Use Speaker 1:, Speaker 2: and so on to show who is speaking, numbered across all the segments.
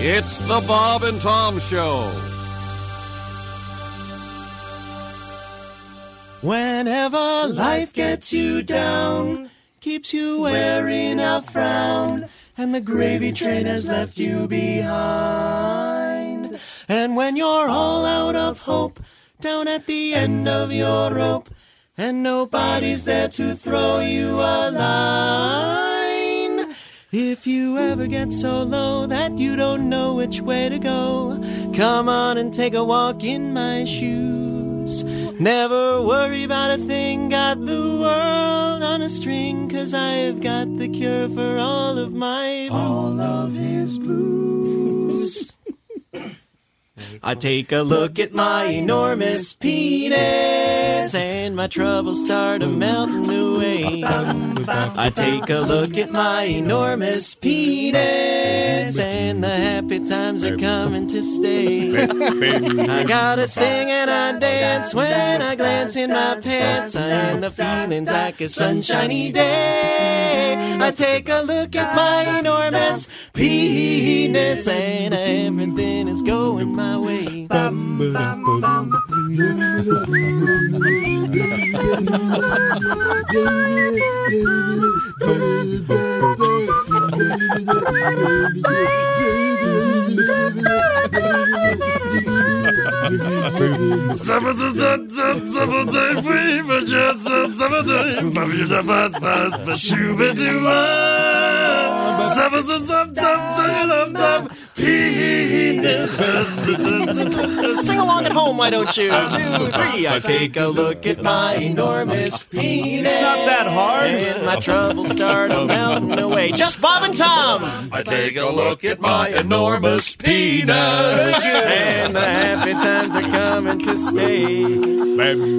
Speaker 1: It's the Bob and Tom Show.
Speaker 2: Whenever life gets you down, keeps you wearing a frown, and the gravy train has left you behind. And when you're all out of hope, down at the end of your rope, and nobody's there to throw you a line. If you ever get so low that you don't know which way to go, come on and take a walk in my shoes. Never worry about a thing, got the world on a string, cause I've got the cure for all of my all of his blues. I take a look at my enormous penis and my troubles start a melting away. I take a look at my enormous penis and the happy times are coming to stay. I gotta sing and I dance when I glance in my pants. I am the feelings like a sunshiny day. I take a look at my enormous penis and everything is going my way. Sing along at home, why don't you? Two, three. I take a look at my enormous penis. It's not that hard. And my troubles start a melting away. Just Bob and Tom.
Speaker 1: I take a look at my enormous penis.
Speaker 2: And the happy times are coming to stay.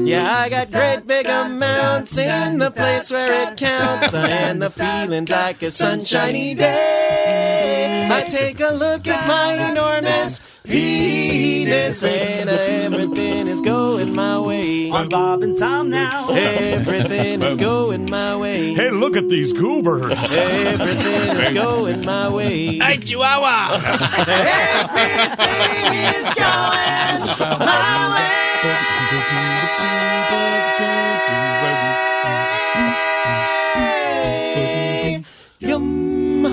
Speaker 2: Yeah, I got great big amounts in the place where it counts. And the feeling's like a sunshiny day. I take a look at my enormous penis. And everything is going my way.
Speaker 3: on Bob and Tom now.
Speaker 2: Everything is going my way.
Speaker 4: Hey, look at these goobers.
Speaker 2: Everything is going my way. Hey, Chihuahua! Everything is going my way. Yum.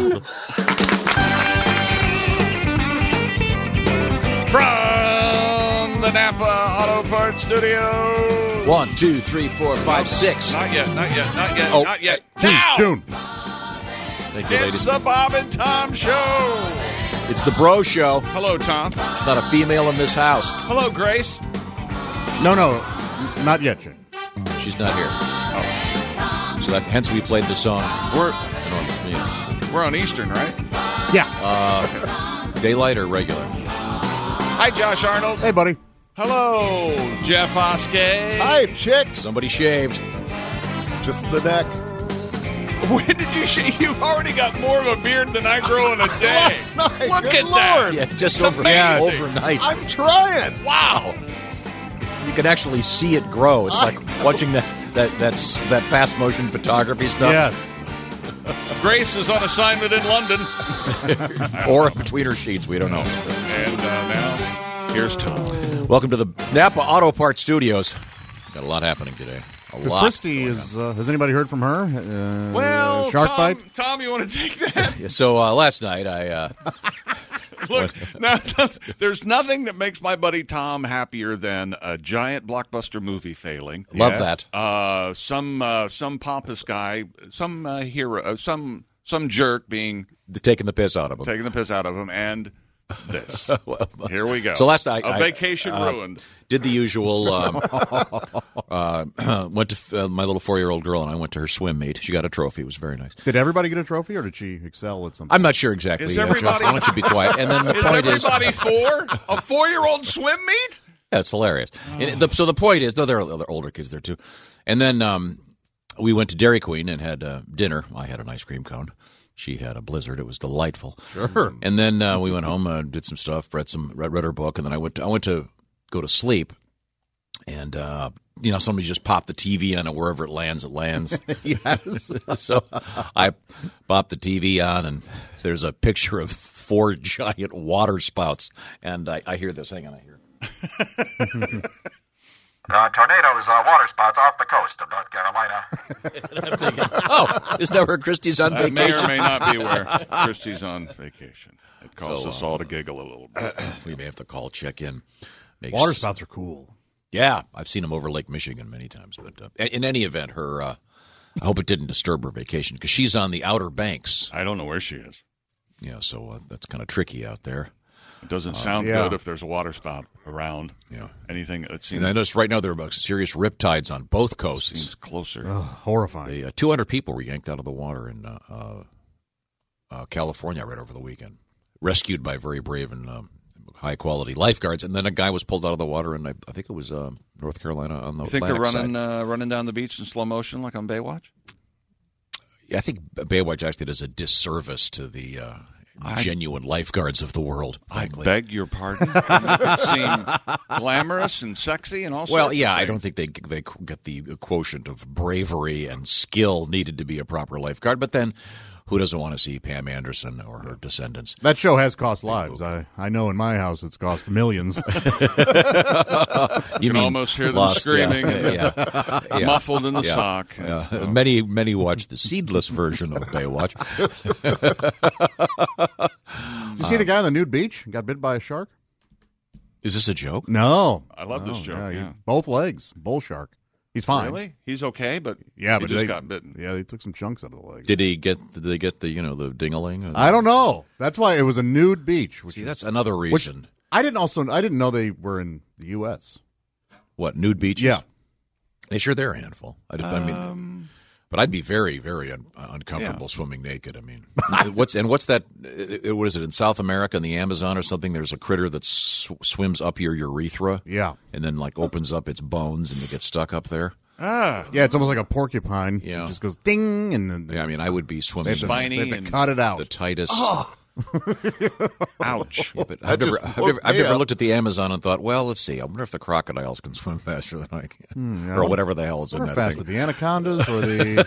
Speaker 5: From the Napa Auto Parts Studio.
Speaker 6: One, two, three, four, five, six.
Speaker 5: Not yet, not yet, not yet,
Speaker 6: Oh.
Speaker 5: not yet. Now!
Speaker 4: June.
Speaker 6: Thank you,
Speaker 5: It's
Speaker 6: ladies.
Speaker 5: the Bob and Tom Show.
Speaker 6: It's the bro show.
Speaker 5: Hello, Tom.
Speaker 6: It's not a female in this house.
Speaker 5: Hello, Grace.
Speaker 4: No, no, not yet, June.
Speaker 6: She's not here. So that hence we played the song.
Speaker 5: Oh. We're
Speaker 6: Enormous meal.
Speaker 5: we're on Eastern, right? Uh,
Speaker 4: Yeah.
Speaker 6: Daylight or regular?
Speaker 5: Hi, Josh Arnold.
Speaker 4: Hey, buddy.
Speaker 5: Hello, Jeff Oskey.
Speaker 7: Hi, chicks.
Speaker 6: Somebody shaved.
Speaker 7: Just the neck.
Speaker 5: When did you shave? You've already got more of a beard than I grow in a day.
Speaker 7: Last night,
Speaker 5: Look
Speaker 7: good
Speaker 5: at that.
Speaker 7: Lord.
Speaker 6: Yeah, just
Speaker 5: It's
Speaker 6: over,
Speaker 5: amazing.
Speaker 6: overnight.
Speaker 7: I'm trying.
Speaker 5: Wow.
Speaker 6: You can actually see it grow. It's
Speaker 7: I
Speaker 6: like watching that that that's that fast motion photography stuff,
Speaker 4: Yes.
Speaker 5: Grace is on assignment in London.
Speaker 6: or between her sheets. We don't know.
Speaker 5: And uh, now, here's Tom.
Speaker 6: Welcome to the Napa Auto Parts Studios. Got a lot happening today. A
Speaker 4: Because
Speaker 6: lot.
Speaker 4: Christy
Speaker 6: going
Speaker 4: is. Uh, has anybody heard from her? Uh,
Speaker 5: Well,
Speaker 4: shark
Speaker 5: Tom,
Speaker 4: bite.
Speaker 5: Tom, you want to take that?
Speaker 6: on. So uh, last night I uh,
Speaker 5: Look, now, that's- there's nothing that makes my buddy Tom happier than a giant blockbuster movie failing.
Speaker 6: love
Speaker 4: Yes.
Speaker 6: that.
Speaker 5: Uh, some uh, some pompous guy, some uh, hero, uh, some some jerk being
Speaker 6: The- Taking the piss out of them.
Speaker 5: taking the piss out of him, and this. Here we go.
Speaker 6: So last night
Speaker 5: a
Speaker 6: I-
Speaker 5: vacation
Speaker 6: uh,
Speaker 5: ruined.
Speaker 6: did the usual. Um, uh, went to uh, my little four-year-old girl and I went to her swim meet. She got a trophy. It was very nice.
Speaker 4: Did everybody get a trophy, or did she excel at something?
Speaker 6: I'm not sure exactly.
Speaker 5: Is
Speaker 6: uh, Josh,
Speaker 5: everybody-
Speaker 6: why don't you be quiet? And then the
Speaker 5: Is
Speaker 6: point is,
Speaker 5: everybody four? A four-year-old swim meet?
Speaker 6: yeah, it's hilarious. And the, so the point is, no, there are other older kids there too. And then um, we went to Dairy Queen and had uh, dinner. I had an ice cream cone. She had a blizzard. It was delightful.
Speaker 4: Sure.
Speaker 6: And then uh, we went home, uh, did some stuff, read some, read, read her book, and then I went. To, I went to go to sleep, and uh, you know, somebody just popped the TV on, and wherever it lands, it lands.
Speaker 4: yes.
Speaker 6: so I popped the TV on, and there's a picture of four giant water spouts. And I, I hear this. Hang on, I hear.
Speaker 3: Uh, tornadoes are water spots off the coast of North Carolina.
Speaker 6: Oh, is never Christie's on
Speaker 5: That may or
Speaker 6: vacation?
Speaker 5: may not be where Christie's on vacation. It caused
Speaker 6: uh,
Speaker 5: us all to giggle a little bit.
Speaker 6: We may have to call check in. Make
Speaker 4: Water
Speaker 6: s-
Speaker 4: spouts are cool.
Speaker 6: Yeah, I've seen them over Lake Michigan many times. But uh, in any event, her. Uh, I hope it didn't disturb her vacation because she's on the Outer Banks.
Speaker 5: I don't know where she is.
Speaker 6: You know, so uh, that's kind of tricky out there. Uh,
Speaker 5: It doesn't sound
Speaker 4: yeah.
Speaker 5: good if there's a water spout around.
Speaker 6: Yeah.
Speaker 5: Anything that seems
Speaker 6: And I noticed right now there are about serious riptides on both coasts.
Speaker 5: seems closer.
Speaker 4: Horrifying.
Speaker 6: They, uh, 200 people were yanked out of the water in uh, uh, uh, California right over the weekend, rescued by very brave and um, high quality lifeguards. And then a guy was pulled out of the water, and I, I think it was uh, North Carolina on the
Speaker 5: You think they're
Speaker 6: Atlantic
Speaker 5: running
Speaker 6: side.
Speaker 5: uh, running down the beach in slow motion like on Baywatch?
Speaker 6: I think Baywatch actually does a disservice to the uh, genuine lifeguards of the world. frankly.
Speaker 5: Beg your pardon. It seem glamorous and sexy and all.
Speaker 6: Well,
Speaker 5: sorts
Speaker 6: yeah,
Speaker 5: of
Speaker 6: I
Speaker 5: things.
Speaker 6: don't think they they get the quotient of bravery and skill needed to be a proper lifeguard. But then, who doesn't want to see Pam Anderson or her descendants?
Speaker 4: That show has cost lives. I, I know in my house it's cost millions.
Speaker 6: You
Speaker 5: can
Speaker 6: mean
Speaker 5: almost hear them
Speaker 6: lost,
Speaker 5: screaming
Speaker 6: Yeah,
Speaker 5: and-
Speaker 6: yeah, yeah.
Speaker 5: muffled in the sock.
Speaker 6: Yeah. Many many watch the seedless version of Baywatch.
Speaker 4: Did you see the guy on the nude beach? Got bit by a shark?
Speaker 6: Is this a joke?
Speaker 4: No.
Speaker 5: I love this joke.
Speaker 4: he-
Speaker 5: yeah.
Speaker 4: Both legs. Bull shark. He's fine.
Speaker 5: Really? He's okay, but
Speaker 4: Yeah,
Speaker 5: he
Speaker 4: but
Speaker 5: just
Speaker 4: they
Speaker 5: got bitten.
Speaker 4: Yeah, they took some chunks out of the legs.
Speaker 6: Did he get? Did they get the you know the dingaling?
Speaker 4: I don't know. That's why it was a nude beach. Which
Speaker 6: See,
Speaker 4: is-
Speaker 6: that's another
Speaker 4: which
Speaker 6: reason.
Speaker 4: I didn't also I didn't know they were in the U.S.
Speaker 6: what nude beaches?
Speaker 4: Yeah,
Speaker 6: they sure they're a handful. I, didn't- I mean,
Speaker 5: Um,
Speaker 6: but I'd be very very un- uncomfortable swimming naked. I mean, what's and what's that? uh, What is it in South America in the Amazon or something? There's a critter that sw- swims up your urethra.
Speaker 4: yeah,
Speaker 6: And then, like, opens up its bones and it gets stuck up there.
Speaker 5: Ah.
Speaker 4: yeah. It's almost like a porcupine.
Speaker 6: Yeah.
Speaker 4: it just goes ding, and then
Speaker 6: Yeah, I mean, I would be
Speaker 4: they
Speaker 6: swimming.
Speaker 4: have to,
Speaker 5: Spiny
Speaker 4: they have
Speaker 5: and-
Speaker 4: to cut it out.
Speaker 6: the tightest.
Speaker 4: Oh.
Speaker 5: Ouch.
Speaker 6: Yeah, but I've, never, I've, never, I've never looked at the Amazon and thought, well, let's see. I wonder if the crocodiles can swim faster than I can,
Speaker 4: Hmm,
Speaker 6: or whatever the hell is in
Speaker 4: They're
Speaker 6: that
Speaker 4: faster,
Speaker 6: thing.
Speaker 4: the anacondas or the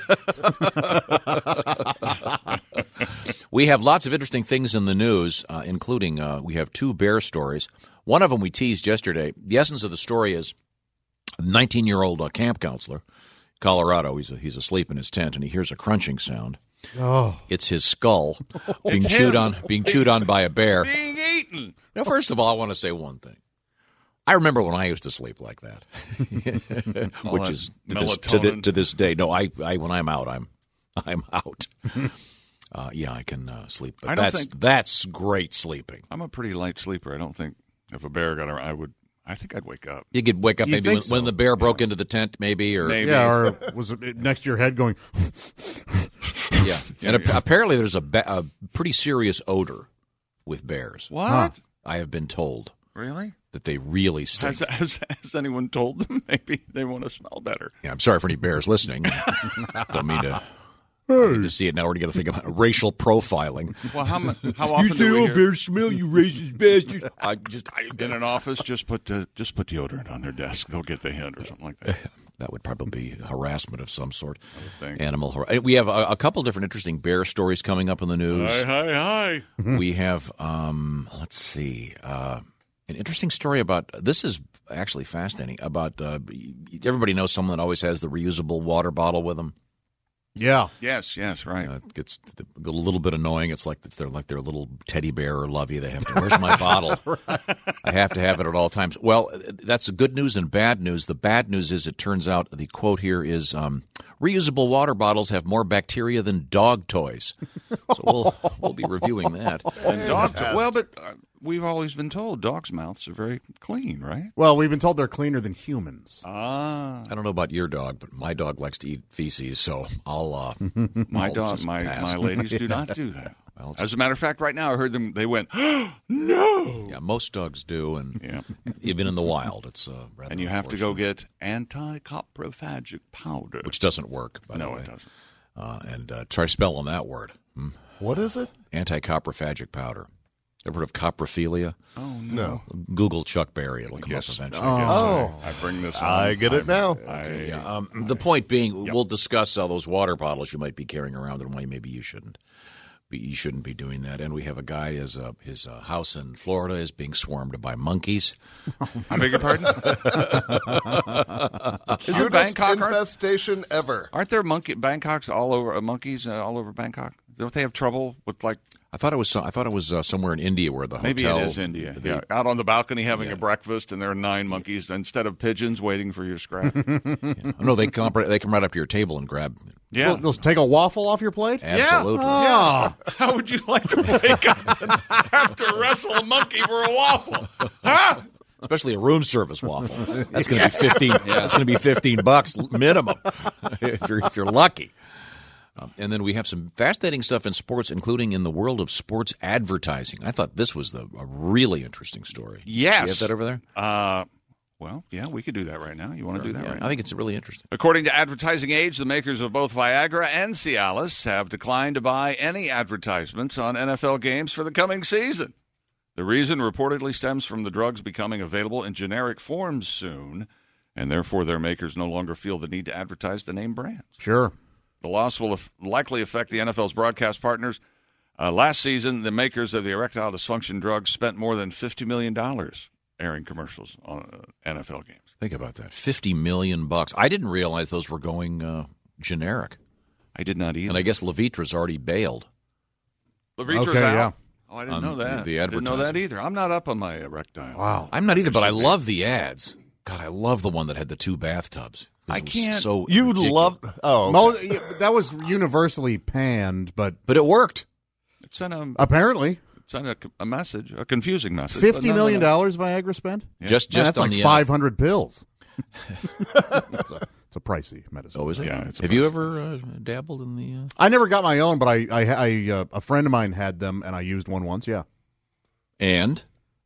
Speaker 6: We have lots of interesting things in the news, uh, including uh, we have two bear stories. One of them we teased yesterday. The essence of the story is a 19-year-old uh, camp counselor, Colorado. He's a, he's asleep in his tent and he hears a crunching sound. Oh. It's his skull being chewed on being chewed on by a bear.
Speaker 5: Being eaten.
Speaker 6: Now, first of all, I want to say one thing. I remember when I used to sleep like that, which
Speaker 5: that
Speaker 6: is to this, to, thi-
Speaker 5: melatonin.
Speaker 6: to this day. No, I, I when I'm out, I'm I'm out. uh, yeah, I can uh, sleep, but
Speaker 5: I don't
Speaker 6: that's
Speaker 5: think-
Speaker 6: that's great sleeping.
Speaker 5: I'm a pretty light sleeper. I don't think if a bear got around, I would. I think I'd wake up.
Speaker 6: You could wake up
Speaker 4: You
Speaker 6: maybe
Speaker 4: think
Speaker 6: when, when
Speaker 4: so?
Speaker 6: the bear broke into the tent, maybe or
Speaker 5: Maybe.
Speaker 4: yeah, or was it next to your head going?
Speaker 6: yeah. And ap- apparently, there's a, ba- a pretty serious odor with bears.
Speaker 5: What?
Speaker 6: I have been told
Speaker 5: Really?
Speaker 6: that they really stink.
Speaker 5: Has, has, has anyone told them maybe they want to smell better?
Speaker 6: Yeah, I'm sorry for any bears listening. Don't mean to. I need to see it now. We're going to think about racial profiling.
Speaker 5: Well, how mu- how often do
Speaker 4: "Oh,
Speaker 5: we hear?
Speaker 6: smell, you racist bastards. I just, I,
Speaker 5: in an office, just put uh, just put deodorant on their desk. They'll get the hint or something like that.
Speaker 6: that would probably be harassment of some sort.
Speaker 5: think.
Speaker 6: Animal har- We have a, a couple different interesting bear stories coming up in the news.
Speaker 5: hi, hi, hi.
Speaker 6: we have um let's see uh an interesting story about this is actually fascinating about uh, everybody knows someone that always has the reusable water bottle with them
Speaker 4: Yeah,
Speaker 5: Yes, yes, right.
Speaker 6: uh, it gets a little bit annoying it's like it's their like their little teddy bear or lovey they have to where's my bottle i have to have it at all times well that's the good news and bad news the bad news is it turns out the quote here is um, reusable water bottles have more bacteria than dog toys so we'll we'll be reviewing that
Speaker 5: and dogs. Well, but uh, we've always been told dogs' mouths are very clean, right?
Speaker 4: Well, we've been told they're cleaner than humans.
Speaker 5: Ah,
Speaker 6: I don't know about your dog, but my dog likes to eat feces, so I'll. Uh,
Speaker 5: my
Speaker 6: I'll
Speaker 5: dog,
Speaker 6: just
Speaker 5: my
Speaker 6: pass.
Speaker 5: my ladies do not do that.
Speaker 6: Well, it's-
Speaker 5: As a matter of fact, right now I heard them. They went, "Oh, no.
Speaker 6: yeah, most dogs do, and
Speaker 5: Yeah,
Speaker 6: even in the wild, it's uh, rather.
Speaker 5: and you have to go
Speaker 6: unfortunate,
Speaker 5: get anti-coprophagic powder.
Speaker 6: which doesn't work. By the
Speaker 5: no,
Speaker 6: way.
Speaker 5: it doesn't.
Speaker 6: Uh, and uh, try spelling that word:
Speaker 4: What is it?
Speaker 6: anti-coprophagic powder. Ever heard of coprophilia?
Speaker 5: Oh no.
Speaker 6: Google Chuck Berry; it'll come
Speaker 5: Yes.
Speaker 6: up eventually.
Speaker 5: Oh, I, I bring this.
Speaker 7: I
Speaker 5: on.
Speaker 7: get it now.
Speaker 5: I-
Speaker 6: Um, the point being, we'll discuss uh, those water bottles you might be carrying around and why maybe you shouldn't. you shouldn't be doing that. And we have a guy his uh, his uh, house in Florida is being swarmed by monkeys.
Speaker 5: I beg your pardon?
Speaker 6: Uh,
Speaker 5: Is it
Speaker 7: Best
Speaker 5: Bangkok? Aren't,
Speaker 7: infestation ever.
Speaker 5: aren't there monkey Bangkok's all over uh, monkeys uh, all over Bangkok? Don't they have trouble with like
Speaker 6: I thought it was some, I thought it was uh, somewhere in India where the hotel
Speaker 5: maybe it is India?
Speaker 6: the-
Speaker 5: Yeah, out on the balcony having a breakfast, and there are nine monkeys instead of pigeons waiting for your scrap.
Speaker 6: No, they come right- they come right up to your table and grab.
Speaker 5: yeah,
Speaker 4: They'll, they'll take a waffle off your plate? Oh.
Speaker 6: Absolutely.
Speaker 4: Yeah.
Speaker 5: How would you like to wake up and have to wrestle a monkey for a waffle? Huh?
Speaker 6: Especially a room service waffle. That's going to be fifteen. That's going to be fifteen bucks minimum if you're if you're lucky. Um, and then we have some fascinating stuff in sports, including in the world of sports advertising. I thought this was the, a really interesting story.
Speaker 5: Yes.
Speaker 6: you have that over there.
Speaker 5: Uh, well, yeah, we could do that right now. You want to do that
Speaker 6: Yeah,
Speaker 5: right now?
Speaker 6: I think it's really interesting.
Speaker 5: According to Advertising Age, the makers of both Viagra and Cialis have declined to buy any advertisements on NFL games for the coming season. The reason reportedly stems from the drugs becoming available in generic forms soon, and therefore their makers no longer feel the need to advertise the name brand.
Speaker 4: Sure.
Speaker 5: The loss will af- likely affect the NFL's broadcast partners. Uh, last season, the makers of the erectile dysfunction drug spent more than $50 million airing commercials on uh, NFL games.
Speaker 6: Think about that. Fifty million bucks. I didn't realize those were going uh, generic,
Speaker 5: I did not either.
Speaker 6: and I guess Levitra's already bailed.
Speaker 5: Levitra's
Speaker 4: Okay,
Speaker 5: out.
Speaker 4: yeah.
Speaker 5: Oh, I didn't
Speaker 6: On
Speaker 5: know that.
Speaker 6: the- the
Speaker 5: I didn't know that
Speaker 6: advertising.
Speaker 5: either. I'm not up on my erectile.
Speaker 4: Wow.
Speaker 6: I'm not either, but I love the ads. God, I love the one that had the two bathtubs. 'Cause
Speaker 5: I
Speaker 6: it was
Speaker 5: can't-
Speaker 6: So
Speaker 7: You'd
Speaker 6: ridiculous.
Speaker 7: love. Oh,
Speaker 4: Mo- yeah, that was universally panned, but
Speaker 6: but it worked.
Speaker 5: It sent a
Speaker 4: Uh, apparently
Speaker 5: it sent a, a message, a confusing message. but
Speaker 4: fifty million
Speaker 5: nonetheless-
Speaker 4: dollars Viagra spent.
Speaker 6: Just,
Speaker 4: Man,
Speaker 6: just
Speaker 4: that's
Speaker 6: on
Speaker 4: like
Speaker 6: the uh,
Speaker 4: five hundred pills. it's, a, it's a pricey medicine.
Speaker 6: Oh, is it?
Speaker 5: Yeah, it's a
Speaker 6: Have you
Speaker 5: process.
Speaker 6: ever uh, dabbled in the? Uh...
Speaker 4: I never got my own, but I, I, I uh, a friend of mine had them, and I used one once. Yeah.
Speaker 6: And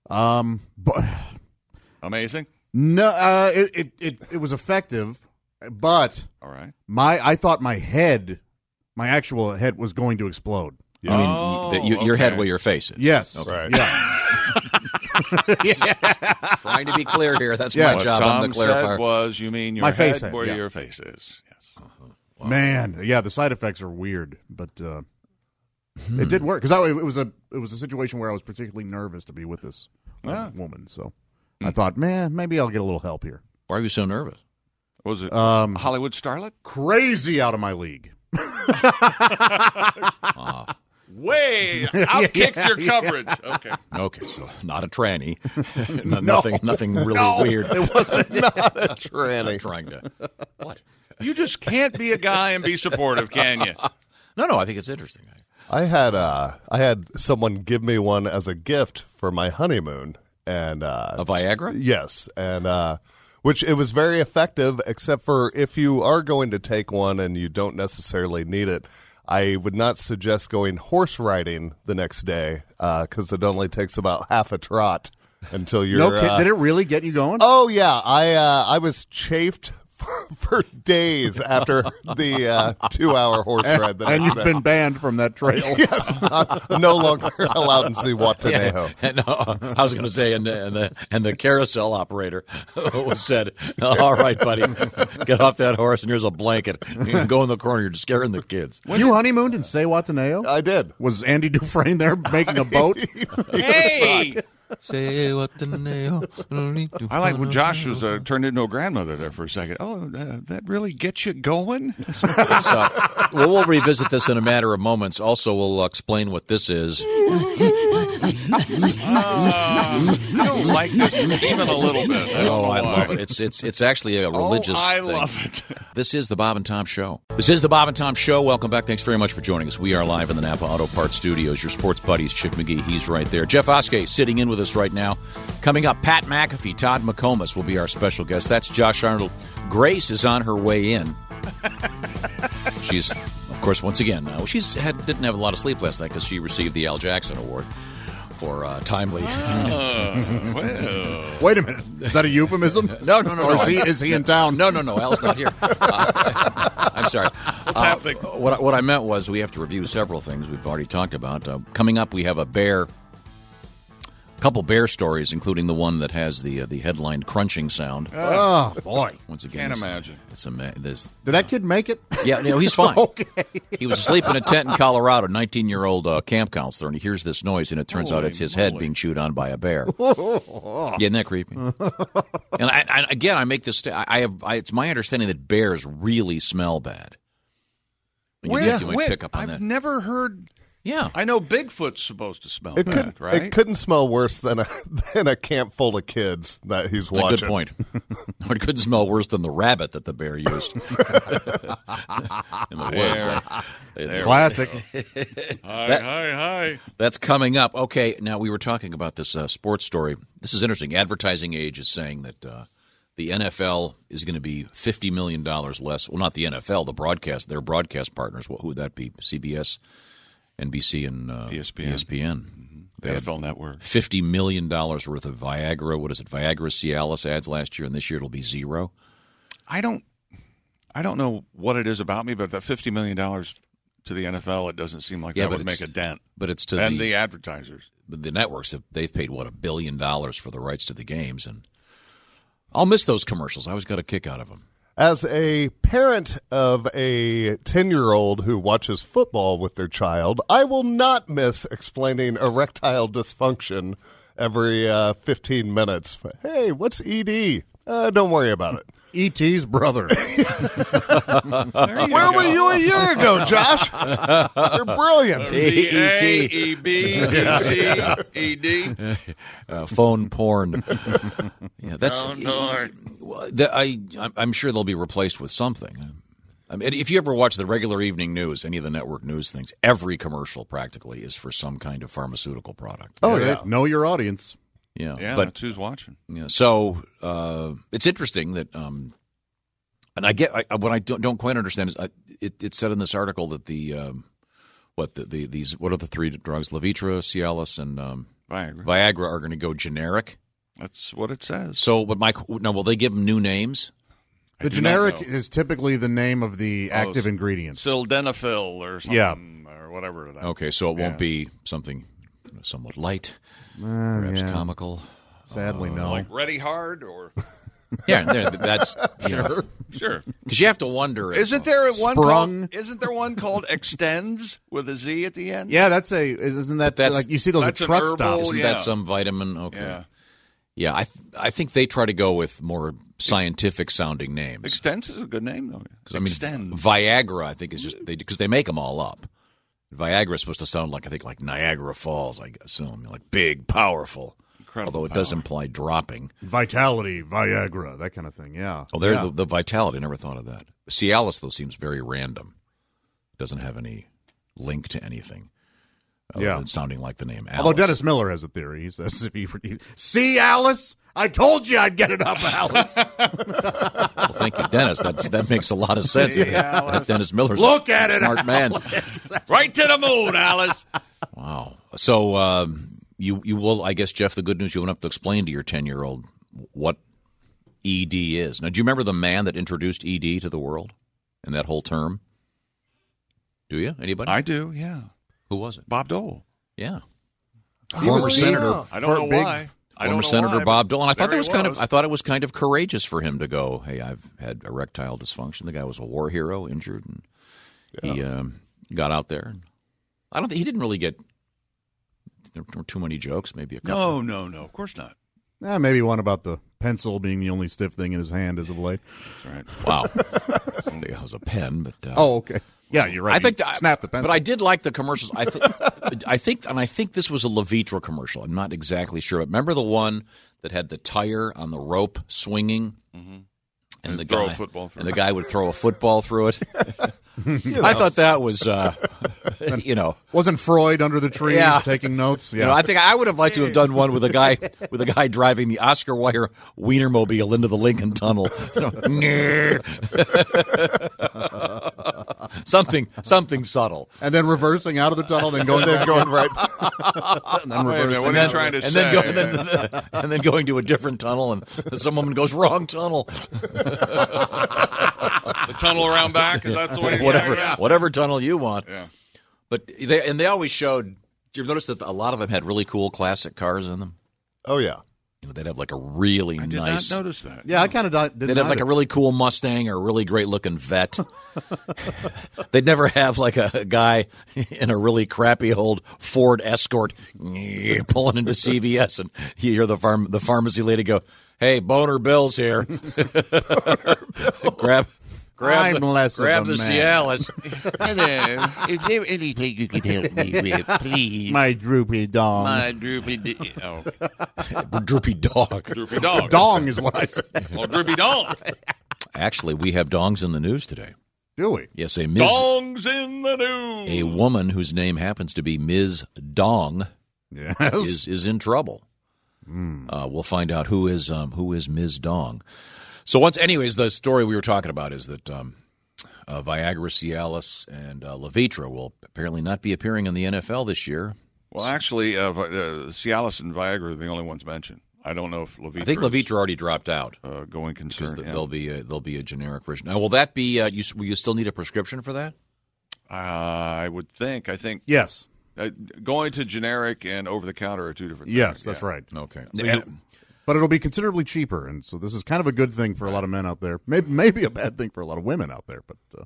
Speaker 4: Um, but
Speaker 5: Amazing.
Speaker 4: no, uh, it, it it it was effective, but
Speaker 5: All right.
Speaker 4: my I thought my head, my actual head, was going to explode.
Speaker 6: I mean,
Speaker 5: Oh,
Speaker 6: y- that you, your head
Speaker 5: okay.
Speaker 6: where your face is.
Speaker 4: Yes.
Speaker 6: Okay.
Speaker 7: right.
Speaker 4: Yeah.
Speaker 6: Trying to be clear here. That's
Speaker 4: Yeah.
Speaker 6: my
Speaker 5: What
Speaker 6: job.
Speaker 5: Tom
Speaker 6: I'm the
Speaker 5: said
Speaker 6: clarifier.
Speaker 5: was, you mean your
Speaker 4: My
Speaker 5: head
Speaker 4: face head,
Speaker 5: where
Speaker 4: yeah.
Speaker 5: your face is. Yes.
Speaker 4: Man, yeah, the side effects are weird, but uh,
Speaker 7: Hmm.
Speaker 4: it did work because it was a it was a situation where I was particularly nervous to be with this uh,
Speaker 5: Ah.
Speaker 4: woman, so
Speaker 7: Hmm.
Speaker 4: I thought, man, maybe I'll get a little help here.
Speaker 6: Why are you so nervous?
Speaker 5: Was it
Speaker 4: Um,
Speaker 5: Hollywood starlet?
Speaker 4: crazy out of my league.
Speaker 5: Way outkicked your coverage. Okay.
Speaker 6: Okay, so not a tranny. No- Nothing, nothing really weird. It was
Speaker 7: tranny.
Speaker 6: trying to. What?
Speaker 5: You just can't be a guy and be supportive, can you?
Speaker 6: No, no. I think it's interesting.
Speaker 7: I had uh, I had someone give me one as a gift for my honeymoon, and uh,
Speaker 6: A Viagra.
Speaker 7: Yes, and uh, which it was very effective, except for if you are going to take one and you don't necessarily need it. I would not suggest going horse riding the next day because it only takes about half a trot until you're.
Speaker 4: No kid,
Speaker 7: uh,
Speaker 4: did it really get you going?
Speaker 7: Oh yeah, I uh, I was chafed. For, for days after the uh, two-hour horse ride, that
Speaker 4: and
Speaker 7: I
Speaker 4: you've
Speaker 7: spent.
Speaker 4: been banned from that trail.
Speaker 7: yes, I'm no longer allowed in see Watanejo.
Speaker 6: And, uh, I was going to say, and the, and the and the carousel operator was said, "All right, buddy, get off that horse, and here's a blanket. You can go in the corner. You're scaring the kids."
Speaker 4: you honeymooned in Sewataneo?
Speaker 7: I did.
Speaker 4: was Andy Dufresne there making a boat?
Speaker 5: hey!
Speaker 6: Say what the nail.
Speaker 5: I like when Josh was uh, turned into a grandmother there for a second. Oh, uh, that really gets you going?
Speaker 6: So, well, we'll revisit this in a matter of moments. Also, we'll explain what this is.
Speaker 5: I don't like this even a little bit. I don't
Speaker 6: Oh,
Speaker 5: know
Speaker 6: I
Speaker 5: why.
Speaker 6: love it. It's it's it's actually a
Speaker 5: Oh,
Speaker 6: religious.
Speaker 5: I
Speaker 6: thing.
Speaker 5: love it.
Speaker 6: This is the Bob and Tom Show. This is the Bob and Tom Show. Welcome back. Thanks very much for joining us. We are live in the Napa Auto Parts Studios. Your sports buddies, Chick McGee, he's right there. Jeff Oskey sitting in with us right now. Coming up, Pat McAfee, Todd McComas will be our special guest. That's Josh Arnold. Grace is on her way in. She's, of course, once again, uh, she's had, didn't have a lot of sleep last night because she received the Al Jackson Award for uh, timely.
Speaker 4: Wait a minute. Is that a euphemism?
Speaker 6: No, no, no,
Speaker 4: Or
Speaker 6: no.
Speaker 4: is he, is he in town?
Speaker 6: No, no, no. Al's not here. Uh, I'm sorry. What's
Speaker 5: happening?
Speaker 6: What I, what I meant was we have to review several things we've already talked about. Uh, coming up, we have a bear couple bear stories, including the one that has the uh, the headline crunching sound.
Speaker 4: Oh boy,
Speaker 6: Once again,
Speaker 5: Can't
Speaker 6: it's-
Speaker 5: imagine.
Speaker 6: It's a this.
Speaker 4: did that kid make it?
Speaker 6: Yeah, no, he's fine.
Speaker 4: okay.
Speaker 6: He was asleep in a tent in Colorado. Nineteen-year-old uh, camp counselor, and he hears this noise, and it turns out
Speaker 5: Holy
Speaker 6: it's his head
Speaker 5: moly.
Speaker 6: being chewed on by a bear.
Speaker 5: Oh.
Speaker 6: Yeah, Isn't that creepy? and I, I, again, I make this. sta- I I have. I, it's my understanding that bears really smell bad. And you,
Speaker 5: Where-
Speaker 6: you might
Speaker 5: where-
Speaker 6: pick up on
Speaker 5: I've
Speaker 6: that.
Speaker 5: never heard.
Speaker 6: Yeah,
Speaker 5: I know Bigfoot's supposed to smell
Speaker 7: It,
Speaker 5: bad,
Speaker 7: could,
Speaker 5: right?
Speaker 7: it couldn't smell worse than a than a camp full of kids that he's
Speaker 6: a
Speaker 7: watching.
Speaker 6: good point. No, it couldn't smell worse than the rabbit that the bear used in the woods.
Speaker 5: There. There.
Speaker 4: Classic.
Speaker 5: Hi, hi, hi.
Speaker 6: That's coming up. Okay, now we were talking about this uh, sports story. This is interesting. Advertising Age is saying that uh, the NFL is going to be fifty million dollars less. Well, not the NFL, the broadcast, their broadcast partners. Well, who would that be? CBS, NBC, and uh,
Speaker 5: ESPN.
Speaker 6: ESPN.
Speaker 5: Mm-hmm.
Speaker 6: They had
Speaker 5: NFL Network.
Speaker 6: fifty million dollars worth of Viagra. What is it? Viagra Cialis ads last year, and this year it'll be zero.
Speaker 5: I don't. I don't know what it is about me, but that fifty million dollars to the NFL, it doesn't seem like
Speaker 6: Yeah,
Speaker 5: that
Speaker 6: but
Speaker 5: would make
Speaker 6: it's-
Speaker 5: a dent.
Speaker 6: But it's to
Speaker 5: And
Speaker 6: the,
Speaker 5: the advertisers.
Speaker 6: the networks have they've paid what a billion dollars for the rights to the games, and I'll miss those commercials. I always got a kick out of them.
Speaker 7: As a parent of a 10 year old who watches football with their child, I will not miss explaining erectile dysfunction every uh, 15 minutes. Hey, what's ED? Uh, don't worry about it.
Speaker 4: ET's E brother.
Speaker 7: Where were you a year ago, Josh? You're brilliant.
Speaker 5: D A
Speaker 6: T.
Speaker 5: E B E C E D.
Speaker 6: Uh, phone porn. yeah, that's
Speaker 5: Oh, Lord.
Speaker 6: Well, the- I I'm- I'm sure they'll be replaced with something. I mean, if you ever watch the regular evening news, any of the network news things, every commercial practically is for some kind of pharmaceutical product.
Speaker 7: Oh, yeah.
Speaker 4: know your audience.
Speaker 6: yeah.
Speaker 5: Yeah,
Speaker 6: but
Speaker 5: that's who's watching.
Speaker 6: Yeah, so uh, it's interesting that, um, and I get I, what I don't, don't quite understand is I, it, it said in this article that the um, what the, the these what are the three drugs Levitra, Cialis, and um,
Speaker 5: Viagra.
Speaker 6: Viagra are going to go generic.
Speaker 5: That's what it says.
Speaker 6: So, but Mike, now will they give them new names?
Speaker 5: I
Speaker 4: The
Speaker 5: do not
Speaker 4: generic
Speaker 5: know.
Speaker 4: is typically the name of the
Speaker 5: Oh, s-
Speaker 4: active ingredient.
Speaker 5: sildenafil or something,
Speaker 4: Yeah.
Speaker 5: Mm, or whatever. That
Speaker 6: Okay, so it won't
Speaker 5: Yeah.
Speaker 6: be something you know, somewhat light, perhaps comical.
Speaker 4: Uh,
Speaker 6: Uh,
Speaker 4: Sadly, no.
Speaker 5: like ready hard or
Speaker 6: Yeah, there- that's you know
Speaker 5: sure.
Speaker 6: because you have to wonder. if-
Speaker 5: Isn't there one
Speaker 4: Sprung.
Speaker 5: called? Isn't there one called extends with a Z at the end?
Speaker 4: yeah, that's a. Isn't that
Speaker 6: that's-
Speaker 4: like you see those at
Speaker 5: that's an
Speaker 4: truck
Speaker 5: herbal-
Speaker 4: stops?
Speaker 6: Isn't
Speaker 5: Yeah.
Speaker 6: that some vitamin? Okay.
Speaker 5: Yeah.
Speaker 6: Yeah, I I think they try to go with more scientific sounding names.
Speaker 5: Extends is a good name though.
Speaker 6: 'Cause, I mean,
Speaker 5: extends.
Speaker 6: Viagra, I think is just they because they make them all up. Viagra is supposed to sound like I think like Niagara Falls, I assume, like big, powerful.
Speaker 5: Incredible
Speaker 6: Although it does
Speaker 5: power.
Speaker 6: imply dropping.
Speaker 4: Vitality, Viagra, that kind of thing. Yeah.
Speaker 6: Oh, there
Speaker 4: Yeah.
Speaker 6: the, the vitality. I never thought of that. Cialis though seems very random. Doesn't have any link to anything. other
Speaker 4: Yeah.
Speaker 6: than sounding like the name. Alice.
Speaker 4: Although Dennis Miller has a theory. He says, if he, he- see, Alice, I told you I'd get it up, Alice.
Speaker 6: well, thank you, Dennis. That's, that makes a lot of sense.
Speaker 5: Cialis.
Speaker 6: Dennis Miller's
Speaker 4: Look
Speaker 6: a
Speaker 4: at it,
Speaker 6: smart man.
Speaker 5: right to the moon, Alice.
Speaker 6: Wow. So um, you you will, I guess, Jeff. The good news you won't have to explain to your ten year old what ED is. Now, do you remember the man that introduced ED to the world and that whole term? Do you? Anybody?
Speaker 5: I do. Yeah,
Speaker 6: Who was it?
Speaker 5: Bob Dole.
Speaker 6: Yeah,
Speaker 4: He
Speaker 6: former
Speaker 4: was-
Speaker 6: senator,
Speaker 4: yeah.
Speaker 5: I don't
Speaker 4: For
Speaker 5: know
Speaker 4: big-
Speaker 5: why. I
Speaker 6: former
Speaker 5: don't know
Speaker 6: Senator
Speaker 5: why,
Speaker 6: Bob
Speaker 5: but
Speaker 6: Dole. And I thought that
Speaker 5: there
Speaker 6: was
Speaker 5: he
Speaker 6: kind of, I thought it was kind of courageous for him to go. Hey, I've had erectile dysfunction. The guy was a war hero, injured, and he um, got out there. And I don't think he didn't really get. There were too many jokes. Maybe a couple.
Speaker 5: no, no, no. Of course not.
Speaker 4: Eh, maybe one about the pencil being the only stiff thing in his hand as of late.
Speaker 5: Right.
Speaker 6: Wow. I think that was a pen, but uh,
Speaker 4: Oh, okay. Yeah, you're right.
Speaker 6: I think
Speaker 4: He
Speaker 6: that,
Speaker 4: snapped the pencil.
Speaker 6: But I did like the commercials. I think I think and I think this was a Levitra commercial. I'm not exactly sure. But remember the one that had the tire on the rope swinging and, the
Speaker 5: Mm-hmm. throw a
Speaker 6: guy
Speaker 5: football through
Speaker 6: and the
Speaker 5: it.
Speaker 6: guy would throw a football through it. I thought that was uh, you know
Speaker 4: Wasn't Freud under the tree
Speaker 6: Yeah.
Speaker 4: taking notes? Yeah.
Speaker 6: You know, I think I would have liked to have done one with a guy with a guy driving the Oscar Wire Wienermobile into the Lincoln Tunnel. You know, "Nyeh." something something subtle.
Speaker 4: and then reversing out of the
Speaker 6: Oh,
Speaker 4: tunnel, then going back
Speaker 7: Going right.
Speaker 4: and then
Speaker 5: Wait a minute,
Speaker 4: reversing.
Speaker 5: what are you trying to
Speaker 6: and
Speaker 5: say?
Speaker 6: then go, and, then, and then going to a different tunnel, and some woman goes wrong tunnel,
Speaker 5: the tunnel around back. Is that the way?
Speaker 6: whatever
Speaker 5: Yeah.
Speaker 6: whatever tunnel you want.
Speaker 5: yeah.
Speaker 6: But they and they always showed. Do you notice that a lot of them had really cool classic cars in them?
Speaker 7: Oh yeah.
Speaker 6: You know, they'd have like a really
Speaker 5: I did
Speaker 6: nice.
Speaker 5: not notice that.
Speaker 4: Yeah, I kind of
Speaker 6: They'd
Speaker 4: did
Speaker 6: have like a really cool Mustang or a really great looking vet. They'd never have like a, a guy in a really crappy old Ford Escort pulling into CVS, and you hear the farm the pharmacy lady go, "Hey, boner Bill's here. grab, grab,
Speaker 4: I'm
Speaker 6: the,
Speaker 4: less of
Speaker 6: grab
Speaker 4: a
Speaker 6: the
Speaker 4: man.
Speaker 6: Cialis."
Speaker 8: Hello. Is there anything you can help me with, please?
Speaker 4: my droopy dong.
Speaker 8: My droopy. D- oh,
Speaker 6: Droopy dog.
Speaker 5: Droopy dog.
Speaker 4: dong is what I said.
Speaker 5: Oh, droopy dog.
Speaker 6: Actually, we have dongs in the news today.
Speaker 4: Do we?
Speaker 6: Yes, a Ms.
Speaker 5: Dongs in the news.
Speaker 6: A woman whose name happens to be Ms. Dong
Speaker 4: Yes.
Speaker 6: is is in trouble. Uh, we'll find out who is um, who is Ms. Dong. So once, anyways, the story we were talking about is that um, uh, Viagra, Cialis, and uh, Levitra will apparently not be appearing in the NFL this year.
Speaker 5: Well, actually, uh, Vi- uh, Cialis and Viagra are the only ones mentioned. I don't know if Levitra.
Speaker 6: I think
Speaker 5: is,
Speaker 6: Levitra already dropped out
Speaker 5: uh, going concern.
Speaker 6: because
Speaker 5: yeah.
Speaker 6: there'll be a, there'll be a generic version. Now, will that be? Uh, you, s- will you still need a prescription for that?
Speaker 5: Uh, I would think. I think
Speaker 4: Yes.
Speaker 5: uh, going to generic and over the counter are two different. things.
Speaker 4: Yes, that's
Speaker 5: yeah.
Speaker 4: right.
Speaker 6: Okay.
Speaker 4: So you- but it'll be considerably cheaper, and so this is kind of a good thing for a lot of men out there. Maybe, maybe a bad thing for a lot of women out there, but uh,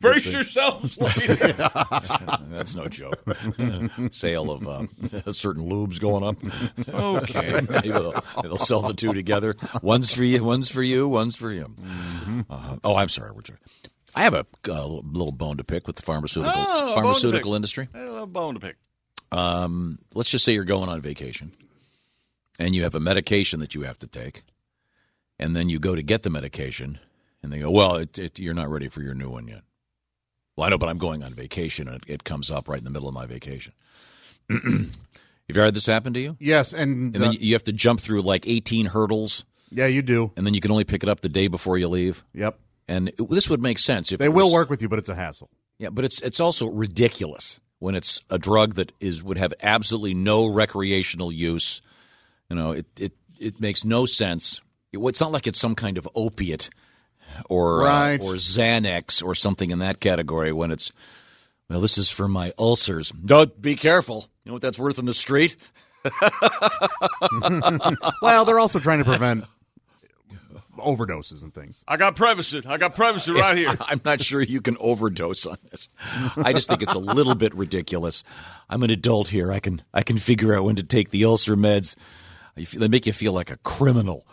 Speaker 5: Brace yourselves, ladies.
Speaker 6: That's no joke. Sale of uh, certain lubes going up.
Speaker 5: okay.
Speaker 6: Maybe they'll, they'll sell the two together. One's for you, one's for you, one's for him.
Speaker 5: Mm-hmm.
Speaker 6: Uh, oh, I'm sorry, Richard. I have a uh, little bone to pick with the pharmaceutical
Speaker 5: Oh, bone to
Speaker 6: pharmaceutical
Speaker 5: pick.
Speaker 6: industry.
Speaker 5: I love bone to pick.
Speaker 6: Um, let's just say you're going on vacation, and you have a medication that you have to take, and then you go to get the medication, and they go, "Well, it, it, you're not ready for your new one yet." Well, I know, but I'm going on vacation, and it, it comes up right in the middle of my vacation. have you ever had this happen to you?
Speaker 4: yes, and,
Speaker 6: And then
Speaker 4: uh,
Speaker 6: you have to jump through like 18 hurdles,
Speaker 4: yeah, you do.
Speaker 6: and then you can only pick it up the day before you leave.
Speaker 4: Yep,
Speaker 6: And it- this would make sense if
Speaker 4: they
Speaker 6: it
Speaker 4: will
Speaker 6: was-
Speaker 4: work with you, but it's a hassle.
Speaker 6: Yeah, but it's it's also ridiculous when it's a drug that is would have absolutely no recreational use. You know, it it it makes no sense. It- it's not like it's some kind of opiate or uh,
Speaker 4: Right.
Speaker 6: or Xanax or something in that category. When it's well, this is for my ulcers. Don't be careful. You know what that's worth in the street?
Speaker 4: Well, they're also trying to prevent overdoses and things.
Speaker 5: I got Prevacid. I got Prevacid right here.
Speaker 6: I'm not sure you can overdose on this. I just think it's a little bit ridiculous. I'm an adult here. I can I can figure out when to take the ulcer meds. You feel- They make you feel like a criminal.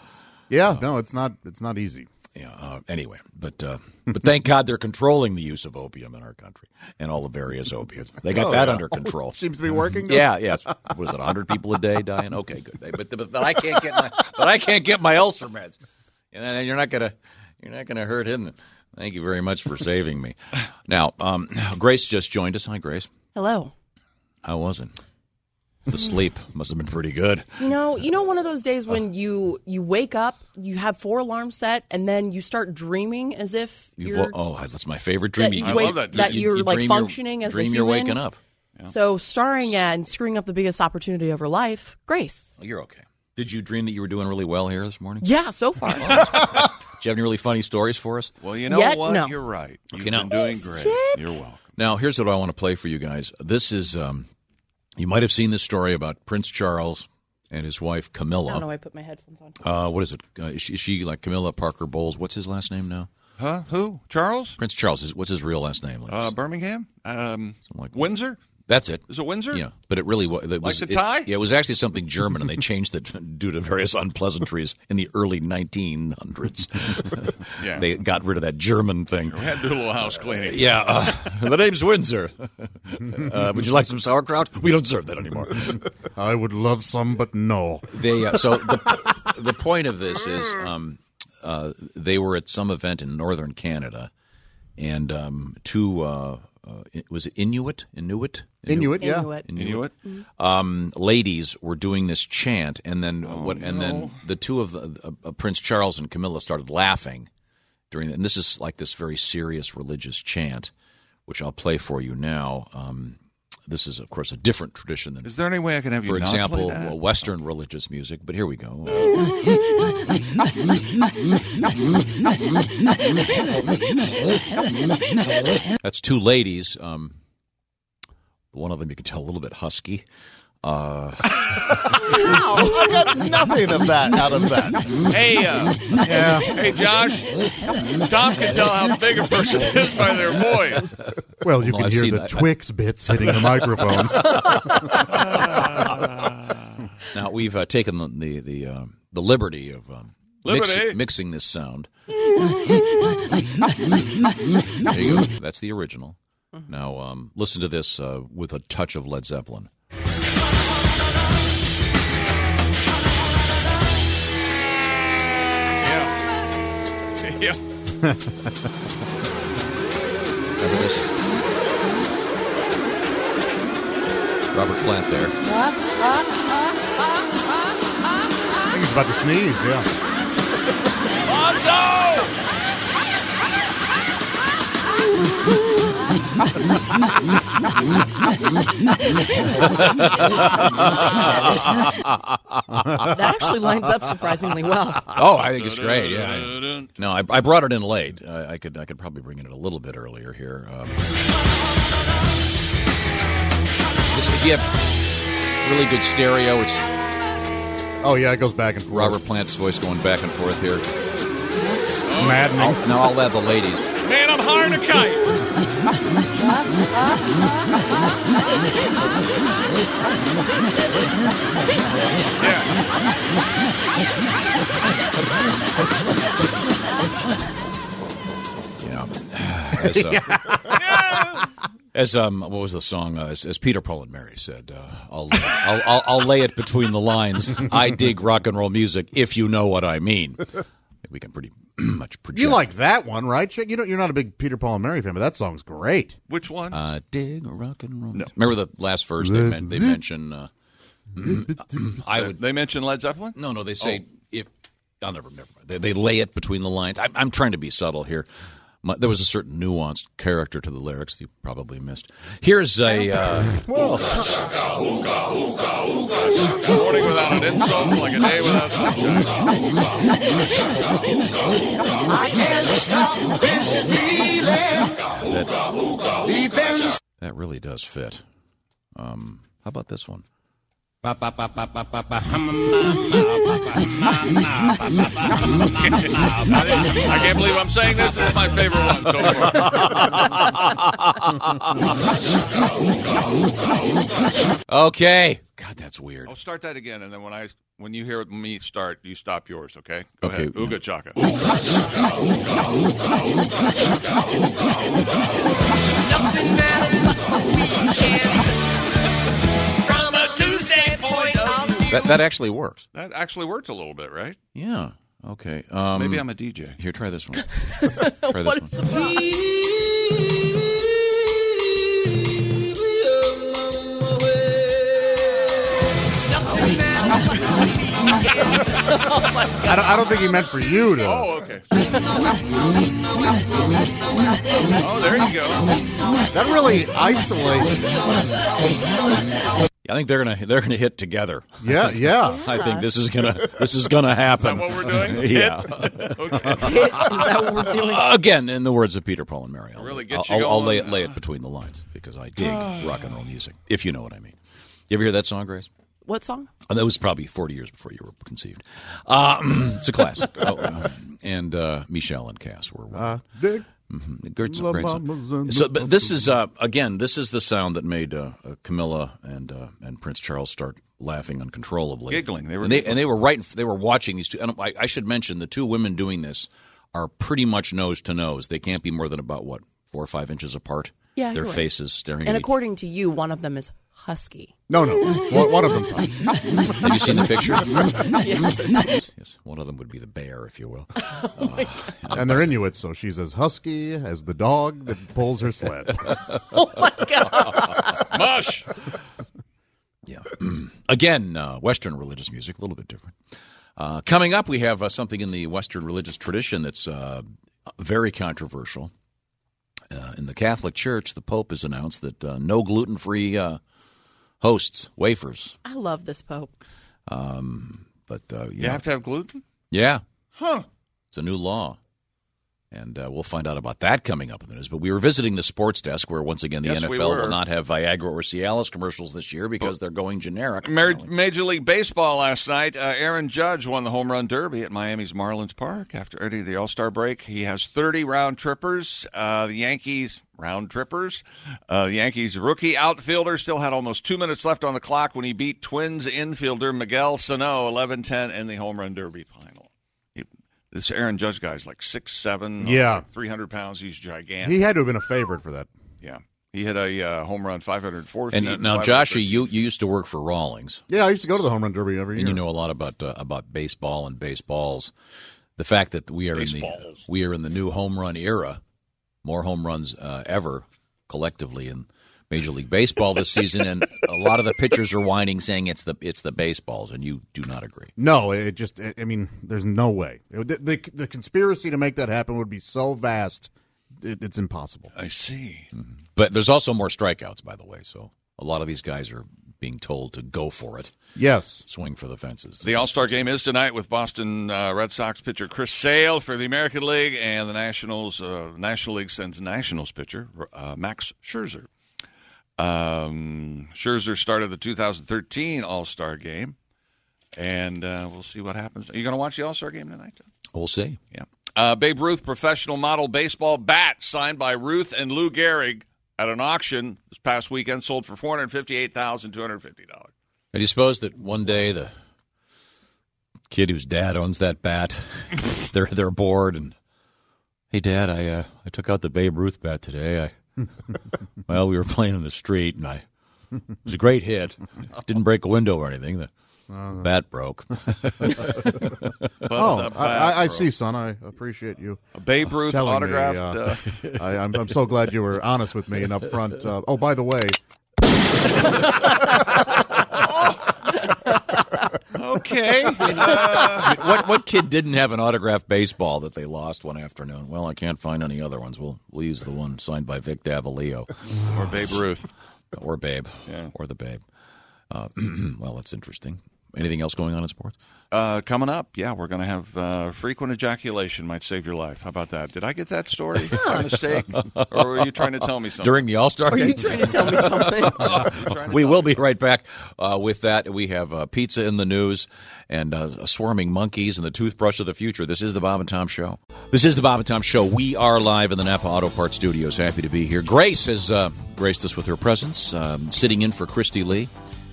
Speaker 4: Yeah, no, it's not. It's not easy.
Speaker 6: Yeah, uh, anyway, but uh, but thank God they're controlling the use of opium in our country and all the various opiates. They got that under control.
Speaker 4: Oh,
Speaker 6: Mm-hmm.
Speaker 4: Seems to be working.
Speaker 6: Yeah, yes. Was it 100 people a day dying? Okay, good. But, but, but I can't get my but I can't get my ulcer meds. And then you're not gonna you're not gonna hurt him. Thank you very much for saving me. Now, um, Grace just joined us. Hi, Grace.
Speaker 9: Hello.
Speaker 6: How was it? The sleep must have been pretty good.
Speaker 9: You know, you know one of those days when you you wake up, you have four alarms set, and then you start dreaming as if
Speaker 6: You,
Speaker 9: you're
Speaker 6: well, oh, that's my favorite dream.
Speaker 9: that you
Speaker 5: I
Speaker 9: wake-
Speaker 5: love that dream.
Speaker 9: that you're like
Speaker 6: dream
Speaker 9: functioning as
Speaker 6: dream
Speaker 9: if
Speaker 6: you're
Speaker 9: you
Speaker 6: waking
Speaker 9: win.
Speaker 6: up.
Speaker 9: So starring at and screwing up the biggest opportunity of her life, Grace.
Speaker 6: Well, you're okay. Did you dream that you were doing really well here this morning?
Speaker 9: Yeah, so far.
Speaker 6: Do you have any really funny stories for us?
Speaker 5: Well, you know
Speaker 9: Yet,
Speaker 5: what?
Speaker 9: no.
Speaker 5: You're right. You've
Speaker 6: Okay, now-
Speaker 5: been doing
Speaker 9: Thanks,
Speaker 5: great.
Speaker 9: Chip.
Speaker 5: You're welcome.
Speaker 6: Now, here's what I want to play for you guys. This is, um, you might have seen this story about Prince Charles and his wife
Speaker 9: I don't know.
Speaker 6: Camilla.
Speaker 9: why I put my headphones on.
Speaker 6: Uh, what is it? Uh, is, she, is she like Camilla Parker Bowles? What's his last name now?
Speaker 5: Huh? Who? Charles?
Speaker 6: Prince Charles. Is, what's his real last name? Like,
Speaker 5: Uh, Birmingham? Um,
Speaker 6: like that.
Speaker 5: Windsor?
Speaker 6: that's it.
Speaker 5: Is it Windsor?
Speaker 6: Yeah, but it really was. It was
Speaker 5: the
Speaker 6: it-
Speaker 5: tie?
Speaker 6: yeah, it was actually something German, and they changed it due to various unpleasantries in the early 1900s.
Speaker 5: Yeah.
Speaker 6: They got rid of that German thing.
Speaker 5: We had to do a little house cleaning.
Speaker 6: Yeah, uh, the name's Windsor. Uh, would you like some sauerkraut? We don't serve that anymore.
Speaker 4: I would love some, but no.
Speaker 6: They uh, so the the point of this is um, uh, they were at some event in northern Canada, and um, two uh, uh, it- was it Inuit Inuit
Speaker 4: Inuit, yeah.
Speaker 9: Inuit.
Speaker 5: You know what?
Speaker 6: um, ladies were doing this chant, and then what? And then the two of the, uh, uh, Prince Charles and Camilla started laughing during. The, and this is like this very serious religious chant, which I'll play for you now. Um, this is, of course, a different tradition than,
Speaker 5: Is there any way I can have you
Speaker 6: for
Speaker 5: not
Speaker 6: example,
Speaker 5: play that?
Speaker 6: well, Western religious music. But here we go. Uh, That's two ladies. Um, one of them you can tell a little bit husky. Uh,
Speaker 7: I got nothing of that out of that.
Speaker 5: Hey, uh, hey, Josh. Tom can tell how big a person is by their voice.
Speaker 4: Well, you
Speaker 6: No,
Speaker 4: can
Speaker 6: I've
Speaker 4: hear
Speaker 6: seen
Speaker 4: the
Speaker 6: that.
Speaker 4: Twix bits hitting the microphone.
Speaker 6: now we've uh, taken the the the, um, the liberty of um, mix-
Speaker 5: Liberty.
Speaker 6: mixing this sound. there you go. That's the original.
Speaker 9: Mm-hmm.
Speaker 6: Now um, listen to this uh, with a touch of Led Zeppelin.
Speaker 5: Yeah. Yeah.
Speaker 6: Remember this? Robert Plant there.
Speaker 4: I think he's about to sneeze. Yeah.
Speaker 5: Bonzo!
Speaker 9: That actually lines up surprisingly well.
Speaker 6: Oh, I think it's great. Yeah. No, I, I brought it in late. I, I could I could probably bring it in a little bit earlier here. Um, this if you have really good stereo. It's
Speaker 4: Oh yeah, it goes back and forth.
Speaker 6: Robert Plant's voice going back and forth here.
Speaker 4: Maddening.
Speaker 6: Now I'll have the ladies.
Speaker 5: Man, I'm hiring a kite.
Speaker 6: You know, as, uh, as um, what was the song? Uh, as, as Peter Paul and Mary said, uh, I'll, I'll, I'll I'll lay it between the lines. I dig rock and roll music, if you know what I mean. We can pretty much project.
Speaker 4: You like that one, right? Chick? You don't. You're not a big Peter Paul and Mary fan, but that song's great.
Speaker 5: Which one?
Speaker 6: I dig rock and roll. Remember the last verse they, men- they mention. Uh, I would
Speaker 5: they mentioned Led Zeppelin? Oh.
Speaker 6: No, no, they say if I'll never remember. They, they lay it between the lines. I'm, I'm trying to be subtle here. My, there was a certain nuanced character to the lyrics you probably missed. Here's a uh,
Speaker 5: Morning without an insult, like a day without sunshine.
Speaker 6: that really does fit. Um, how about this one?
Speaker 5: I can't believe I'm saying this. This is my favorite one so far.
Speaker 6: Okay, God, that's weird.
Speaker 5: I'll start that again, and then when I when you hear me start, you stop yours. Okay? Go
Speaker 6: Okay,
Speaker 5: ahead.
Speaker 6: yeah.
Speaker 5: Ooga chaka.
Speaker 10: Nothing matters but the weekend. From a Tuesday point of view.
Speaker 6: That that actually works.
Speaker 5: That actually worked a little bit, right?
Speaker 6: Yeah. Okay. Um,
Speaker 5: Maybe I'm a DJ.
Speaker 6: here. Try this one. try this
Speaker 9: What a
Speaker 6: one.
Speaker 9: surprise.
Speaker 10: Nothing matters but the weekend.
Speaker 4: I don't, I don't think he meant for you to.
Speaker 5: Oh, okay. oh, there you go.
Speaker 4: That really isolates.
Speaker 6: I think they're gonna they're gonna hit together.
Speaker 4: Yeah, yeah.
Speaker 6: I think this is gonna this is gonna happen.
Speaker 5: Is that what we're doing?
Speaker 6: yeah.
Speaker 5: Okay.
Speaker 9: Is that what we're doing?
Speaker 6: Again, in the words of Peter Paul and Mary, I'll,
Speaker 5: Really
Speaker 6: I'll,
Speaker 5: gets you
Speaker 6: I'll- I'll
Speaker 5: going.
Speaker 6: lay, it, lay it between the lines because I dig rock and roll music, if you know what I mean. You ever hear that song, Grace?
Speaker 9: What song?
Speaker 6: Oh, that was probably 40 years before you were conceived. Uh, it's a classic. oh, uh, and uh, Michelle and Cass were. Mm-hmm.
Speaker 4: Uh, dig.
Speaker 6: Great
Speaker 4: La
Speaker 6: song, great song.
Speaker 4: mamas and
Speaker 6: So,
Speaker 4: the
Speaker 6: but this is uh, again, this is the sound that made uh, uh, Camilla and uh, and Prince Charles start laughing uncontrollably,
Speaker 5: Giggling. They were
Speaker 6: and they, and they were right. in f- They were watching these two. And I, I should mention the two women doing this are pretty much nose to nose. They can't be more than about what four or five inches apart.
Speaker 9: Yeah,
Speaker 6: their
Speaker 9: you're right.
Speaker 6: faces staring.
Speaker 9: And
Speaker 6: at each-
Speaker 9: according to you, one of them is husky.
Speaker 4: No, no. One, one of them's. Husky.
Speaker 6: Have you seen the picture?
Speaker 9: Yes.
Speaker 6: yes, one of them would be the bear, if you will. Uh,
Speaker 4: And they're Inuit, so she's as husky as the dog that pulls her sled.
Speaker 9: oh my god.
Speaker 5: Mush.
Speaker 6: Yeah. Again, uh, Western religious music, a little bit different. Uh, coming up, we have uh, something in the Western religious tradition that's uh, very controversial. Uh, in the Catholic Church, the Pope has announced that uh, no gluten free uh, hosts, wafers.
Speaker 9: I love this pope.
Speaker 6: But uh,
Speaker 5: You
Speaker 6: yeah.
Speaker 5: have to have gluten?
Speaker 6: Yeah.
Speaker 5: Huh.
Speaker 6: It's a new law. And uh, we'll find out about that coming up in the news. But we were visiting the sports desk where, once again, the
Speaker 5: Yes,
Speaker 6: NFL
Speaker 5: we were.
Speaker 6: will not have Viagra or Cialis commercials this year because they're going generic.
Speaker 5: Mar- Major League Baseball last night. Uh, Aaron Judge won the home run derby at Miami's Marlins Park after earning the All Star break. He has 30 round trippers. Uh, the Yankees round trippers. Uh, the Yankees rookie outfielder still had almost two minutes left on the clock when he beat Twins infielder Miguel Sano 11-10 in the home run derby final. He- this Aaron Judge guy's like six seven,
Speaker 4: Yeah.
Speaker 5: 300 pounds. He's gigantic.
Speaker 4: He had to have been a favorite for that.
Speaker 5: yeah. He hit a uh, home run 504
Speaker 6: And
Speaker 5: feet.
Speaker 6: uh, now,
Speaker 5: 500
Speaker 6: Joshy, you, you used to work for Rawlings.
Speaker 4: Yeah, I used to go to the home run derby every
Speaker 6: and
Speaker 4: year.
Speaker 6: you know a lot about uh, about baseball and baseballs. The fact that we are in the
Speaker 5: Baseballs.
Speaker 6: we are in the new home run era, more home runs uh, ever collectively in Major League Baseball this season, and a lot of the pitchers are whining saying it's the it's the baseballs, and you do not agree.
Speaker 4: No, it just, I I mean, there's no way. It- The, the, the conspiracy to make that happen would be so vast, it, it's impossible.
Speaker 5: I see.
Speaker 4: Mm-hmm.
Speaker 6: But there's also more strikeouts, by the way. So a lot of these guys are being told to go for it,
Speaker 4: Yes.
Speaker 6: swing for the fences.
Speaker 5: The All Star game is tonight with Boston uh, Red Sox pitcher Chris Sale for the American League, and the Nationals. Uh, National League sends Nationals pitcher uh, Max Scherzer. Um, Scherzer started the 2013 All Star game, and uh, we'll see what happens. Are you going to watch the All Star game tonight? Tom?
Speaker 6: We'll see.
Speaker 5: Yeah. Uh, Babe Ruth professional model baseball bat signed by Ruth and Lou Gehrig at an auction this past weekend sold for four hundred fifty-eight thousand two hundred fifty dollars.
Speaker 6: And you suppose that one day the kid whose dad owns that bat, they're they're bored and hey dad, I uh, I took out the Babe Ruth bat today. I well, we were playing in the street and I it was a great hit. Didn't break a window or anything. The bat broke.
Speaker 4: Oh, I, I, I see, son. I appreciate you.
Speaker 5: Babe Ruth
Speaker 4: telling me,
Speaker 5: autographed. uh,
Speaker 4: uh, I, I'm, I'm so glad you were honest with me and up front. Uh, oh, by the way,
Speaker 5: Okay. uh,
Speaker 6: what what kid didn't have an autographed baseball that they lost one afternoon? Well, I can't find any other ones. We'll we'll use the one signed by Vic Davalio
Speaker 5: or Babe Ruth.
Speaker 6: or Babe or the Babe. Uh, well, that's interesting. Anything else going on in sports?
Speaker 5: Uh, coming up, yeah, we're going to have uh, frequent ejaculation might save your life. How about that? Did I get that story by mistake? Or were you trying to tell me something?
Speaker 6: During the All Star
Speaker 9: Are
Speaker 6: game?
Speaker 9: you trying to tell me something?
Speaker 6: we will be right back uh, with that. We have uh, pizza in the news and uh, swarming monkeys and the toothbrush of the future. This is the Bob and Tom Show. This is the Bob and Tom Show. We are live in the Napa Auto Parts Studios. Happy to be here. Grace has uh, graced us with her presence, um, sitting in for Christy Lee.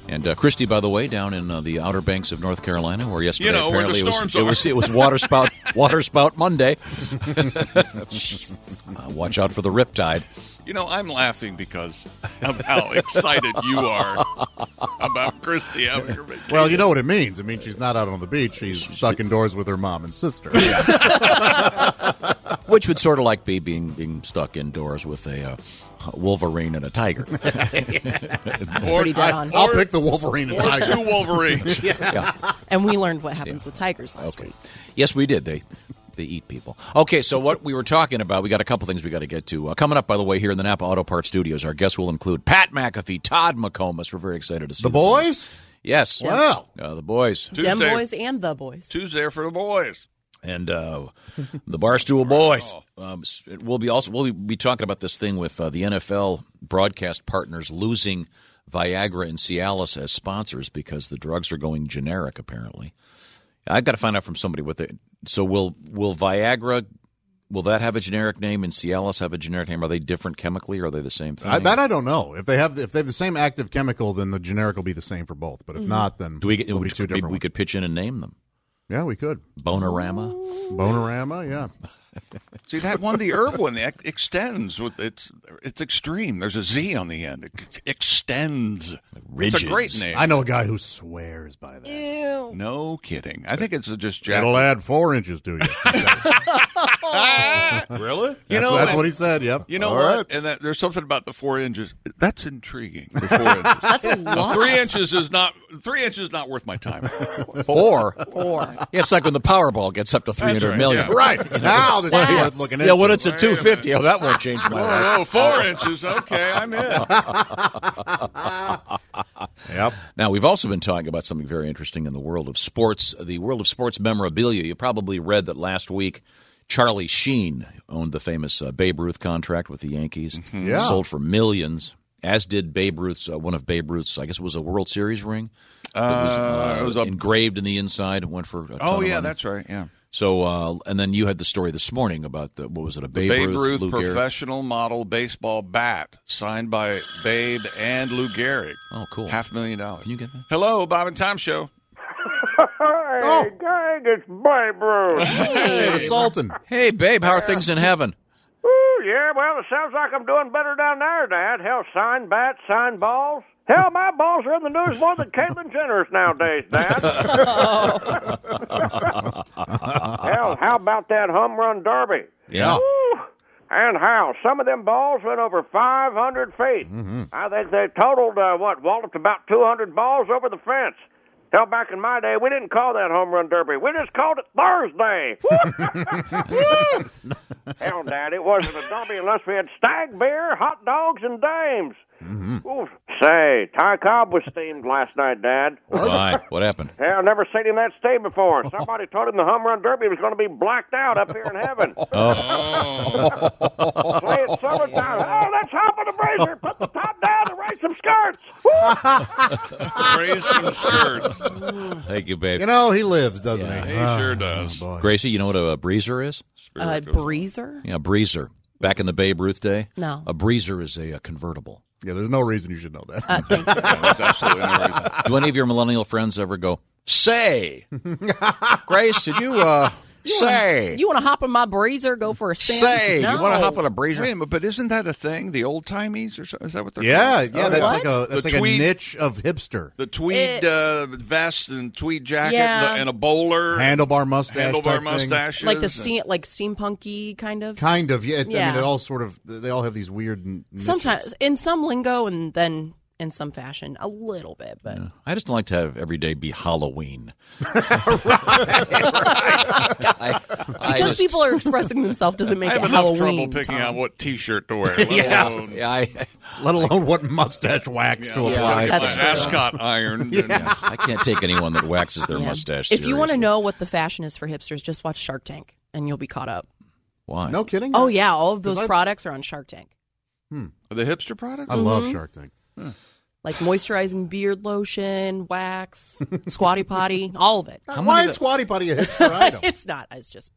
Speaker 6: And uh, Christy, by the way, down in uh, the Outer Banks of North Carolina, where yesterday
Speaker 5: You know, where the
Speaker 6: apparently it, was,
Speaker 5: storms
Speaker 6: it
Speaker 5: are.
Speaker 6: was it was water spout water spout Monday. uh, watch out for the riptide.
Speaker 5: You know, I'm laughing because of how excited you are about Christy having her vacation.
Speaker 4: well, you know what it means. It means she's not out on the beach. She's stuck indoors with her mom and sister.
Speaker 6: which would sort of like be being being stuck indoors with a uh, wolverine and a tiger.
Speaker 9: pretty dead on.
Speaker 4: I'll pick the Wolverine and
Speaker 5: Or
Speaker 4: Tiger.
Speaker 5: two Wolverines.
Speaker 9: And we learned what happens with tigers last
Speaker 6: Okay.
Speaker 9: week.
Speaker 6: Yes, we did. They they eat people. Okay, so what we were talking about, we got a couple things we got to get to. Uh, coming up, by the way, here in the Napa Auto Parts Studios, our guests will include Pat McAfee, Todd McComas. We're very excited to see
Speaker 4: The
Speaker 6: them.
Speaker 4: boys?
Speaker 6: Yes,
Speaker 4: Wow.
Speaker 6: uh, the boys
Speaker 9: Dem
Speaker 5: Tuesday.
Speaker 9: boys and the boys.
Speaker 5: Tuesday for the boys.
Speaker 6: and uh, the Barstool Boys. Um, s- we'll be also we'll be talking about this thing with uh, the NFL broadcast partners losing Viagra and Cialis as sponsors because the drugs are going generic. Apparently, I've got to find out from somebody what they. So will will Viagra? Will that have a generic name and Cialis have a generic name? Are they different chemically? Or are they the same thing?
Speaker 4: I, that I don't know. If they have if they have the same active chemical, then the generic will be the same for both. But if
Speaker 6: Mm-hmm.
Speaker 4: not, then
Speaker 6: Do we get?
Speaker 4: it'll be
Speaker 6: We,
Speaker 4: two
Speaker 6: could,
Speaker 4: different.
Speaker 6: we could pitch in and name them.
Speaker 4: ones. yeah, we could.
Speaker 6: Bonorama.
Speaker 4: Bonorama, yeah.
Speaker 5: See that one, the herb one, that extends with it's it's extreme. There's a Z on the end. It extends. It's a great
Speaker 6: Rigids.
Speaker 5: name.
Speaker 4: I know a guy who swears by that.
Speaker 9: Ew.
Speaker 5: No kidding. I think it's just Jack.
Speaker 4: It'll add four inches to you. that's
Speaker 5: Ah.
Speaker 7: Really?
Speaker 5: you know,
Speaker 4: that's
Speaker 5: and-
Speaker 4: what he said. Yep.
Speaker 5: you know
Speaker 7: All
Speaker 5: what?
Speaker 7: right.
Speaker 5: And that, there's something about the four inches. That's intriguing. The four inches.
Speaker 9: That's a lot.
Speaker 5: three inches is not three inches is not worth my time.
Speaker 6: Four.
Speaker 9: Four.
Speaker 6: Yeah, it's like when the Powerball gets up to three hundred
Speaker 5: right,
Speaker 6: million.
Speaker 5: yeah.
Speaker 4: right now, this is worth looking at.
Speaker 6: Yeah, when it's a two fifty, oh, that won't change my life.
Speaker 5: oh, four inches. Okay, I'm in.
Speaker 4: Yep.
Speaker 6: Now, we've also been talking about something very interesting in the world of sports, the world of sports memorabilia. You probably read that last week Charlie Sheen owned the famous uh, Babe Ruth contract with the Yankees.
Speaker 5: Mm-hmm.
Speaker 4: Yeah.
Speaker 6: Sold for millions, as did Babe Ruth's, uh, one of Babe Ruth's, I guess it was a World Series ring. that was,
Speaker 5: Uh, it was a-
Speaker 6: engraved in the inside and went for a ton
Speaker 5: Oh
Speaker 6: of
Speaker 5: yeah,
Speaker 6: money.
Speaker 5: that's right. Yeah.
Speaker 6: So, uh, and then you had the story this morning about the, what was it, a Babe,
Speaker 5: Babe
Speaker 6: Ruth,
Speaker 5: Ruth,
Speaker 6: Lou Gehrig-
Speaker 5: professional model baseball bat signed by Babe and Lou Gehrig.
Speaker 6: Oh, cool.
Speaker 5: Half million dollars.
Speaker 6: Can you get that?
Speaker 5: Hello, Bob and Tom Show.
Speaker 11: Hey, gang, it's Babe Ruth.
Speaker 4: Hey, the Sultan.
Speaker 6: Hey, babe, how are things in heaven?
Speaker 11: Ooh, yeah, well, it sounds like I'm doing better down there, Dad. Hell, sign bats, sign balls. Hell, my balls are in the news more than Caitlyn Jenner's nowadays, Dad. Hell, how about that home run derby?
Speaker 6: Yeah.
Speaker 11: Woo! And how? Some of them balls went over 500 feet. I think they totaled, uh, what, walloped about 200 balls over the fence. Hell, back in my day, we didn't call that home run derby. We just called it Thursday. Woo! Hell, Dad, it wasn't a derby unless we had stag beer, hot dogs, and dames. Oof. Say, Ty Cobb was steamed last night, Dad.
Speaker 6: Why? What happened?
Speaker 11: Yeah, I've never seen him that steamed before. Somebody told him the home run derby was going to be blacked out up here in heaven.
Speaker 8: Oh.
Speaker 11: Oh. Play it summertime. Oh, let's hop on the brazier, put the top down, and raise some skirts. Woo!
Speaker 5: Raise some shirts.
Speaker 6: Thank you, babe.
Speaker 4: You know, he lives, doesn't he? Ah, oh,
Speaker 5: He sure does.
Speaker 4: Boy.
Speaker 6: Gracie, you know what a breezer is?
Speaker 9: A Uh, breezer?
Speaker 6: Yeah, a breezer. Back in the Babe Ruth day?
Speaker 9: No.
Speaker 6: A breezer is a, uh convertible.
Speaker 4: Yeah, there's no reason you should know that.
Speaker 6: Uh,
Speaker 5: That's absolutely no reason.
Speaker 6: Do any of your millennial friends ever go, say? Grace, did you, uh, say?
Speaker 9: You want to hop in my breezer? Go for a spin?
Speaker 6: say?
Speaker 9: No.
Speaker 6: You want to hop on a breezer?
Speaker 5: Wait a minute, but isn't that a thing? The old timeys or so, is that what they're
Speaker 4: yeah,
Speaker 5: called?
Speaker 9: Oh,
Speaker 5: Oh,
Speaker 4: yeah, that's like a that's
Speaker 5: The
Speaker 4: like
Speaker 5: tweed-
Speaker 4: a niche of hipster.
Speaker 5: The tweed uh, vest and tweed jacket
Speaker 9: Yeah.
Speaker 5: and the- and a bowler,
Speaker 4: Handlebar mustache.
Speaker 5: handlebar
Speaker 4: type thing.
Speaker 5: mustaches,
Speaker 9: like the
Speaker 5: and-
Speaker 9: steam, like steampunky kind of.
Speaker 4: Kind of, yeah. It, I
Speaker 9: Yeah.
Speaker 4: mean, it all sort of they all have these weird. n- niches.
Speaker 9: Sometimes in some lingo, and then in some fashion, a little bit. But
Speaker 6: I just don't like to have every day be Halloween. I, I
Speaker 9: because
Speaker 6: just-
Speaker 9: people are expressing themselves, doesn't make
Speaker 5: I have
Speaker 9: it
Speaker 5: enough
Speaker 9: Halloween.
Speaker 5: trouble picking
Speaker 9: Tom.
Speaker 5: out what T-shirt to wear. Let
Speaker 6: yeah,
Speaker 5: alone,
Speaker 6: yeah, I,
Speaker 4: let alone what mustache wax to
Speaker 5: yeah,
Speaker 4: apply.
Speaker 5: I get
Speaker 9: That's
Speaker 5: my
Speaker 9: true.
Speaker 5: ascot ironed.
Speaker 6: yeah, I can't take anyone that waxes their
Speaker 9: Yeah.
Speaker 6: mustache.
Speaker 9: If you want to
Speaker 6: seriously.
Speaker 9: know what the fashion is for hipsters, just watch Shark Tank, and you'll be caught up.
Speaker 6: why,
Speaker 4: No kidding.
Speaker 9: Oh yeah, all of
Speaker 4: 'Cause
Speaker 9: those
Speaker 4: I-
Speaker 9: products are on Shark Tank,
Speaker 5: And the hipster product.
Speaker 4: Hmm. I love Shark Tank.
Speaker 9: like moisturizing beard lotion, wax, squatty potty, all of it.
Speaker 4: Why is Squatty Potty a hipster item?
Speaker 9: It's not. It's just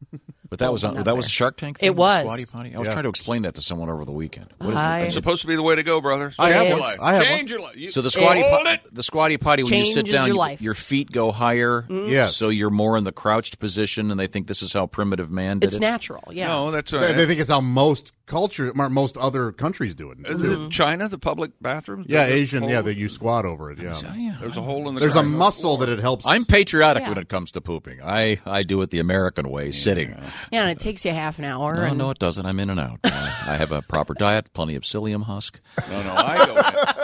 Speaker 6: But that was on,
Speaker 9: not
Speaker 6: that was a
Speaker 9: fair.
Speaker 6: Shark Tank. Thing,
Speaker 9: It
Speaker 6: the
Speaker 9: was.
Speaker 6: Squatty potty. I was
Speaker 4: Yeah.
Speaker 6: trying to explain that to someone over the weekend. What is it?
Speaker 9: I-
Speaker 5: It's supposed to be the way to go, brother.
Speaker 4: I
Speaker 5: Change
Speaker 4: have
Speaker 5: your
Speaker 4: one.
Speaker 5: life.
Speaker 4: I have
Speaker 5: Change your life. You-
Speaker 6: So the squatty,
Speaker 5: hold
Speaker 6: po-
Speaker 5: it.
Speaker 6: the squatty potty. When you sit
Speaker 9: Changes
Speaker 6: down,
Speaker 9: your
Speaker 6: you-
Speaker 9: life. Mm-hmm.
Speaker 6: your feet go higher.
Speaker 4: Yes.
Speaker 6: So you're more in the crouched position, and they think this is how primitive man did
Speaker 9: it's
Speaker 6: it.
Speaker 9: natural. Yeah.
Speaker 5: No, that's all
Speaker 4: They,
Speaker 5: right.
Speaker 4: they think it's how most culture, or most other countries do it.
Speaker 5: Is
Speaker 4: too.
Speaker 5: it China, the public bathrooms?
Speaker 4: Yeah,
Speaker 5: There's a
Speaker 4: Asian.
Speaker 5: hole-
Speaker 4: Yeah, that you squat over it. Yeah,
Speaker 6: Oh, yeah.
Speaker 5: There's a hole in the.
Speaker 4: there's a
Speaker 5: ground.
Speaker 4: muscle that it helps.
Speaker 6: I'm patriotic
Speaker 9: Yeah.
Speaker 6: when it comes to pooping. I, I do it the American way, sitting.
Speaker 9: Yeah, and it takes you half an hour.
Speaker 6: No,
Speaker 9: and
Speaker 6: no, it doesn't. I'm in and out. I, I have a proper diet, plenty of psyllium husk.
Speaker 5: No, no, I go in.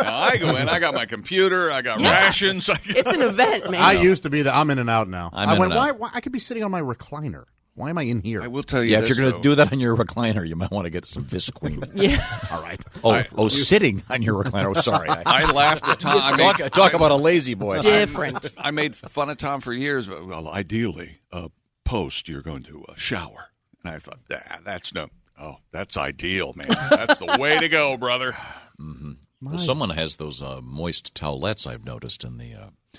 Speaker 5: Now, I go in. I got my computer. I got rations. I got-
Speaker 9: It's an event, man.
Speaker 4: I used to be the I'm in and out now.
Speaker 6: I'm
Speaker 4: I
Speaker 6: in
Speaker 4: went.
Speaker 6: and
Speaker 4: Why,
Speaker 6: out.
Speaker 4: why? I could be sitting on my recliner. Why am I in here?
Speaker 5: I will tell you.
Speaker 6: Yeah, if you're
Speaker 5: this,
Speaker 6: going to
Speaker 5: though.
Speaker 6: do that on your recliner, you might want to get some Visqueen.
Speaker 9: Yeah.
Speaker 6: All right. Oh, oh, sitting on your recliner. Oh, sorry. I,
Speaker 5: I laughed at Tom. I mean,
Speaker 6: talk, talk about a lazy boy.
Speaker 9: Different.
Speaker 5: I made fun of Tom for years, but well, ideally, uh, post you're going to uh, shower, and I thought, ah, that's no, oh, that's ideal, man. That's the way to go, brother.
Speaker 6: Well, someone has those uh, moist towelettes I've noticed in the uh,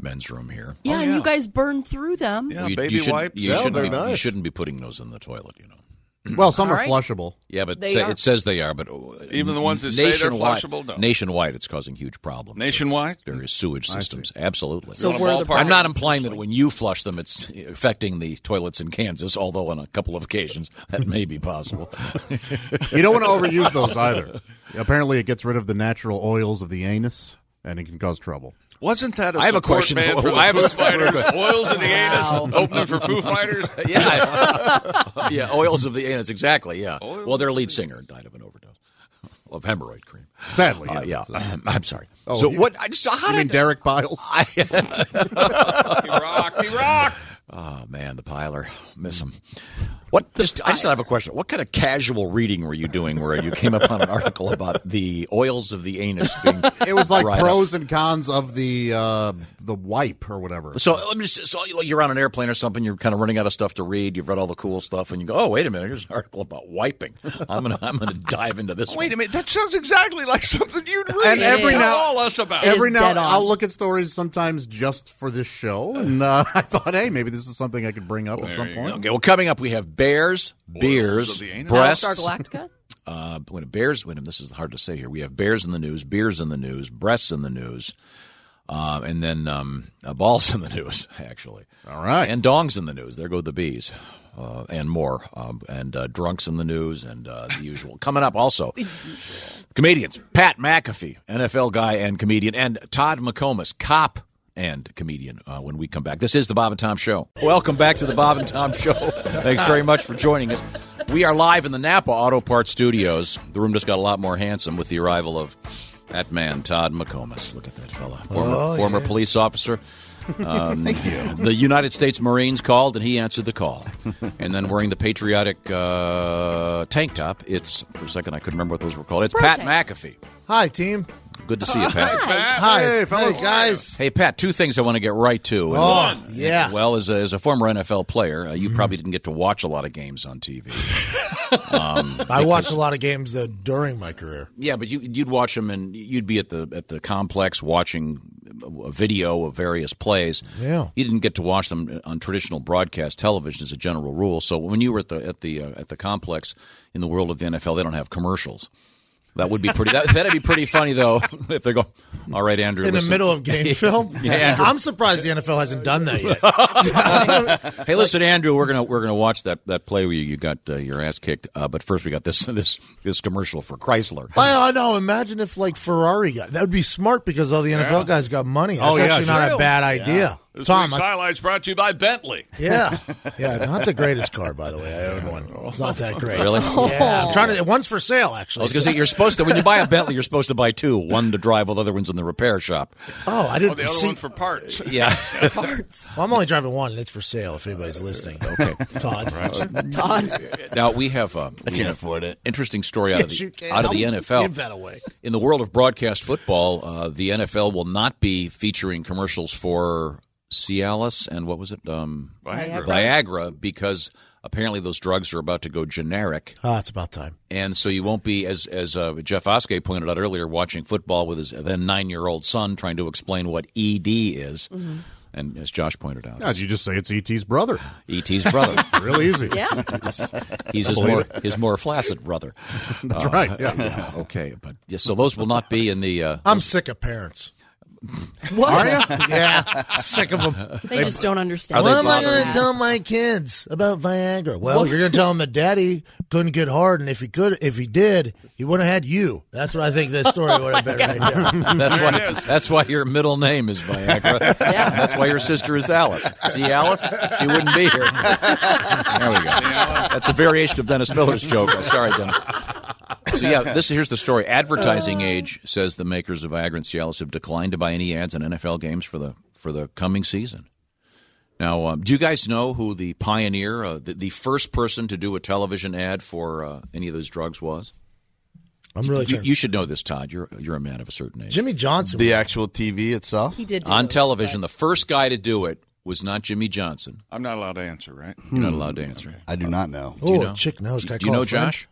Speaker 6: men's room here.
Speaker 5: Oh,
Speaker 9: yeah, and you guys burn through them.
Speaker 5: Yeah,
Speaker 6: We-
Speaker 5: baby
Speaker 6: you shouldn't-
Speaker 5: wipes.
Speaker 6: You,
Speaker 12: Yeah,
Speaker 6: shouldn't
Speaker 12: they're
Speaker 6: be, you
Speaker 12: nice.
Speaker 6: shouldn't be putting those in the toilet, you know.
Speaker 4: well, some are
Speaker 9: right.
Speaker 4: flushable.
Speaker 6: Yeah, but
Speaker 9: They
Speaker 6: say,
Speaker 9: are.
Speaker 6: it says they are, but uh,
Speaker 5: Even the ones that say
Speaker 6: nationwide,
Speaker 5: they're flushable, no.
Speaker 6: Nationwide, it's causing huge problems.
Speaker 5: Nationwide,
Speaker 6: various sewage systems. Absolutely.
Speaker 9: So
Speaker 5: want a
Speaker 9: we're the
Speaker 5: ballpark?
Speaker 6: I'm not implying that when you flush them, it's affecting the toilets in Kansas, although on a couple of occasions that may be possible.
Speaker 4: You don't want to overuse those either. Apparently, it gets rid of the natural oils of the anus, and it can cause trouble.
Speaker 5: wasn't that? A
Speaker 6: I have a
Speaker 5: support
Speaker 6: question.
Speaker 5: band for the
Speaker 6: I have a
Speaker 5: Foo
Speaker 6: support
Speaker 5: Fighters.
Speaker 6: band.
Speaker 5: Oils in the anus. Opening for Foo Fighters.
Speaker 6: yeah. yeah, oils of the anus, exactly, yeah. Well, their lead singer died of an overdose of hemorrhoid cream.
Speaker 4: Sadly,
Speaker 6: Uh, yeah,
Speaker 4: It's, uh,
Speaker 6: I'm sorry.
Speaker 4: Oh,
Speaker 6: so
Speaker 4: you-
Speaker 6: what? I just how
Speaker 4: you mean
Speaker 6: did
Speaker 4: Derek Biles?
Speaker 6: I?
Speaker 5: He rock. He rock.
Speaker 6: oh man, the piler, miss him. What
Speaker 13: Just, I just have a question. What kind of casual reading were you doing where you came upon an article about the oils of the anus being
Speaker 4: It was like
Speaker 13: dried up?
Speaker 4: pros and cons of the uh, the wipe or whatever.
Speaker 13: So I'm just so you're on an airplane or something. You're kind of running out of stuff to read. You've read all the cool stuff, and you go, "Oh, wait a minute! Here's an article about wiping. I'm gonna I'm gonna dive into this."
Speaker 5: Wait a minute, that sounds exactly like something you'd read.
Speaker 4: and every
Speaker 5: Tell
Speaker 4: now
Speaker 5: all us about
Speaker 4: every now I'll look at stories sometimes just for this show, and uh, I thought, hey, maybe this is something I could bring up at some
Speaker 6: you
Speaker 4: point.
Speaker 6: go. Okay, well, coming up, we have bears, beers, breasts.
Speaker 9: Galactica?
Speaker 6: Uh, wait, bears. Wait a minute. This is hard to say here. We have bears in the news, beers in the news, breasts in the news, uh, and then um, uh, balls in the news. Actually, all
Speaker 4: right,
Speaker 6: and dongs in the news. There go the bees, uh, and more, um, and uh, drunks in the news, and uh, the usual. Coming up, also, comedians Pat McAfee, NFL guy and comedian, and Todd McComas, cop. And comedian, uh, when we come back. This is the Bob and Tom Show. Welcome back to the Bob and Tom Show. Thanks very much for joining us. We are live in the Napa Auto Parts Studios. The room just got a lot more handsome with the arrival of that man, Todd McComas. Look at that fella, former,
Speaker 13: Oh,
Speaker 6: former
Speaker 13: yeah.
Speaker 6: police officer. Um,
Speaker 13: Thank you.
Speaker 6: The United States Marines called, and he answered the call. And then wearing the patriotic uh, tank top, it's for a second I couldn't remember what those were called. It's Pat McAfee.
Speaker 14: Hi, team.
Speaker 6: Good to see you, Pat.
Speaker 14: Hi, fellas, guys.
Speaker 6: Hey, Pat, two things I want to get right to. And-
Speaker 14: Oh,
Speaker 6: and-
Speaker 14: yeah. Mm-hmm.
Speaker 6: Well, as a, as a former NFL player, uh, you probably didn't get to watch a lot of games on TV. Um,
Speaker 14: I watched a
Speaker 6: because-
Speaker 14: lot of games though during my career.
Speaker 6: Yeah, but you, you'd watch them, and you'd be at the at the complex watching a video of various plays.
Speaker 14: Yeah.
Speaker 6: you didn't get to watch them on traditional broadcast television as a general rule. So when you were at the at the uh, at the complex in the world of the NFL, they don't have commercials. That would be pretty. That, that'd be pretty funny though if they go. All right, Andrew.
Speaker 14: In the
Speaker 6: listen."
Speaker 14: middle of game film,
Speaker 6: Yeah, Andrew.
Speaker 14: I'm surprised the NFL hasn't done that yet.
Speaker 6: hey, listen, Andrew, we're gonna we're gonna watch that that play where you, you got uh, your ass kicked. Uh, but first, we got this this this commercial for Chrysler.
Speaker 14: Well, I know. Imagine if like Ferrari got that would be smart because all the NFL guys got money.
Speaker 6: Oh,
Speaker 5: Oh,
Speaker 14: That's actually not a bad idea.
Speaker 5: This
Speaker 14: Tom,
Speaker 5: week's
Speaker 14: I-
Speaker 5: highlights brought to you by Bentley.
Speaker 14: yeah, yeah, not the greatest car by the way. I own one. It's not that great.
Speaker 6: Really?
Speaker 14: Yeah, I'm trying to. One's for sale actually.
Speaker 6: Oh. I was going to say you're supposed to when you buy a Bentley, you're supposed to buy two, one to drive, while the other one's in the repair shop.
Speaker 14: Oh, I didn't
Speaker 5: Oh, the other
Speaker 14: see.
Speaker 5: one for parts.
Speaker 6: Yeah.
Speaker 14: Well, I'm only driving one, and it's for sale. If anybody's listening,
Speaker 6: okay, Uh,
Speaker 14: Todd,
Speaker 6: Now we have. Uh, I can't afford it. Interesting story out of
Speaker 14: Yes,
Speaker 6: the
Speaker 14: you can.
Speaker 6: out of the
Speaker 14: I'll
Speaker 6: NFL.
Speaker 14: give that away.
Speaker 6: In the world of broadcast football, uh, the NFL will not be featuring commercials for Cialis and what was it? Um,
Speaker 14: Viagra.
Speaker 6: Viagra, because apparently those drugs are about to go generic.
Speaker 14: Ah, it's about time.
Speaker 6: And so you won't be, as as uh, Jeff Oskey pointed out earlier, watching football with his then nine year old son trying to explain what ED is.
Speaker 4: Mhm.
Speaker 6: And as Josh pointed out,
Speaker 4: As you just say, it's ET's brother.
Speaker 6: ET's brother,
Speaker 4: Real easy.
Speaker 6: Yeah.
Speaker 4: He's-
Speaker 6: He's
Speaker 4: I
Speaker 6: his
Speaker 4: believe
Speaker 6: more
Speaker 4: it.
Speaker 6: his more flaccid brother. Uh,
Speaker 4: That's right, yeah.
Speaker 6: Okay. But yeah, so those will not be in the. Uh,
Speaker 14: I'm sick of parents.
Speaker 6: What?
Speaker 10: Are
Speaker 6: ya?
Speaker 14: yeah, sick of them.
Speaker 9: They just don't understand.
Speaker 14: What am I going to tell my kids about Viagra? Well,
Speaker 9: Well-
Speaker 14: you're going to tell them that Daddy couldn't get hard, and if he could, if he did, he would have had you. That's what I think this story would have been
Speaker 9: Oh
Speaker 14: right Oh there.
Speaker 6: that's why. That's why your middle name is Viagra. That's why your sister is Alice. See, Alice, she wouldn't be here. There we go. That's a variation of Dennis Miller's joke. I'm sorry, Dennis. So yeah, this here's the story. Advertising Age says the makers of Viagra and Cialis have declined to buy any ads in NFL games for the for the coming season. Now, um, do you guys know who the pioneer, uh, the, the first person to do a television ad for uh, any of those drugs was?
Speaker 14: I'm really
Speaker 6: You,
Speaker 14: trying-
Speaker 6: you should know this, Todd. You're you're a man of a certain age.
Speaker 14: Jimmy Johnson.
Speaker 6: The actual TV itself.
Speaker 9: He did do
Speaker 6: on
Speaker 9: those,
Speaker 6: television. The first guy to do it was not Jimmy Johnson.
Speaker 5: I'm not allowed to answer, right?
Speaker 6: You're not allowed to answer.
Speaker 4: I do not know.
Speaker 14: Oh,
Speaker 6: Do you know?
Speaker 14: chick knows. Can I
Speaker 6: Do you
Speaker 14: call
Speaker 6: know
Speaker 14: a friend?
Speaker 6: Josh?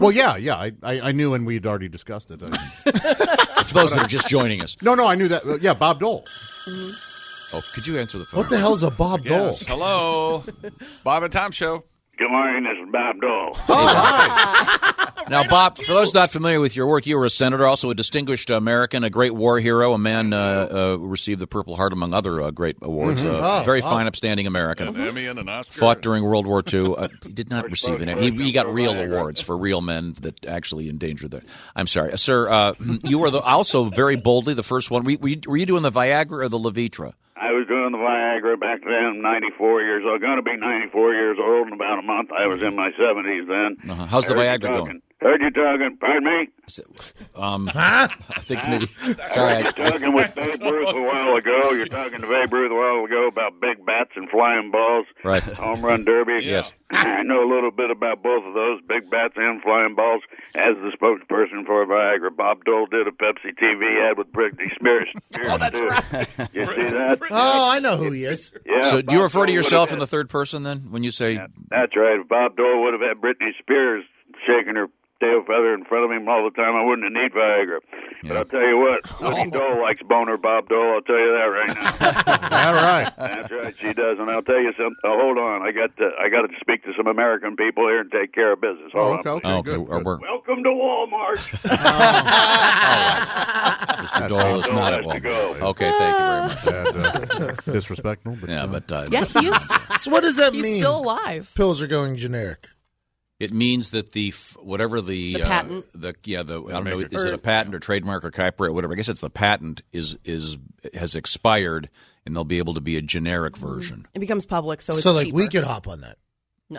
Speaker 4: Well, yeah, yeah. I, I, I knew, and we'd already discussed it.
Speaker 6: For those that are just joining us.
Speaker 4: No, no, I knew that. Uh, Yeah, Bob Dole.
Speaker 6: Oh, could you answer the phone?
Speaker 14: What the hell's a Bob Dole?
Speaker 5: Yes. Hello, Bob and Tom Show.
Speaker 15: Good morning, this is Bob Dole.
Speaker 14: Oh,
Speaker 6: Now, Bob, for those not familiar with your work, you were a senator, also a distinguished American, a great war hero, a man uh, uh, who received the Purple Heart, among other uh, great awards.
Speaker 5: Mhm.
Speaker 6: Uh,
Speaker 5: Oh,
Speaker 6: very
Speaker 5: wow.
Speaker 6: fine, upstanding American.
Speaker 5: An Emmy and an Oscar.
Speaker 6: Fought during World War II. Uh, he did not receive an He, he got real awards for real men that actually endangered their. I'm sorry, Uh, sir. Uh, you were the, also very boldly the first one. Were, were, you, were you doing the Viagra or the Levitra?
Speaker 15: I was doing the Viagra back then, 94 years old. Going to be 94 years old in about a month. I was in my 70s then.
Speaker 6: Uh-huh. How's the
Speaker 15: Heard you
Speaker 6: Viagra
Speaker 15: talking.
Speaker 6: going?
Speaker 15: Heard you talking. Pardon me?
Speaker 6: Um, I think maybe. Sorry,
Speaker 15: Sorry,
Speaker 6: I,
Speaker 15: you talking with Babe Ruth a while ago. You're talking to Babe Ruth a while ago about big bats and flying balls,
Speaker 6: Right.
Speaker 15: home run derby.
Speaker 6: Yes.
Speaker 15: I know a little bit about both of those, big bats and flying balls. As the spokesperson for Viagra, Bob Dole did a Pepsi TV ad with Britney Spears. Oh, that's right. You see that?
Speaker 14: Oh, I know who he is.
Speaker 15: Yeah,
Speaker 6: so do you
Speaker 15: Bob
Speaker 6: refer to
Speaker 15: Dole
Speaker 6: yourself
Speaker 15: would've
Speaker 6: in the third person then when you say
Speaker 15: That's right. If Bob Dole would have had Britney Spears shaking her tail feather in front of him all the time, I wouldn't have need Viagra. But I'll tell you what, Woody Dole likes boner Bob Dole. I'll tell you that right now.
Speaker 4: all right.
Speaker 15: That's right, she does. And I'll tell you something. Oh, hold on, I got to, I got to speak to some American people here and take care of business. Hold on, please.
Speaker 6: oh, okay, or we're,
Speaker 15: Welcome to Walmart.
Speaker 6: Mr. Doyle is not at Walmart. Okay, thank you very much.
Speaker 4: disrespectful, but
Speaker 6: yeah, but uh,
Speaker 9: Yeah, he is.
Speaker 14: So what does that
Speaker 9: He's
Speaker 14: mean?
Speaker 9: still alive.
Speaker 14: Pills are going generic.
Speaker 6: It means that the f- whatever the, uh,
Speaker 9: The patent?
Speaker 6: the yeah the I don't know is it a patent or trademark or copyright whatever I guess it's the patent is is has expired and there'll be able to be a generic version.
Speaker 9: It becomes public, so it's
Speaker 14: So, like, we
Speaker 9: cheaper.
Speaker 14: could hop on that.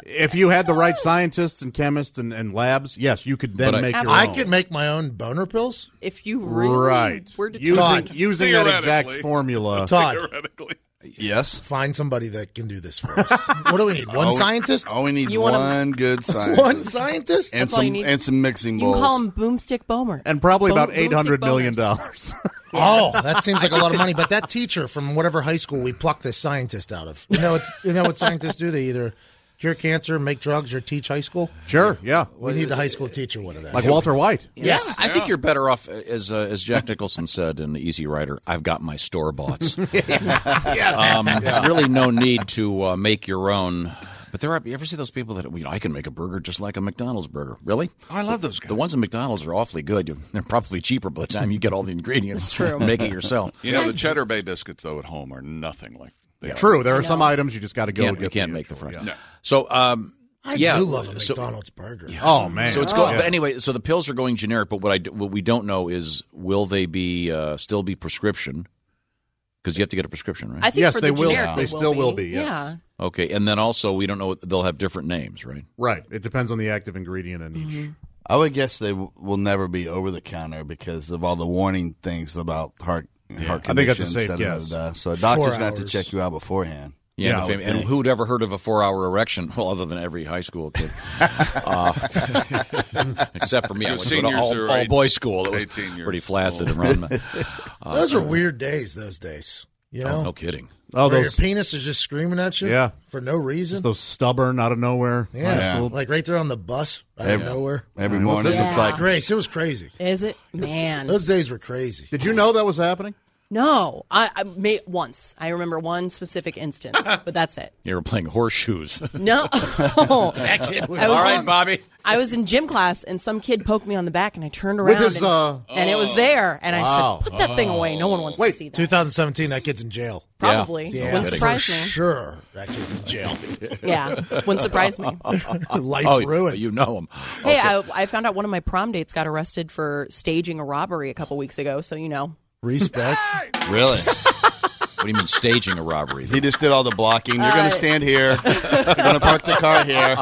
Speaker 4: If you had the right scientists and chemists and, and labs, yes, you could then
Speaker 6: But I-
Speaker 4: make your
Speaker 14: I
Speaker 4: own.
Speaker 14: could make my own boner pills.
Speaker 9: If you really
Speaker 4: right.
Speaker 9: were
Speaker 4: Using,
Speaker 9: determined-
Speaker 4: using that exact
Speaker 5: Theoretically.
Speaker 4: formula.
Speaker 14: Todd,
Speaker 13: Yes.
Speaker 14: find somebody that can do this for us. what do we need? One
Speaker 16: All we-
Speaker 14: scientist?
Speaker 16: All we need is
Speaker 9: You want 'em-
Speaker 16: one good scientist.
Speaker 14: One scientist?
Speaker 16: and
Speaker 9: That's all
Speaker 16: some
Speaker 9: you need.
Speaker 16: and some mixing
Speaker 9: you can
Speaker 16: bowls.
Speaker 9: call him Boomstick Bomer.
Speaker 4: And probably
Speaker 9: Bo-
Speaker 4: about
Speaker 9: boomstick
Speaker 4: eight hundred million
Speaker 9: boners.
Speaker 4: dollars.
Speaker 14: Oh, that seems like a lot of money. But that teacher from whatever high school we plucked this scientist out of. You know, it's, you know what scientists do? They either cure cancer, make drugs, or teach high school.
Speaker 4: sure, yeah,
Speaker 14: We need a high school teacher one of that.
Speaker 4: like Walter White.
Speaker 14: Yes.
Speaker 6: I think you're better off as uh, as Jack Nicholson said in Easy Rider. I've got my store boughts. um, Really, no need to uh, make your own. But there are. You ever see those people that you know, I can make a burger just like a McDonald's burger? Really?
Speaker 5: Oh, I love those guys.
Speaker 6: The ones at McDonald's are awfully good. You- They're probably cheaper by the time you get all the ingredients.
Speaker 9: That's true.
Speaker 6: Make it yourself.
Speaker 5: You know, the Cheddar Bay biscuits, though, at home are nothing like they are.
Speaker 4: True, there are some items you just got to go.
Speaker 6: Can't-
Speaker 4: get
Speaker 6: you can't
Speaker 4: the
Speaker 6: make the
Speaker 4: actual,
Speaker 6: French.
Speaker 4: yeah.
Speaker 6: So, um,
Speaker 14: I
Speaker 6: yeah,
Speaker 14: do love a
Speaker 6: so-
Speaker 14: McDonald's burger.
Speaker 4: Oh man,
Speaker 6: So it's going.
Speaker 4: Yeah.
Speaker 6: But anyway, so the pills are going generic. But what I d- what we don't know is will they be uh, still be prescription? Because you have to get a prescription, right?
Speaker 9: I think
Speaker 4: Yes,
Speaker 9: for uh,
Speaker 4: they
Speaker 9: the
Speaker 4: will.
Speaker 9: generic
Speaker 4: They still will be, yes.
Speaker 9: Yeah.
Speaker 6: okay, and then also we don't know what- they'll have different names, right?
Speaker 4: right. It depends on the active ingredient in each.
Speaker 9: Mm-hmm.
Speaker 16: I would guess they w- will never be over the counter because of all the warning things about heart heart
Speaker 4: I think that's a
Speaker 16: conditions,
Speaker 4: safe
Speaker 16: da, da, da,
Speaker 4: guess.
Speaker 16: da, da. So a
Speaker 14: Four
Speaker 16: doctor's going to have to
Speaker 14: hours.
Speaker 16: check you out beforehand. I
Speaker 6: Yeah, and,
Speaker 16: would
Speaker 6: if- and
Speaker 16: think.
Speaker 6: who'd ever heard of a four-hour erection? Well, other than every high school kid, uh, except for me, I went to
Speaker 5: So
Speaker 6: an
Speaker 5: seniors
Speaker 6: all,
Speaker 5: are
Speaker 6: all
Speaker 5: eight-
Speaker 6: boy school. That was
Speaker 5: 18 years
Speaker 6: pretty flaccid and run. Uh,
Speaker 14: Those are weird days, those days. You know?
Speaker 6: No kidding.
Speaker 4: Oh,
Speaker 14: Where
Speaker 4: those
Speaker 14: your penis is just screaming at you
Speaker 4: Yeah.
Speaker 14: for no reason.
Speaker 4: those stubborn out of nowhere
Speaker 14: yeah.
Speaker 4: high school.
Speaker 14: Like right there on the bus out of
Speaker 16: Yeah.
Speaker 14: nowhere.
Speaker 16: every morning
Speaker 9: this?
Speaker 16: it's
Speaker 9: Yeah.
Speaker 16: like
Speaker 14: Grace, it was crazy.
Speaker 9: Is it man?
Speaker 14: Those days were crazy.
Speaker 4: Did you know that was happening?
Speaker 9: No, I, I may, once I remember one specific instance, but that's it.
Speaker 6: You were playing horseshoes.
Speaker 9: No, Oh. I was
Speaker 6: all right,
Speaker 9: in-
Speaker 6: Bobby.
Speaker 9: I was in gym class and some kid poked me on the back and I turned around
Speaker 4: With his
Speaker 9: and,
Speaker 4: uh,
Speaker 9: and it was there and
Speaker 4: Wow.
Speaker 9: I said, "Put that
Speaker 14: Oh.
Speaker 9: thing away. No one wants to see that."
Speaker 14: 2017, that kid's in jail.
Speaker 9: Probably
Speaker 6: Yeah.
Speaker 9: wouldn't
Speaker 6: kidding.
Speaker 14: for
Speaker 9: surprise me.
Speaker 14: sure. That kid's in jail.
Speaker 9: Yeah, wouldn't surprise me.
Speaker 14: Life
Speaker 6: oh,
Speaker 14: ruined.
Speaker 6: You know him.
Speaker 9: Hey, I, I found out one of my prom dates got arrested for staging a robbery a couple weeks ago. So you know,
Speaker 14: Respect.
Speaker 16: really.
Speaker 6: What do you mean staging a robbery?
Speaker 16: He just did all the blocking. You're going
Speaker 9: Uh,
Speaker 16: to stand here. You're going to park the car here.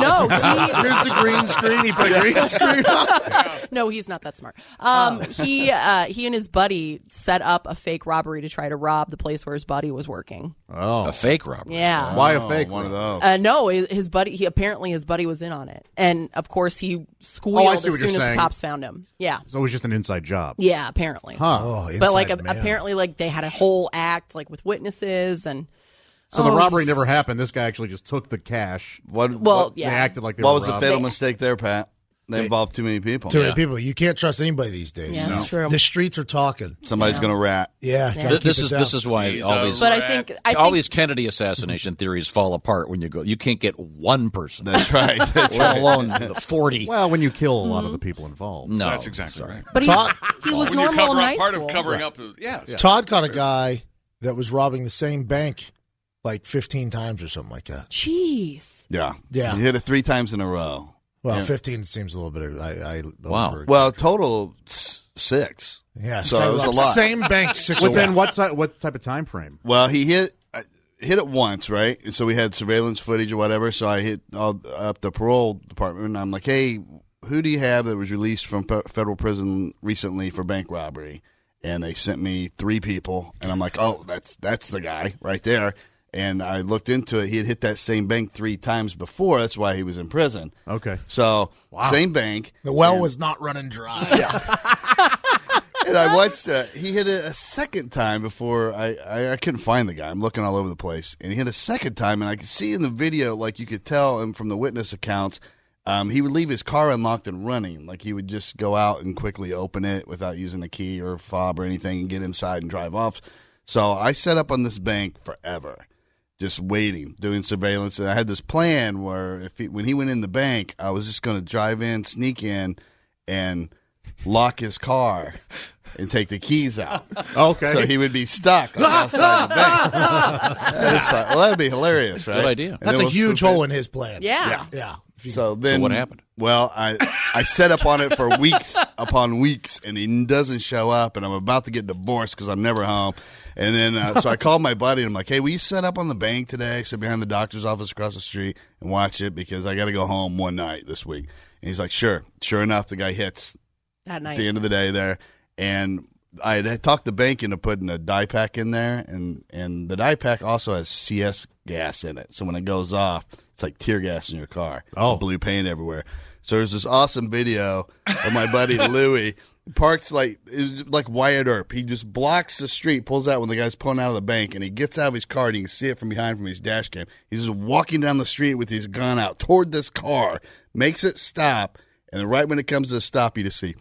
Speaker 9: no, he,
Speaker 14: Here's the green screen. He put a green screen on.
Speaker 9: No, he's not that smart.
Speaker 14: Oh.
Speaker 9: Um, he uh, he and his buddy set up a fake robbery to try to rob the place where his buddy was working.
Speaker 6: A fake robbery.
Speaker 9: Yeah.
Speaker 4: Oh. why a fake?
Speaker 16: Oh, One of
Speaker 4: one?
Speaker 16: those.
Speaker 9: Uh, no, his his buddy. He apparently his buddy was in on it, and of course he
Speaker 4: Oh,
Speaker 9: squealed
Speaker 4: I
Speaker 9: as
Speaker 4: see
Speaker 9: soon
Speaker 4: what
Speaker 9: as
Speaker 4: you're
Speaker 9: the
Speaker 4: saying.
Speaker 9: cops found him. Yeah,
Speaker 4: So it was just an inside job.
Speaker 9: yeah, apparently.
Speaker 14: Oh,
Speaker 9: But like
Speaker 14: inside
Speaker 9: a-
Speaker 14: man.
Speaker 9: apparently, like they had a whole act like with witnesses and
Speaker 4: So the
Speaker 9: Oh,
Speaker 4: robbery
Speaker 9: he's-
Speaker 4: never happened. This guy actually just took the cash.
Speaker 16: What,
Speaker 9: Well,
Speaker 16: what,
Speaker 9: yeah.
Speaker 4: They acted like they
Speaker 16: what
Speaker 4: were
Speaker 16: was the
Speaker 4: robbed.
Speaker 16: fatal mistake there, Pat? They involved too many people.
Speaker 14: Too many people. You can't trust anybody these days.
Speaker 9: yeah, that's true.
Speaker 14: The streets are talking.
Speaker 16: Somebody's going to rat.
Speaker 14: Yeah. gotta
Speaker 6: Th-
Speaker 14: keep
Speaker 6: this
Speaker 14: it
Speaker 6: is
Speaker 14: down.
Speaker 6: this is why
Speaker 5: He's
Speaker 6: all
Speaker 5: a
Speaker 6: these
Speaker 9: but I think I
Speaker 6: all
Speaker 9: think
Speaker 6: these Kennedy assassination theories fall apart when you go. You can't get one person,
Speaker 16: That's right. That's
Speaker 6: let
Speaker 16: right.
Speaker 6: alone the forty.
Speaker 4: Well, when you kill a lot
Speaker 9: Mm-hmm.
Speaker 6: Hmm.
Speaker 4: of the people involved.
Speaker 6: no,
Speaker 5: That's exactly right.
Speaker 9: but
Speaker 14: Todd,
Speaker 9: he, he was
Speaker 5: When you
Speaker 9: normal
Speaker 5: cover
Speaker 9: in
Speaker 5: up-
Speaker 9: high
Speaker 5: part
Speaker 9: school.
Speaker 5: of covering up, is- yeah.
Speaker 14: Todd caught a guy that was robbing the same bank like 15 times or something like that.
Speaker 9: Jeez,
Speaker 16: Yeah.
Speaker 14: Yeah.
Speaker 16: He hit it three times in a row.
Speaker 14: Well,
Speaker 16: Yeah.
Speaker 14: 15 seems a little bit. I, I over-
Speaker 16: Well, total s- six.
Speaker 14: Yeah,
Speaker 16: so it was a lot.
Speaker 14: Same bank six.
Speaker 4: Within what ti- what type of time frame?
Speaker 16: Well, he hit I- hit it once, right? And so we had surveillance footage or whatever. So I hit all, up the parole department, and I'm like, "Hey, who do you have that was released from fe- federal prison recently for bank robbery?" And they sent me three people, and I'm like, "Oh, that's that's the guy right there." And I looked into it. He had hit that same bank three times before. That's why he was in prison.
Speaker 4: Okay.
Speaker 16: So
Speaker 14: Wow.
Speaker 16: same bank.
Speaker 14: The well
Speaker 16: And-
Speaker 14: was not running dry.
Speaker 16: and I watched uh, he hit it a second time before I, I I couldn't find the guy. I'm looking all over the place, and he hit a second time, and I could see in the video, like you could tell, and from the witness accounts, um, he would leave his car unlocked and running. Like he would just go out and quickly open it without using a key or a fob or anything, and get inside and drive off. So I set up on this bank forever just waiting, doing surveillance. And I had this plan where if he, when he went in the bank, I was just going to drive in, sneak in, and lock his car and take the keys out.
Speaker 4: Okay.
Speaker 16: So he would be stuck on the outside of the bank. And it's like, well, that'd be hilarious, right? And
Speaker 14: That's
Speaker 16: then
Speaker 14: a
Speaker 16: we'll
Speaker 14: huge
Speaker 16: swoop
Speaker 14: hole in his plan.
Speaker 16: Yeah.
Speaker 14: Yeah.
Speaker 16: so then
Speaker 14: what happened?
Speaker 16: Well, I I set up on it for weeks upon weeks, and he doesn't show up, and I'm about to get divorced because I'm never home. And then uh, so I called my buddy, and I'm like, "Hey, will you set up on the bank today? Sit behind the doctor's office across the street and watch it because I got to go home one night this week." And he's like, "Sure." Sure enough, the guy hits
Speaker 9: That
Speaker 16: at the
Speaker 9: night.
Speaker 16: end of the day there. And I had- had talked the bank into putting a die pack in there, and and the die pack also has CS gas in it. So when it goes off, it's like tear gas in your car. Oh, blue paint everywhere. So there's this awesome video of my buddy Louie. Parks like it was like Wyatt Earp. He just blocks the street, pulls out when the guy's pulling out of the bank, and he gets out of his car. and You can see it from behind from his dash cam. He's just walking down the street with his gun out toward this car, makes it stop, and then right when it comes to a stop, you just see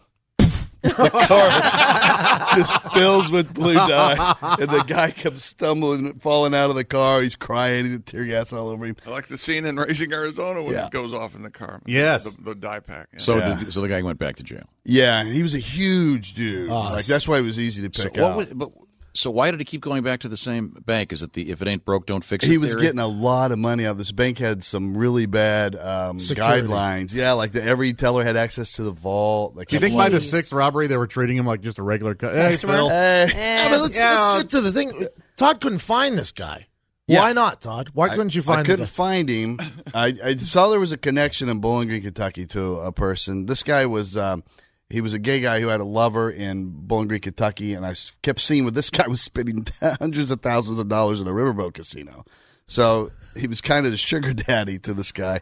Speaker 16: just fills with blue dye. And the guy comes stumbling, falling out of the car. He's crying. He's got tear gas all over him.
Speaker 5: I like the scene in Raising Arizona when
Speaker 16: Yeah.
Speaker 5: it goes off in the car.
Speaker 16: Yes.
Speaker 5: The, the die pack. yeah.
Speaker 6: So, did, so the guy went back to jail.
Speaker 16: Yeah, and he was a huge dude. like that's why it was easy to
Speaker 6: So
Speaker 16: pick
Speaker 6: what
Speaker 16: out.
Speaker 6: was- but, so why did he keep going back to the same bank? Is it the if it ain't broke, don't fix it?
Speaker 16: he was
Speaker 6: theory?
Speaker 16: getting a lot of money out. This bank had some really bad um,
Speaker 4: Security.
Speaker 16: guidelines. Yeah, like the, every teller had access to the vault. Like
Speaker 4: Do you think by
Speaker 16: everyone-
Speaker 4: the sixth robbery they were treating him like just a regular? cu- Hey, Phil.
Speaker 6: Eh.
Speaker 14: I mean, let's, let's get to the thing. Todd couldn't find this guy.
Speaker 16: Yeah.
Speaker 14: Why not, Todd? Why couldn't you find
Speaker 16: I
Speaker 14: the
Speaker 16: couldn't
Speaker 14: guy?
Speaker 16: find him. I, I saw there was a connection in Bowling Green, Kentucky, to a person. This guy was um, he was a gay guy who had a lover in Bowling Green, Kentucky, and I s- kept seeing where this guy was spending hundreds of thousands of dollars in a riverboat casino. So he was kind of the sugar daddy to this guy.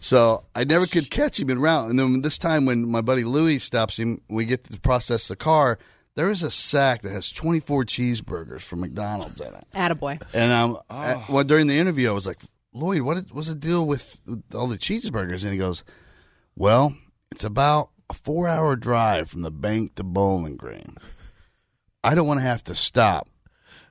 Speaker 16: So I never could catch him in route. And then this time when my buddy Louis stops him, we get to process the car. There is a sack that has 24 cheeseburgers from McDonald's in it.
Speaker 9: Attaboy.
Speaker 16: And um,
Speaker 14: Ah.
Speaker 16: uh, well, during the interview, I was like, Lloyd, what is- what's the deal with all the cheeseburgers? And he goes, Well, it's about a four hour drive from the bank to Bowling Green. I don't want to have to stop.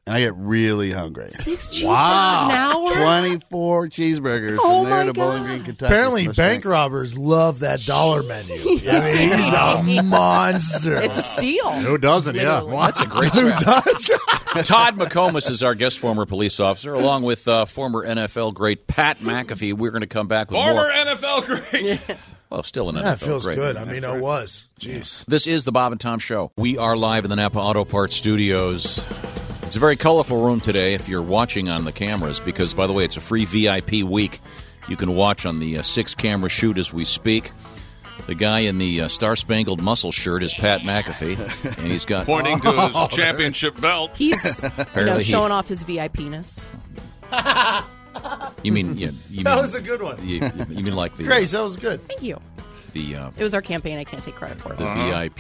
Speaker 16: And I get really hungry.
Speaker 9: Six
Speaker 14: cheeseburgers
Speaker 16: Wow.
Speaker 14: an hour?
Speaker 16: 24 cheeseburgers
Speaker 14: Oh
Speaker 16: from there
Speaker 14: my
Speaker 16: to Bowling Green, Kentucky.
Speaker 14: Apparently,
Speaker 16: from this
Speaker 14: bank robbers love that dollar menu. I mean, he's a monster.
Speaker 6: It's a
Speaker 9: steal.
Speaker 14: Oh.
Speaker 6: Who doesn't? Yeah. Literally. Well, that's a great Who strategy.
Speaker 14: does?
Speaker 6: Todd McComas is our guest, former police officer, along with uh, former NFL great Pat McAfee. We're going to come back with
Speaker 5: Former
Speaker 6: more.
Speaker 5: NFL great.
Speaker 6: Well, still an NFL
Speaker 14: That feels
Speaker 6: great.
Speaker 14: good. I mean, it was. Jeez.
Speaker 6: This is the Bob and Tom Show. We are live in the Napa Auto Parts Studios. It's a very colorful room today if you're watching on the cameras, because, by the way, it's a free VIP week. You can watch on the uh, six camera shoot as we speak. The guy in the uh, Star Spangled Muscle shirt is Pat McAfee, and he's got Oh.
Speaker 5: Pointing to his championship belt.
Speaker 9: He's you know,
Speaker 6: Apparently he-
Speaker 9: showing off his VIPness.
Speaker 6: You mean yeah? You
Speaker 9: That
Speaker 6: mean-
Speaker 9: was a good one.
Speaker 6: You, you mean like the uh,
Speaker 14: Grace, that was good.
Speaker 9: Thank you.
Speaker 6: the uh,
Speaker 9: It was our campaign. I can't take credit for it.
Speaker 6: the
Speaker 5: Uh-huh.
Speaker 6: VIP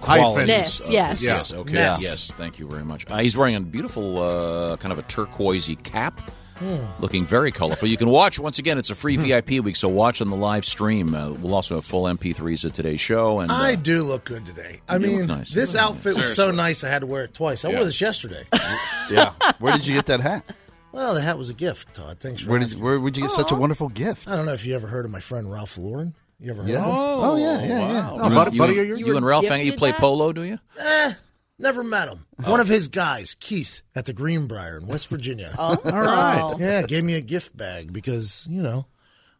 Speaker 9: Hyphens.
Speaker 6: qualities
Speaker 9: Ness,
Speaker 6: of
Speaker 9: yes.
Speaker 6: this. yes,
Speaker 9: Yeah.
Speaker 6: okay,
Speaker 9: Ness.
Speaker 6: yes. Thank you very much. Uh, he's wearing a beautiful uh, kind of a turquoisey cap,
Speaker 9: Hmm.
Speaker 6: looking very colorful. You can watch once again. It's a free
Speaker 14: Hmm.
Speaker 6: VIP week, so watch on the live stream. Uh, we'll also have full MP3s of today's show. And uh,
Speaker 14: I do look good today. I
Speaker 6: you look
Speaker 14: mean,
Speaker 6: nice.
Speaker 14: this
Speaker 6: You look
Speaker 14: outfit
Speaker 6: nice.
Speaker 14: was so nice, I had to wear it twice. I
Speaker 6: Yeah.
Speaker 14: wore this yesterday.
Speaker 16: Yeah. Where did you get that hat?
Speaker 14: Well, the hat was a gift, Todd. Thanks for
Speaker 16: Where did
Speaker 14: asking.
Speaker 16: where would you get such a wonderful gift?
Speaker 14: I don't know if you ever heard of my friend Ralph Lauren. You ever heard
Speaker 16: Yeah.
Speaker 14: of him?
Speaker 16: Oh, Oh, yeah, yeah, yeah. wow.
Speaker 6: You-
Speaker 14: buddy-
Speaker 6: you,
Speaker 14: buddy
Speaker 6: and-
Speaker 14: of yours?
Speaker 6: you
Speaker 14: You
Speaker 6: and
Speaker 14: were
Speaker 6: Ralph hang. You
Speaker 14: gifted
Speaker 6: play
Speaker 14: that?
Speaker 6: polo, do you?
Speaker 14: Eh, never met him. One of his guys, Keith, at the Greenbrier in West Virginia.
Speaker 9: Oh.
Speaker 14: All right. Yeah, gave me a gift bag because, you know,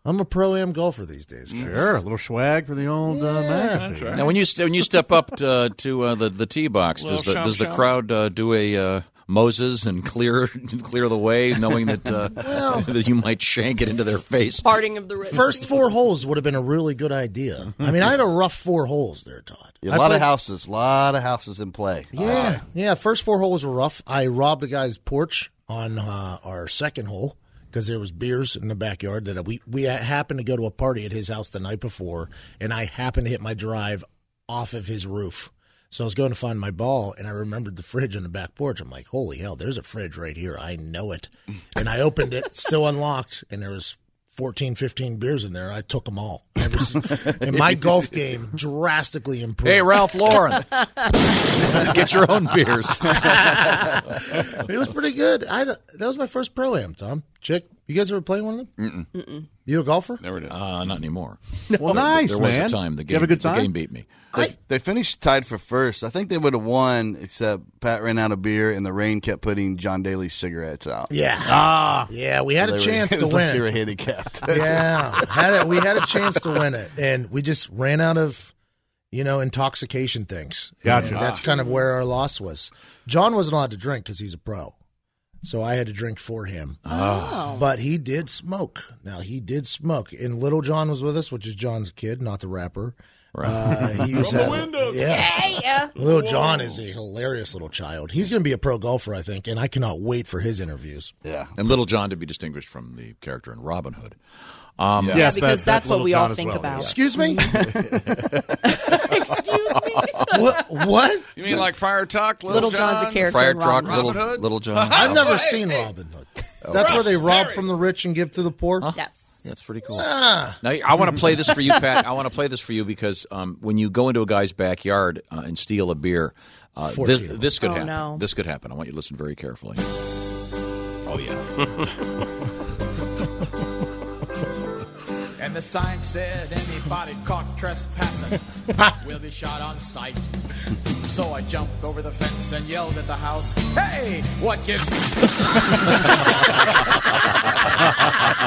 Speaker 14: I'm a pro am golfer these days. Guys.
Speaker 4: Sure, a little swag for the old uh, McAfee.
Speaker 6: Now, when you st- when you step up to, uh, to uh, the the tee box,
Speaker 4: Little
Speaker 6: does the
Speaker 4: shop
Speaker 6: does the
Speaker 4: shops.
Speaker 6: crowd uh, do a uh, Moses and clear clear the way, knowing that uh, that you might shank it into their face?
Speaker 9: Parting of the Red
Speaker 14: First four holes would have been a really good idea. I mean, I had a rough four holes there, Todd.
Speaker 16: A
Speaker 14: I
Speaker 16: lot of
Speaker 14: played-
Speaker 16: houses, a lot of houses in play.
Speaker 14: Yeah, yeah. First four holes were rough. I robbed a guy's porch on uh, our second hole because there was beers in the backyard that we we happened to go to a party at his house the night before, and I happened to hit my drive off of his roof. So I was going to find my ball, and I remembered the fridge on the back porch. I'm like, "Holy hell! There's a fridge right here. I know it." And I opened it, still unlocked, and there was 14, 15 beers in there. I took them all. Ever since- and my golf game drastically improved.
Speaker 6: Hey, Ralph Lauren. Get your own beers.
Speaker 14: it was pretty good. I that was my first pro am. Tom, Chick, you guys ever play one of them?
Speaker 6: Mm-mm.
Speaker 14: Mm-mm. You a golfer?
Speaker 5: Never did.
Speaker 6: Uh, not anymore.
Speaker 4: Well, nice,
Speaker 6: there was
Speaker 4: man.
Speaker 6: a time the
Speaker 4: You
Speaker 6: game
Speaker 4: have a good
Speaker 6: The
Speaker 4: time?
Speaker 6: game beat me.
Speaker 16: They, they finished tied for first. I think they would have won, except Pat ran out of beer and the rain kept putting John Daly's cigarettes out.
Speaker 14: Yeah. Ah. Yeah, we had a
Speaker 16: they were-
Speaker 14: chance
Speaker 16: it
Speaker 14: to
Speaker 16: was like
Speaker 14: win.
Speaker 16: they were handicapped.
Speaker 14: yeah, had it. We had a chance to win it, and we just ran out of, you know, intoxication things.
Speaker 4: Gotcha.
Speaker 14: And that's kind of where our loss was. John wasn't allowed to drink because he's a pro, so I had to drink for him.
Speaker 10: Oh.
Speaker 14: But he did smoke. Now he did smoke, and Little John was with us, which is John's kid, not the rapper. Right. Uh, he was
Speaker 10: From the
Speaker 14: having-
Speaker 10: window.
Speaker 14: Yeah.
Speaker 10: Yeah.
Speaker 14: Little
Speaker 10: Whoa.
Speaker 14: John is a hilarious little child. He's going to be a pro golfer, I think, and I cannot wait for his interviews.
Speaker 16: Yeah.
Speaker 6: And Little John to be distinguished from the character in Robin Hood. Um,
Speaker 14: Yeah, Yes, because that- that's that what Little we all John as think well, about. yeah. Excuse me?
Speaker 6: Excuse me.
Speaker 14: Uh, What? what?
Speaker 5: You mean like Fire Talk? Little,
Speaker 14: Little
Speaker 5: John?
Speaker 14: John's a character
Speaker 6: Friar
Speaker 14: in Robin
Speaker 6: Rock,
Speaker 14: Hood.
Speaker 6: Little,
Speaker 14: Robin Hood?
Speaker 6: Little John.
Speaker 14: I've never seen Robin Hood. That's
Speaker 6: Oh.
Speaker 14: where they rob from the rich and give to the poor.
Speaker 9: Yes.
Speaker 6: That's pretty cool.
Speaker 14: Ah.
Speaker 6: Now, I want to play this for you, Pat. I want to play this for you because um, when you go into a guy's backyard uh, and steal a beer, uh,
Speaker 13: Fourteen
Speaker 6: this,
Speaker 13: of them.
Speaker 6: this could
Speaker 13: Oh,
Speaker 6: happen.
Speaker 13: no.
Speaker 6: This could happen. I want you to listen very carefully. Oh,
Speaker 17: And the sign said anybody caught trespassing will be shot on sight. So I jumped over the fence and yelled at the house, Hey, what gives?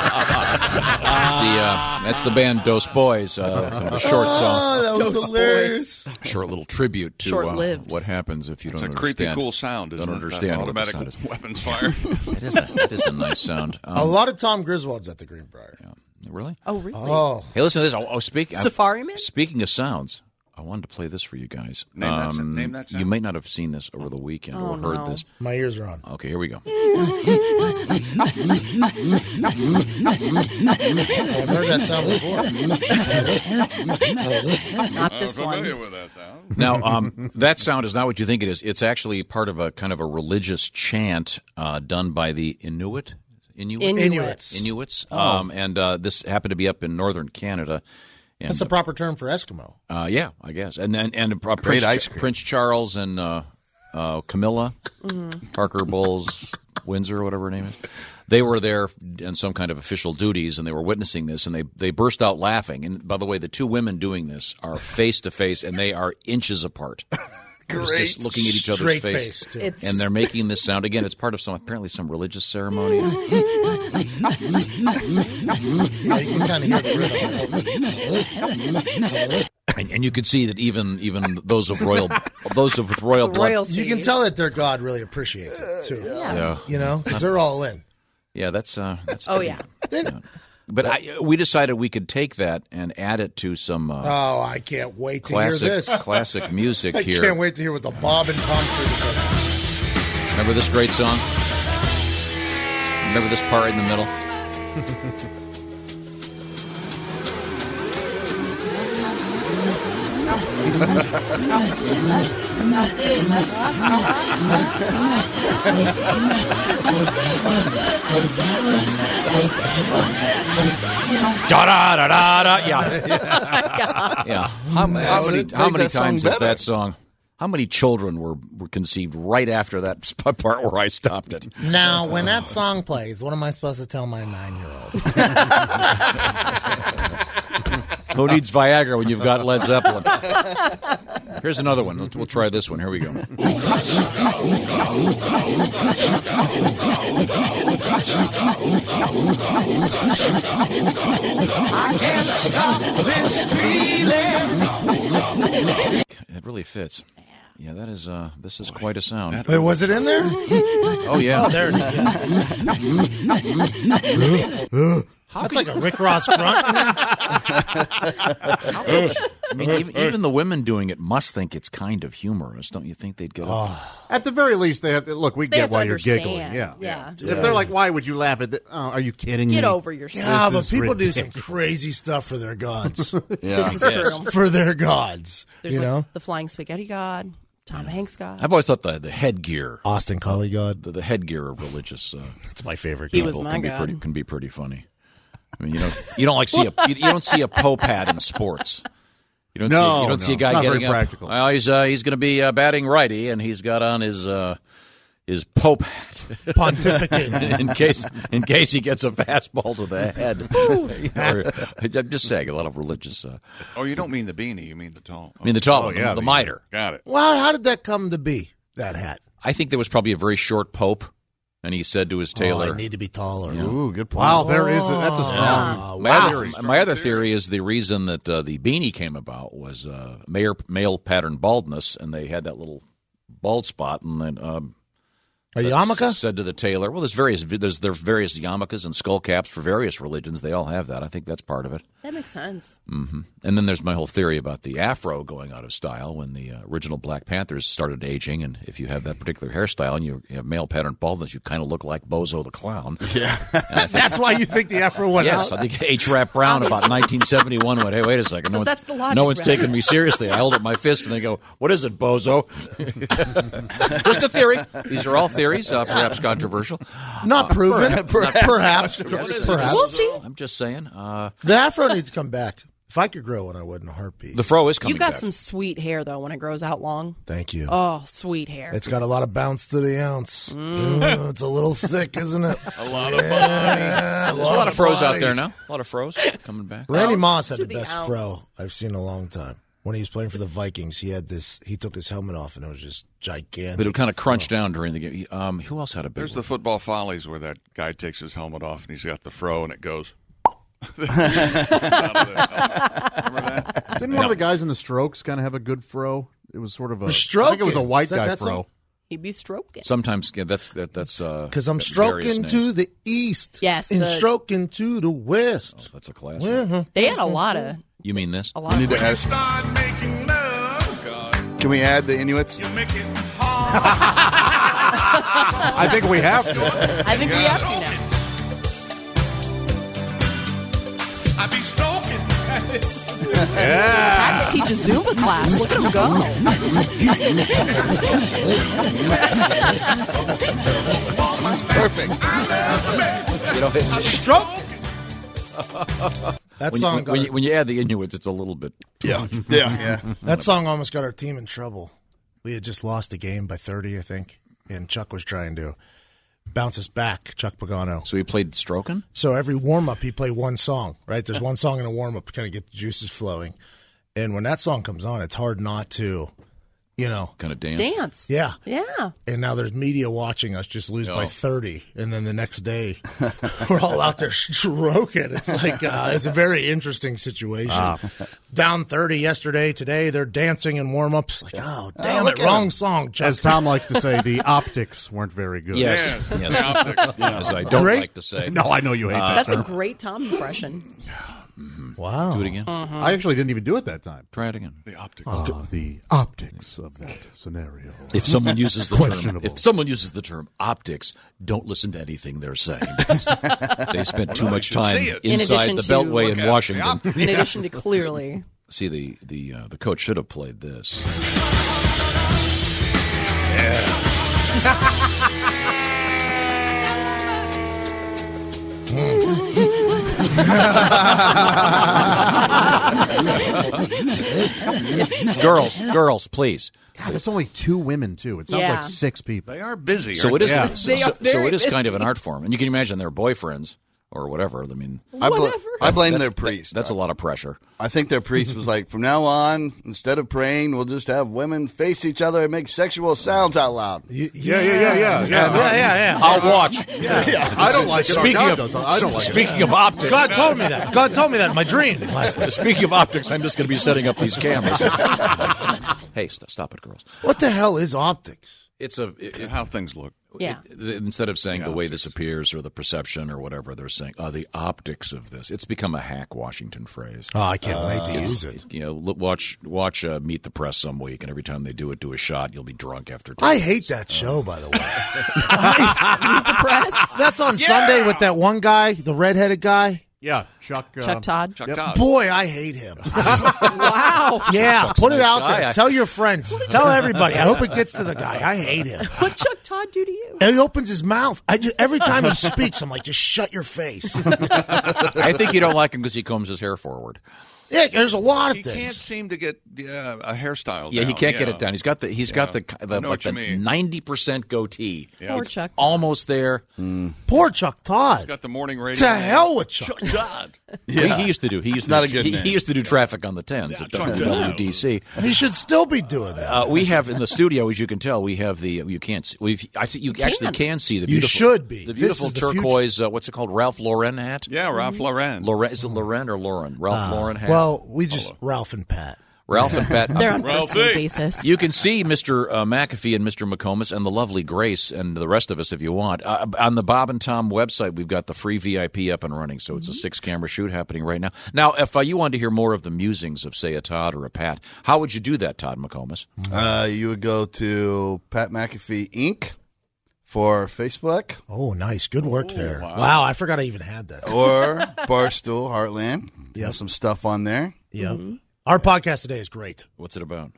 Speaker 6: That's the, uh, that's the band Dos Boys, uh, kind of a short song.
Speaker 10: Ah, that was
Speaker 6: Dos
Speaker 10: hilarious.
Speaker 6: Boys. Short little tribute to uh,
Speaker 10: Short-lived.
Speaker 6: what happens if you
Speaker 5: It's
Speaker 6: don't
Speaker 5: a
Speaker 6: understand.
Speaker 5: creepy, cool sound. Isn't
Speaker 6: don't
Speaker 5: it? That
Speaker 6: understand what the
Speaker 5: automatic
Speaker 6: sound is.
Speaker 5: weapons fire.
Speaker 6: It is, a, it is a nice sound.
Speaker 14: a
Speaker 6: Um,
Speaker 14: lot of Tom Griswold's at the Greenbrier.
Speaker 6: Really?
Speaker 9: Oh, really?
Speaker 14: Oh.
Speaker 6: Hey, listen to this. Oh, oh speak,
Speaker 9: Safari Man?
Speaker 6: Speaking of sounds, I wanted to play this for you guys. Um,
Speaker 14: Name that sound- name that sound.
Speaker 6: You might not have seen this over the weekend
Speaker 14: Oh,
Speaker 6: or heard
Speaker 14: no.
Speaker 6: this.
Speaker 14: My ears are on.
Speaker 6: Okay, here we go.
Speaker 14: I've heard that sound before.
Speaker 9: Not this
Speaker 5: I'm familiar with
Speaker 9: one.
Speaker 5: that sound.
Speaker 6: Now, um, that sound is not what you think it is. It's actually part of a kind of a religious chant uh, done by the Inuit. Inuit?
Speaker 14: Inuits.
Speaker 6: Inuits.
Speaker 14: Oh.
Speaker 6: Um, and uh, this happened to be up in northern Canada. And,
Speaker 14: That's the proper term for Eskimo.
Speaker 6: Uh, yeah, I guess. And and, and uh, Prince,
Speaker 14: ice cream.
Speaker 6: Prince Charles and uh, uh, Camilla
Speaker 14: Mhm.
Speaker 6: Parker Bowles Windsor, or whatever her name is, they were there in some kind of official duties, and they were witnessing this, and they they burst out laughing. And by the way, the two women doing this are face to face, and they are inches apart. They're just- Just
Speaker 10: Great.
Speaker 6: looking at each other's
Speaker 10: Straight
Speaker 6: face,
Speaker 10: face, too. It's-
Speaker 6: and they're making this sound again. It's part of some apparently some religious ceremony. and, and you could see that even even those of royal those of royal blood
Speaker 14: You can tell that their God really appreciates it too.
Speaker 6: Yeah.
Speaker 14: You know, 'cause they're all in.
Speaker 6: Yeah, that's uh, that's.
Speaker 14: Oh,
Speaker 6: pretty-
Speaker 14: yeah.
Speaker 6: yeah. But I, we decided we could take that and add it to some uh,
Speaker 14: Oh, I can't wait to
Speaker 6: classic
Speaker 14: hear this.
Speaker 6: classic music
Speaker 14: I
Speaker 6: here.
Speaker 14: can't wait to hear what the Bob and Tom show
Speaker 6: Remember this great song? Remember this part in the middle? Da da da da da. Yeah. yeah. How,
Speaker 10: Mm,
Speaker 6: how many,
Speaker 10: I think
Speaker 6: how many
Speaker 10: that song
Speaker 6: times is
Speaker 10: better.
Speaker 6: that song? How many children were, were conceived right after that sp- part where I stopped it?
Speaker 14: Now, when that song plays, what am I supposed to tell my nine-year-old?
Speaker 6: Who needs Viagra when you've got Led Zeppelin? Here's another one. We'll try this one. Here we go.
Speaker 10: I can't stop this feeling.
Speaker 6: It really fits. Yeah, that is. Uh, this is quite a sound.
Speaker 14: Wait, was it in there?
Speaker 6: Oh yeah.
Speaker 14: Oh, there it is. That's like a Rick Ross grunt.
Speaker 6: I mean, even, even the women doing it must think it's kind of humorous, don't you think? They'd go.
Speaker 4: At the very least, they have to, look. We
Speaker 6: They
Speaker 4: get
Speaker 6: have to
Speaker 4: why you're giggling.
Speaker 6: understand.
Speaker 4: Yeah.
Speaker 6: Yeah.
Speaker 4: If they're like, "Why would you laugh at that?" Oh, are you kidding me?
Speaker 9: Get over yourself.
Speaker 14: Yeah,
Speaker 4: This
Speaker 14: but
Speaker 4: is
Speaker 14: people do some
Speaker 4: ridiculous.
Speaker 14: crazy stuff for their gods.
Speaker 4: Yeah. This is
Speaker 9: true.
Speaker 14: For their gods.
Speaker 9: There's
Speaker 14: you
Speaker 9: like
Speaker 14: know?
Speaker 9: the flying spaghetti god, Tom Hanks god.
Speaker 6: I've always thought the the headgear,
Speaker 14: Austin Collie God,
Speaker 6: the, the headgear of religious. Uh,
Speaker 14: it's my favorite.
Speaker 9: He was my
Speaker 6: can
Speaker 9: god.
Speaker 6: Be pretty, can be pretty funny. I mean, you know, you don't like see a you, you don't see a pope hat in sports. You don't see
Speaker 4: No,
Speaker 6: you don't
Speaker 4: no,
Speaker 6: see a guy
Speaker 4: it's not very
Speaker 6: getting up,
Speaker 4: practical.
Speaker 6: Well, he's uh, he's going to be uh, batting righty, and he's got on his. Uh, his pope hat,
Speaker 14: Pontificate.
Speaker 6: in case in case he gets a fastball to the head. You know, or- I'm just saying, a lot of religious. Uh,
Speaker 5: Oh, you don't mean the beanie. You mean the tall.
Speaker 6: I mean, the tall,
Speaker 5: Oh,
Speaker 6: one,
Speaker 5: yeah,
Speaker 6: the,
Speaker 5: the-
Speaker 6: mitre.
Speaker 5: Got it.
Speaker 14: Well, how did that come to be, that hat?
Speaker 6: I think there was probably a very short pope, and he said to his tailor,
Speaker 14: Oh, I need to be taller.
Speaker 6: Ooh,
Speaker 14: good
Speaker 6: point. Wow,
Speaker 4: there is a- that's a strong-
Speaker 14: Ah,
Speaker 6: Uh, My,
Speaker 14: wow.
Speaker 6: other, my other theory is the reason that uh, the beanie came about was uh, male, male pattern baldness, and they had that little bald spot, and then um,
Speaker 14: a
Speaker 6: yarmulke said to the tailor, "Well, there's various there's there are various yarmulkes and skull caps for various religions. They all have that. I think that's part of it."
Speaker 9: That makes sense.
Speaker 6: hmm And then there's my whole theory about the afro going out of style when the uh, original Black Panthers started aging. And if you have that particular hairstyle and you have male pattern baldness, you kind of look like Bozo the Clown. Yeah.
Speaker 14: That's why you think the afro went
Speaker 6: yes,
Speaker 14: out?
Speaker 6: I think H. Rap Brown about 1971 went, hey, wait a second. No one's,
Speaker 14: That's the logic,
Speaker 6: no one's
Speaker 14: right?
Speaker 6: taking me seriously. I held up my fist and they go, what is it, Bozo? Just a theory. These are all theories, uh, perhaps controversial.
Speaker 14: Not
Speaker 6: Uh,
Speaker 14: proven. Perhaps.
Speaker 6: Yes,
Speaker 14: Perhaps. We'll see.
Speaker 6: I'm just saying. Uh,
Speaker 14: The afro needs to come back. If I could grow one, I would in a heartbeat.
Speaker 6: The fro is
Speaker 9: You've got some sweet hair though when it grows out long.
Speaker 14: Thank you.
Speaker 9: Oh, sweet hair.
Speaker 14: It's got a lot of bounce to the ounce. Ooh, it's a little thick, isn't it?
Speaker 6: Mm. a lot
Speaker 14: of body. Yeah,
Speaker 6: There's a lot of froze out
Speaker 14: body.
Speaker 6: there now. A lot of froze coming back.
Speaker 14: Randy Moss had the
Speaker 6: the
Speaker 14: best
Speaker 6: ounce.
Speaker 14: fro I've seen in a long time. When he was playing for the Vikings, he had this. He took his helmet off, and it was just gigantic.
Speaker 6: But it would kind of crunch down during the game. Um, who else had a big
Speaker 5: There's the football follies where that guy takes his helmet off and he's got the fro and it goes.
Speaker 4: Didn't one of the guys in the Strokes kind of have a good fro? It was sort of a
Speaker 14: We're
Speaker 4: I think it was a
Speaker 14: stroking.
Speaker 4: white
Speaker 14: Is that
Speaker 4: guy
Speaker 14: that
Speaker 4: fro.
Speaker 14: song?
Speaker 9: He'd be stroking.
Speaker 6: Sometimes yeah, that's that, that's because
Speaker 14: Because I'm stroking to the east,
Speaker 9: Yes,
Speaker 14: and
Speaker 9: the-
Speaker 14: stroking to the west.
Speaker 6: Oh,
Speaker 14: Mm-hmm.
Speaker 6: that's a classic.
Speaker 9: They had a lot of
Speaker 6: You mean this?
Speaker 9: a
Speaker 16: I
Speaker 9: lot
Speaker 16: need
Speaker 9: of
Speaker 16: to ask. Can we add the Inuits? I
Speaker 4: think we have
Speaker 10: to.
Speaker 9: I think we have to now.
Speaker 10: I be stroking.
Speaker 9: I could teach a Zumba class. Look at him
Speaker 10: Perfect.
Speaker 6: You know, it-
Speaker 14: Stroke. That
Speaker 6: when, you-
Speaker 14: song
Speaker 6: when,
Speaker 14: got
Speaker 6: when
Speaker 14: her-
Speaker 6: you, when you add the Inuits, it's a little bit.
Speaker 16: Yeah, yeah, yeah.
Speaker 14: That song almost got our team in trouble. We had just lost a game by 30, I think, and Chuck was trying to bounce us back, Chuck Pagano.
Speaker 6: So he played Stroking?
Speaker 14: So every warm up, he played one song, right? There's one song in a warm up to kind of get the juices flowing. And when that song comes on, it's hard not to, you know,
Speaker 6: kind of dance.
Speaker 9: Dance.
Speaker 14: Yeah.
Speaker 9: Yeah.
Speaker 14: And now there's media watching us just lose by
Speaker 9: No.
Speaker 14: 30. And then the next day, we're all out there stroking. It's like, uh, it's a very interesting situation.
Speaker 10: Ah.
Speaker 14: Down 30 yesterday. Today, they're dancing in warm ups. Like, oh, damn
Speaker 4: look
Speaker 14: it.
Speaker 4: at
Speaker 14: Wrong
Speaker 4: him.
Speaker 14: song, Chuck.
Speaker 4: As Tom likes to say, the optics weren't very good.
Speaker 6: Yes. Yes. Yes. As I don't
Speaker 4: Great.
Speaker 6: like to say.
Speaker 4: No, I know you hate that
Speaker 9: That's a
Speaker 4: term.
Speaker 9: great Tom impression.
Speaker 14: Wow.
Speaker 6: Do it again.
Speaker 4: I actually didn't even do it that time. Ah,
Speaker 6: Try it again.
Speaker 5: The optics.
Speaker 4: the optics of that scenario.
Speaker 6: If someone uses the term,
Speaker 4: Questionable.
Speaker 6: if someone uses the term optics, don't listen to anything they're saying. they spent too
Speaker 5: Well,
Speaker 6: much
Speaker 5: you should
Speaker 6: time
Speaker 5: see it.
Speaker 9: In
Speaker 6: inside
Speaker 9: addition
Speaker 6: the
Speaker 9: to-
Speaker 6: Beltway
Speaker 9: Look at
Speaker 6: in
Speaker 9: the
Speaker 6: Washington.
Speaker 9: optics. In addition to clearly.
Speaker 6: See the the uh, the coach should have played this. girls, girls, please.
Speaker 4: God, it's only two women too. It sounds
Speaker 6: Yeah.
Speaker 4: like six people.
Speaker 5: They are busy.
Speaker 6: So it is.
Speaker 4: Yeah.
Speaker 6: So, so- so it is kind of an art form, and you can imagine their boyfriends or whatever. I mean,
Speaker 16: I, bl- I
Speaker 6: That's-
Speaker 16: blame
Speaker 6: that's-
Speaker 16: their
Speaker 6: that-
Speaker 16: priest.
Speaker 6: that's a lot of pressure.
Speaker 16: I think their priest was like, from now on, instead of praying, we'll just have women face each other and make sexual sounds out loud.
Speaker 4: yeah, yeah, yeah, yeah, yeah.
Speaker 6: I'll watch.
Speaker 16: Yeah, yeah.
Speaker 4: I don't like it.
Speaker 6: Speaking
Speaker 4: God
Speaker 6: of-
Speaker 4: does. I don't like it.
Speaker 6: speaking of optics,
Speaker 14: God told me that. God told me that in my dream last night.
Speaker 6: Speaking of optics, I'm just going to be setting up these cameras. hey, st- stop it, girls.
Speaker 14: What the hell is optics?
Speaker 6: It's a it- it-
Speaker 5: how things look.
Speaker 9: Yeah.
Speaker 6: it- the- instead of saying the way this appears or the perception or whatever, they're saying oh, the optics of this. It's become a hack Washington phrase.
Speaker 14: Oh, I can't wait to
Speaker 6: It's-
Speaker 14: use it.
Speaker 6: You know, look, watch watch uh, Meet the Press some week, and every time they do it, do a shot. You'll be drunk after.
Speaker 14: I hate that show, by the way.
Speaker 9: the press.
Speaker 14: That's on Sunday with that one guy, the redheaded guy.
Speaker 4: Yeah, Chuck. Uh,
Speaker 9: Chuck Todd.
Speaker 5: Chuck
Speaker 14: Yep.
Speaker 5: Todd.
Speaker 14: Boy, I hate him.
Speaker 9: wow.
Speaker 14: Oh, Yeah,
Speaker 6: Chuck's
Speaker 14: put
Speaker 6: a
Speaker 14: it
Speaker 6: nice
Speaker 14: out
Speaker 6: guy.
Speaker 14: there. Tell your friends. Tell everybody. I hope it gets to the guy. I hate him.
Speaker 9: What Chuck Todd do to you?
Speaker 14: And he opens his mouth. I ju- every time he speaks, I'm like, just shut your face.
Speaker 6: I think you don't like him because he combs his hair forward.
Speaker 14: yeah, there's a lot of
Speaker 5: He
Speaker 14: things.
Speaker 5: can't seem to get uh, a
Speaker 14: Oh,
Speaker 5: hairstyle.
Speaker 6: Yeah, he
Speaker 5: down,
Speaker 6: can't get
Speaker 5: yeah.
Speaker 6: it down. He's got the he's got the,
Speaker 5: I
Speaker 6: the
Speaker 5: know
Speaker 6: like
Speaker 5: what you
Speaker 6: the
Speaker 5: mean.
Speaker 6: ninety percent goatee.
Speaker 5: Yeah. Poor
Speaker 6: It's
Speaker 9: Chuck Todd.
Speaker 6: almost there.
Speaker 14: Hmm. Poor Chuck Todd.
Speaker 5: Got the morning
Speaker 14: To
Speaker 5: radio.
Speaker 14: hell with Oh, Chuck.
Speaker 5: God.
Speaker 6: He, he used to do. He used to
Speaker 16: not
Speaker 6: do,
Speaker 16: a good
Speaker 6: he,
Speaker 16: name.
Speaker 6: he used to do traffic on the tens at
Speaker 5: Chuck Todd.
Speaker 6: WWDC.
Speaker 14: He should still be doing that.
Speaker 6: Uh, we have in the studio, as you can tell, we have the you can't see, we've I think you, actually
Speaker 9: can.
Speaker 6: can see the
Speaker 14: You
Speaker 6: beautiful
Speaker 14: should be.
Speaker 6: the
Speaker 14: This
Speaker 6: beautiful
Speaker 14: is the future. Mm-hmm.
Speaker 6: turquoise. uh, what's it called? Ralph Lauren hat.
Speaker 5: Yeah, Ralph Lauren.
Speaker 6: Lauren is it Lauren or Lauren? Ralph Lauren hat.
Speaker 14: Ah. Well, we just Ralph and Pat.
Speaker 6: Ralph and Pat.
Speaker 9: They're on
Speaker 5: Ralphie.
Speaker 9: first name basis.
Speaker 6: You can see Mr. Uh, McAfee and Mr. McComas and the lovely Grace and the rest of us if you want. Uh, on the Bob and Tom website, we've got the free VIP up and running, so it's
Speaker 9: Mm-hmm.
Speaker 6: a six camera shoot happening right now. Now, if uh, you wanted to hear more of the musings of, say, a Todd or a Pat, how would you do that, Todd McComas?
Speaker 16: Uh, you would go to Pat McAfee Inc. for Facebook
Speaker 14: Oh, nice. Good work there.
Speaker 6: Oh,
Speaker 14: Wow. I forgot I even had that.
Speaker 16: or Barstool Heartland. Yeah, some stuff on there.
Speaker 14: Yeah. Our podcast today is great.
Speaker 6: Mm-hmm. What's it about?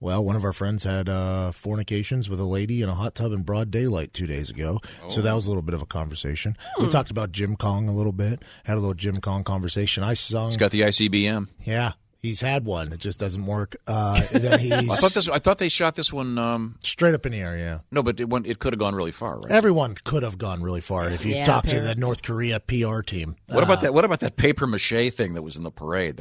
Speaker 14: Well, one of our friends had uh, fornications with a lady in a hot tub in broad daylight two days ago. So
Speaker 16: Oh.
Speaker 14: that was a little bit of a conversation.
Speaker 16: Hmm.
Speaker 14: We talked about Jim Kong a little bit, had a little Jim Kong conversation. I sung.
Speaker 6: It's got the ICBM.
Speaker 14: yeah, he's had one. It just doesn't work. Uh, then
Speaker 6: I
Speaker 14: he's
Speaker 6: thought this. I thought they shot this one. Um,
Speaker 14: straight up in the air, yeah.
Speaker 6: no, but it, went, it could have gone really far, right?
Speaker 14: Everyone could have gone really far if you
Speaker 9: Yeah,
Speaker 14: talked to
Speaker 9: apparently.
Speaker 14: the North uh, Korea PR team.
Speaker 6: What about that? What about that paper mache thing that was in the parade?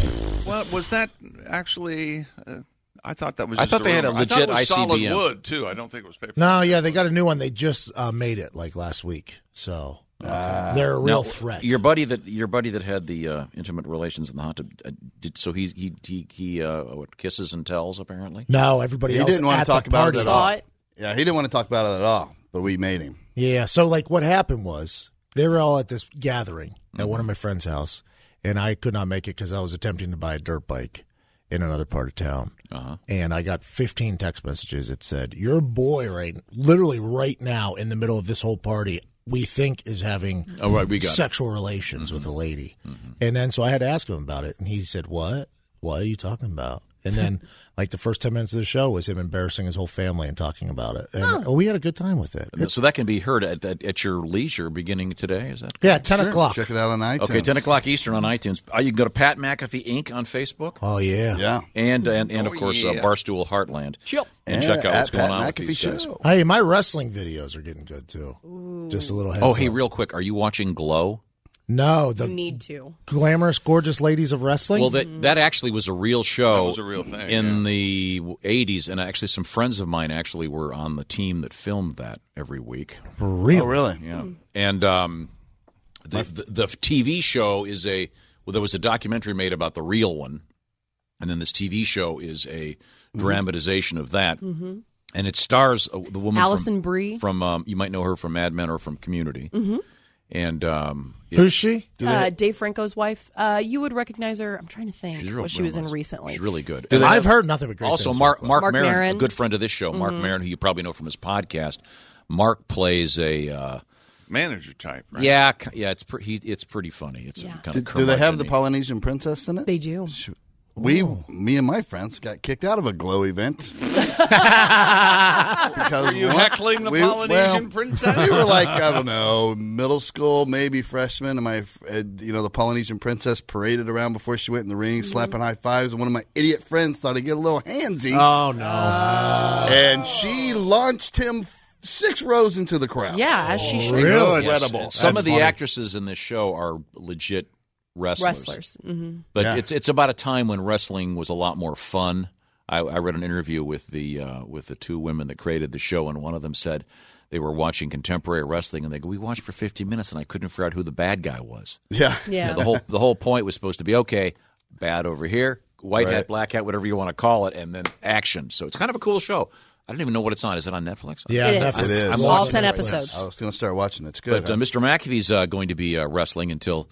Speaker 5: Well, was that actually? Uh, I thought that was.
Speaker 6: I
Speaker 5: just
Speaker 6: thought they had a
Speaker 5: rumor. I thought it
Speaker 6: legit
Speaker 5: was solid
Speaker 6: ICBM.
Speaker 5: wood too. I don't think it was paper.
Speaker 14: No, yeah, they got a new one. They just uh, made it like last week. So
Speaker 16: Uh,
Speaker 14: they're a real
Speaker 6: Uh, Now,
Speaker 14: threat.
Speaker 6: Your buddy that your buddy that had the uh, intimate relations in the hot tub. Uh, did, so he he he, he uh, what, kisses and tells apparently.
Speaker 14: no, everybody
Speaker 16: He
Speaker 14: else
Speaker 16: didn't want
Speaker 14: at
Speaker 16: to talk
Speaker 14: the
Speaker 16: about
Speaker 14: party
Speaker 16: it at
Speaker 9: Saw
Speaker 16: all.
Speaker 9: it.
Speaker 16: Yeah, he didn't want to talk about it at all, but we made him.
Speaker 14: Yeah. So like what happened was they were all at this gathering
Speaker 6: Mm-hmm.
Speaker 14: at one of my friend's house and I could not make it because I was attempting to buy a dirt bike in another part of town.
Speaker 6: Uh-huh.
Speaker 14: And I got 15 text messages that said, your boy right, literally right now in the middle of this whole party, we think is having
Speaker 6: Oh, right, we got it. Mm-hmm.
Speaker 14: sexual relations with a lady. And then so I had to ask him about it and he said, what, what are you talking about? And then, like the first ten minutes of the show was him embarrassing his whole family and talking about it, and we had a good time with it. It's-
Speaker 6: So that can be heard at, at, at your leisure beginning today. Is that
Speaker 14: Yeah, ten o'clock.
Speaker 16: Check it out on iTunes.
Speaker 6: okay? Ten o'clock Eastern on iTunes. Uh, you can go to Pat McAfee Inc. on Facebook
Speaker 14: Oh yeah.
Speaker 16: Yeah.
Speaker 6: and and, and of
Speaker 5: Oh,
Speaker 6: course uh,
Speaker 5: yeah.
Speaker 6: Barstool Heartland.
Speaker 9: Chill.
Speaker 6: And check out
Speaker 16: at
Speaker 6: what's going
Speaker 16: Pat
Speaker 6: on with
Speaker 16: McAfee
Speaker 6: these guys.
Speaker 16: Show.
Speaker 14: Hey, my wrestling videos are getting good too. Just a little heads.
Speaker 6: Oh, hey,
Speaker 14: up.
Speaker 6: real quick, are you watching Glow?
Speaker 14: no,
Speaker 9: You
Speaker 14: the
Speaker 9: need to.
Speaker 14: glamorous, gorgeous ladies of wrestling.
Speaker 6: Well,
Speaker 9: Mm-hmm.
Speaker 6: that that actually was a real show.
Speaker 5: That was a real thing,
Speaker 6: in
Speaker 5: yeah.
Speaker 6: the '80s, and actually, some friends of mine actually were on the team that filmed that every week.
Speaker 14: For real.
Speaker 16: Oh, really? Yeah.
Speaker 9: Hmm.
Speaker 6: And um, the, the the TV show is a well, there was a documentary made about the real one, and then this TV show is a
Speaker 5: Mm-hmm.
Speaker 6: dramatization of that, mm-hmm. and it stars uh, the woman
Speaker 9: Allison
Speaker 6: from,
Speaker 9: Brie.
Speaker 6: from um, you might know her from Mad Men or from Community, mm-hmm. and um, it-
Speaker 14: Who's she?
Speaker 9: Uh, Dave Franco's wife. Uh, you would recognize her. I'm trying to think
Speaker 6: she's real-
Speaker 9: what she was in
Speaker 6: real nice.
Speaker 9: recently.
Speaker 6: She's really good.
Speaker 14: I've heard nothing but great
Speaker 6: also
Speaker 14: things
Speaker 6: Mark
Speaker 14: about
Speaker 6: Mark,
Speaker 9: Mark
Speaker 6: Maron,
Speaker 9: Maron. Mm-hmm.
Speaker 6: a good friend of this show, Mark Maron, who you probably know from his podcast. Mark plays a uh,
Speaker 5: Manager type. Right?
Speaker 6: yeah k- yeah. It's pre- he, it's pretty funny. It's
Speaker 9: Yeah.
Speaker 6: kind
Speaker 16: Do,
Speaker 6: of
Speaker 16: do they have the
Speaker 6: curmudgeon-y.
Speaker 16: Polynesian princess in it?
Speaker 9: they do.
Speaker 16: We, me and my friends, got kicked out of a glow event because
Speaker 5: Were you
Speaker 16: one-
Speaker 5: heckling the
Speaker 16: we-
Speaker 5: Polynesian
Speaker 16: well,
Speaker 5: princess?
Speaker 16: We were like, I don't know, middle school, maybe freshman, and my, uh, you know, the Polynesian princess paraded around before she went in the ring,
Speaker 9: Mm-hmm.
Speaker 16: slapping high fives, and one of my idiot friends thought he'd get a little handsy,
Speaker 14: Oh no.
Speaker 16: and she launched him six rows into the crowd.
Speaker 9: Yeah, as she should.
Speaker 16: Oh, Really?
Speaker 6: Oh, Yes.
Speaker 16: Incredible.
Speaker 6: Some
Speaker 16: That's
Speaker 6: of the
Speaker 16: funny.
Speaker 6: actresses in this show are legit wrestlers.
Speaker 9: Wrestlers.
Speaker 16: Mm-hmm.
Speaker 9: Mhm.
Speaker 6: But
Speaker 9: Yeah.
Speaker 6: it's it's about a time when wrestling was a lot more fun. I, I read an interview with the uh, with the two women that created the show, and one of them said they were watching contemporary wrestling, and they go, "We watched for 15 minutes, and I couldn't figure out who the bad guy was."
Speaker 16: Yeah.
Speaker 6: You know,
Speaker 16: Yeah.
Speaker 6: the whole the whole point was supposed to be okay, bad over here, white
Speaker 16: Right.
Speaker 6: hat, black hat, whatever you want to call it, and then action. So it's kind of a cool show. I don't even know what it's on. Is it on Netflix?
Speaker 16: Yeah, It is. Netflix.
Speaker 6: I'm-
Speaker 16: It is. Oh,
Speaker 6: I'm
Speaker 16: All
Speaker 6: watching
Speaker 16: 10
Speaker 6: it right now.
Speaker 16: episodes. I was gonna start watching it. It's good,
Speaker 6: But uh,
Speaker 16: huh?
Speaker 6: Mr. McAfee's uh, going to be uh, wrestling until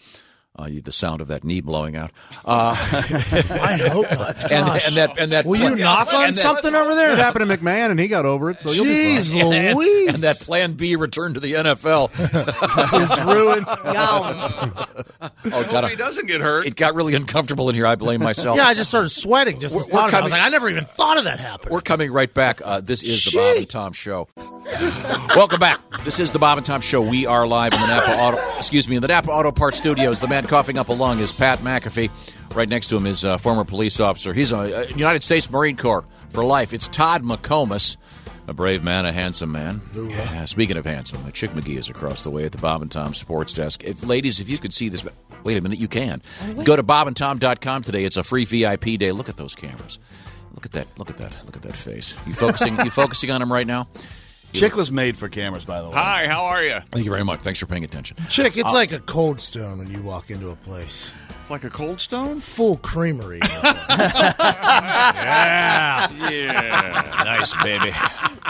Speaker 6: uh, you- the sound of that knee blowing out. Uh, I
Speaker 14: hope not.
Speaker 6: And,
Speaker 14: Gosh.
Speaker 6: and that and that.
Speaker 14: Will you knock on
Speaker 6: and that-
Speaker 14: something over there?
Speaker 4: It happened to McMahon, and he got over it. So you'll
Speaker 6: Jeez
Speaker 4: be fine.
Speaker 6: And- And that Plan B return to the NFL is
Speaker 14: ruined.
Speaker 6: Oh, God,
Speaker 5: he doesn't get hurt.
Speaker 6: It got really uncomfortable in here. I blame myself.
Speaker 14: Mm. Yeah, I just started sweating just the
Speaker 6: We're
Speaker 14: thought of it. I
Speaker 6: coming-
Speaker 14: was like, I never even thought of that happening.
Speaker 6: We're coming right back. Uh, this is the Bob and Tom Show. Welcome back. This is the Bob and Tom Show. We are live in the Napa Auto. Excuse me, in the Napa Auto Parts Studios. The man coughing up a lung is Pat McAfee. Right next to him is a former police officer. He's a, a United States Marine Corps for life. It's Todd McComas, a brave man, a handsome man. Yeah, speaking of handsome, the Chick McGee is across the way at the Bob and Tom Sports Desk. If ladies, if you could see this, wait a minute, you can. Go to bobandtom.com today. It's a free VIP day. Look at those cameras. Look at that. Look at that. Look at that face. You focusing? you focusing on him right now?
Speaker 16: Chick was made for cameras, by the way.
Speaker 5: Hi, how are you?
Speaker 6: Thank you very much. Thanks for paying attention.
Speaker 14: Chick, it's
Speaker 6: Uh,
Speaker 14: like a cold stone when you walk into a place.
Speaker 5: It's like a cold stone?
Speaker 14: Full creamery.
Speaker 5: yeah. Yeah.
Speaker 6: nice, baby.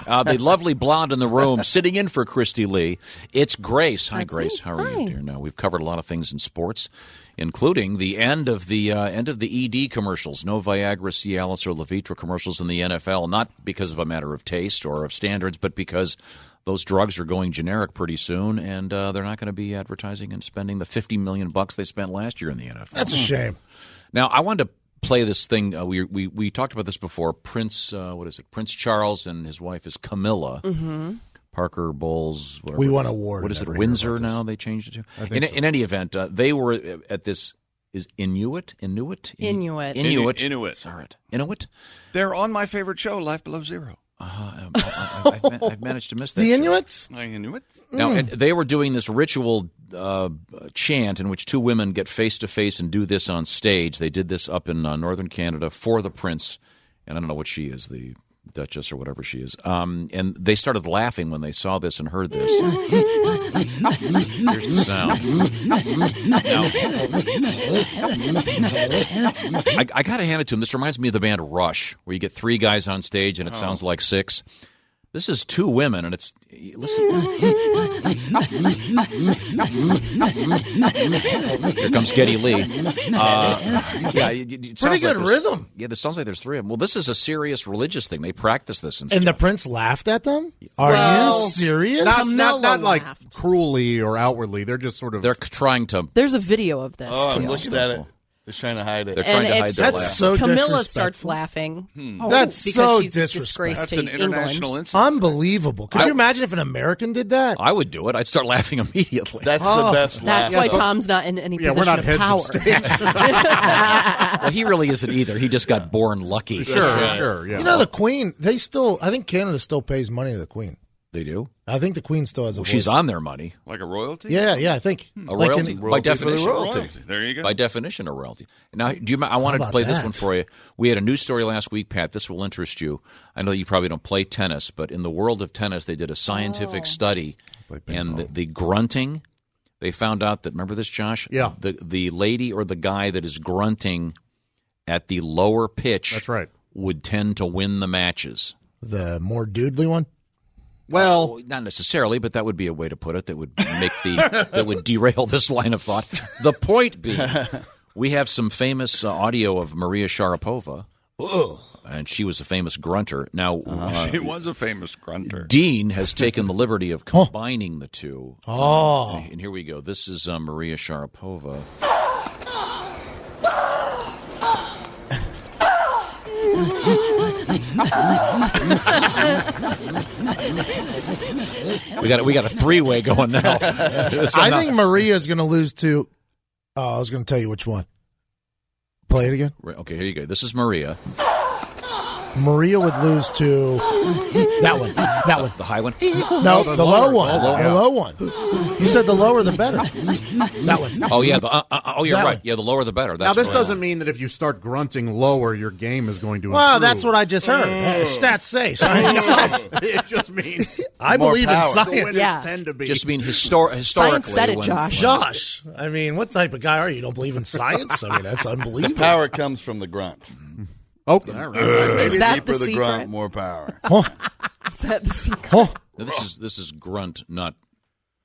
Speaker 6: Uh, the lovely blonde in the room, sitting in for Christy Lee. It's Grace. Hi, Grace. How are you, dear? Now we've covered a lot of things in sports, including the end of the uh, end of the ED commercials. No Viagra, Cialis, or Levitra commercials in the NFL. Not because of a matter of taste or of standards, but because those drugs are going generic pretty soon, and uh, they're not going to be advertising and spending the fifty million bucks they spent last year in the NFL.
Speaker 14: That's a shame.
Speaker 6: Now, I wanted to play this thing. Uh, we, we we talked about this before. Prince, uh, what is it? Prince Charles and his wife is Camilla
Speaker 10: Mm-hmm.
Speaker 6: Parker Bowles. Whatever.
Speaker 14: We won a award
Speaker 6: What is it?
Speaker 14: every year
Speaker 6: Windsor
Speaker 14: about this.
Speaker 6: now? They changed it to.
Speaker 14: I think
Speaker 6: In,
Speaker 14: so.
Speaker 6: in any event, uh, they were at this. Is Inuit? Inuit?
Speaker 9: Inuit.
Speaker 6: Inuit.
Speaker 5: Inu- Inuit.
Speaker 6: Sorry. Inuit.
Speaker 5: They're on my favorite show, Life Below Zero.
Speaker 6: Uh, I, I, I've, ma- I've managed to miss that.
Speaker 14: The
Speaker 6: show.
Speaker 14: Inuits?
Speaker 5: I knew it.
Speaker 6: Now, and they were doing this ritual uh, chant in which two women get face to face and do this on stage. They did this up in uh, northern Canada for the prince, and I don't know what she is, the duchess or whatever she is. Um, and they started laughing when they saw this and heard this. Here's the sound. Now, I, I got to hand it to him. This reminds me of the band Rush, where you get three guys on stage and it
Speaker 5: Oh.
Speaker 6: sounds like six. This is two women, and it's listen. Here comes Getty Lee. Uh, yeah, it, it sounds
Speaker 14: Pretty good
Speaker 6: like there's-
Speaker 14: rhythm.
Speaker 6: Yeah, it sounds like there's three of them. Well, this is a serious religious thing. They practice this and
Speaker 14: and the prince laughed at them? Are you serious?
Speaker 4: Not, not, not like cruelly or outwardly. They're just sort of.
Speaker 6: They're trying to.
Speaker 9: There's a video of this.
Speaker 16: Oh, I'm
Speaker 9: too.
Speaker 16: looking at it. They're trying to hide it.
Speaker 6: They're trying to hide their laugh.
Speaker 9: Camilla starts laughing.
Speaker 16: Hmm.
Speaker 14: That's
Speaker 9: because
Speaker 14: so
Speaker 9: she's a disgrace
Speaker 14: disrespectful.
Speaker 9: to England.
Speaker 14: Unbelievable. Could
Speaker 6: I-
Speaker 14: you imagine if an American did that?
Speaker 6: I would do it. I'd start laughing immediately.
Speaker 16: That's
Speaker 14: Oh, best
Speaker 9: That's why Tom's not in any
Speaker 14: Yeah,
Speaker 9: position
Speaker 14: we're not
Speaker 9: of
Speaker 14: heads of
Speaker 9: power.
Speaker 6: Well, he really isn't either. He just got born lucky.
Speaker 4: Sure, sure, yeah.
Speaker 14: You know, the Queen, they still, I think Canada still pays money to the Queen.
Speaker 6: They do.
Speaker 14: I think the Queen still has a
Speaker 6: Well, she's
Speaker 14: voice.
Speaker 6: on their money.
Speaker 5: Like a royalty?
Speaker 14: Yeah, yeah, I think.
Speaker 6: A Hmm.
Speaker 14: Like
Speaker 6: royalty,
Speaker 14: in-
Speaker 6: by definition.
Speaker 5: royalty. There you go.
Speaker 6: By definition, a royalty. Now, do you? mi- I wanted to
Speaker 14: about
Speaker 6: play this
Speaker 14: that?
Speaker 6: one for you. We had a news story last week, Pat. This will interest you. I know you probably don't play tennis, but in the world of tennis, they did a scientific study, and the, the grunting. They found out that remember this, Josh?
Speaker 4: Yeah.
Speaker 6: The the lady or the guy that is grunting at the lower pitch. That's
Speaker 4: right.
Speaker 6: Would tend to win the matches.
Speaker 14: the more doodly one?
Speaker 6: Well, not necessarily, but that would be a way to put it that would make the that would derail this line of thought. The point being, we have some famous uh, audio of Maria Sharapova, and she was a famous grunter. Now,
Speaker 14: Uh-huh.
Speaker 6: uh,
Speaker 5: She was a famous grunter.
Speaker 6: Dean has taken the liberty of combining the two.
Speaker 5: Oh.
Speaker 6: Uh, and here we go. This is uh, Maria Sharapova. We got we got a three way going now. This is
Speaker 14: I
Speaker 6: not-
Speaker 14: think Maria's going to lose to. Oh, I was going to tell you which one. Play it again.
Speaker 6: Right, Okay, here you go. This is Maria.
Speaker 14: Maria would lose to that one. That one.
Speaker 6: The high one?
Speaker 14: No, the, low
Speaker 6: lower.
Speaker 14: one.
Speaker 6: Oh, lower.
Speaker 14: The low one. You said the lower the better. That one.
Speaker 6: Oh yeah, the, uh, uh, oh you're
Speaker 14: That
Speaker 6: right.
Speaker 14: one.
Speaker 6: Yeah, the lower the better. That's
Speaker 4: now, this
Speaker 6: right.
Speaker 4: doesn't mean that if you start grunting lower, your game is going to improve.
Speaker 14: Well, that's what I just heard.
Speaker 4: Mm.
Speaker 14: Uh, Stats say. Science says.
Speaker 4: it just means
Speaker 14: I
Speaker 4: more
Speaker 14: believe in
Speaker 4: power.
Speaker 14: science.
Speaker 4: The winners tend to be.
Speaker 6: Just mean histor- historically. when-
Speaker 14: Josh, I mean, what type of guy are you? You Don't believe in science? I mean, that's
Speaker 16: The
Speaker 14: unbelievable.
Speaker 16: power comes from the grunt.
Speaker 14: Mm-hmm.
Speaker 4: Okay.
Speaker 16: Uh, Maybe
Speaker 14: Oh, Is that
Speaker 16: deeper
Speaker 14: the
Speaker 16: the
Speaker 14: secret?
Speaker 16: grunt, more power.
Speaker 9: Is that the secret?
Speaker 6: Now, this is this is grunt, not.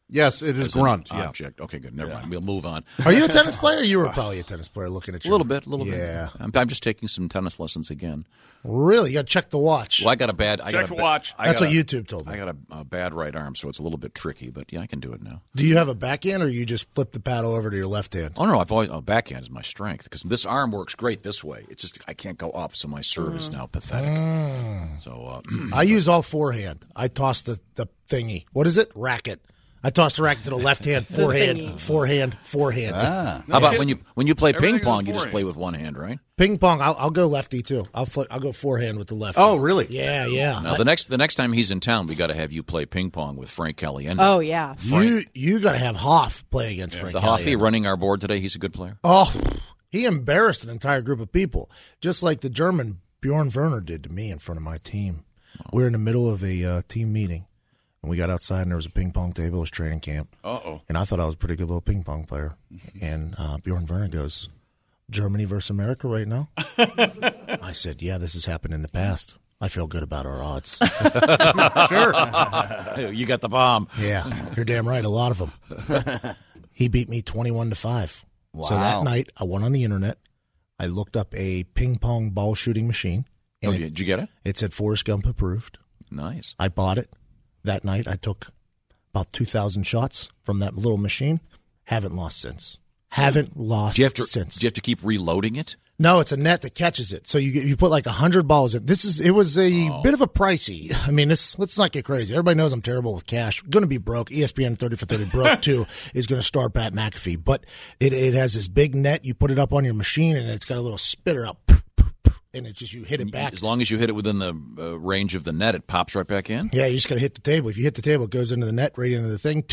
Speaker 4: Yes, it is
Speaker 6: as an
Speaker 4: grunt, yeah.
Speaker 6: Object. Okay, good. Never mind. We'll move on.
Speaker 14: Are you a tennis player? You were probably a tennis player looking
Speaker 6: A
Speaker 14: at you.
Speaker 6: little bit, a little bit.
Speaker 14: Yeah.
Speaker 6: I'm, I'm just taking some tennis lessons again.
Speaker 14: Really? You got to check the watch.
Speaker 6: Well, I got a bad. I got
Speaker 14: Check
Speaker 6: a
Speaker 14: a
Speaker 6: ba-
Speaker 14: watch.
Speaker 6: I
Speaker 14: That's
Speaker 6: got
Speaker 14: what
Speaker 6: a-
Speaker 14: YouTube told me.
Speaker 6: I got a, a bad right arm, so it's a little bit tricky. But yeah, I can do it now.
Speaker 14: Do you have a backhand or you just flip the paddle over to your left hand?
Speaker 6: Oh no, I've always oh, backhand is my strength because this arm works great this way. It's just I can't go up, so my serve
Speaker 14: Mm.
Speaker 6: is now pathetic. So uh,
Speaker 14: I use all forehand. I toss the, the thingy. What is it? Racket. I toss the racket to the left hand,
Speaker 6: The
Speaker 14: forehand,
Speaker 6: thingy.
Speaker 14: forehand, forehand.
Speaker 6: Ah. How about when you when you play ping pong, you just play with one hand, right?
Speaker 14: Ping pong. I'll, I'll go lefty too. I'll fl- I'll go forehand with the left.
Speaker 4: Oh, really?
Speaker 14: Yeah, yeah.
Speaker 6: Now the next the next time he's in town, we got to have you play ping pong with Frank Caliendo.
Speaker 14: Oh, yeah. You
Speaker 6: Frank.
Speaker 14: you got to have Hoff play against Frank.
Speaker 6: the Hoffy
Speaker 14: Caliendo.
Speaker 6: running our board today. He's a good player.
Speaker 14: Oh, he embarrassed an entire group of people, just like the German Bjorn Werner did to me in front of my team. We were in the middle of a uh, team meeting, and we got outside, and there was a ping pong table. It was training camp.
Speaker 5: Uh-oh.
Speaker 14: And I thought I was a pretty good little ping pong player.
Speaker 6: Mm-hmm.
Speaker 14: And uh, Bjorn Werner goes, Germany versus America right now? I said, yeah, this has happened in the past. I feel good about our odds.
Speaker 6: sure, you got the bomb.
Speaker 14: Yeah, you're damn right. A lot of them. he beat me 21 to 5. So
Speaker 6: Wow.
Speaker 14: that night, I went on the internet. I looked up a ping pong ball shooting machine.
Speaker 6: Oh, yeah. Did you get it?
Speaker 14: It said Forrest Gump approved.
Speaker 6: Nice.
Speaker 14: I bought it. That night, I took about 2,000 shots from that little machine. Haven't lost since. Haven't lost
Speaker 6: Do you have to
Speaker 14: since.
Speaker 6: do you have to keep reloading it?
Speaker 14: No, it's a net that catches it. So you get- you put like a hundred balls in. This is it was a bit of a pricey. I mean, this let's not get crazy. Everybody knows I'm terrible with cash. Going to be broke. E ESPN thirty for thirty broke too is going to start Pat McAfee. But it it has this big net. You put it up on your machine and it's got a little spitter up, and it's just you hit it back.
Speaker 6: Mm, As long as you hit it within the uh, range of the net, it pops right back in.
Speaker 14: Yeah, you just got to hit the table. If you hit the table, it goes into the net, right into the thing.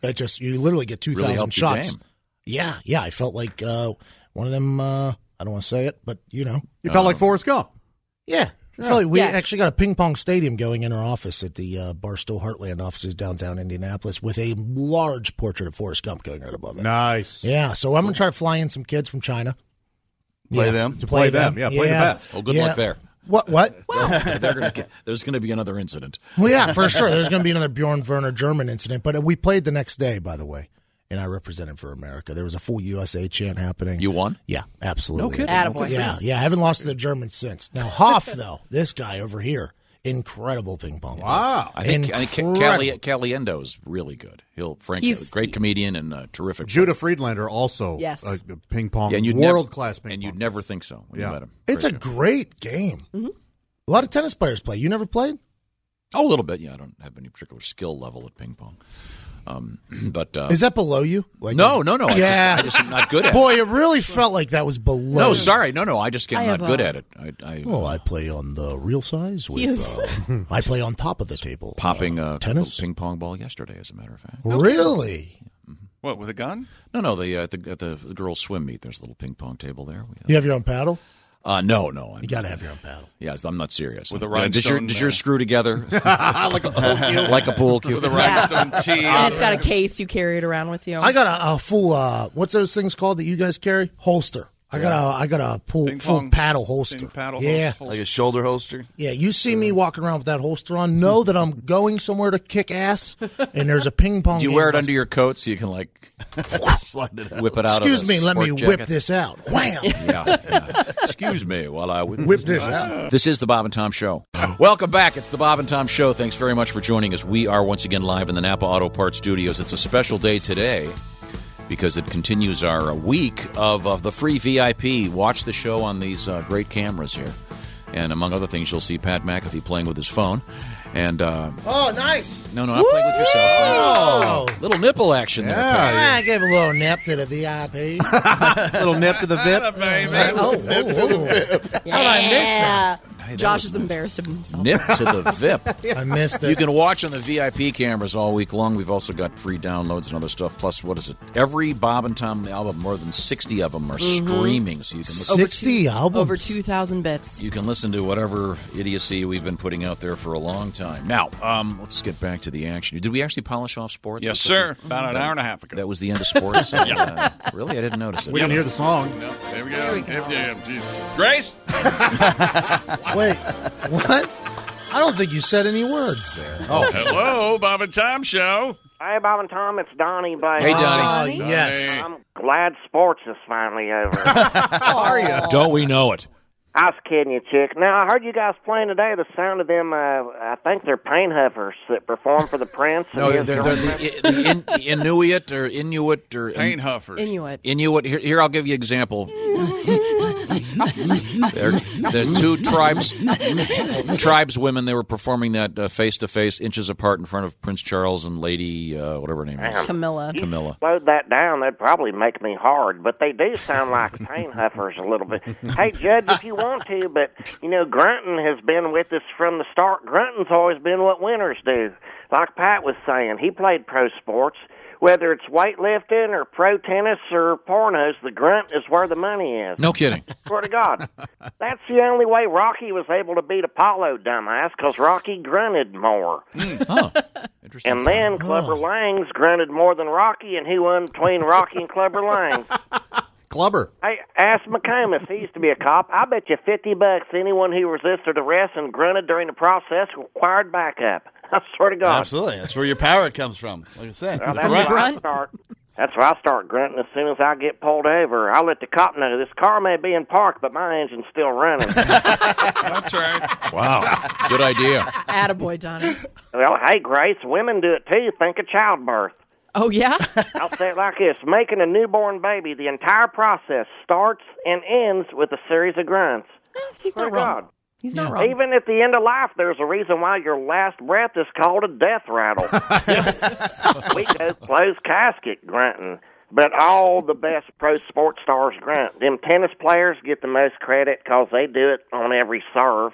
Speaker 14: That just you literally get two
Speaker 6: Really
Speaker 14: thousand
Speaker 6: helped your
Speaker 14: shots.
Speaker 6: game.
Speaker 14: Yeah, yeah. I felt like uh, one of them. Uh, I don't want to say it, but you know,
Speaker 4: You
Speaker 6: Uh,
Speaker 4: felt
Speaker 6: um,
Speaker 4: like Forrest Gump.
Speaker 14: Yeah. I feel like we
Speaker 4: Yes.
Speaker 14: actually got a ping pong stadium going in our office at the uh, Barstow Heartland offices downtown Indianapolis with a large portrait of Forrest Gump going right above it.
Speaker 4: Nice.
Speaker 14: Yeah, so I'm going to try to fly in some kids from China.
Speaker 4: Play
Speaker 14: Yeah.
Speaker 4: them? To play them, yeah, play the best.
Speaker 6: Oh, good
Speaker 14: Yeah.
Speaker 6: luck there.
Speaker 14: What? What?
Speaker 6: They're gonna get- there's going to be another incident.
Speaker 14: Well, yeah, for sure. There's going to be another Bjorn Werner German incident, but we played the next day, by the way, and I represented for America. There was a full USA chant happening.
Speaker 6: You won?
Speaker 14: Yeah, absolutely.
Speaker 6: No kidding.
Speaker 9: Attaboy.
Speaker 14: Yeah, yeah. I haven't lost to the Germans since. Now Hoff, though, this guy over here, incredible ping pong.
Speaker 4: Oh,
Speaker 14: Wow,
Speaker 6: I think, I think Cali- Caliendo's really good. He'll Frank,
Speaker 14: He's-
Speaker 6: great comedian and uh, terrific.
Speaker 4: Judah Friedlander also
Speaker 14: Yes.
Speaker 4: a a ping pong
Speaker 6: Yeah, and you'd
Speaker 4: world
Speaker 6: nev-
Speaker 4: class ping
Speaker 6: and
Speaker 4: pong.
Speaker 6: you'd never think so when
Speaker 4: Yeah.
Speaker 6: you met him.
Speaker 14: It's a great game. A lot of tennis players play. You never played?
Speaker 6: Oh, a little bit. Yeah, I don't have any particular skill level at ping pong. Um, but uh,
Speaker 14: Is that below you?
Speaker 6: no,
Speaker 14: is-
Speaker 6: no, no.
Speaker 14: Yeah.
Speaker 6: I just, I just am not good at.
Speaker 14: Boy,
Speaker 6: it.
Speaker 14: it really felt like that was below.
Speaker 6: No,
Speaker 14: you.
Speaker 6: sorry, no, no. I just get
Speaker 14: I
Speaker 6: not
Speaker 14: have,
Speaker 6: good
Speaker 14: uh,
Speaker 6: at it. I, I
Speaker 14: Well, I play on the real size. With,
Speaker 6: Yes.
Speaker 14: uh, I play on top of the table.
Speaker 6: popping a
Speaker 14: tennis?
Speaker 6: ping pong ball yesterday, as a matter of fact. mm-hmm.
Speaker 14: Really?
Speaker 5: What with a gun?
Speaker 6: No, no. The uh, at the at the girls' swim meet, there's a little ping pong table there. We-
Speaker 14: You have your own paddle?
Speaker 6: Uh, no, no. I'm,
Speaker 14: You got to have your own paddle.
Speaker 6: Yeah, I'm not serious.
Speaker 5: With a
Speaker 6: Yeah, does your
Speaker 5: rhinestone,
Speaker 6: does
Speaker 5: uh,
Speaker 6: your screw together
Speaker 14: Like a pool cue.
Speaker 6: like a pool cue?
Speaker 5: With a rhinestone tee.
Speaker 9: And it's got a case you carry it around with you.
Speaker 14: I got a, a full. Uh, what's those things called that you guys carry? Holster. I got a. I got a full, full paddle holster.
Speaker 16: paddle
Speaker 14: yeah.
Speaker 16: Like a shoulder holster?
Speaker 14: Yeah, you see me walking around with that holster on, know that I'm going somewhere to kick ass, and there's a ping pong.
Speaker 6: Do you
Speaker 14: game
Speaker 6: wear it
Speaker 14: going-
Speaker 6: under your coat so you can like
Speaker 16: slide it out?
Speaker 6: Whip it out. of
Speaker 14: Excuse
Speaker 6: the
Speaker 14: me, let me
Speaker 6: sport
Speaker 14: whip
Speaker 6: jacket?
Speaker 14: this out. Wham!
Speaker 6: Yeah, yeah. Excuse me while I whip,
Speaker 14: Whip this out.
Speaker 6: This is the Bob and Tom Show. Welcome back. It's the Bob and Tom Show. Thanks very much for joining us. We are once again live in the Napa Auto Parts Studios. It's a special day today because it continues our uh, week of, of the free VIP. Watch the show on these uh, great cameras here. And among other things, you'll see Pat McAfee playing with his phone. And uh,
Speaker 14: Oh, nice.
Speaker 6: no, no, not playing with yourself.
Speaker 14: Whoa.
Speaker 6: Little nipple action there. Pat.
Speaker 14: Ah, I gave a little nip to the VIP.
Speaker 6: little nip to the VIP.
Speaker 14: oh, oh, oh. How'd I miss that?
Speaker 6: that
Speaker 9: Josh
Speaker 6: was
Speaker 9: is embarrassed of himself.
Speaker 6: Nip to the VIP.
Speaker 14: I missed
Speaker 6: You can watch on the VIP cameras all week long. We've also got free downloads and other stuff. Plus, what is it? Every Bob and Tom album, more than 60 of them are
Speaker 5: Mm-hmm.
Speaker 9: Mhm.
Speaker 6: streaming. So you can listen,
Speaker 14: albums.
Speaker 9: Over 2,000 bits.
Speaker 6: you can listen to whatever idiocy we've been putting out there for a long time. Now, um, let's get back to the action. Did we actually polish off sports?
Speaker 5: Yes,
Speaker 6: That's what
Speaker 5: sir.
Speaker 6: we-
Speaker 5: About an
Speaker 6: That-
Speaker 5: hour and a half ago.
Speaker 6: That was the end of sports. and,
Speaker 5: Yeah.
Speaker 6: uh, really, I didn't notice it.
Speaker 5: We didn't hear the
Speaker 4: song.
Speaker 5: No, there we go. Yeah, yeah, geez. Grace?
Speaker 14: Wait, what? I don't think you said any words there.
Speaker 5: Oh. Hello, Bob and Tom Show.
Speaker 18: Hey, Bob and Tom, it's Donnie. By
Speaker 14: Hey,
Speaker 18: Ah,
Speaker 14: Donnie. Oh, yes.
Speaker 18: I'm glad sports is finally over. How are you?
Speaker 6: Don't we know it?
Speaker 18: I was kidding you, chick. Now I heard you guys playing today. The sound of them, uh, I think they're painhuffers that perform for the Prince. and
Speaker 6: No, they're,
Speaker 18: his
Speaker 6: they're,
Speaker 18: girlfriend.
Speaker 6: the, the, in, the Inuit or Inuit or
Speaker 5: Painhuffers.
Speaker 9: Inuit.
Speaker 6: Inuit. Here, here I'll give you an example. They're, they're two tribes, tribes women. They were performing that face to face, inches apart, in front of Prince Charles and Lady uh, whatever her name is,
Speaker 18: Damn. You
Speaker 6: Camilla.
Speaker 18: Slowed that down. That'd probably make me hard, but they do sound like painhuffers a little bit. Hey, Judge, if you want to, but you know, grunting has been with us from the start. Grunting's always been what winners do. Like Pat was saying, he played pro sports. Whether it's weightlifting or pro tennis or pornos, the grunt is where the money is.
Speaker 6: No kidding.
Speaker 18: Swear to God. That's the only way Rocky was able to beat Apollo, dumbass, because Rocky grunted more.
Speaker 16: Hmm. Oh,
Speaker 18: And then Clubber Langs grunted more than Rocky, and he won between Rocky and Clubber Langs.
Speaker 4: Clubber.
Speaker 18: Hey, ask McComas. He used to be a cop. I bet you 50 bucks anyone who resisted arrest and grunted during the process required backup. I swear to God.
Speaker 16: Absolutely. That's where your power comes from. Like I said.
Speaker 18: Well, that's where I start. That's where I start grunting as soon as I get pulled over. I let the cop know this car may be in park, but my engine's still running.
Speaker 5: That's right.
Speaker 6: Wow, good idea.
Speaker 9: Attaboy, Donnie.
Speaker 18: Well, hey, Grace, women do it too. Think of childbirth.
Speaker 9: Oh, yeah?
Speaker 18: I'll say it like this making a newborn baby, the entire process starts and ends with a series of grunts.
Speaker 9: Eh, He's
Speaker 18: Swear
Speaker 9: not
Speaker 18: to
Speaker 9: wrong.
Speaker 18: God.
Speaker 9: He's not wrong.
Speaker 18: Even at the end of life, there's a reason why your last breath is called a death rattle. we go closed casket grunting, but all the best pro sports stars grunt. Them tennis players get the most credit because they do it on every serve.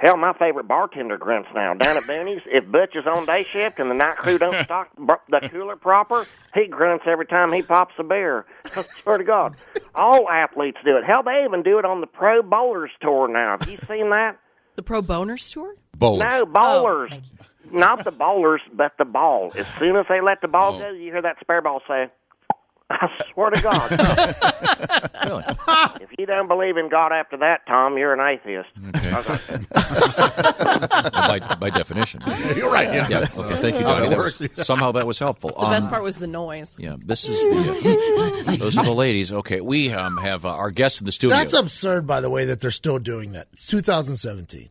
Speaker 18: Hell, my favorite bartender grunts now. Down at Booney's, if Butch is on day shift and the night crew don't stock br- the cooler proper, he grunts every time he pops a beer. I swear to God. All athletes do it. Hell, they even do it on the Pro Bowlers Tour now. Have you seen that?
Speaker 9: The Pro Boners Tour? Oh,
Speaker 18: No, bowlers. Not the bowlers, but the ball. As soon as they let the ball
Speaker 6: Oh.
Speaker 18: go, you hear that spare ball say, I swear to God. If you don't believe in God after that, Tom, you're an atheist.
Speaker 6: by, by definition.
Speaker 4: You're right, yeah.
Speaker 6: okay. Thank you,
Speaker 4: How
Speaker 6: Donnie.
Speaker 4: that
Speaker 6: That was-
Speaker 4: works.
Speaker 6: somehow that was helpful. Um,
Speaker 9: The best part was the noise.
Speaker 6: Yeah, this is the. Uh, those are the ladies. Okay, we um, have uh, our guests in the studio.
Speaker 14: That's absurd, by the way, that they're still doing that. It's 2017,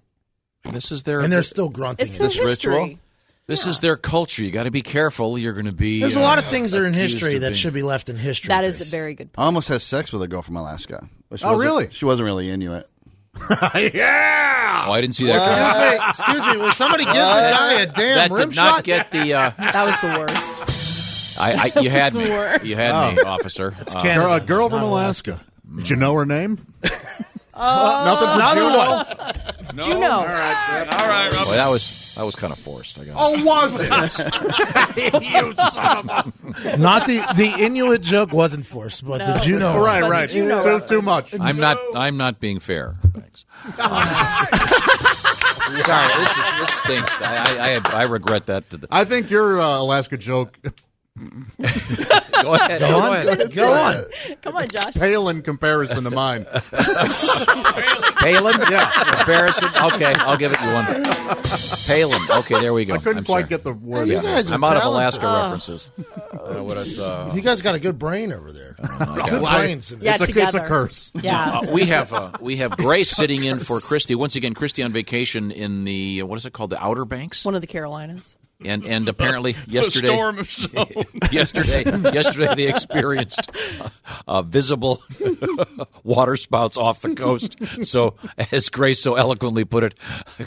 Speaker 6: this is their
Speaker 14: and they're still grunting.
Speaker 9: It's
Speaker 14: it.
Speaker 9: their This ritual? history.
Speaker 6: This is their culture. You got to be careful. You're going to be.
Speaker 14: There's a
Speaker 6: uh,
Speaker 14: lot of things that are in
Speaker 6: accused
Speaker 14: history
Speaker 6: of
Speaker 14: that
Speaker 6: being-
Speaker 14: should be left in history.
Speaker 9: That is a very good
Speaker 16: I almost had sex with a girl from Alaska. But she
Speaker 14: Oh,
Speaker 16: wasn't-
Speaker 14: really?
Speaker 16: She wasn't really Inuit.
Speaker 6: Oh, I didn't see that. coming.
Speaker 14: Excuse me, excuse me. Will somebody give the guy a damn
Speaker 6: that
Speaker 14: rim
Speaker 6: did
Speaker 14: shot?
Speaker 6: not get the. Uh,
Speaker 9: That was the worst.
Speaker 6: I, I, you had me.
Speaker 9: Lord.
Speaker 6: You had me,
Speaker 14: Oh.
Speaker 6: officer. Uh, That's
Speaker 4: Oh. Girl, a girl from Alaska. Did you know her name?
Speaker 14: Nothing. Another one.
Speaker 5: No.
Speaker 9: Juno.
Speaker 5: All right. All right, Rob.
Speaker 6: Boy, that was that was kind of forced. I got.
Speaker 4: Oh, was it?
Speaker 14: Not the the Inuit joke wasn't forced, but the Juno. one.
Speaker 4: right, right.
Speaker 9: Juno
Speaker 4: Too, too much.
Speaker 6: I'm not. I'm not being fair. Thanks. Sorry, this is this stinks. I I, I, I regret that. To the
Speaker 4: I think your uh, Alaska joke
Speaker 6: go ahead.
Speaker 14: Go on. Go on.
Speaker 9: Come on, Josh.
Speaker 4: pale in comparison to mine.
Speaker 6: Palin? Yeah. Comparison? Okay, I'll give it you one. Palin. Okay, there we go.
Speaker 4: I couldn't
Speaker 6: I'm
Speaker 4: quite
Speaker 6: sorry.
Speaker 4: get the word.
Speaker 14: You
Speaker 4: out.
Speaker 14: guys are
Speaker 6: I'm out of
Speaker 14: talented. Oh.
Speaker 6: Alaska references. I don't know what I
Speaker 4: uh,
Speaker 6: saw.
Speaker 14: You guys got a good brain over there. Good
Speaker 4: Why?
Speaker 14: brains. In
Speaker 9: Yeah,
Speaker 14: there.
Speaker 4: it's, a, it's a
Speaker 9: together.
Speaker 4: curse.
Speaker 9: Yeah.
Speaker 6: Uh, we have uh, we have Grace sitting uh, in for Christy once again. Christy on vacation in the what is it called? The Outer Banks.
Speaker 9: One of the Carolinas.
Speaker 6: and and apparently yesterday
Speaker 5: storm zone.
Speaker 6: yesterday yesterday they experienced uh, visible water spouts off the coast. So as Grace so eloquently put it,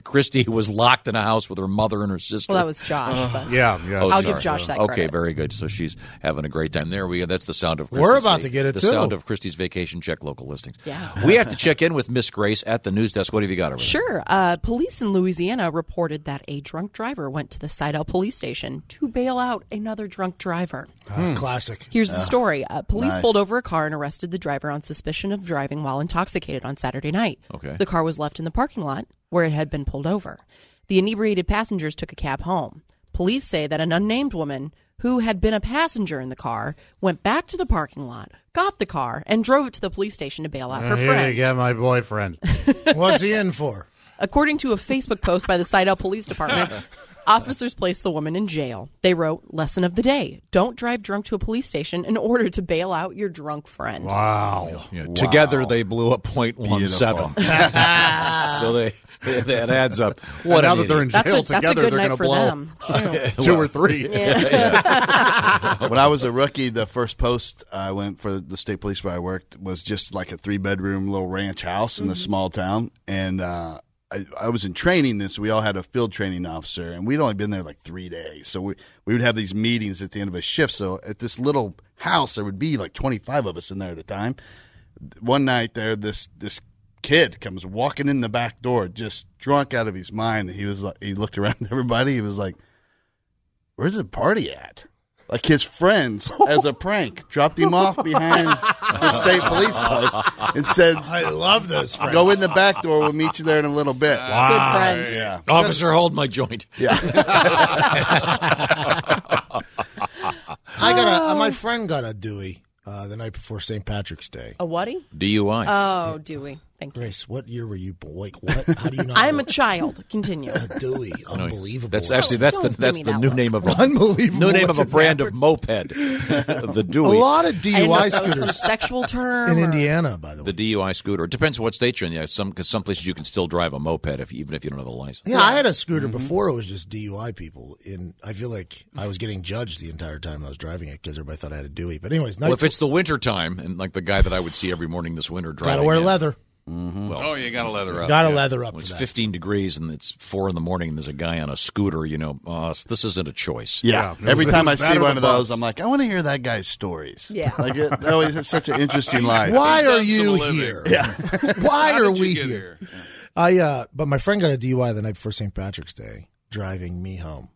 Speaker 6: Christy was locked in a house with her mother and her sister.
Speaker 9: Well, that was Josh, but
Speaker 6: Oh,
Speaker 9: I'll
Speaker 6: sorry.
Speaker 9: give Josh that
Speaker 6: Okay,
Speaker 9: credit.
Speaker 6: very good. So she's having a great time. There we go. That's the sound of
Speaker 14: We're
Speaker 6: Christy's
Speaker 14: about to get it,
Speaker 6: the
Speaker 14: too.
Speaker 6: sound of Christie's vacation check local listings.
Speaker 9: Yeah.
Speaker 6: we have to check in with Miss Grace at the news desk. What have you got over there?
Speaker 9: Sure. Uh, police in Louisiana reported that a drunk driver went to the Sidell police station to bail out another drunk driver.
Speaker 4: hmm.
Speaker 14: Ah, Classic.
Speaker 9: Here's the story. Uh, police
Speaker 14: nice.
Speaker 9: pulled over a car and arrested the driver on suspicion of driving while intoxicated on Saturday night.
Speaker 14: Okay.
Speaker 9: The car was left in the parking lot where it had been pulled over. The inebriated passengers took a cab home. Police say that an unnamed woman who had been a passenger in the car went back to the parking lot, got the car, and drove it to the police station to bail out her friend.
Speaker 4: Uh, get my boyfriend.
Speaker 14: What's he in for?
Speaker 9: According to a Facebook post by the Sidell Police Department, officers placed the woman in jail. They wrote, Lesson of the day don't drive drunk to a police station in order to bail out your drunk friend.
Speaker 4: Wow.
Speaker 6: Together they blew up point one seven. so they, that adds up. What
Speaker 4: And now
Speaker 6: an
Speaker 4: that they're in
Speaker 6: idiot.
Speaker 4: jail That's a- that's a together, good they're night gonna for blow them. two or three.
Speaker 16: when I was a rookie, the first post I went for the state police where I worked was just like a three bedroom little ranch house in a
Speaker 4: Mm-hmm.
Speaker 19: Mhm.
Speaker 16: small town, and uh, I, I was in training then, so we all had a field training officer, and we'd only been there like three days, so we we would have these meetings at the end of a shift. So at this little house, there would be like twenty five of us in there at a time. One night there, this this kid comes walking in the back door, just drunk out of his mind. He was like, he looked around at everybody, he was like where's the party at? Like his friends, as a prank, dropped him off behind the state police post and said,
Speaker 14: I love those friends.
Speaker 16: Go in the back door. We'll meet you there in a little bit.
Speaker 6: Wow. Good friends.
Speaker 16: Yeah.
Speaker 6: Officer, hold my joint.
Speaker 16: Yeah.
Speaker 14: I got a, uh, my friend got a Dewey uh, the night before St. Patrick's Day.
Speaker 9: A whatie?
Speaker 6: DUI.
Speaker 9: Oh, Dewey. Thank you.
Speaker 14: Grace, what year were you born? Like, what? How do you know?
Speaker 9: I'm a child. Continue.
Speaker 14: Dewey, unbelievable.
Speaker 6: That's actually that's the
Speaker 14: Don't bring
Speaker 6: that's
Speaker 14: me
Speaker 6: the
Speaker 14: that
Speaker 6: new name of a
Speaker 14: Unbelievable
Speaker 6: new name
Speaker 14: what
Speaker 6: of a
Speaker 14: just
Speaker 6: brand of moped, the Dewey.
Speaker 14: A lot of
Speaker 9: I didn't know
Speaker 14: DUI
Speaker 9: if that was some
Speaker 14: scooters
Speaker 9: sexual term.
Speaker 14: in
Speaker 9: or-
Speaker 14: Indiana, by the way.
Speaker 6: the DUI scooter. It depends on what state you're in. Yeah, some because some places you can still drive a moped if even if you don't have a license.
Speaker 14: Yeah, I had a scooter before it was just DUI people, and I feel like I was getting judged the entire time I was driving it because everybody thought I had a Dewey. But anyways, night
Speaker 6: well, if it's the winter time and like the guy that I would see every morning this winter driving,
Speaker 14: gotta wear
Speaker 6: in. mm-hmm.
Speaker 14: leather.
Speaker 6: Well,
Speaker 5: oh, you got to leather up.
Speaker 14: Gotta
Speaker 5: yeah.
Speaker 14: leather up.
Speaker 6: When
Speaker 14: For
Speaker 6: it's
Speaker 14: that.
Speaker 6: 15 degrees and it's four in the morning and there's a guy on a scooter. You know, uh, this isn't a choice.
Speaker 16: Yeah. Every time I see one of those, I'm like, I want to hear that guy's stories.
Speaker 9: Yeah.
Speaker 16: Like, it, they always have such an interesting life.
Speaker 14: Why are you here?
Speaker 16: Yeah.
Speaker 14: Why
Speaker 16: How
Speaker 14: are
Speaker 16: did you
Speaker 14: we
Speaker 16: get
Speaker 14: here? I uh, but my friend got a DUI the night before St. Patrick's Day, driving me home.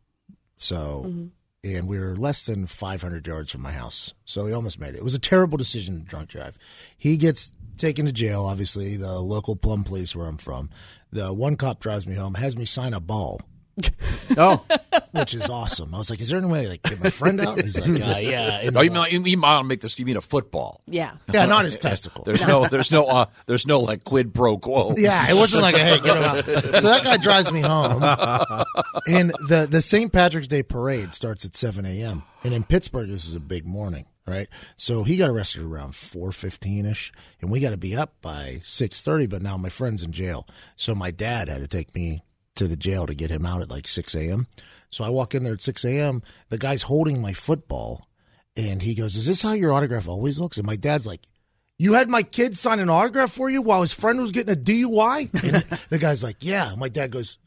Speaker 14: So,
Speaker 8: Mm-hmm.
Speaker 9: Mhm.
Speaker 14: and we were less than 500 yards from my house, so he almost made it. It was a terrible decision to drunk drive. He gets taken to jail. Obviously, the local Plum Police, where I'm from, the one cop drives me home, has me sign a ball.
Speaker 16: oh,
Speaker 14: which is awesome. I was like, "Is there any way like get my friend out?" He's like, uh, "Yeah." in
Speaker 6: Oh,
Speaker 14: the
Speaker 6: you mean, you mean I'll make this? You mean a football?
Speaker 9: Yeah.
Speaker 14: Yeah, not his testicle.
Speaker 6: There's no, there's no, uh, there's no like quid pro quo.
Speaker 14: Yeah, it wasn't like a hey, get him out. So that guy drives me home, and the the St. Patrick's Day parade starts at seven a.m. And in Pittsburgh, this is a big morning, right? So he got arrested around four fifteen ish, and we got to be up by six thirty. But now my friend's in jail, so my dad had to take me to the jail to get him out at like six a.m. So I walk in there at six a.m. The guy's holding my football, and he goes, "Is this how your autograph always looks?" And my dad's like. You had my kid sign an autograph for you while his friend was getting a DUI? And the guy's like, Yeah. My dad goes,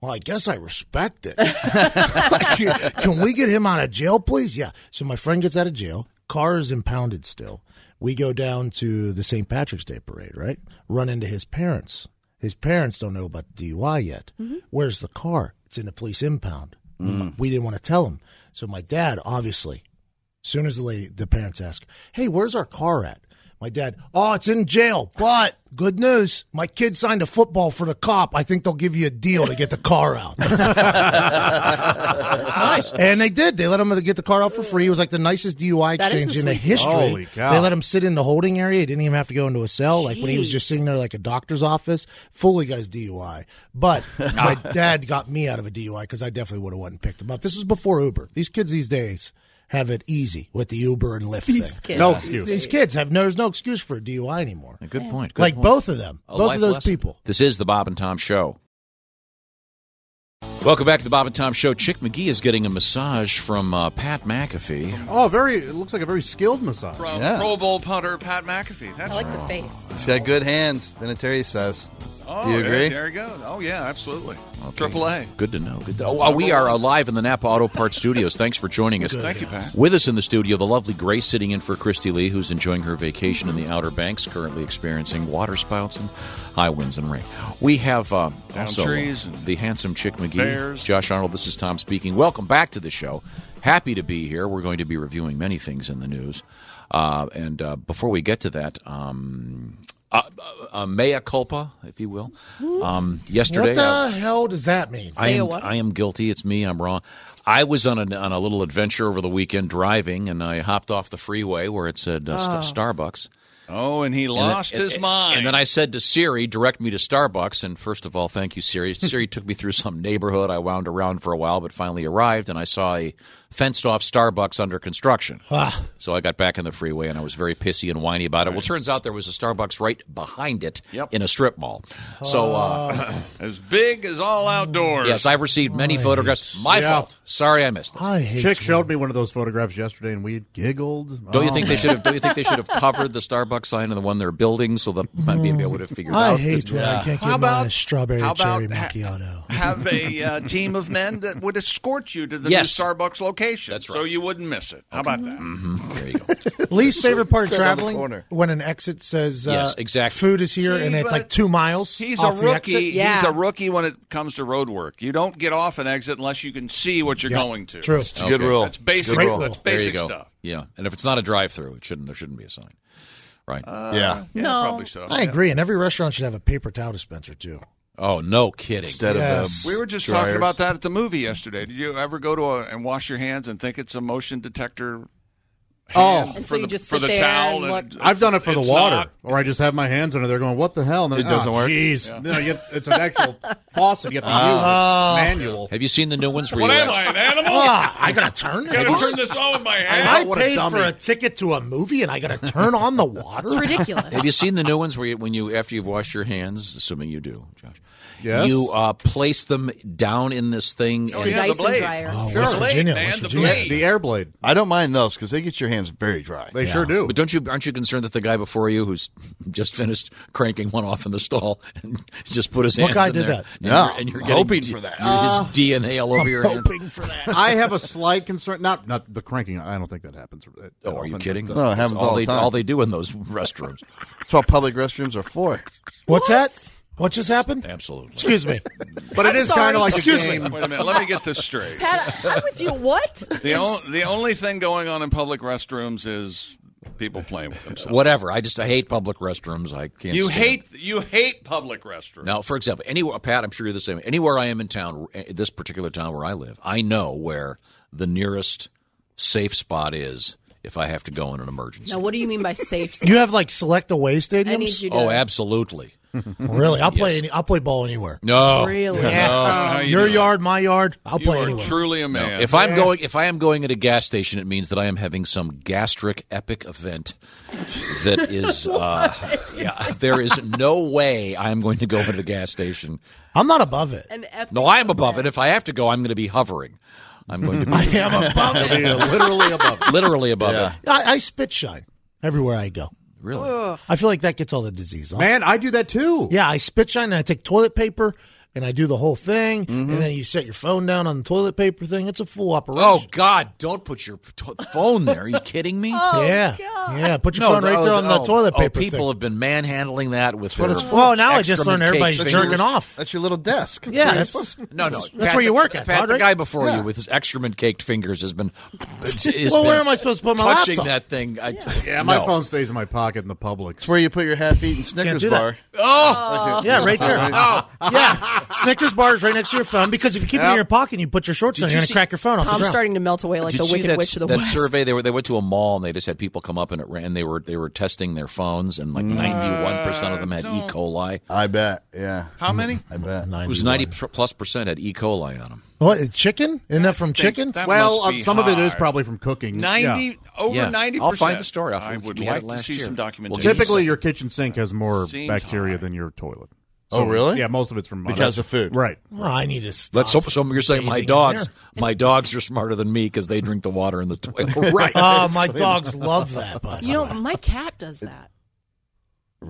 Speaker 14: Well, I guess I respect it. Like, can we get him out of jail, please? Yeah. So my friend gets out of jail. Car is impounded still. We go down to the St. Patrick's Day parade, right? Run into his parents. His parents don't know about the DUI yet. Where's the car? It's in a police impound.
Speaker 2: Mm.
Speaker 6: Mm-hmm.
Speaker 14: Mm.
Speaker 5: Mm.
Speaker 14: We didn't want to tell him. So my dad, obviously, soon as the lady, the parents ask, "Hey, where's our car at?" My dad, "Oh, it's in jail." But good news, my kid signed a football for the cop. I think they'll give you a deal to get the car out. nice. And they did. They let him get the car out for free. It was like the nicest DUI
Speaker 2: That is
Speaker 14: exchange
Speaker 2: a
Speaker 14: in the
Speaker 2: sweet-
Speaker 14: history.
Speaker 2: Holy cow.
Speaker 14: They let him sit in the holding area. He didn't even have to go into a cell. Like when he was
Speaker 2: Jeez.
Speaker 14: just sitting there like a doctor's office. Fully got his DUI. But my dad got me out of a DUI because I definitely would have went and picked him up. This was before Uber. These kids these days have it easy with the Uber and Lyft
Speaker 2: These
Speaker 14: thing.
Speaker 2: kids. No excuse.
Speaker 14: These kids have no, there's no excuse for a DUI anymore.
Speaker 6: Good point. good
Speaker 14: like
Speaker 6: point.
Speaker 14: both of them.
Speaker 6: A
Speaker 14: both
Speaker 6: life
Speaker 14: of those
Speaker 6: lesson.
Speaker 14: people.
Speaker 6: This is the Bob and Tom Show. Welcome back to the Bob and Tom Show. Chick McGee is getting a massage from uh, Pat McAfee.
Speaker 4: Oh, very. It looks like a very skilled massage.
Speaker 5: From
Speaker 16: Yeah.
Speaker 5: Pro Bowl punter Pat McAfee. That's
Speaker 9: I like the
Speaker 5: right.
Speaker 9: face.
Speaker 16: He's got good hands, Vinatieri says.
Speaker 5: Oh,
Speaker 16: Do you
Speaker 5: yeah,
Speaker 16: agree?
Speaker 5: There you go. Oh, yeah, absolutely. Triple A.
Speaker 6: Good to know. Good to, oh, uh, we are alive in the Napa Auto Parts Studios. Thanks for joining us.
Speaker 5: Good. Thank you, Pat.
Speaker 6: With us in the studio, the lovely Grace sitting in for Christy Lee, who's enjoying her vacation in the Outer Banks, currently experiencing water spouts and high winds and rain. We have um,
Speaker 5: Down
Speaker 6: also
Speaker 5: trees
Speaker 6: uh, the handsome Chick McGee,
Speaker 5: bears.
Speaker 6: Josh Arnold. This is Tom speaking. Welcome back to the show. Happy to be here. We're going to be reviewing many things in the news. Uh, and uh, before we get to that, um, uh, uh, uh, mea culpa, if you will. Um, yesterday,
Speaker 14: what the
Speaker 6: I-
Speaker 14: hell does that mean?
Speaker 6: I am, I am guilty. It's me. I'm wrong. I was on a, on a little adventure over the weekend driving, and I hopped off the freeway where it said uh,
Speaker 5: Oh.
Speaker 6: Sta- Starbucks.
Speaker 5: Oh, and he
Speaker 6: And
Speaker 5: lost
Speaker 6: then-
Speaker 5: his
Speaker 6: and-
Speaker 5: mind.
Speaker 6: And then I said to Siri, direct me to Starbucks. And first of all, thank you, Siri. Siri took me through some neighborhood. I wound around for a while, but finally arrived, and I saw a fenced off Starbucks under construction.
Speaker 14: Ah.
Speaker 6: so I got back on the freeway, and I was very pissy and whiny about it. Well, turns out there was a Starbucks right behind it in a strip mall. So, uh,
Speaker 5: as big as all outdoors.
Speaker 6: Yes, I've received many photographs. My
Speaker 4: Yeah.
Speaker 6: fault. Sorry, I missed it.
Speaker 4: Chick showed me one of those photographs yesterday, and we giggled.
Speaker 6: Don't you
Speaker 4: Oh,
Speaker 6: think they
Speaker 4: man.
Speaker 6: should have? Don't you think they should have covered the Starbucks sign and the one they're building so that maybe I would have figured
Speaker 14: I
Speaker 6: out?
Speaker 14: hate
Speaker 6: that-
Speaker 14: when I can't
Speaker 5: How
Speaker 14: get my
Speaker 5: about-
Speaker 14: strawberry
Speaker 5: how
Speaker 14: cherry
Speaker 5: about-
Speaker 14: macchiato.
Speaker 5: Have a uh, team of men that would escort you to the
Speaker 14: Yes.
Speaker 5: new Starbucks location. That's right. So you wouldn't miss it. How about that?
Speaker 6: Mm-hmm. There you go.
Speaker 14: Least favorite part of
Speaker 5: Sit on the
Speaker 14: traveling
Speaker 5: corner.
Speaker 14: when an exit says uh,
Speaker 5: Yes, exactly.
Speaker 14: food is here and
Speaker 5: See,
Speaker 14: it's like
Speaker 5: but
Speaker 14: two miles
Speaker 5: He's
Speaker 14: off
Speaker 5: a
Speaker 14: the
Speaker 5: rookie.
Speaker 14: exit.
Speaker 5: He's a rookie when it comes to road work. You don't get off an exit unless you can see what you're
Speaker 14: Yeah,
Speaker 5: going to.
Speaker 14: true. It's
Speaker 6: a good rule.
Speaker 5: That's
Speaker 6: It's a
Speaker 5: basic.
Speaker 6: good rule.
Speaker 5: That's
Speaker 6: There you
Speaker 5: basic
Speaker 6: go.
Speaker 5: stuff.
Speaker 6: Yeah, and if it's not a drive-through, it shouldn't. There shouldn't be a sign, right?
Speaker 5: Yeah. Uh, yeah, No. probably so.
Speaker 14: I agree, and every restaurant should have a paper towel dispenser too.
Speaker 6: Oh no, kidding!
Speaker 14: Instead of, Yes. um,
Speaker 5: We were just
Speaker 14: dryers.
Speaker 5: talking about that at the movie yesterday. Did you ever go to a, and wash your hands and think it's a motion detector?
Speaker 4: Oh.
Speaker 5: hand
Speaker 4: And
Speaker 5: for
Speaker 4: so you
Speaker 5: the,
Speaker 4: just
Speaker 5: for
Speaker 4: sit
Speaker 5: the
Speaker 4: there
Speaker 5: towel.
Speaker 4: and
Speaker 5: and-
Speaker 4: I've done it for the
Speaker 5: it's
Speaker 4: water,
Speaker 5: not.
Speaker 4: or I just have my hands under there going, "What the hell?" And
Speaker 6: It
Speaker 4: then,
Speaker 6: doesn't
Speaker 4: "Ah,
Speaker 6: work?"
Speaker 4: Jeez,
Speaker 6: Yeah.
Speaker 4: No, you- it's an actual faucet. You have to
Speaker 6: Ah.
Speaker 4: use it. manual.
Speaker 6: Have you seen the new ones? Where
Speaker 4: What
Speaker 6: you
Speaker 4: am
Speaker 6: act-
Speaker 4: I, an animal?
Speaker 6: Oh,
Speaker 14: Ah, I gotta turn this.
Speaker 4: Gotta
Speaker 14: on?
Speaker 4: turn
Speaker 5: this on with my
Speaker 14: And
Speaker 4: hand?
Speaker 14: I
Speaker 4: What a
Speaker 14: paid
Speaker 4: dummy.
Speaker 14: for a ticket to a movie, and I gotta turn on the water.
Speaker 9: It's ridiculous.
Speaker 6: Have you seen the new ones where you, when you after you've washed your hands, assuming you do, Josh?
Speaker 4: Yes.
Speaker 6: You uh, place them down in this thing.
Speaker 9: Oh,
Speaker 6: and
Speaker 9: yeah, the Dyson blade. dryer. Oh, Sure, West blade, Virginia, man, West the Virginia. blade.
Speaker 4: The air blade.
Speaker 16: I don't mind those because they get your hands very dry.
Speaker 4: They sure do.
Speaker 6: But don't you aren't you concerned that the guy before you who's just finished cranking one off in the stall and just put his hands
Speaker 4: What guy
Speaker 6: in
Speaker 4: did
Speaker 6: there,
Speaker 4: that?
Speaker 6: And
Speaker 4: No,
Speaker 6: you're, and you're
Speaker 4: I'm
Speaker 6: getting
Speaker 4: hoping
Speaker 6: d-
Speaker 4: for that. Ah.
Speaker 6: you're
Speaker 16: Ah.
Speaker 6: just DNA all over your hand.
Speaker 14: for that.
Speaker 4: I have a slight concern. Not not the cranking. I don't think that uh, happens.
Speaker 6: Oh, are you kidding?
Speaker 16: No, it happens
Speaker 6: That's
Speaker 16: all
Speaker 6: all
Speaker 16: the
Speaker 6: they
Speaker 16: time.
Speaker 6: all they do in those restrooms.
Speaker 16: That's what public restrooms are for.
Speaker 14: What's that? What just happened?
Speaker 6: Absolutely.
Speaker 14: Excuse me.
Speaker 4: But it is kind of like
Speaker 14: Excuse
Speaker 4: a
Speaker 14: me.
Speaker 4: game.
Speaker 5: Wait a minute. Let me get this straight.
Speaker 9: Pat, I'm with you. What?
Speaker 5: The, on, the only thing going on in public restrooms is people playing with themselves.
Speaker 6: Whatever. I just I hate public restrooms. I can't.
Speaker 5: You
Speaker 6: stand
Speaker 5: hate you hate public restrooms.
Speaker 6: Now, for example, anywhere, Pat, I'm sure you're the same. Anywhere I am in town, eh, this particular town where I live, I know where the nearest safe spot is if I have to go in an emergency.
Speaker 9: Now, what do you mean by safe?
Speaker 14: You have like select away stadiums.
Speaker 9: I need you to-
Speaker 6: Oh, absolutely.
Speaker 14: Really? I'll play. Any, I'll play ball anywhere.
Speaker 6: No.
Speaker 9: Really?
Speaker 6: Yeah. No,
Speaker 14: Uh,
Speaker 6: no, you
Speaker 14: your
Speaker 6: don't.
Speaker 14: yard, my yard. I'll play anywhere.
Speaker 5: Truly a
Speaker 6: No.
Speaker 5: man.
Speaker 6: If I'm going, if I am going at a gas station, it means that I am having some gastric epic event. That is, uh, yeah. There is no way I am going to go into a gas station.
Speaker 14: I'm not above it.
Speaker 6: No, I am above it. If I have to go, I'm going to be hovering. I'm going to be. I
Speaker 14: am above it.
Speaker 4: literally above
Speaker 6: it. Literally above it.
Speaker 14: I, I spit shine everywhere I go.
Speaker 6: Really?
Speaker 9: Ugh.
Speaker 14: I feel like that gets all the disease off.
Speaker 4: Man, I do that too.
Speaker 14: Yeah, I spit shine and I take toilet paper and I do the whole thing. And then you set your phone down on the toilet paper thing. It's a full operation.
Speaker 6: Oh God! Don't put your to- phone there. Are you kidding me?
Speaker 14: yeah. Yeah, put your phone right
Speaker 6: oh,
Speaker 14: there on the
Speaker 6: oh,
Speaker 14: toilet
Speaker 6: oh,
Speaker 14: paper
Speaker 6: people
Speaker 14: thing.
Speaker 6: have been manhandling that with
Speaker 14: what
Speaker 6: their.
Speaker 14: it's for. Well, now I just learned
Speaker 6: excrement
Speaker 14: everybody's
Speaker 6: cake
Speaker 14: jerking
Speaker 6: fingers.
Speaker 14: off.
Speaker 16: That's your little desk.
Speaker 14: Yeah,
Speaker 16: where you're
Speaker 14: that's-
Speaker 16: supposed to-
Speaker 6: No, no.
Speaker 14: That's where you work at,
Speaker 6: Pat,
Speaker 14: Todd,
Speaker 6: the
Speaker 14: right?
Speaker 6: guy before
Speaker 14: Yeah.
Speaker 6: you with his excrement caked fingers has been. has
Speaker 14: Well, where
Speaker 6: been
Speaker 14: am I supposed to put my
Speaker 6: touching
Speaker 14: laptop?
Speaker 6: that thing? I, yeah.
Speaker 4: Yeah, my phone stays in my pocket in the public. It's
Speaker 16: where you put your half-eaten Snickers
Speaker 14: do that.
Speaker 16: bar.
Speaker 14: Oh,
Speaker 16: Like a-
Speaker 14: yeah, right there.
Speaker 16: Oh.
Speaker 14: yeah. Snickers bar is right next to your phone because if you keep it in
Speaker 9: Yep.
Speaker 14: your pocket and you put your shorts on,
Speaker 6: Did
Speaker 14: you're
Speaker 6: you
Speaker 14: going to
Speaker 6: see-
Speaker 14: crack your phone off the
Speaker 9: Tom's
Speaker 14: ground.
Speaker 9: starting to melt away like
Speaker 6: Did
Speaker 9: the
Speaker 6: you see
Speaker 9: Wicked
Speaker 6: that,
Speaker 9: Witch of the
Speaker 6: that
Speaker 9: West.
Speaker 6: survey? They were they went to a mall and they just had people come up and it ran. They were they were testing their phones and like ninety one percent of them had E. coli.
Speaker 16: I bet. Yeah.
Speaker 5: How many?
Speaker 16: I bet.
Speaker 6: It was ninety plus percent had E. coli on them.
Speaker 14: What, is chicken? Isn't that from
Speaker 5: think
Speaker 14: chicken?
Speaker 5: that
Speaker 4: Well,
Speaker 5: must
Speaker 4: uh,
Speaker 5: be
Speaker 4: some of it is
Speaker 5: high.
Speaker 4: probably from cooking.
Speaker 5: Ninety
Speaker 4: Yeah.
Speaker 5: over
Speaker 6: Yeah.
Speaker 5: ninety.
Speaker 6: I'll find the story. I'll
Speaker 5: I
Speaker 6: find-
Speaker 5: would
Speaker 6: we had
Speaker 5: like
Speaker 6: it
Speaker 5: to
Speaker 6: last
Speaker 5: see
Speaker 6: year.
Speaker 5: some
Speaker 6: Well,
Speaker 5: documentation.
Speaker 4: Typically, your kitchen sink has more
Speaker 5: Seems
Speaker 4: bacteria than your toilet.
Speaker 16: Oh, really?
Speaker 4: Yeah, most of it's from
Speaker 16: Because of food.
Speaker 4: Right.
Speaker 14: Well, I need to.
Speaker 6: Let's hope so. You're saying my
Speaker 14: bathing in
Speaker 6: dogs, my dogs are smarter than me because they drink the water in the toilet. right?
Speaker 14: Oh, my dogs love that. But
Speaker 9: You know, my cat does that.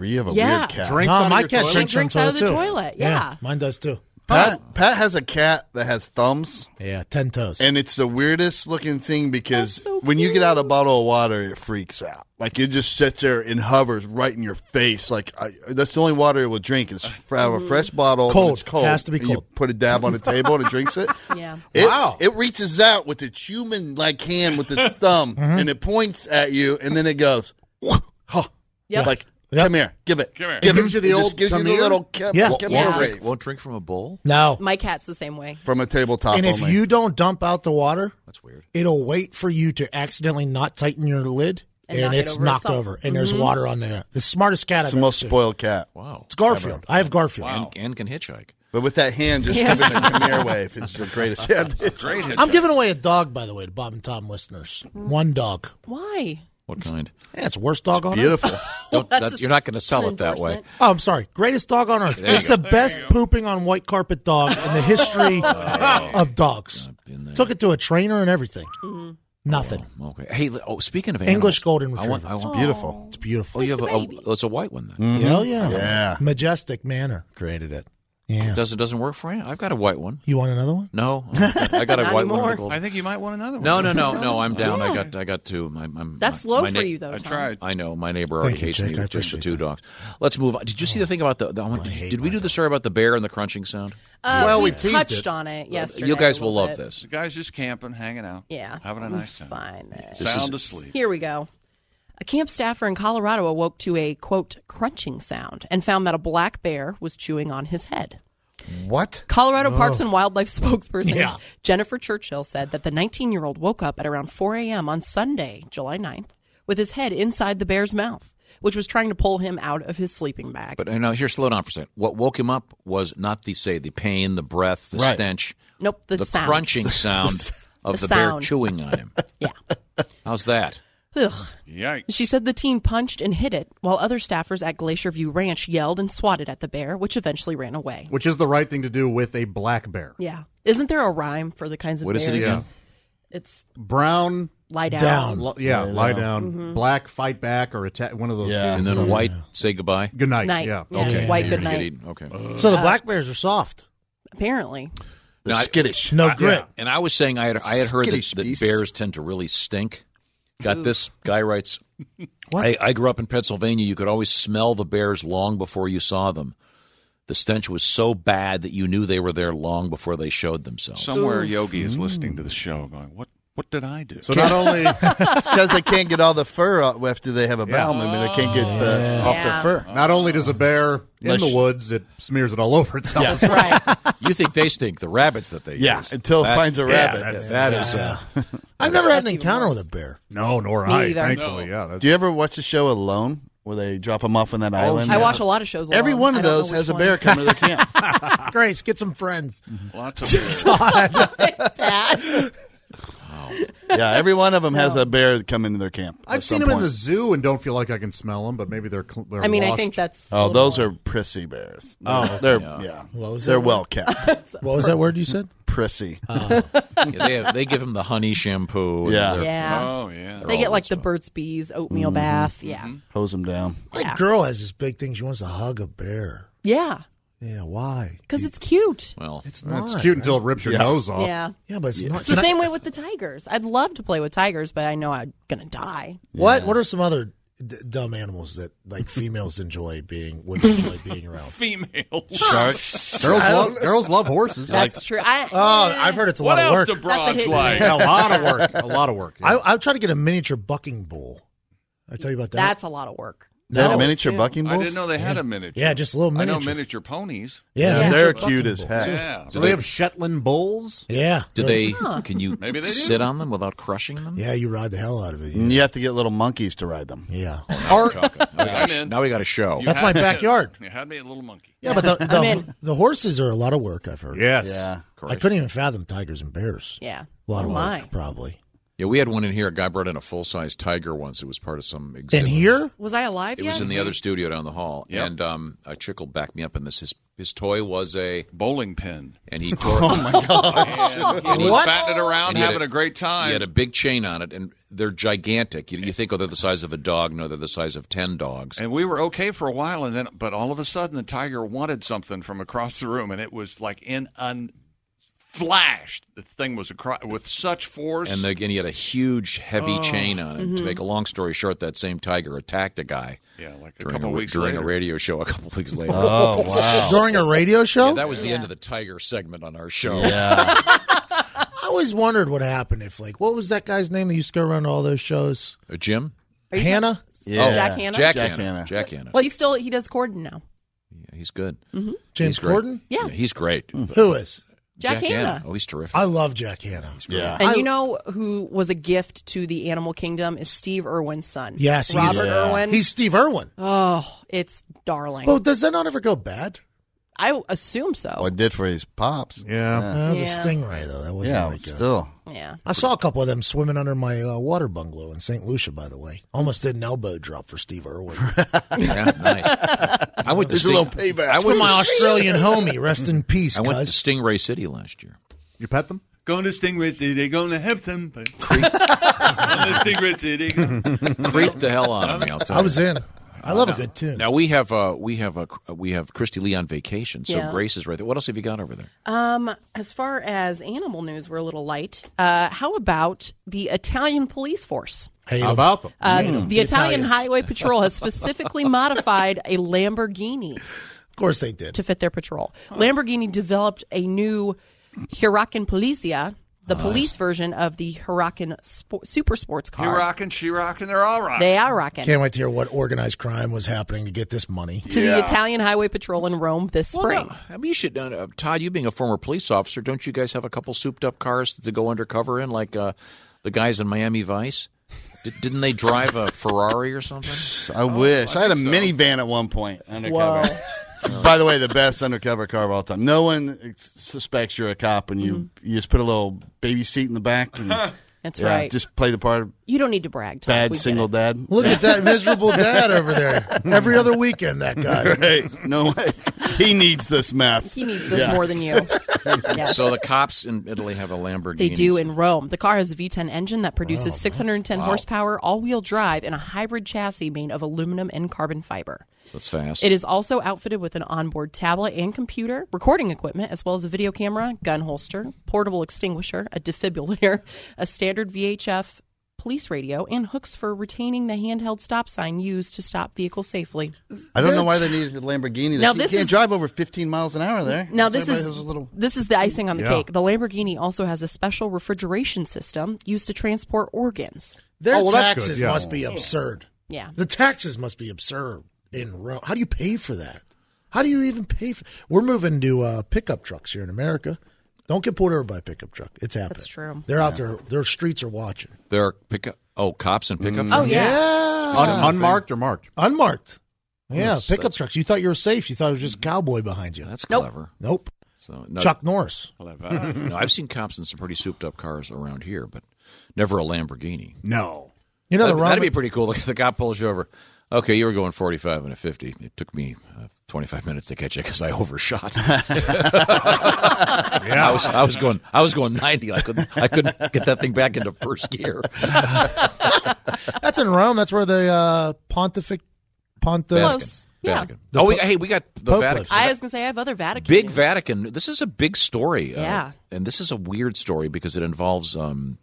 Speaker 16: You have
Speaker 9: a Yeah. weird cat.
Speaker 14: Drinks
Speaker 16: Drinks
Speaker 14: no,
Speaker 16: out of
Speaker 14: my
Speaker 16: your
Speaker 14: cat
Speaker 16: toilet?
Speaker 14: drinks,
Speaker 9: Drinks
Speaker 14: from
Speaker 9: out of the
Speaker 14: too.
Speaker 9: toilet, yeah.
Speaker 14: mine does too.
Speaker 16: Pat, Pat has a cat that has thumbs.
Speaker 14: Yeah, ten toes.
Speaker 16: And it's the weirdest looking thing because when you get out a bottle of water, it freaks out. Like it just sits there and hovers right in your face. Like I, that's the only water it will drink.
Speaker 6: Uh,
Speaker 16: It's fr- out
Speaker 6: mm.
Speaker 16: of a fresh bottle. and
Speaker 14: Cold.
Speaker 16: It's cold.
Speaker 14: Has to be
Speaker 16: And you
Speaker 14: cold.
Speaker 16: put a dab on the table and it drinks it.
Speaker 9: Yeah.
Speaker 16: It, wow. It reaches out with its human like hand with its thumb
Speaker 14: Mhm.
Speaker 16: and it points at you and then it goes, huh.
Speaker 9: Yep.
Speaker 16: Like, come here. Give it.
Speaker 5: Come here.
Speaker 16: Give
Speaker 5: It gives you the
Speaker 16: It just
Speaker 5: old
Speaker 16: gives you
Speaker 5: come
Speaker 16: the
Speaker 5: here?
Speaker 16: little come,
Speaker 14: Yeah.
Speaker 16: come
Speaker 9: Yeah.
Speaker 16: here.
Speaker 9: Drink.
Speaker 16: wave.
Speaker 6: Won't drink from a bowl.
Speaker 16: Oh.
Speaker 14: No.
Speaker 9: My cat's the same way.
Speaker 16: From a tabletop.
Speaker 14: and if
Speaker 16: only.
Speaker 14: you don't dump out the water, that's weird. It'll wait for you to accidentally not tighten your lid,
Speaker 9: And
Speaker 14: and,
Speaker 9: knock it
Speaker 14: it's
Speaker 9: over
Speaker 14: knocked
Speaker 9: itself.
Speaker 14: over, and there's
Speaker 9: Mhm.
Speaker 14: water on there. The smartest cat
Speaker 16: It's
Speaker 14: I've
Speaker 16: the
Speaker 14: ever
Speaker 16: most
Speaker 14: seen.
Speaker 16: spoiled cat.
Speaker 6: Wow.
Speaker 14: It's Garfield. I have Garfield.
Speaker 6: And, and can hitchhike.
Speaker 16: But with that hand just
Speaker 14: Yeah.
Speaker 16: giving a Khmer wave, it's the greatest. Yeah,
Speaker 5: Great
Speaker 14: I'm giving away a dog, by the way, to Bob and Tom listeners. One dog.
Speaker 9: Why?
Speaker 6: What kind?
Speaker 14: Yeah, it's the worst dog on earth.
Speaker 6: Don't- that's- you're not going to sell it that way.
Speaker 14: Oh, I'm sorry. Greatest dog on earth.
Speaker 6: There you
Speaker 14: It's
Speaker 6: go.
Speaker 14: the best pooping on white carpet dog in the history of dogs. Took it to a trainer and everything.
Speaker 9: Mm-hmm.
Speaker 14: Nothing.
Speaker 6: Okay. Hey, li- oh, speaking of
Speaker 14: English
Speaker 6: animals,
Speaker 14: golden
Speaker 6: I want-
Speaker 14: retriever.
Speaker 6: I
Speaker 9: Oh.
Speaker 6: want-
Speaker 16: beautiful.
Speaker 14: It's beautiful.
Speaker 6: Oh, you have a, a- oh, it's a white one then.
Speaker 14: Hell yeah.
Speaker 16: Yeah.
Speaker 14: Majestic manner created it. Yeah.
Speaker 6: Doesn't doesn't work for you? I've got a white one.
Speaker 14: You want another one?
Speaker 6: No, I got a
Speaker 14: Not
Speaker 6: white one. and a
Speaker 14: anymore.
Speaker 6: gold-
Speaker 5: I think you might want another one.
Speaker 6: No, no, no, no. I'm down. I got, I got two. My, my,
Speaker 9: Oh. That's
Speaker 6: my-
Speaker 9: low
Speaker 6: my
Speaker 9: for you, though, I Tom. tried.
Speaker 6: I know. My neighbor already
Speaker 14: Thank you,
Speaker 6: hates
Speaker 14: Jake.
Speaker 6: me
Speaker 14: I
Speaker 6: with just the two dogs. Let's move on. Did you see the thing about the? the I want- did we do the story about the bear and the crunching sound? Uh,
Speaker 9: Uh,
Speaker 5: Well, we teased
Speaker 9: touched
Speaker 5: it.
Speaker 9: on it yesterday.
Speaker 6: you guys
Speaker 9: a
Speaker 6: will
Speaker 9: little
Speaker 6: love
Speaker 9: bit.
Speaker 6: this.
Speaker 5: The guy's just camping, hanging out.
Speaker 9: Yeah.
Speaker 5: Having a
Speaker 9: I'm
Speaker 5: nice time.
Speaker 9: Fine.
Speaker 5: Sound asleep.
Speaker 9: Here we go. A camp staffer in Colorado awoke to a quote crunching sound and found that a black bear was chewing on his head.
Speaker 16: What?
Speaker 9: Colorado
Speaker 10: Oh.
Speaker 9: Parks and Wildlife spokesperson
Speaker 10: Yeah.
Speaker 9: Jennifer Churchill said that the 19 year old woke up at around 4 a.m. on Sunday, July 9th, with his head inside the bear's mouth, which was trying to pull him out of his sleeping bag.
Speaker 6: But uh, now here, slow down for a second. What woke him up was not the say the pain, the breath, the
Speaker 9: Right.
Speaker 6: stench.
Speaker 9: Nope, the sound.
Speaker 6: crunching sound of
Speaker 9: The
Speaker 6: the, bear
Speaker 9: sound.
Speaker 6: chewing on him. yeah. How's that?
Speaker 9: Ugh.
Speaker 5: Yikes.
Speaker 9: She said the teen punched and hit it, while other staffers at Glacier View Ranch yelled and swatted at the bear, which eventually ran away.
Speaker 4: Which is the right thing to do with a black bear.
Speaker 9: Yeah. Isn't there a rhyme for the kinds of
Speaker 4: What
Speaker 9: bears?
Speaker 4: is it again?
Speaker 9: It's
Speaker 4: Brown
Speaker 9: lie down.
Speaker 4: Li- yeah, lie, down.
Speaker 9: Mhm.
Speaker 4: Black fight back or attack. One of those.
Speaker 14: Yeah.
Speaker 4: two.
Speaker 6: And then white say goodbye.
Speaker 4: Good night.
Speaker 9: Night.
Speaker 4: Yeah.
Speaker 9: Yeah, Okay. white
Speaker 6: You're
Speaker 9: good
Speaker 6: gonna get
Speaker 9: night.
Speaker 6: eaten. Okay.
Speaker 14: So the
Speaker 9: Uh,
Speaker 14: black bears are soft.
Speaker 9: Apparently.
Speaker 6: They're
Speaker 16: skittish.
Speaker 14: No
Speaker 6: I-
Speaker 14: grit.
Speaker 6: yeah. And I was saying I had I had heard that,
Speaker 14: Skittish
Speaker 6: that
Speaker 14: beasts.
Speaker 6: bears tend to really stink. Got
Speaker 14: Ooh.
Speaker 6: this guy writes.
Speaker 14: What?
Speaker 6: I, I grew up in Pennsylvania. You could always smell the bears long before you saw them. The stench was so bad that you knew they were there long before they showed themselves.
Speaker 5: Somewhere Yogi is listening to the
Speaker 14: Mm.
Speaker 5: show going, what What did I do?
Speaker 6: So not
Speaker 16: only because they can't get all the fur out after they have a bowel movement, they can't get the, off
Speaker 4: Yeah.
Speaker 16: their fur.
Speaker 4: Not only does a bear in
Speaker 16: Unless-
Speaker 4: the woods, it smears it all over itself.
Speaker 16: Yeah.
Speaker 6: you think they stink? The rabbits that they
Speaker 4: Yeah,
Speaker 6: use.
Speaker 4: until it finds a
Speaker 6: yeah,
Speaker 4: rabbit.
Speaker 6: that's- that is, uh,
Speaker 14: I've never had an encounter with a bear.
Speaker 4: No, nor
Speaker 14: Me
Speaker 4: I.
Speaker 14: either.
Speaker 4: Thankfully, yeah.
Speaker 16: Do you ever watch the show Alone, where they drop them off on
Speaker 14: Oh,
Speaker 16: that island?
Speaker 9: I watch a lot of shows. Alone.
Speaker 16: Every one
Speaker 9: I
Speaker 16: of
Speaker 9: don't know
Speaker 16: those
Speaker 9: which
Speaker 16: has a
Speaker 9: one.
Speaker 16: bear coming to their camp.
Speaker 14: Grace, get some friends.
Speaker 5: Lots of
Speaker 16: yeah, every one of them has a bear come into their camp.
Speaker 4: I've seen them in the zoo and don't feel like I can smell them, but maybe they're. Cl- they're
Speaker 9: I mean, I
Speaker 4: washed.
Speaker 9: think that's.
Speaker 16: Oh, those are prissy bears.
Speaker 4: Oh,
Speaker 16: they're
Speaker 4: yeah.
Speaker 16: yeah,
Speaker 4: What was
Speaker 16: they're
Speaker 4: that
Speaker 16: well
Speaker 4: word?
Speaker 16: kept.
Speaker 14: What was that word you said?
Speaker 16: Prissy.
Speaker 6: Yeah, they, have- they give them the honey shampoo. and
Speaker 16: Yeah.
Speaker 6: they're-
Speaker 9: Yeah.
Speaker 5: Oh,
Speaker 6: Oh,
Speaker 5: yeah.
Speaker 9: They get like the Burt's Bees oatmeal
Speaker 16: Mhm.
Speaker 9: bath. Yeah.
Speaker 16: Hose them down.
Speaker 14: My girl has this big thing. She wants to hug a bear.
Speaker 9: Yeah.
Speaker 14: Yeah, why?
Speaker 9: Because it's cute.
Speaker 6: Well,
Speaker 14: it's
Speaker 4: Well,
Speaker 14: not.
Speaker 4: it's cute until it rips your
Speaker 14: Yeah.
Speaker 4: nose off.
Speaker 9: Yeah.
Speaker 14: Yeah, but it's not.
Speaker 9: It's the same way with the tigers. I'd love to play with tigers, but I know I'm gonna die.
Speaker 14: What? What are some other d- dumb animals that like females enjoy being would enjoy being around?
Speaker 5: females.
Speaker 14: Sharks.
Speaker 4: Girls love- girls love horses.
Speaker 9: That's true. I,
Speaker 14: oh, I've heard it's a
Speaker 5: What
Speaker 14: lot of
Speaker 5: else
Speaker 14: work.
Speaker 5: do broads That's a hit like? and
Speaker 4: miss. A lot of work. A lot of work,
Speaker 14: I, I'm trying to get a miniature bucking bull. I tell you about that.
Speaker 9: That's a lot of work.
Speaker 14: No.
Speaker 16: That miniature bucking
Speaker 5: I
Speaker 16: bulls.
Speaker 5: didn't know they had a miniature.
Speaker 14: Yeah, just a little
Speaker 5: I know
Speaker 14: miniature.
Speaker 5: miniature ponies.
Speaker 14: Yeah,
Speaker 16: Yeah, they're
Speaker 14: bucking
Speaker 16: cute as
Speaker 14: bull.
Speaker 16: heck.
Speaker 5: Yeah.
Speaker 4: Do they have Shetland bulls?
Speaker 14: Yeah.
Speaker 6: Do
Speaker 14: they're-
Speaker 6: they? Can you
Speaker 5: Maybe they do.
Speaker 6: sit on them without crushing them?
Speaker 14: Yeah, you ride the hell out of it.
Speaker 16: And you have to get little monkeys to ride them.
Speaker 14: Yeah.
Speaker 6: Oh, Now, we're talking. Now we
Speaker 5: I'm
Speaker 6: gotta-
Speaker 5: in.
Speaker 6: now we got a show.
Speaker 5: You
Speaker 14: That's
Speaker 5: had me
Speaker 14: my
Speaker 5: at-
Speaker 14: backyard.
Speaker 5: You had me a little monkey.
Speaker 14: Yeah, but the, the, the horses are a lot of work. I've heard.
Speaker 6: Yes. Yeah.
Speaker 14: I couldn't even fathom tigers and bears.
Speaker 9: Yeah.
Speaker 14: a lot of
Speaker 6: Oh,
Speaker 14: work
Speaker 6: my.
Speaker 14: probably.
Speaker 6: Yeah, we had one in here. A guy brought in a full size tiger once. It was part of some
Speaker 14: In
Speaker 6: exhibit.
Speaker 14: here,
Speaker 9: Was I alive
Speaker 6: It
Speaker 9: yet?
Speaker 6: was in the other studio down the hall, and um, uh, Chickle backed me up in this. His His toy was a
Speaker 5: bowling pin,
Speaker 6: and he tore.
Speaker 5: Oh, my God.
Speaker 6: And he
Speaker 5: What?
Speaker 6: batted
Speaker 5: around,
Speaker 6: and he had
Speaker 5: having a great time.
Speaker 6: He had a big chain on it, and they're gigantic. You, you think, oh, they're the size of a dog. No, they're the size of ten dogs.
Speaker 5: And we were okay for a while, and then, but all of a sudden, the tiger wanted something from across the room, and it was like in un flashed. The thing was across with such force.
Speaker 6: And again, he had a huge, heavy
Speaker 5: Oh.
Speaker 6: chain on it.
Speaker 5: Mhm.
Speaker 6: To make a long story short, that same tiger attacked a guy.
Speaker 5: Yeah, like
Speaker 6: during
Speaker 5: couple
Speaker 6: a,
Speaker 5: weeks
Speaker 6: during
Speaker 5: later.
Speaker 6: a radio show a couple weeks later.
Speaker 14: Oh, wow. During a radio show?
Speaker 6: Yeah, that was the end of the tiger segment on our show.
Speaker 14: Yeah. I always wondered what happened if, like, what was that guy's name that used to go around to all those shows?
Speaker 6: Uh, Jim?
Speaker 9: Are you
Speaker 14: Hannah?
Speaker 9: talking- Yeah. Jack Hanna?
Speaker 6: Jack,
Speaker 9: Jack
Speaker 6: Hanna.
Speaker 9: Hanna.
Speaker 6: Jack Hanna.
Speaker 9: he still he does Corden now.
Speaker 6: Yeah, he's good.
Speaker 9: Mhm.
Speaker 6: He's
Speaker 14: James
Speaker 6: great.
Speaker 14: Corden? Mm-hmm.
Speaker 9: Yeah.
Speaker 6: he's great.
Speaker 14: Who is?
Speaker 9: Jack Hanna.
Speaker 6: Oh, he's terrific.
Speaker 14: I love Jack Hanna.
Speaker 6: Yeah.
Speaker 9: And you know who was a gift to the animal kingdom is Steve Irwin's son.
Speaker 14: Yes, he's
Speaker 9: Robert Irwin.
Speaker 14: He's Steve Irwin.
Speaker 9: Oh, it's darling.
Speaker 14: Well, does that not ever go bad?
Speaker 9: I assume so.
Speaker 16: Well, it did for his pops.
Speaker 4: Yeah.
Speaker 14: That was a
Speaker 9: Yeah.
Speaker 14: stingray, though. That wasn't
Speaker 16: Yeah,
Speaker 14: like a-
Speaker 16: still.
Speaker 9: Yeah.
Speaker 14: I saw a couple of them swimming under my uh, water bungalow in St. Lucia, by the way. Almost did an elbow drop for Steve Irwin.
Speaker 6: Yeah, nice. I went to
Speaker 14: There's a
Speaker 6: Sting-
Speaker 14: little payback.
Speaker 6: I
Speaker 14: It's
Speaker 6: went
Speaker 14: for my Australian homie. Rest in peace,
Speaker 6: I went
Speaker 14: cuz.
Speaker 6: to Stingray City last year.
Speaker 4: You pet them?
Speaker 5: Going to Stingray City, going to help them. But going to Stingray City.
Speaker 6: Creeped the hell out of me. I'll tell
Speaker 14: I was
Speaker 6: you.
Speaker 14: in. I love a good tune.
Speaker 6: Now we have uh, we have a we have Christy Lee on vacation, so
Speaker 9: Yeah.
Speaker 6: Grace is right there. What else have you got over there?
Speaker 9: Um, as far as animal news, we're a little light. Uh, how about the Italian police force?
Speaker 6: How about them?
Speaker 9: Uh,
Speaker 6: Hate 'em.
Speaker 9: the,
Speaker 6: The
Speaker 9: Italian
Speaker 6: Italians.
Speaker 9: Highway Patrol has specifically modified a Lamborghini
Speaker 14: Of course they did.
Speaker 9: to fit their patrol. Lamborghini developed a new Huracan Policia, the
Speaker 5: Nice.
Speaker 9: police version of the Huracan spo- super sports
Speaker 5: He
Speaker 9: car.
Speaker 5: rocking, she rocking, they're all rocking.
Speaker 9: They are rocking.
Speaker 14: Can't wait to hear what organized crime was happening to get this money.
Speaker 9: To the Italian Highway Patrol in Rome this spring.
Speaker 6: I mean, you should. Uh, uh, Todd, you being a former police officer, don't you guys have a couple souped-up cars to go undercover in, like uh, the guys in Miami Vice? Did, didn't they drive a Ferrari or something? Oh.
Speaker 16: I wish. I, had a minivan at one point undercover. By the way, the best undercover car of all time. No one ex- suspects you're a cop, and you, you just put a little baby seat in the back. And,
Speaker 9: That's
Speaker 16: yeah,
Speaker 9: right.
Speaker 16: Just play the part of
Speaker 9: you don't need to brag. Todd.
Speaker 16: bad
Speaker 9: We get
Speaker 16: single
Speaker 9: it.
Speaker 16: dad.
Speaker 14: Look at that miserable dad over there. Every other weekend, that guy.
Speaker 16: Right. No way. He needs this meth.
Speaker 9: He needs this
Speaker 16: Yeah.
Speaker 9: more than you. Yes.
Speaker 6: So the cops in Italy have a Lamborghini.
Speaker 9: They do in Rome. The car has a V10 engine that
Speaker 14: Oh,
Speaker 9: produces 610
Speaker 6: Wow.
Speaker 9: horsepower, all wheel drive, and a hybrid chassis made of aluminum and carbon fiber.
Speaker 6: That's fast.
Speaker 9: It is also outfitted with an onboard tablet and computer, recording equipment, as well as a video camera, gun holster, portable extinguisher, a defibrillator, a standard VHF police radio, and hooks for retaining the handheld stop sign used to stop vehicles safely.
Speaker 16: I don't know why they needed a Lamborghini.
Speaker 9: Now
Speaker 16: Now, you
Speaker 9: this
Speaker 16: can't
Speaker 9: is-
Speaker 16: drive over 15 miles an hour there.
Speaker 9: Now this
Speaker 16: Everybody
Speaker 9: is
Speaker 16: has a little-
Speaker 9: this is the icing on the
Speaker 16: Yeah.
Speaker 9: cake. The Lamborghini also has a special refrigeration system used to transport organs.
Speaker 14: Their
Speaker 9: Oh, well, that's
Speaker 14: taxes
Speaker 9: good, yeah.
Speaker 14: must be absurd.
Speaker 9: Yeah.
Speaker 14: The taxes must be absurd in Rome. How do you pay for that? How do you even pay for We're moving to uh, pickup trucks here in America. Don't get pulled over by a pickup truck. It's happening. That's
Speaker 9: true.
Speaker 14: They're out there. Their streets are watching.
Speaker 6: There are pickup. Oh, cops and pickup.
Speaker 14: Oh, yeah.
Speaker 4: Un- unmarked or marked?
Speaker 14: Unmarked. Yeah,
Speaker 6: That's-
Speaker 14: pickup
Speaker 6: that's-
Speaker 14: trucks. You thought you were safe. You thought it was just a cowboy behind you. That's
Speaker 6: clever.
Speaker 14: Nope.
Speaker 6: So no-
Speaker 14: Chuck Norris.
Speaker 6: no, I've seen cops in some pretty souped-up cars around here, but never a Lamborghini.
Speaker 4: No.
Speaker 14: You know, the
Speaker 6: that'd, that'd
Speaker 14: Roman-
Speaker 6: be pretty cool. The cop pulls you over. Okay, you were going 45 and a 50. It took me uh, 25 minutes to catch you because I overshot. I was I was going I was going 90. I couldn't I couldn't get that thing back into first gear.
Speaker 14: That's in Rome. That's where the uh, pontific, pontiff.
Speaker 9: Close. Yeah.
Speaker 6: Vatican. Oh, we, hey, we got the
Speaker 14: Pope
Speaker 6: Vatican.
Speaker 9: I was going to say I have other Vatican.
Speaker 6: Big
Speaker 9: news.
Speaker 6: Vatican. This is a big story. uh,
Speaker 9: Yeah.
Speaker 6: and this is a weird story because it involves um,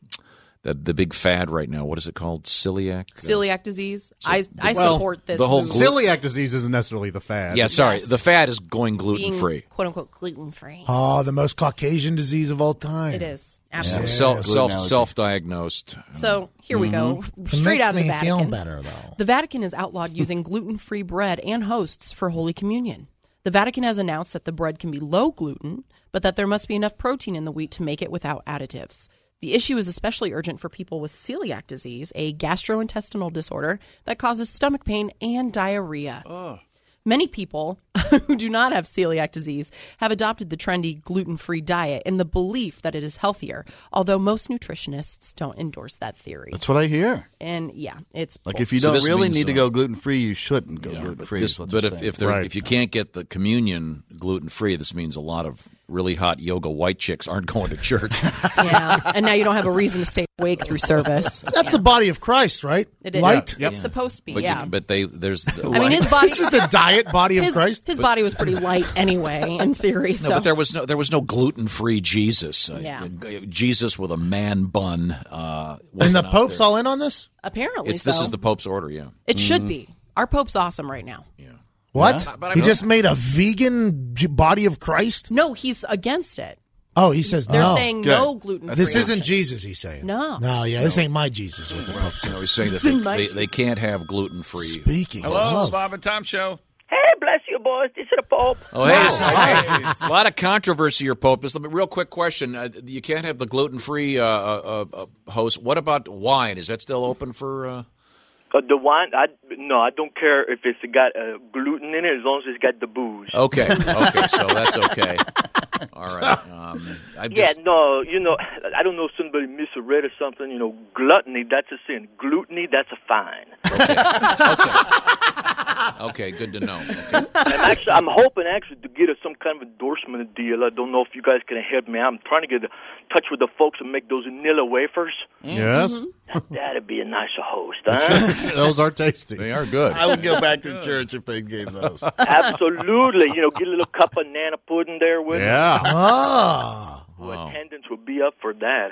Speaker 6: the, the big fad right now. What is it called? Celiac?
Speaker 9: celiac disease. I I
Speaker 6: Well,
Speaker 9: support this.
Speaker 6: the whole
Speaker 9: move.
Speaker 6: glu-
Speaker 4: Celiac disease isn't necessarily the fad.
Speaker 6: Yeah, sorry. The fad is going gluten
Speaker 9: being
Speaker 6: free.
Speaker 9: quote unquote gluten free.
Speaker 14: Oh, the most Caucasian disease of all time.
Speaker 9: It is absolutely.
Speaker 6: Self self um,
Speaker 14: Gluten allergy.
Speaker 6: self diagnosed.
Speaker 9: So here we go,
Speaker 14: Mhm.
Speaker 9: straight
Speaker 14: Makes
Speaker 9: out of the
Speaker 14: me
Speaker 9: Vatican.
Speaker 14: feel better, though.
Speaker 9: The Vatican has outlawed using gluten free bread and hosts for Holy Communion. The Vatican has announced that the bread can be low gluten, but that there must be enough protein in the wheat to make it without additives. The issue is especially urgent for people with celiac disease, a gastrointestinal disorder that causes stomach pain and diarrhea. Many people who do not have celiac disease have adopted the trendy gluten free diet in the belief that it is healthier, although most nutritionists don't endorse that theory.
Speaker 16: That's what I hear.
Speaker 9: And yeah, it's
Speaker 16: Like
Speaker 9: bull-
Speaker 16: if you
Speaker 6: So
Speaker 16: don't
Speaker 6: this
Speaker 16: really
Speaker 6: means,
Speaker 16: need to
Speaker 6: uh,
Speaker 16: go gluten free, you shouldn't go gluten
Speaker 6: But,
Speaker 16: free.
Speaker 6: this- but if if, they're- if you can't get the communion gluten free, this means a lot of really hot yoga white chicks aren't going to church.
Speaker 9: yeah, and now you don't have a reason to stay awake through service.
Speaker 14: That's the body of Christ, right?
Speaker 9: It is.
Speaker 14: Light.
Speaker 9: It's supposed to be.
Speaker 6: but, you-
Speaker 9: yeah.
Speaker 6: but they there's.
Speaker 9: I mean, his body.
Speaker 14: This is the diet body of
Speaker 9: his,
Speaker 14: Christ.
Speaker 9: His
Speaker 6: But-
Speaker 9: body was pretty light anyway, in theory.
Speaker 6: No,
Speaker 9: So
Speaker 6: but there was no there was no gluten free Jesus. Uh,
Speaker 9: Yeah.
Speaker 6: g- Jesus with a man bun. Uh,
Speaker 14: And
Speaker 6: wasn't
Speaker 14: the
Speaker 6: out
Speaker 14: Pope's
Speaker 6: there.
Speaker 14: all in on this?
Speaker 9: apparently,
Speaker 6: It's this
Speaker 9: so.
Speaker 6: is the Mm. Pope's order. Yeah,
Speaker 9: It should be. Our Pope's awesome right now.
Speaker 14: What?
Speaker 6: Yeah. But I
Speaker 14: He
Speaker 6: mean-
Speaker 14: just made a vegan j- body of Christ?
Speaker 9: No, he's against it.
Speaker 14: Oh, he says
Speaker 9: They're
Speaker 14: no.
Speaker 9: saying Good. no gluten-free
Speaker 14: This isn't
Speaker 9: options.
Speaker 14: Jesus, he's saying.
Speaker 9: No.
Speaker 14: No, yeah, this ain't my Jesus with the Pope.
Speaker 6: You know, he's saying that
Speaker 14: It's in
Speaker 6: they-
Speaker 14: my
Speaker 6: they, they can't have gluten free.
Speaker 14: Speaking
Speaker 5: Hello,
Speaker 14: of
Speaker 5: it's Bob and Tom Show.
Speaker 19: Hey, bless you, boys. This is the Pope.
Speaker 6: Oh, hey, it's- a lot of controversy here, Pope. Just a real quick question: uh, You can't have the gluten-free uh, uh, uh, uh, host. What about wine? Is that still open for? Uh...
Speaker 20: Uh, the wine, I no, I don't care if it's got uh, gluten in it, as long as it's got the booze.
Speaker 6: Okay, okay, so that's okay. All right. Um, I
Speaker 20: yeah,
Speaker 6: just,
Speaker 20: no, you know, I don't know if somebody misread or something. You know, gluttony, that's a sin. Gluttony, that's a fine.
Speaker 6: Okay, good to know.
Speaker 20: and actually, I'm hoping actually to get us some kind of endorsement deal. I don't know if you guys can help me. I'm trying to get in touch with the folks who make those Nilla wafers.
Speaker 6: Mm-hmm.
Speaker 4: Yes.
Speaker 20: That'd be a nicer host, huh?
Speaker 4: Those are tasty.
Speaker 6: They are good.
Speaker 16: I would go back to church if they gave those.
Speaker 20: Absolutely. You know, get a little cup of nana pudding there with
Speaker 16: Yeah.
Speaker 20: it.
Speaker 16: Ah.
Speaker 20: Well, attendance would be up for that.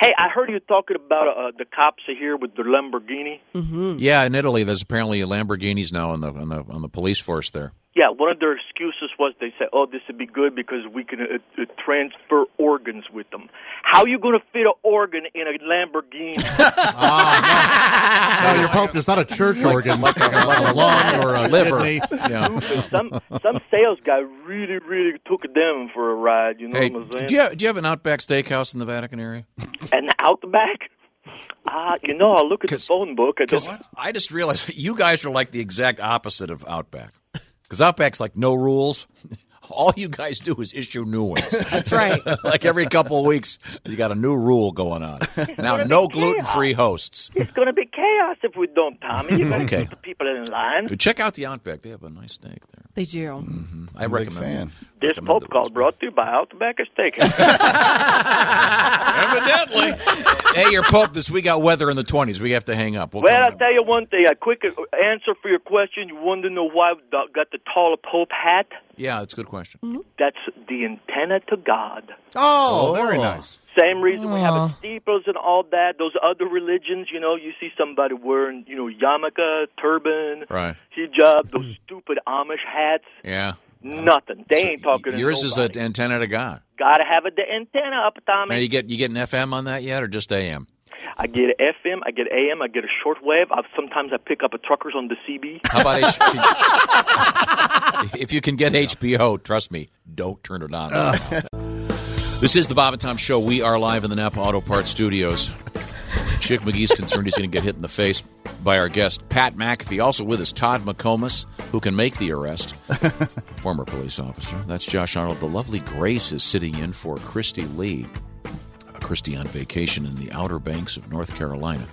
Speaker 20: Hey, I heard you talking about uh, the cops are here with the Lamborghini.
Speaker 9: Mm-hmm.
Speaker 6: Yeah, in Italy, there's apparently Lamborghinis now on the on the on the police force there.
Speaker 20: Yeah, one of their excuses was they said, "Oh, this would be good because we can uh, uh, transfer organs with them." How you going to fit an organ in a Lamborghini?
Speaker 16: Ah,
Speaker 4: No, your Pope is not a church organ like a, like a lung or a kidney.
Speaker 20: some some sales guy really really took them for a ride. You know
Speaker 6: Hey,
Speaker 20: what I'm saying?
Speaker 6: do you, do you have an Outback Steakhouse in the Vatican area?
Speaker 20: And out the back, ah, you know, I look at the phone book. I
Speaker 6: Because
Speaker 20: don't.
Speaker 6: I just realized that you guys are like the exact opposite of Outback. Because Outback's like no rules. All you guys do is issue new ones. That's
Speaker 9: right.
Speaker 6: like every couple of weeks, you got a new rule going on. Now, no gluten free hosts.
Speaker 20: It's going to be chaos if we don't, Tommy. You got to
Speaker 6: Okay.
Speaker 20: keep the people in line.
Speaker 6: But check out the Outback. They have a nice steak there.
Speaker 9: They do.
Speaker 6: I recommend it.
Speaker 20: This Pope call brought to you by Outback Steakhouse. Evidently.
Speaker 6: Hey, your Pope, this we got weather in the 20s. We have to hang up. We'll
Speaker 20: Well,
Speaker 6: come
Speaker 20: I'll tell you one thing. A quick answer for your question. You wanted to know why we got the taller Pope hat?
Speaker 6: back. yeah, that's a good question.
Speaker 20: That's the antenna to God.
Speaker 4: Oh, very nice.
Speaker 20: Same reason we have
Speaker 6: Aw.
Speaker 20: it steeples and all that. Those other religions, you know, you see somebody wearing, you know, yarmulke, turban,
Speaker 6: Right.
Speaker 20: hijab, those stupid Amish hats.
Speaker 6: Yeah.
Speaker 20: Nothing. They ain't talking. to
Speaker 6: Yours is
Speaker 20: nobody.
Speaker 6: an antenna to God.
Speaker 20: Gotta have it, the antenna up,
Speaker 6: Now,
Speaker 20: Tommy.
Speaker 6: you get you getting FM on that yet or just AM?
Speaker 20: I get FM, I get AM, I get a shortwave. I, sometimes I pick up a truckers on the CB.
Speaker 6: How about H- if you can get HBO, trust me, don't turn it on. This is the Bob and Tom Show. We are live in the Napa Auto Parts Studios. Chick McGee's concerned he's going to get hit in the face by our guest, Pat McAfee. Also with us, Todd McComas, who can make the arrest. Former police officer. That's Josh Arnold. The lovely Grace is sitting in for Christy Lee. Uh, Christy on vacation in the Outer Banks of North Carolina.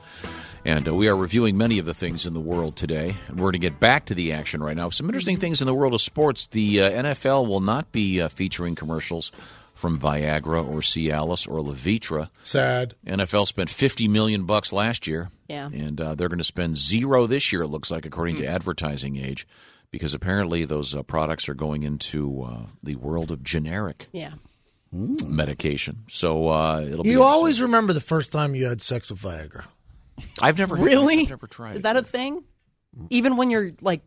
Speaker 6: And uh, we are reviewing many of the things in the world today. And we're going to get back to the action right now. Some interesting things in the world of sports. The uh, NFL will not be uh, featuring commercials from Viagra or Cialis or Levitra.
Speaker 14: Sad.
Speaker 6: NFL spent 50 million bucks last year.
Speaker 14: Yeah.
Speaker 6: And uh, they're going to spend zero this year, it looks like, according
Speaker 14: Hmm.
Speaker 6: to Advertising Age, because apparently those uh, products are going into uh, the world of generic
Speaker 9: Yeah.
Speaker 6: medication. So uh, it'll be.
Speaker 14: Hmm. You always remember the first time you had sex with Viagra.
Speaker 6: I've never had-
Speaker 9: Really?
Speaker 6: I've never tried.
Speaker 9: Is that a thing? Even when you're like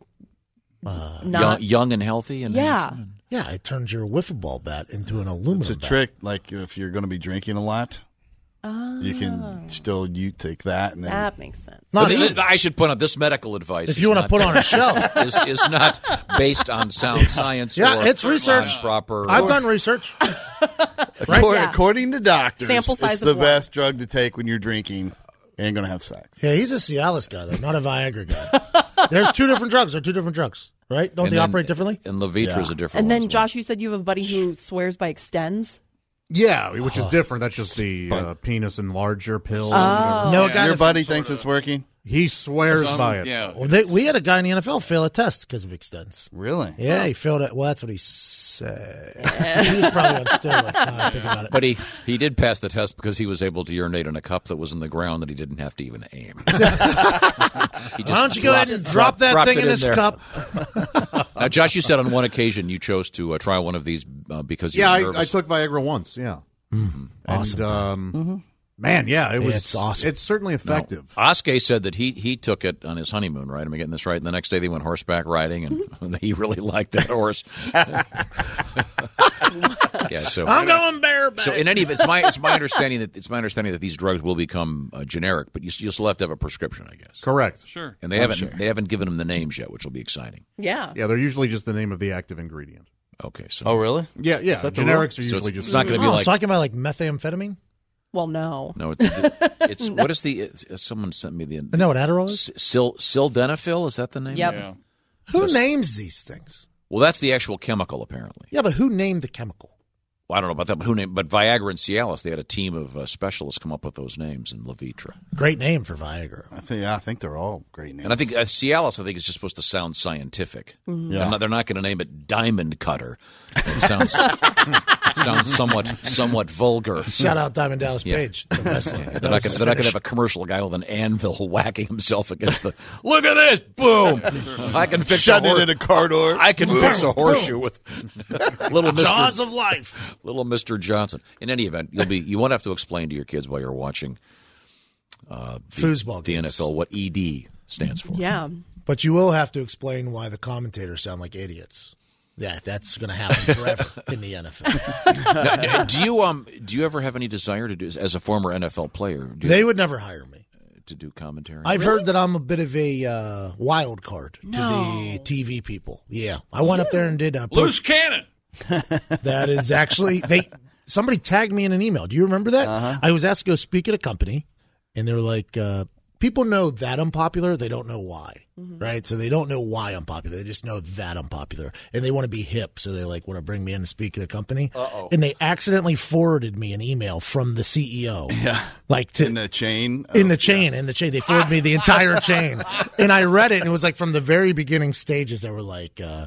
Speaker 6: young,
Speaker 9: not
Speaker 6: young and healthy and
Speaker 9: Yeah.
Speaker 14: Yeah, it turns your wiffle ball bat into an aluminum.
Speaker 16: It's a
Speaker 14: bat.
Speaker 16: trick. Like if you're going to be drinking a lot, you
Speaker 20: Ah.
Speaker 16: can still you take that and then
Speaker 9: That makes sense.
Speaker 6: But it- I should put on this medical advice.
Speaker 16: If
Speaker 6: is
Speaker 16: you wanna
Speaker 6: not-
Speaker 16: put on a show.
Speaker 6: is, is not based on sound science.
Speaker 14: Yeah,
Speaker 6: or
Speaker 14: it's research.
Speaker 6: on Proper.
Speaker 14: I've done research.
Speaker 16: According,
Speaker 14: Yeah.
Speaker 16: according to doctors,
Speaker 14: Sample size
Speaker 16: it's the
Speaker 14: of blood.
Speaker 16: best drug to take when you're drinking and going to have sex.
Speaker 14: Yeah, he's a Cialis guy though, not a Viagra guy. There's two different drugs. They're two different drugs. right? Don't
Speaker 6: And
Speaker 14: they
Speaker 6: then-
Speaker 14: operate differently?
Speaker 6: And Levitra's a different
Speaker 9: And
Speaker 6: one.
Speaker 9: then, Josh, you said you have a buddy who swears by extends.
Speaker 4: Yeah, which is different. That's just the uh, penis enlarger pill. or
Speaker 9: Oh.
Speaker 4: whatever.
Speaker 9: No, a guy
Speaker 16: Your buddy thinks it's working.
Speaker 4: He swears
Speaker 16: Some-
Speaker 4: by it.
Speaker 16: yeah.
Speaker 14: Well, they, we had a guy in the NFL fail a test because of extends.
Speaker 16: Really?
Speaker 14: Yeah, he failed it. Well, that's what he said. he was probably on steroids. Now that I think about it.
Speaker 6: But he, he did pass the test because he was able to urinate in a cup that was in the ground that he didn't have to even aim. He just
Speaker 14: Why don't you go ahead and drop that
Speaker 6: dropped
Speaker 14: thing
Speaker 6: it
Speaker 14: in this
Speaker 6: there.
Speaker 14: cup?
Speaker 6: now, Josh, you said on one occasion you chose to uh, try one of these uh, because you
Speaker 4: Yeah,
Speaker 6: were
Speaker 4: I,
Speaker 6: nervous.
Speaker 4: I took Viagra once. Yeah.
Speaker 16: Mm-hmm.
Speaker 14: Awesome
Speaker 4: And, um, Man, yeah, it was.
Speaker 14: It's awesome.
Speaker 4: It's certainly effective.
Speaker 6: Oskay said that he he took it on his honeymoon, right? Am I getting this right? And the next day they went horseback riding, and he really liked that horse. yeah, so
Speaker 14: I'm going bareback.
Speaker 6: So in any event, it's my it's my understanding that it's my understanding that these drugs will become uh, generic, but you, s- you still have to have a prescription, I guess.
Speaker 4: Correct.
Speaker 5: Sure.
Speaker 6: And they haven't they haven't given them the names yet, which will be exciting.
Speaker 9: Yeah.
Speaker 4: Yeah, they're usually just the name of the active ingredient.
Speaker 6: Okay. So.
Speaker 16: Oh, really?
Speaker 4: Yeah, yeah.
Speaker 16: Is that the
Speaker 4: Generics are
Speaker 6: rule? So
Speaker 4: usually
Speaker 6: it's-
Speaker 4: just.
Speaker 6: it's not gonna be
Speaker 14: oh,
Speaker 6: like-
Speaker 14: so I can buy like methamphetamine.
Speaker 9: Well, no.
Speaker 6: No, it, it's
Speaker 9: No.
Speaker 6: what is the? It's, uh, someone sent me the.
Speaker 14: No, what Adderall is?
Speaker 6: S- Sil sildenafil is that the name?
Speaker 9: Yep. Yeah.
Speaker 14: Who names these things?
Speaker 6: Well, that's the actual chemical apparently.
Speaker 14: Yeah, but who named the chemical?
Speaker 6: Well, I don't know about that, but who named? But Viagra and Cialis, they had a team of uh, specialists come up with those names in Levitra,
Speaker 14: Great name for Viagra.
Speaker 16: I think yeah, I think they're all great names.
Speaker 6: and I think uh, Cialis, I think is just supposed to sound scientific.
Speaker 14: Mm-hmm.
Speaker 16: Mhm.
Speaker 6: They're
Speaker 16: Yeah.
Speaker 6: not, they're not going to name it Diamond Cutter. It sounds sounds somewhat somewhat vulgar.
Speaker 14: Shout out Diamond Dallas
Speaker 6: Yeah.
Speaker 14: Page, the wrestler.
Speaker 6: They're not going to have a commercial guy with an anvil whacking himself against the. Look at this! Boom! I can fix
Speaker 16: Shut
Speaker 6: a hor-
Speaker 16: it in a car door.
Speaker 6: I can
Speaker 16: Boom,
Speaker 6: fix a
Speaker 16: boom.
Speaker 6: horseshoe with little Mister
Speaker 14: Jaws of life.
Speaker 6: Little Mister Johnson. In any event, you'll be you won't have to explain to your kids while you're watching uh, the,
Speaker 14: Foosball
Speaker 6: the NFL what ED stands for.
Speaker 9: Yeah.
Speaker 14: But you will have to explain why the commentators sound like idiots. Yeah, that's going to happen forever in the NFL.
Speaker 6: Now, now, do you um do you ever have any desire to do as a former NFL player? Do
Speaker 14: They would never hire me.
Speaker 6: to do commentary.
Speaker 14: I've heard that I'm a bit of a uh, wild card to the TV people. Yeah, I went up there and did a
Speaker 5: Loose cannon.
Speaker 14: that is actually they somebody tagged me in an email. Do you remember that? I was asked to go speak at a company, and they were like, uh, "People know that I'm popular. They don't know why, right? So they don't know why I'm popular. They just know that I'm popular, and they want to be hip. So they like want to bring me in to speak at a company.
Speaker 16: Uh-oh.
Speaker 14: And they accidentally forwarded me an email from the E CEO.
Speaker 16: Yeah.
Speaker 14: like to
Speaker 16: in the chain.
Speaker 14: in
Speaker 6: Oh,
Speaker 14: the chain, in the chain. They forwarded me the entire chain. And I read it, and it was like from the very beginning stages, they were like, uh,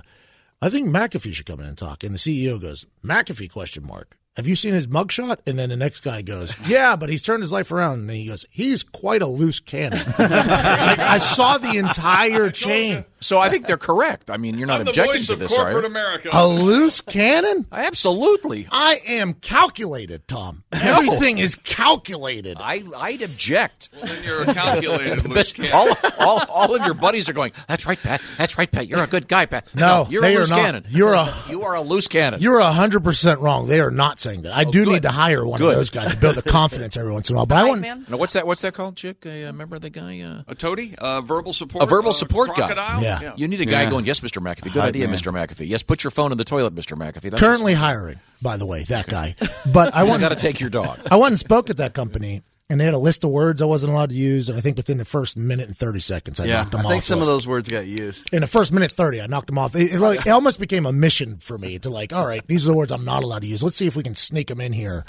Speaker 14: I think McAfee should come in and talk. And the CEO goes, McAfee question mark. Have you seen his mugshot? And then the next guy goes, Yeah, but he's turned his life around. And he goes, He's quite a loose cannon. like, I saw the entire chain.
Speaker 6: So I think they're correct. I mean, you're not
Speaker 5: I'm the
Speaker 6: objecting
Speaker 5: voice
Speaker 6: to
Speaker 5: of
Speaker 6: this, are
Speaker 5: corporate
Speaker 6: you?
Speaker 5: America.
Speaker 14: A loose cannon?
Speaker 6: Absolutely.
Speaker 14: I am calculated, Tom. Everything is calculated.
Speaker 6: I I'd object.
Speaker 5: Then you're a calculated loose
Speaker 6: But
Speaker 5: cannon.
Speaker 6: all, all, all of your buddies are going. That's right, Pat. That's right, Pat. You're a good guy, Pat.
Speaker 14: No,
Speaker 6: you're
Speaker 14: they
Speaker 6: a
Speaker 14: are
Speaker 6: loose
Speaker 14: not.
Speaker 6: cannon.
Speaker 14: You're a-
Speaker 6: you are a loose cannon. Oh,
Speaker 14: You're 100% wrong. They are not saying that. I do
Speaker 6: good.
Speaker 14: need to hire one
Speaker 6: Good.
Speaker 14: of those guys to build the confidence every once in a while. But I
Speaker 9: Right,
Speaker 14: want
Speaker 9: man.
Speaker 6: Now, what's that? What's that called, Chick? I uh, remember the guy. Uh,
Speaker 5: A toady, a verbal support,
Speaker 6: a verbal
Speaker 5: uh,
Speaker 6: support guy.
Speaker 5: crocodile?
Speaker 14: Yeah.
Speaker 6: You need a guy
Speaker 16: Yeah.
Speaker 6: going, yes, Mr. McAfee. Good
Speaker 16: Hype
Speaker 6: idea,
Speaker 16: man.
Speaker 6: Mr. McAfee. Yes, put your phone in the toilet, Mr. McAfee. That's
Speaker 14: currently hiring, by the way, that guy. But I
Speaker 6: He's
Speaker 14: went
Speaker 6: got to take your dog.
Speaker 14: I went and spoke at that company and they had a list of words I wasn't allowed to use and I think within the first minute and 30 seconds I
Speaker 16: Yeah,
Speaker 14: knocked
Speaker 16: I
Speaker 14: them off.
Speaker 16: think some of
Speaker 14: list.
Speaker 16: those words got used.
Speaker 14: in the first minute 30 I knocked them off. It, it like, it almost became a mission for me to like, all right, these are the words I'm not allowed to use. Let's see if we can sneak them in here.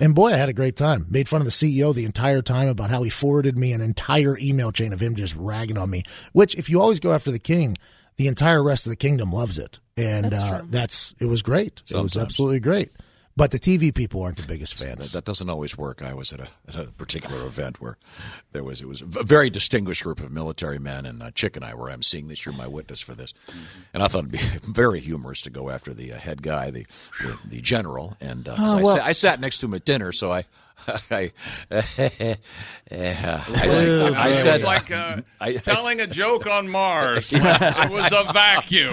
Speaker 14: And boy, I had a great time. Made fun of the CEO the entire time about how he forwarded me an entire email chain of him just ragging on me, which if you always go after the king, the entire rest of the kingdom loves it. And
Speaker 9: That's
Speaker 14: uh,
Speaker 9: true.
Speaker 14: that's it was great. It was
Speaker 6: Sometimes.
Speaker 14: absolutely great. But the TV people aren't the biggest fans.
Speaker 6: That, that doesn't always work. I was at a, at a particular event where there was it was a very distinguished group of military men, and uh, Chick and I were emceeing this. You're my witness for this,
Speaker 5: Mm-hmm.
Speaker 6: and I thought it'd be very humorous to go after the uh, head guy, the the, the general, and uh, 'cause
Speaker 14: Oh,
Speaker 6: I,
Speaker 14: well-
Speaker 6: sat, I sat next to him at dinner, so I. I, uh, I,
Speaker 5: Like,
Speaker 6: said- I said,
Speaker 5: was like uh,
Speaker 6: I-
Speaker 5: telling a joke on Mars. it was a vacuum.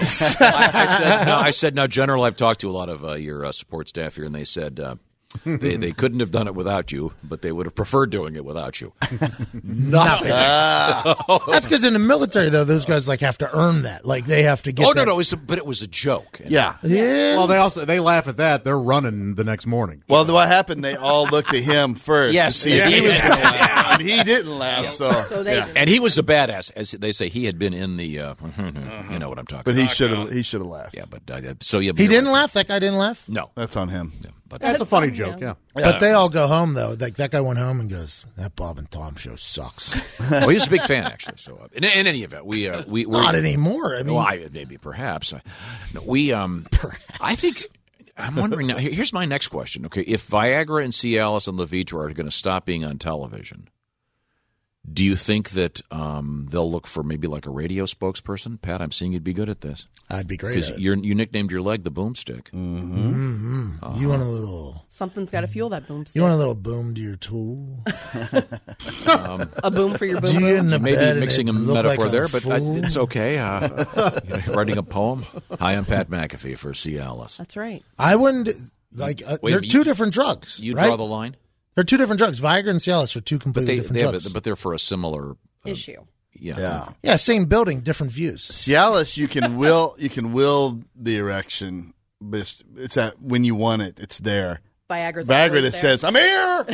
Speaker 6: I, I said, no, I said, now, General, I've talked to a lot of uh, your uh, support staff here, and they said, uh, they they couldn't have done it without you, but they would have preferred doing it without you.
Speaker 14: Nothing.
Speaker 6: Ah.
Speaker 14: That's because in the military, though, those guys like have to earn that. Like they have to get.
Speaker 6: oh
Speaker 14: that-
Speaker 6: no, no, it's a, but it was a joke.
Speaker 16: Yeah.
Speaker 14: Yeah.
Speaker 4: Well, they also they laugh at that. They're running the next morning.
Speaker 16: Well, what happened? They all looked at him first.
Speaker 6: Yes,
Speaker 16: to see if
Speaker 6: yeah,
Speaker 16: he was
Speaker 6: yeah.
Speaker 16: gonna laugh. And he didn't laugh. So, yeah.
Speaker 6: And he was a badass, as they say. He had been in the, uh, you know what I'm talking.
Speaker 16: but he
Speaker 6: about.
Speaker 16: should have. He should have laughed.
Speaker 6: Yeah, but uh, so yeah,
Speaker 14: He didn't laugh. That guy didn't laugh.
Speaker 6: No,
Speaker 16: that's on him.
Speaker 6: but
Speaker 4: That's a funny joke. Yeah.
Speaker 14: But they all go home though. Like that guy went home and goes, "That Bob and Tom show sucks."
Speaker 6: well, he's a big fan, actually. So, uh, in, in any event, we uh, we we're-
Speaker 14: Not anymore, I mean-
Speaker 6: well, I, maybe perhaps I- no, we um. I think I'm wondering now. here- Here's my next question. Okay, if Viagra and Cialis and Levitra are going to stop being on television, do you think that um, they'll look for maybe like a radio spokesperson? Pat, I'm seeing you'd be good at this.
Speaker 14: I'd be great
Speaker 6: because
Speaker 14: at it.
Speaker 6: you you nicknamed your leg the boomstick.
Speaker 14: Mm-hmm.
Speaker 6: Uh-huh.
Speaker 14: You want a little?
Speaker 9: Something's got to fuel that boomstick.
Speaker 14: You want a little boom to your tool?
Speaker 6: Um,
Speaker 9: A boom for your boom.
Speaker 14: Do you
Speaker 9: boom?
Speaker 14: in the
Speaker 6: Maybe
Speaker 14: bed and
Speaker 6: mixing
Speaker 14: it
Speaker 6: a
Speaker 14: look
Speaker 6: metaphor
Speaker 14: like a
Speaker 6: there, but I,
Speaker 14: fool?
Speaker 6: it's okay. Uh, you know, writing a poem. Hi, I'm Pat McAfee for Cialis.
Speaker 9: That's right.
Speaker 14: I wouldn't like. Uh,
Speaker 6: Wait,
Speaker 14: they're
Speaker 6: you-
Speaker 14: two different drugs.
Speaker 6: You
Speaker 14: right?
Speaker 6: draw the line,
Speaker 14: They're two different drugs. Viagra and Cialis are two
Speaker 6: but
Speaker 14: completely
Speaker 6: they,
Speaker 14: different
Speaker 6: they have
Speaker 14: drugs.
Speaker 6: a, but they're for a similar
Speaker 9: issue.
Speaker 6: Yeah,
Speaker 14: yeah, same building, different views.
Speaker 16: Cialis, you can will you can will the erection. but It's, it's at when you want it. It's there.
Speaker 9: Viagra's
Speaker 16: Viagra
Speaker 9: always
Speaker 16: that
Speaker 9: there.
Speaker 16: says, "I'm here.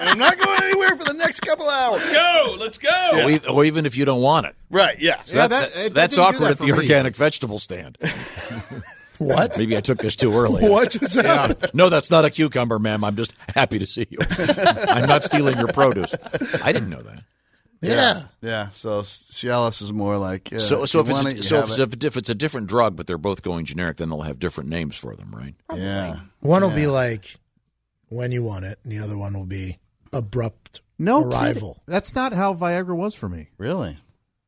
Speaker 16: and I'm not going anywhere for the next couple hours. Let's go. Let's go."
Speaker 6: Or, e- or even if you don't want it.
Speaker 16: Right. Yeah.
Speaker 6: So that- that- that's awkward at the organic vegetable stand.
Speaker 14: what?
Speaker 6: Maybe I took this too early.
Speaker 14: What just
Speaker 6: Yeah.
Speaker 14: happened?
Speaker 6: No, that's not a cucumber, ma'am. I'm just happy to see you. I'm not stealing your produce. I didn't know that.
Speaker 16: Yeah. Yeah. So Cialis is more like yeah,
Speaker 6: so, so
Speaker 16: you
Speaker 6: if it's
Speaker 16: want
Speaker 6: a,
Speaker 16: it, you
Speaker 6: so
Speaker 16: have it.
Speaker 6: if, it's a- if it's a different drug, but they're both going generic, then they'll have different names for them, right?
Speaker 16: Yeah.
Speaker 14: One will
Speaker 16: Yeah.
Speaker 14: be like when you want it, and the other one will be abrupt
Speaker 4: No
Speaker 14: arrival.
Speaker 4: kidding. That's not how Viagra was for me.
Speaker 16: Really?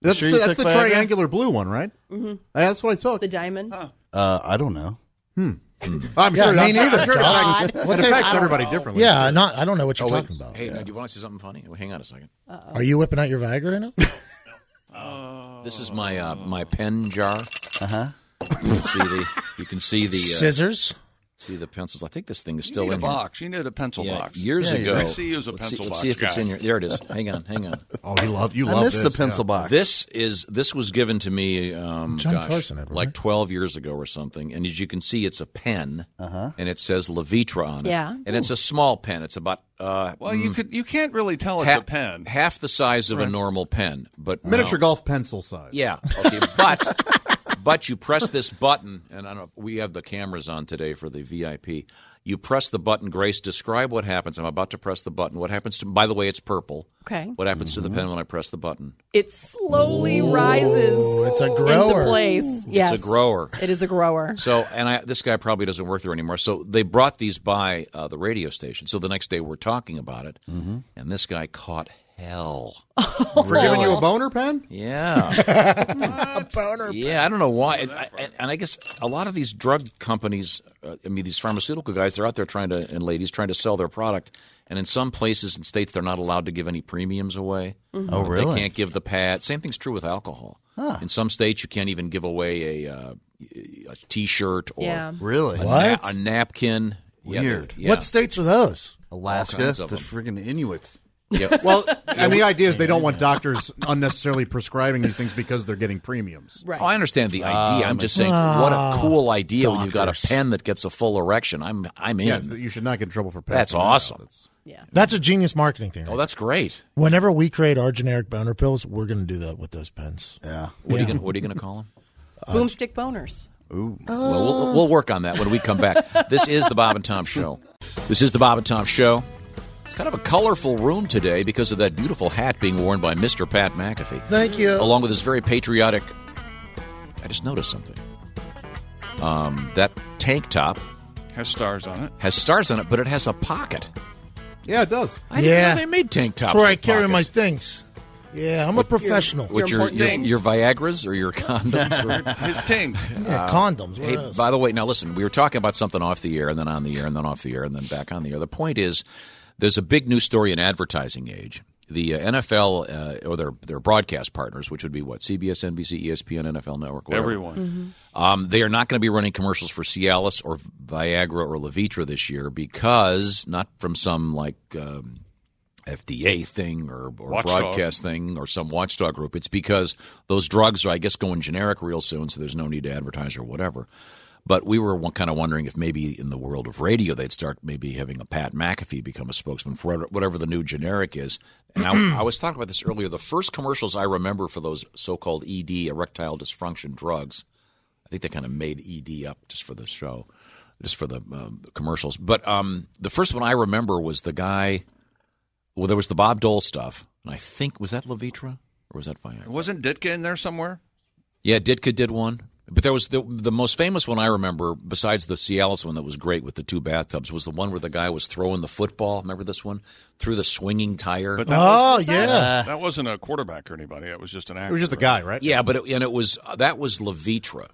Speaker 4: That's
Speaker 16: sure
Speaker 4: the,
Speaker 16: you
Speaker 4: that's the
Speaker 16: took Viagra?
Speaker 4: triangular blue one, right?
Speaker 9: Mhm.
Speaker 4: That's what I took.
Speaker 9: The diamond.
Speaker 16: Uh, I don't know.
Speaker 4: Hmm. I'm
Speaker 14: Yeah,
Speaker 4: sure.
Speaker 14: me
Speaker 4: I'm sure-
Speaker 14: neither,
Speaker 4: I'm sure it
Speaker 14: Josh.
Speaker 4: affects-
Speaker 14: What's
Speaker 4: it
Speaker 14: it-
Speaker 4: affects
Speaker 14: I don't
Speaker 4: everybody
Speaker 14: know.
Speaker 4: differently.
Speaker 14: Yeah, not, I don't know what you're
Speaker 6: Oh, wait.
Speaker 14: talking about.
Speaker 6: Hey, now, do you want to see something funny? Well, hang on a second.
Speaker 14: Are you whipping out your Viagra right now?
Speaker 6: This is my uh, my pen jar. Uh
Speaker 16: Uh-huh.
Speaker 6: huh. see the you can see the uh,
Speaker 14: Scissors?
Speaker 6: See the pencils. I think this thing is still
Speaker 5: need
Speaker 6: in
Speaker 5: a
Speaker 6: here.
Speaker 5: box. You need a pencil
Speaker 6: Yeah,
Speaker 5: box.
Speaker 6: Years
Speaker 5: Yeah,
Speaker 6: ago,
Speaker 5: I see you as a
Speaker 6: Let's see-
Speaker 5: pencil
Speaker 6: let's
Speaker 5: box
Speaker 6: see if it's
Speaker 5: guy.
Speaker 6: in here. There it is. Hang on, hang on.
Speaker 4: Oh, you love you
Speaker 16: I
Speaker 4: love
Speaker 16: miss the
Speaker 4: this,
Speaker 16: pencil box.
Speaker 6: This is this was given to me, um,
Speaker 14: John
Speaker 6: gosh,
Speaker 14: Carson had one,
Speaker 6: like
Speaker 14: right?
Speaker 6: twelve years ago or something. And as you can see, it's a pen,
Speaker 16: Uh-huh.
Speaker 6: and it says Levitra on it.
Speaker 9: Yeah.
Speaker 6: and it's a small pen. It's about uh,
Speaker 5: Well, you
Speaker 6: mm,
Speaker 5: could. You can't really tell it's
Speaker 6: ha-
Speaker 5: a pen.
Speaker 6: half the size of a
Speaker 4: Right.
Speaker 6: normal pen, but
Speaker 4: Miniature
Speaker 6: no.
Speaker 4: golf pencil size.
Speaker 6: Yeah. Okay. But but you press this button, and I don't. We have the cameras on today for the VIP. You press the button, Grace. Describe what happens. I'm about to press the button. What happens to? By the way, it's purple.
Speaker 9: Okay.
Speaker 6: What happens to
Speaker 16: Mm-hmm.
Speaker 6: the pen when I press the button?
Speaker 9: It slowly rises
Speaker 14: It's a
Speaker 9: into
Speaker 14: grower.
Speaker 9: place. Yes.
Speaker 6: It's a grower.
Speaker 9: It is a grower.
Speaker 6: So, and I, this guy probably doesn't work there anymore. So they brought these by uh, the radio station. So the next day we're talking about it, and this guy caught hell.
Speaker 4: Mm-hmm. For giving you a boner pen?
Speaker 6: Yeah,
Speaker 14: A boner.
Speaker 6: yeah. I don't know why. And, I- and, and I guess a lot of these drug companies, uh, I mean, these pharmaceutical guys, they're out there trying to, and ladies trying to sell their product. And in some places and states, they're not allowed to give any premiums away.
Speaker 16: Oh, really?
Speaker 6: They can't give the pad. Same thing's true with alcohol. In some states, you can't even give away a, uh, a T-shirt or
Speaker 9: Yeah.
Speaker 16: Really?
Speaker 6: a,
Speaker 14: What?
Speaker 6: na- a napkin. Yeah,
Speaker 16: Weird.
Speaker 6: yeah.
Speaker 14: What states are those?
Speaker 6: all
Speaker 16: Alaska,
Speaker 6: kinds
Speaker 16: the
Speaker 6: of
Speaker 16: freaking Inuits.
Speaker 6: Yeah.
Speaker 4: Well, and the idea is they don't want doctors unnecessarily prescribing these things because they're getting premiums.
Speaker 9: Right.
Speaker 6: Oh, I understand the idea. I'm just saying,
Speaker 14: Ah,
Speaker 6: what a cool idea when you've got
Speaker 14: doctors.
Speaker 6: a pen that gets a full erection. I'm, I'm in.
Speaker 4: Yeah, th- you should not get in trouble for passing
Speaker 6: That's
Speaker 4: that out.
Speaker 6: awesome.
Speaker 4: That's-
Speaker 14: That's a genius marketing thing.
Speaker 6: oh, that's great.
Speaker 14: Whenever we create our generic boner pills, we're going to do that with those pens.
Speaker 16: Yeah.
Speaker 6: What are you gonna, what are you going to call him?
Speaker 14: Uh,
Speaker 9: Boomstick boners.
Speaker 6: Well, well, we'll work on that when we come back. This is the Bob and Tom Show. This is the Bob and Tom Show. It's kind of a colorful room today because of that beautiful hat being worn by Mr. Pat McAfee,
Speaker 14: Thank you.
Speaker 6: along with his very patriotic. I just noticed something. Um, that tank top
Speaker 5: Has stars on it.
Speaker 6: has stars on it, but it has a pocket.
Speaker 4: Yeah, it does.
Speaker 6: I didn't
Speaker 14: Yeah.
Speaker 6: know they made tank tops.
Speaker 14: That's where I
Speaker 6: with
Speaker 14: carry my
Speaker 6: pockets.
Speaker 14: things. Yeah, I'm a professional.
Speaker 6: What
Speaker 9: Your
Speaker 6: your your,
Speaker 9: important
Speaker 6: your Viagra's or your condoms? Or,
Speaker 5: His ting. Uh,
Speaker 14: Yeah, condoms.
Speaker 6: Um,
Speaker 14: What
Speaker 6: hey,
Speaker 14: else?
Speaker 6: by the way, now listen. We were talking about something off the air, and then on the air, and then off the air, and then back on the air. The point is, there's a big news story in advertising age the uh, NFL uh, or their their broadcast partners, which would be what CBS, NBC, ESPN, NFL Network, whatever.
Speaker 5: Everyone.
Speaker 9: Mm-hmm.
Speaker 6: Um, they are not going to be running commercials for Cialis or Viagra or Levitra this year because not from some like um, FDA thing or, or
Speaker 5: Watchdog.
Speaker 6: broadcast thing or some watchdog group. It's because those drugs are, I guess, going generic real soon, so there's no need to advertise or whatever. But we were kind of wondering if maybe in the world of radio they'd start maybe having a Pat McAfee become a spokesman for whatever- whatever the new generic is. And I, I was talking about this earlier. The first commercials I remember for those so-called ED erectile dysfunction drugs, I think they kind of made ED up just for the show, just for the um, commercials. But um, the first one I remember was the guy. Well, there was the Bob Dole stuff, and I think was that Levitra or was that Viagra?
Speaker 5: Wasn't Ditka in there somewhere?
Speaker 6: Yeah, Ditka did one. But there was the, the most famous one I remember, besides the Cialis one that was great with the two bathtubs, was the one where the guy was throwing the football. Remember this one? Through the swinging tire.
Speaker 5: But that
Speaker 6: Oh,
Speaker 5: was- Uh, that wasn't a quarterback or anybody. That Oh, was just an actor.
Speaker 6: Uh, Yeah, but it, and it was uh, that was Levitra,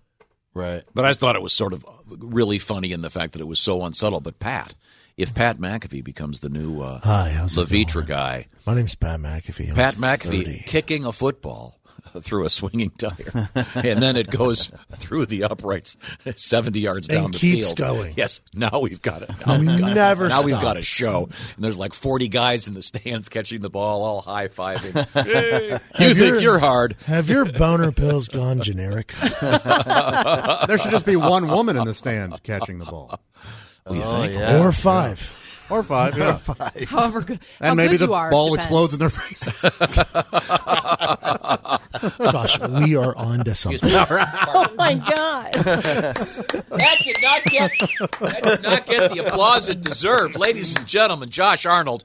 Speaker 6: right? But I thought it was sort of really funny in the fact that it was so unsubtle. But Pat, if Pat McAfee becomes the new uh,
Speaker 5: Ah,
Speaker 14: Hi, how's it
Speaker 6: Levitra guy,
Speaker 14: My name's Pat McAfee. I'm
Speaker 6: Pat McAfee
Speaker 14: 30.
Speaker 6: kicking a football through a swinging tire, and then it goes through the uprights seventy yards
Speaker 14: And
Speaker 6: down the
Speaker 14: keeps
Speaker 6: field.
Speaker 14: going.
Speaker 6: Yes, now we've got it. Now we've got
Speaker 14: Never
Speaker 6: it. Now we've got a
Speaker 14: stops.
Speaker 6: show, and there's like forty guys in the stands catching the ball, all high fiving. you
Speaker 14: Have your-
Speaker 6: think you're hard?
Speaker 14: Have your boner pills gone generic?
Speaker 4: there should just be one woman in the stand catching the ball.
Speaker 14: you Oh, think? yeah. Or five.
Speaker 4: Or five, yeah.
Speaker 14: Or five.
Speaker 9: However good-
Speaker 4: And
Speaker 9: how
Speaker 4: maybe
Speaker 9: good
Speaker 4: the
Speaker 9: you are
Speaker 4: ball
Speaker 9: depends.
Speaker 4: explodes in their faces.
Speaker 14: Gosh, we are on to something.
Speaker 9: oh my god!
Speaker 6: that did not get that did not get the applause it deserved, ladies and gentlemen. Josh Arnold.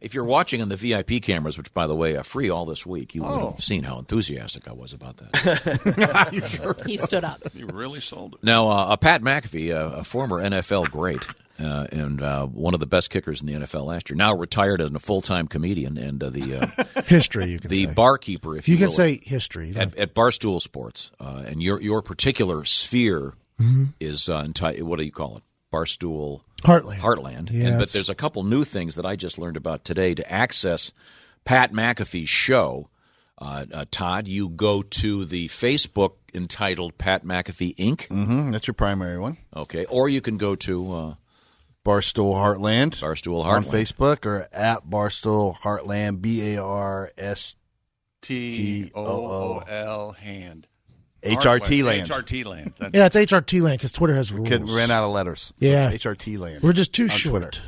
Speaker 6: If you're watching on the VIP cameras, which by the way are free all this week, you would
Speaker 5: Oh.
Speaker 6: have seen how enthusiastic I was about that.
Speaker 5: you sure?
Speaker 9: He stood up.
Speaker 5: You really sold it.
Speaker 6: Now, uh, uh, Pat McAfee, uh, a former NFL great uh, and uh, one of the best kickers in the NFL last year, now retired and a full time comedian and uh, the uh,
Speaker 14: History, you can
Speaker 6: the
Speaker 14: say.
Speaker 6: barkeeper, if you,
Speaker 14: You can
Speaker 6: will,
Speaker 14: say history. You don't
Speaker 6: at, at Barstool Sports, uh, and your your particular sphere
Speaker 14: Mhm.
Speaker 6: is uh, enti- what do you call it? Barstool
Speaker 14: Heartland.
Speaker 6: Heartland.
Speaker 14: Yeah,
Speaker 6: and, but
Speaker 14: it's-
Speaker 6: there's a couple new things that I just learned about today to access Pat McAfee's show. Uh, uh, Todd, you go to the Facebook entitled Pat McAfee Inc.
Speaker 16: Mm-hmm, that's your primary one.
Speaker 6: Okay, or you can go to uh,
Speaker 16: Barstool Heartland.
Speaker 6: Barstool
Speaker 16: on
Speaker 6: Heartland.
Speaker 16: Facebook or at Barstool Heartland. B A R S
Speaker 5: T O O L hand.
Speaker 16: HRT
Speaker 5: Heartland.
Speaker 16: land.
Speaker 5: HRT land. That's
Speaker 14: Yeah, it's HRT land because Twitter has rules.
Speaker 16: Kid ran out of letters.
Speaker 14: Yeah.
Speaker 16: It's HRT land.
Speaker 14: We're just too
Speaker 16: on
Speaker 14: short.
Speaker 16: Twitter.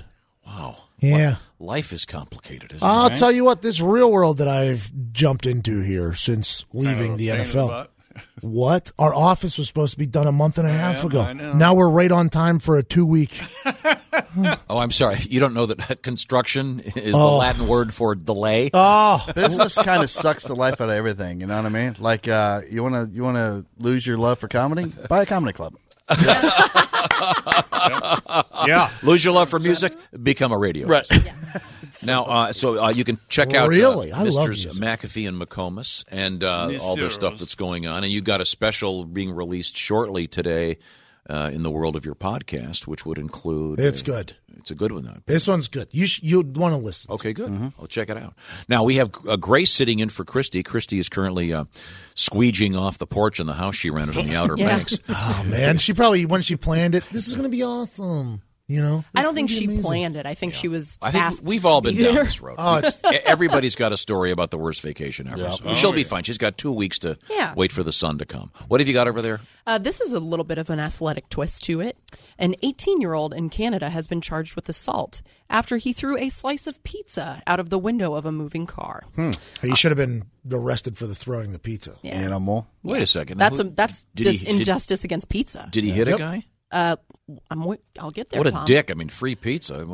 Speaker 6: Wow.
Speaker 14: Yeah.
Speaker 6: Life is complicated, isn't
Speaker 14: I'll
Speaker 6: it?
Speaker 14: tell you what, this real world that I've jumped into here since leaving the
Speaker 6: pain in the
Speaker 14: NFL.
Speaker 6: butt.
Speaker 14: what? Our office was supposed to be done a month and a half
Speaker 6: Yeah,
Speaker 14: ago.
Speaker 6: I know.
Speaker 14: Now we're right on time for a two week.
Speaker 6: Oh, I'm sorry. You don't know that construction is the
Speaker 16: Oh.
Speaker 6: Latin word for delay.
Speaker 14: Oh,
Speaker 16: business kind of sucks the life out of everything. You know what I mean? Like, uh, you want to you want to lose your love for comedy? Buy a comedy club.
Speaker 6: yeah. Lose your love for music, become a radio. Right. Now, uh, so uh, you can check out uh,
Speaker 14: Really? I love
Speaker 6: Misters McAfee and McComas and uh, all their
Speaker 14: Misters.
Speaker 6: stuff that's going on. And you got a special being released shortly today uh, in the world of your podcast, which would include.
Speaker 14: It's good.
Speaker 6: It's a good one, though.
Speaker 14: This one's good. You sh- you'd want to Mm-hmm. listen.
Speaker 6: Okay, good. I'll check it out. Now we have uh, Grace sitting in for Christy. Christy is currently uh, squeegeeing off the porch in the house she rented on the Outer
Speaker 14: Yeah.
Speaker 6: Banks.
Speaker 14: Oh man, she probably when she planned it, this is going to be awesome. You know,
Speaker 9: I
Speaker 14: This
Speaker 9: don't
Speaker 14: is gonna be
Speaker 9: think she
Speaker 14: amazing.
Speaker 9: planned it. I think she was.
Speaker 6: I think
Speaker 9: asked
Speaker 6: we've all
Speaker 9: to
Speaker 6: been
Speaker 9: be
Speaker 6: down
Speaker 9: there.
Speaker 6: this road. E-, Eh.
Speaker 14: Oh, it's-
Speaker 6: Everybody's got a story about the worst vacation ever.
Speaker 9: Yeah.
Speaker 6: So
Speaker 9: Oh,
Speaker 6: She'll be
Speaker 9: yeah.
Speaker 6: fine. She's got two weeks to
Speaker 9: Yeah.
Speaker 6: wait for the sun to come. What have you got over there?
Speaker 9: Uh, this is a little bit of an athletic twist to it. An 18 year old in Canada has been charged with assault after he threw a slice of pizza out of the window of a moving car.
Speaker 14: Hmm. You should have been arrested for the throwing the pizza.
Speaker 9: Yeah.
Speaker 16: Animal.
Speaker 6: Wait a second.
Speaker 9: That's
Speaker 6: Who-
Speaker 9: a, that's
Speaker 6: did
Speaker 9: dis-
Speaker 6: he- did-
Speaker 9: injustice against pizza.
Speaker 6: Did he hit a guy?
Speaker 9: Uh, I'm. wi- I'll get there.
Speaker 6: What a
Speaker 9: Tom.
Speaker 6: dick! I mean, free pizza.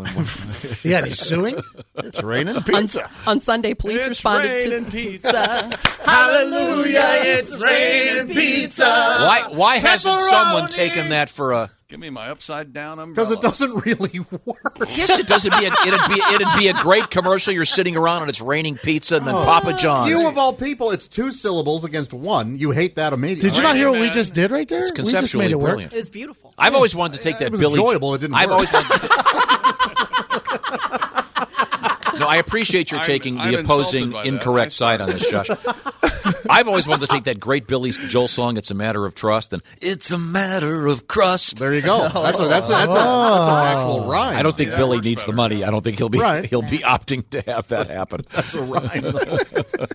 Speaker 14: yeah, he's suing.
Speaker 6: It's raining
Speaker 9: pizza. On Sunday, police responded to pizza.
Speaker 10: Hallelujah, it's raining pizza.
Speaker 6: Why? Why hasn't someone taken that for a?
Speaker 5: Give me my upside down umbrella.
Speaker 4: Because it doesn't really work.
Speaker 6: Yes, it doesn't be. A, it'd be. It'd be a great commercial. You're sitting around and it's raining pizza, and then Papa John's.
Speaker 4: You of all people, it's two syllables against one. You hate that immediately.
Speaker 14: Did you not hear what we just did right there? we just
Speaker 6: conceptually
Speaker 14: made it work.
Speaker 6: brilliant. It
Speaker 9: was beautiful.
Speaker 6: I've always wanted to take that
Speaker 4: was
Speaker 6: Billy.
Speaker 4: enjoyable. It didn't
Speaker 6: I've
Speaker 4: work.
Speaker 6: always wanted. To... no, know, I appreciate your taking
Speaker 5: I'm
Speaker 6: the opposing
Speaker 5: insulted by that.
Speaker 6: incorrect side on this, Josh. I've always wanted to take that great Billy Joel song, "It's a Matter of Trust," and "It's a Matter of Crust." There you
Speaker 4: go. That's a- that's a- that's a- that's
Speaker 14: Oh.
Speaker 4: an actual rhyme.
Speaker 6: Oh. I don't think
Speaker 4: Yeah, that
Speaker 6: Billy needs the money. I don't think he'll be
Speaker 4: Right.
Speaker 6: he'll be opting to have that happen.
Speaker 4: That's a rhyme.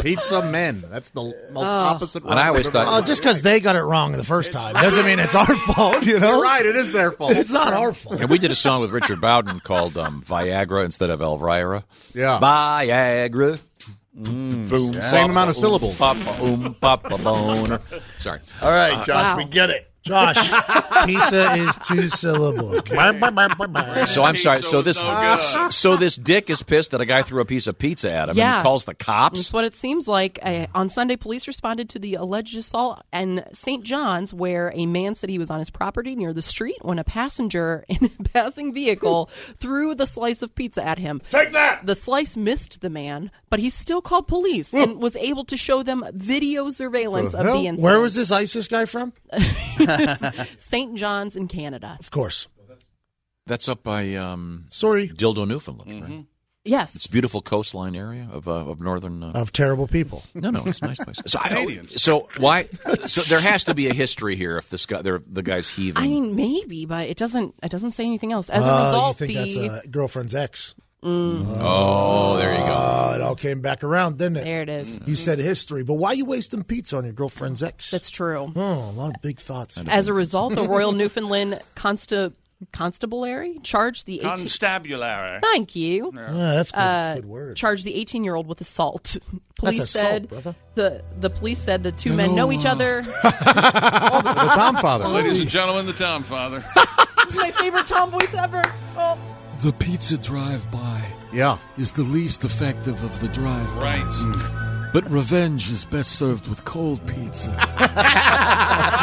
Speaker 4: Pizza men. That's the most
Speaker 9: Oh.
Speaker 4: opposite.
Speaker 6: And I always thought-
Speaker 14: Oh, just because they got it wrong the first time doesn't mean it's our fault, you know?
Speaker 4: You're right. It is their fault.
Speaker 14: It's not our fault.
Speaker 6: And we did a song with Richard Bowden called um, "Viagra" instead of "Elvira."
Speaker 4: Yeah.
Speaker 6: Viagra.
Speaker 21: Mm.
Speaker 6: Boom,
Speaker 4: Same
Speaker 6: ba-
Speaker 4: amount of
Speaker 6: boom,
Speaker 4: syllables.
Speaker 6: ba- boom, ba- ba- boner. Sorry.
Speaker 16: All right,
Speaker 6: Uh,
Speaker 16: Josh, we get it.
Speaker 14: Josh, pizza is two syllables.
Speaker 6: So I'm sorry. So this, so this dick is pissed that a guy threw a piece of pizza at him and
Speaker 9: Yeah.
Speaker 6: he calls the cops.
Speaker 9: That's what it seems like. Uh, on Sunday, police responded to the alleged assault in St. John's, where a man said he was on his property near the street when a passenger in a passing vehicle threw the slice of pizza at him. Take that! The slice missed the man, but he still called police and was able to show them video surveillance of the incident.
Speaker 14: Where was this ISIS guy from?
Speaker 9: St. John's in Canada.
Speaker 14: Of course.
Speaker 6: That's up by um,
Speaker 14: sorry,
Speaker 6: Dildo, Newfoundland. Right?
Speaker 9: Yes.
Speaker 6: It's a beautiful coastline area of uh, of northern. Uh,
Speaker 14: Of terrible people.
Speaker 6: No, no, it's a nice place. so, I, so why? So there has to be a history here. If this guy, there, the guy's heaving.
Speaker 9: I mean, maybe, but it doesn't. It doesn't say anything else. As a
Speaker 14: Oh,
Speaker 9: result,
Speaker 14: Mm. you think
Speaker 9: the
Speaker 14: that's a girlfriend's ex.
Speaker 9: Mm.
Speaker 6: Oh, there you go.
Speaker 14: Oh, it all came back around, didn't it?
Speaker 9: There it is.
Speaker 14: You said history, but why are you wasting pizza on your girlfriend's ex? That's
Speaker 9: true.
Speaker 14: Oh, a lot of big thoughts.
Speaker 9: As a result, the Royal Newfoundland Consta- Constabulary charged the 18-
Speaker 5: Constabulary.
Speaker 9: Thank you. Uh,
Speaker 14: Yeah, Ah, that's good- good word.
Speaker 9: Charged the 18-year-old with assault. Police
Speaker 14: assault,
Speaker 9: said
Speaker 14: brother.
Speaker 9: the the police said the two men know each other.
Speaker 4: the, the Tom Father.
Speaker 5: Ladies and gentlemen, the Tom Father.
Speaker 9: this is my favorite Tom voice ever. Oh,
Speaker 21: The pizza drive by
Speaker 4: yeah.
Speaker 21: is the least effective of the drive bys.
Speaker 5: Right.
Speaker 21: But revenge is best served with cold pizza.